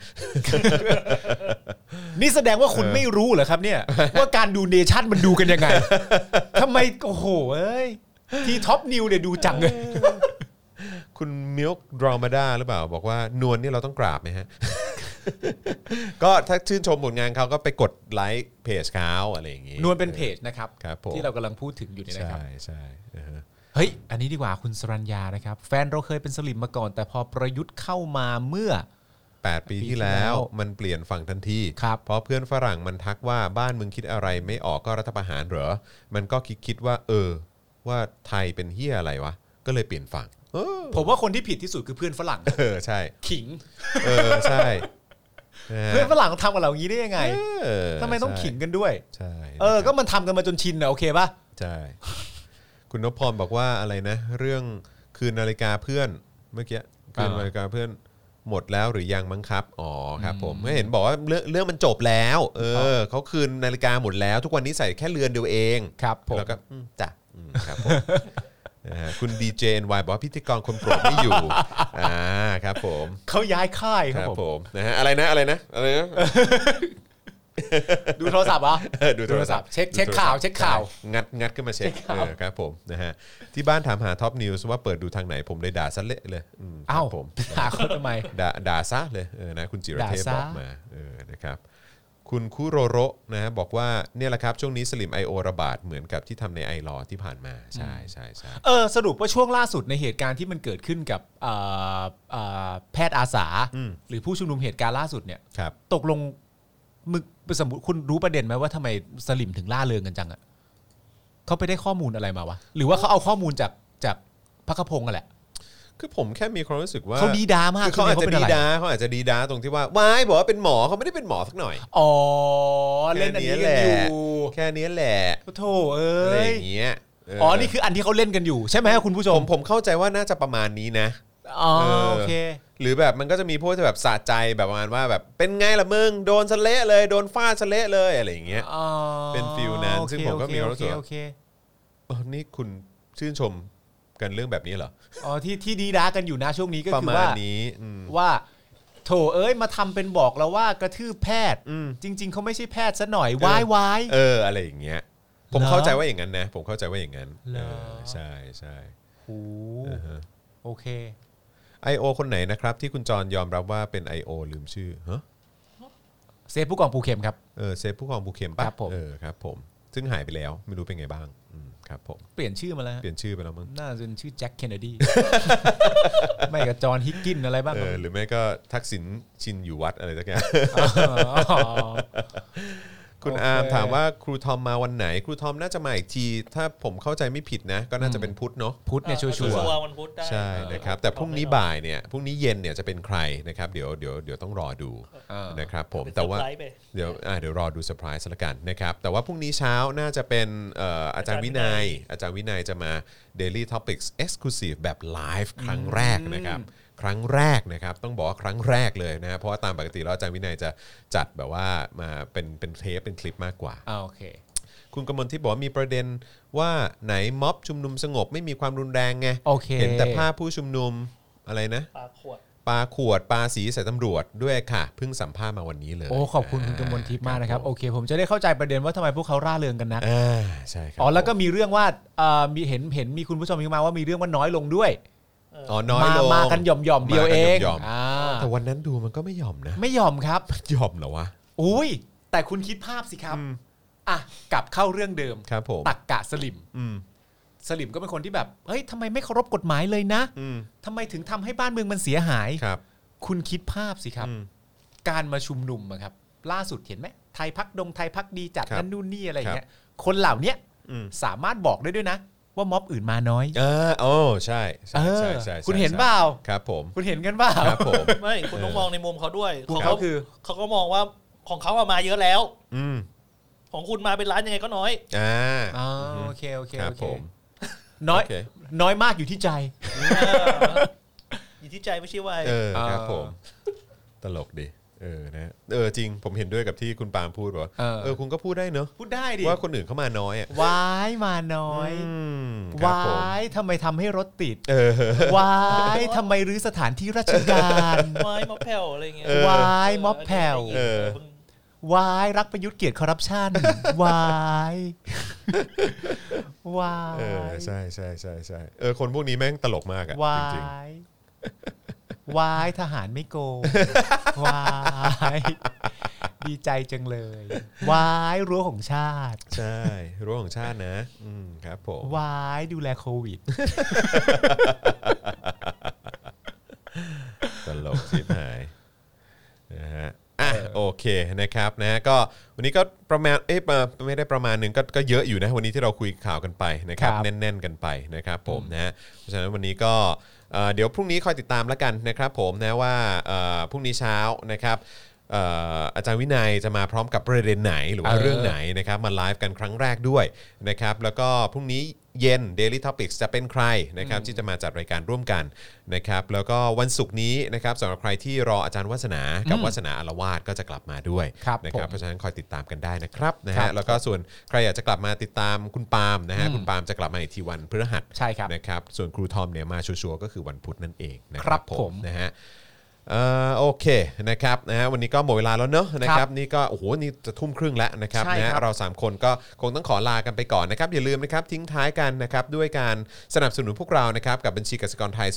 S2: นี่แสดงว่าคุณไม่รู้เหรอครับเนี่ย ว่าการดูเนชั่นมันดูกันยังไง ทำไมโอ้โหเอ้ย ทีท็อปนิวเนี่ยดูจังเลย
S1: คุณมิลค์ดรามาดาหรือเปล่า บอกว่านวลนี่เราต้องกราบไหมฮะ <laughs> ก็ถ้าชื่นชมผลงานเขาก็ไปกดไลค์เพจเขาอะไรอย่างงี้
S2: นวลเป็นเพจนะครับ
S1: ครับผม
S2: ที่เรากำลังพูดถึงอยู่เนี่ยนะค
S1: ใช่
S2: รับ
S1: ใช่นะฮะ
S2: เฮ้ย อันนี้ดีกว่าคุณสรัญญานะครับ แฟนเราเคยเป็นสลิมมาก่อน แต่พอประยุทธ์เข้ามาเมื่อ
S1: แปดปีที่แล้ว มันเปลี่ยนฝั่งทันที
S2: ครับ
S1: เพราะเพื่อนฝรั่งมันทักว่าบ้านมึงคิดอะไรไม่ออกก็รัฐประหารเหรอ มันก็คิดคิดว่า เออ ว่าไทยเป็นเฮียอะไรวะ ก็เลยเปลี่ยนฝั่ง <laughs> เออ
S2: ผมว่าคนที่ผิดที่สุดคือเพื่อนฝรั่ง <laughs>
S1: เออใช่
S2: ขิง
S1: เออใช่นะฮะ
S2: <laughs> เพื่อนฝรั่งทำกับเราอย่างนี้ได้ยังไง
S1: เอ
S2: ทำไมต้องขิงกันด้วย
S1: ใช่
S2: เออ
S1: นะครับ
S2: ก็มันทำกันมาจนชินนะโอเคป่ะ
S1: ใช่ <laughs> คุณนพพรบอกว่าอะไรนะ เรื่องคืนนาฬิกาเพื่อนเมื่อกี้คืน
S2: อ่า
S1: นาฬิกาเพื่อนหมดแล้วหรือยังมั้งครับอ๋อครับ ผมไม่เห็นบอกว่าเรื่องเรื่องมันจบแล้ว เออเขาคืนนาฬิกาหมดแล้ว ทุกวันนี้ใส่แค่เรือนเดียวเอง
S2: ครับผม
S1: แล้วก็อืมจ้ะอืมครับผม <laughs> นะฮะคุณดีเจนวายบอกว่าพิธีกรคนโปรดไม่ <laughs> อยู่อ่าครับ ผม
S2: เขาย้ายค่ายค
S1: ครับ รับ
S2: ผ
S1: ผม มนะฮะอะไรนะอะไรนะอะไรนะ
S2: ดูโทรศัพท์เหรอ
S1: เอ <laughs> อดูโทรศัพท์
S2: เช็คเช็คข่าวเช็คข่าว
S1: ใช่งัดงัดขึ้นมาเช็คเออครับผมนะฮะที่บ้านถามหาท็อปนิวส์ว่าเปิดดูทางไหนผมเลยด่าซะเละเลยม
S2: เอ้า
S1: ครับผม
S2: หาคนทำไม
S1: ด่าด่าซะเลยเออนะคุณจิรเทพ
S2: ด่าซะ
S1: บอกมาเออนะครับคุณคุโรโระนะฮะบอกว่าเนี่ยแหละครับ ช่วงนี้สลิม IO ระบาดเหมือนกับที่ทำในไอรอที่ผ่านมาใช่ใช่ใช่
S2: เออสรุปว่าช่วงล่าสุดในเหตุการณ์ที่มันเกิดขึ้นกับเอ่อเอ่อแพทย์อาสา หรือผู้ชุมนุมเหตุการณ์ล่าสุดเนี่ย
S1: ครับ
S2: ตกลงมึกสมมติคุณรู้ประเด็นไหมว่าทำไมสลิมถึงล่าเริงกันจังอะเขาไปได้ข้อมูลอะไรมาวะ หรือว่าเขาเอาข้อมูลจากจากพักพงษ์กันแหละ
S1: คือผมแค่มีความรู้สึกว่า
S2: เขาดีดามา
S1: คื
S2: ก
S1: อเขาอาจจะ
S2: ป็น
S1: ดี
S2: ไร
S1: ดาเขาอาจจะดีดาตรงที่ว่าวายบอกว่าเป็นหมอเขาไม่ได้เป็นหมอสักหน่อย
S2: อ๋อเล่นอันนี้กันอยู่
S1: แค่นี้แหละ
S2: โธ่เอ
S1: อะไร
S2: ้
S1: อย ย่างเงี้ยเ
S2: อ๋อนี่คืออันที่เขาเล่นกันอยู่ใช่ไหมครับคุณผู้ช
S1: ผม มผมเข้าใจว่าน่าจะประมาณนี้นะ
S2: อ๋อ
S1: เออ
S2: โอเค
S1: หรือแบบมันก็จะมีพวกที่แบบสะใจแบบประมาณว่าแบบเป็นไงล่ะมึงโดนสะเละเลยโดนฟาดสะเละเลยอะไรอย่างเงี้ย
S2: อ๋อ
S1: เป็นฟีลนั้นซึ่งผมก็มีความรู้สึกว่า
S2: โอเคโอเค
S1: อ๋อนี่คุณชื่นชมกันเรื่องแบบนี้เหรอ
S2: อ๋อที่ที่ดีด้ากันอยู่นะช่วงนี้ก็
S1: ประ
S2: คือ
S1: มาณ
S2: ว่า
S1: นี้อืม
S2: ว่า โถเอ้ยมาทำเป็นบอกแล้วว่ากระทืบแพทย์
S1: อืม
S2: จริง ๆเขาไม่ใช่แพทย์ซะหน่อย
S1: เออ
S2: วายวาย
S1: เอออะไรอย่างเงี้ย ผม
S2: เหรอ
S1: เข้าใจว่าอย่างนั้นนะ ผมเข้าใจว่าอย่างนั้น
S2: เหร
S1: เอ
S2: อ
S1: อใช่ใช่
S2: โอ้
S1: อ่าฮะ
S2: โอเค
S1: I.O. คนไหนนะครับ ที่คุณจรยอมรับว่าเป็น I.O. ลืมชื่อฮะ
S2: เซฟผู้กองปูเข็มครับ
S1: เออเซฟผู้กองภูเข็มปะ
S2: ครับผม
S1: เออครับผมซึ่งหายไปแล้วไม่รู้เป็นไงบ้างอืมครับผม
S2: เปลี่ยนชื่อมาแล้วฮะ
S1: เปลี่ยนชื่อไปแล้วมั้ง
S2: น่าจะเป็นชื่อแจ็คเคนเนดี ไม่กับจอห์นฮิกกินอะไรบ้าง
S1: เออหรือไม่ก็ทักษิณชินอยู่วัดอะไรสักอย่าง <laughs>
S2: อ๋อ
S1: คุณ
S2: โอเค
S1: อาร์มถามว่าครูทอมมาวันไหน ครูทอมน่าจะมาอีกที ถ้าผมเข้าใจไม่ผิดนะ ก็น่าจะเป็นพุธเนาะ
S2: พุทธเนี่ยชัว
S3: ชัว
S2: ร์
S3: ร์วันพุธได้
S1: ใช่นะครับ แต่พรุ่งนี้บ่ายเนี่ยพรุ่งนี้เย็นเนี่ยจะเป็นใครนะครับเดี๋ยวเดี๋ยวเดี๋ยวต้องรอดู
S2: ๆอ่า
S1: นะครับผม
S3: เป็นเซ
S1: แต่
S3: อร์
S1: ว่า
S3: ไพรส์ไป
S1: เดี๋ยวอ่ะเดี๋ยวรอดูเซอร์ไพรส์ละกันนะครับ แต่ว่าพรุ่งนี้เช้าน่าจะเป็นเอ่ออาจารย์วินัย อาจารย์วินัยจะมา Daily Topics Exclusive แบบไลฟ์ครั้งแรกนะครับ ครั้งแรกนะครับ ต้องบอกว่าครั้งแรกเลยนะฮะเพราะว่าตามปกติแล้วอาจารย์วินัยจะจัดแบบว่ามาเป็นเป็นเทปเป็นคลิปมากกว่า
S2: อ่าโอเค
S1: คุณกมลที่บอกว่ามีประเด็นว่าไหนม็อบชุมนุมสงบไม่มีความรุนแรงไง
S2: โอเค
S1: นแต่ภาพผู้ชุมนุมอะไรนะ
S3: ปลาขวด
S1: ปาขวดปาสีใส่ตำรวจด้วยค่ะเพิ่งสัมภาษณ์มาวันนี้เลย
S2: โอ้ขอบคุณคุณกมลทิพย์มากนะครับโอเค ผมจะได้เข้าใจประเด็นว่าทำไมพวกเขาร่าเริงกันนัก
S1: อ่าใช่ครับ
S2: อ๋อแล้วก็มีเรื่องว่าเอ่อมีเห็นเห็นมีคุณผู้ชมมีมาว่ามีเรื่องว่าน้อยลงด้วย
S1: อ๋อน้อย
S2: มา
S1: ลง
S2: มากันหย่อมหย่อมๆเดียวเอง
S1: มากันหย่อมๆ
S2: อ่า
S1: แต่วันนั้นดูมันก็ไม่ยอมนะ
S2: ไม่หย่อมครับ
S1: ยอมเหรอวะ
S2: อุ้ยแต่คุณคิดภาพสิครับอ่ะกลับเข้าเรื่องเดิม
S1: ครับผม
S2: ตักกะสลิม
S1: อืม
S2: ส สลิมก็เป็นคนที่แบบเฮ้ยทำไมไม่เคารพกฎหมายเลยนะ
S1: อืม
S2: ทำไมถึงทำให้บ้านเมืองมันเสียหาย
S1: ครับ
S2: คุณคิดภาพสิครับ
S1: อืม
S2: การมาชุมนุมอะครับ ล่าสุดเห็นไหมไทยพักดงไทยพักดีจัด
S1: ครับ
S2: นั่นนู่นนี่อะไรอย่างเงี้ยคนเหล่าเนี้ย
S1: อืม
S2: สามารถบอกได้ด้วยนะ ว่าม็อบอื่นมาน้อย
S1: เออโอ้ใช่ใช่
S2: เอ
S1: ใช่
S2: อ
S1: ใช่ใช่
S2: คุณเห็นเปล่า
S1: ครับผม
S2: คุณเห็นกันเปล่า
S1: ครับผม
S3: ไม่คุณต้องมองในมุมเขาด้วย
S2: พวกเขา
S3: เขาก็
S2: คือ
S3: เขาก็มองว่าของเขาอะมาเยอะแล้ว
S1: อืม
S3: ของคุณมาเป็นร้านยังไงก็น้อย
S1: อ่า
S2: อ๋อโอเคโอเค
S1: ครับ
S2: โอเค
S1: ผม
S2: น้อย
S1: โอเค
S2: น้อยมากอยู่ที่ใจ
S3: อยู่ที่ใจไม่ใช่ไว
S1: เออ
S2: เออ
S1: ครับผม ตลกดีเออนะเออจริงผมเห็นด้วยกับที่คุณปาล์มพูดว่า
S2: เออ
S1: เออคุณก็พูดได้เนอะ
S2: พูดได้ดิ
S1: ว่าคนอื่นเข้ามาน้อยอ่ะ
S2: วายมาน้อย
S1: อืมครับ
S2: วา
S1: ผม
S2: ยทำไมทำให้รถติด
S1: เออ
S2: วายทำไมรื้อสถานที่ราชการ
S3: ไม้ม็อบแผ่วอะไรเงี้ย
S1: เออ
S2: วายม็อบแผ่ว
S1: เออ
S2: วายรักประยุทธ์เกลียรติคอร์รัปชัน วายวา
S1: เออย ใช่ใช่ใช่ใช่เออคนพวกนี้แม่งตลกมากอ่ะ
S2: วา
S1: จริง <laughs>
S2: ยวายทหารไม่โกงวายดีใจจังเลยวายรั้วของชาติ
S1: ๆใช่รั้วของชาตินะ อืมครับผม
S2: วายดูแลโควิด
S1: ตลกชิบหายนะฮะอ่ะโอเคนะครับนะฮะก็วันนี้ก็ประมาณเอ๊ะไม่ได้ประมาณหนึ่งก็ก็เยอะอยู่นะ วันนี้ที่เราคุยข่าวกันไปนะครับ
S2: ครับ
S1: แน่นๆกันไปนะครับผมนะฮะเพราะฉะนั้นวันนี้ก็เอ่อเดี๋ยวพรุ่งนี้คอยติดตามแล้วกันนะครับผมนะว่าเอ่อพรุ่งนี้เช้านะครับเอ่ออาจารย์วินัยจะมาพร้อมกับประเด็นไหนหรือว่า
S2: เออ
S1: เรื่องไหนนะครับมาไลฟ์กันครั้งแรกด้วยนะครับแล้วก็พรุ่งนี้เย็น Daily Topics จะเป็นใครนะครับที่จะมาจัดรายการร่วมกันนะครับแล้วก็วันศุกร์นี้นะครับสำหรับใครที่รออาจารย์วัฒนากับวัฒนาอารวาสก็จะกลับมาด้วย
S2: ครับ
S1: นะ
S2: ผ
S1: ครับ
S2: ม
S1: เพราะฉะนั้นคอยติดตามกันได้นะครับนะ
S2: ครั
S1: ฮะ
S2: บ
S1: แล้วก็ส่วนใครอยากจะกลับมาติดตามคุณปาล์มนะฮะ
S2: อืม
S1: คุณปาล์มจะกลับมาอีกทีวันพฤหัส
S2: ใช่ครับ
S1: นะครับส่วนครูทอมเนี่ยมาชัวร์ๆก็คือวันพุธนั่นเองนะค
S2: ครั
S1: รับบ ผ
S2: ผม ม
S1: นะฮะเอ่อโอเคนะครับนะฮะวันนี้ก็หมดเวลาแล้วเนอะนะค
S2: ค
S1: รั
S2: รั
S1: บบ นี่ก็โอ้โหนี่จะทุ่มครึ่งแล้วนะครับ
S2: ใช่
S1: นะฮะ
S2: ครับ
S1: เรา 3 คนก็คงต้องขอลากันไปก่อนนะครับอย่าลืมนะครับทิ้งท้ายกันนะครับด้วยการสนับสนุนพวกเรานะครับกับบัญชีกสิกรไทย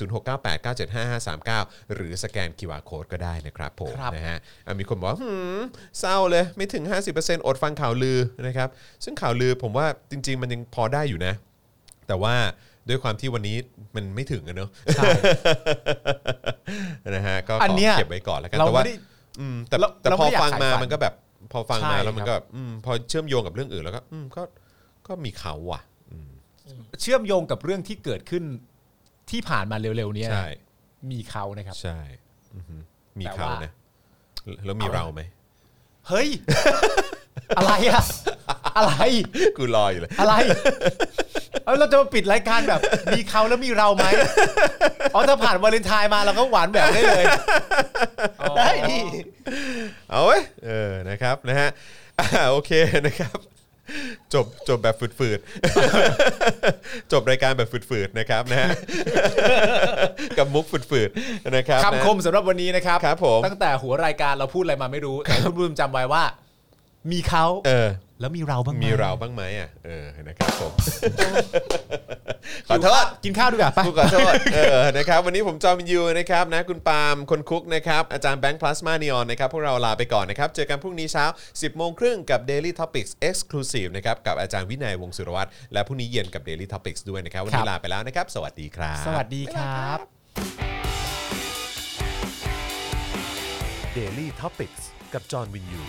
S1: 0698975539 หรือสแกน QR Code ก็ได้นะครับผม
S2: ครับ
S1: นะฮะอ่ะมีคนบอกว่าหืมเศร้าเลยไม่ถึง 50%อดฟังข่าวลือนะครับ ซึ่งข่าวลือผมว่าจริง ๆ มันยังพอได้อยู่นะ แต่ว่าด้วยความที่วันนี้มันไม่ถึงกันเนอะ
S2: ใช่
S1: <laughs> นะฮะก็ข
S2: อัน
S1: อ
S2: เนี้ย
S1: เก็บไว้ก่อนแล้วกัน
S2: เรา
S1: แต่ว่า
S2: ไม่ได้
S1: อืมแต่
S2: เรา
S1: แต่
S2: เรา
S1: พ
S2: ไม่
S1: อ
S2: อยาก
S1: ฟังมา
S2: ขายฝัน
S1: มันก็แบบพอฟังมา
S2: ใช่
S1: แล้วมัน
S2: ค
S1: ก็
S2: รับ
S1: แบบอืมพอเชื่อมโยงกับเรื่องอื่นแล้วก็อืมก็ก็มีเขาว่ะอืม
S2: เชื่อมโยงกับเรื่องที่เกิดขึ้นที่ผ่านมาเร็วๆเนี้
S1: ใช่
S2: มีเขานะครับ
S1: ใช่อือฮึมี
S2: แต่
S1: เขา
S2: ว่า
S1: นะแล้วมีเราไหม
S2: เฮ้ย อะไรอะอะไร
S1: <laughs> กูรออยู่เลย
S2: อะไรเอ้ยเราจะมาปิดรายการแบบ มีเขาแล้วมีเราไหมอ๋อถ้าผ่านวาเลนไทน์มาเราก็หวานแบบได้เลย
S3: ได้ดิ
S1: เอาเว้ยเออ นะครับ นะฮะอ่าโอเค นะครับ จบ จบแบบฝืดๆ จบรายการแบบฝืดๆ นะครับ นะฮะ กับมุกฝืดๆ นะครับนะ
S2: คำคมสำหรับวันนี้นะครับ
S1: ครับผม
S2: ตั้งแต่หัวรายการเราพูดอะไรมาไม่รู้แต่คุณบูมจำไว้ว่า มีเขา
S1: เออ
S2: แล้วมีเราบ้างไห
S1: มีเราบ้างไหมอ่ะ เออ นะครับผม ขอโทษ
S2: กินข้าวดีกว่าไป
S1: กูขอโทษ เออ นะครับ วันนี้ผมจอมยูนะครับนะ คุณปาล์ม คนคุกนะครับ อาจารย์แบงค์พลาสมานีออนนะครับ พวกเราลาไปก่อนนะครับ เจอกันพรุ่งนี้เช้า 10 โมงครึ่งกับ Daily Topics Exclusive นะครับ กับอาจารย์วินัยวงศ์สุรวัตรและพรุ่งนี้เย็นกับ Daily Topics ด้วยนะครับ วัน
S2: ครั
S1: นี้
S2: บ
S1: ลาไปแล้วนะครับ สวัสดีครับ
S2: สวัสดีครับ
S6: Daily t o p i c กกับจอห์นวินยู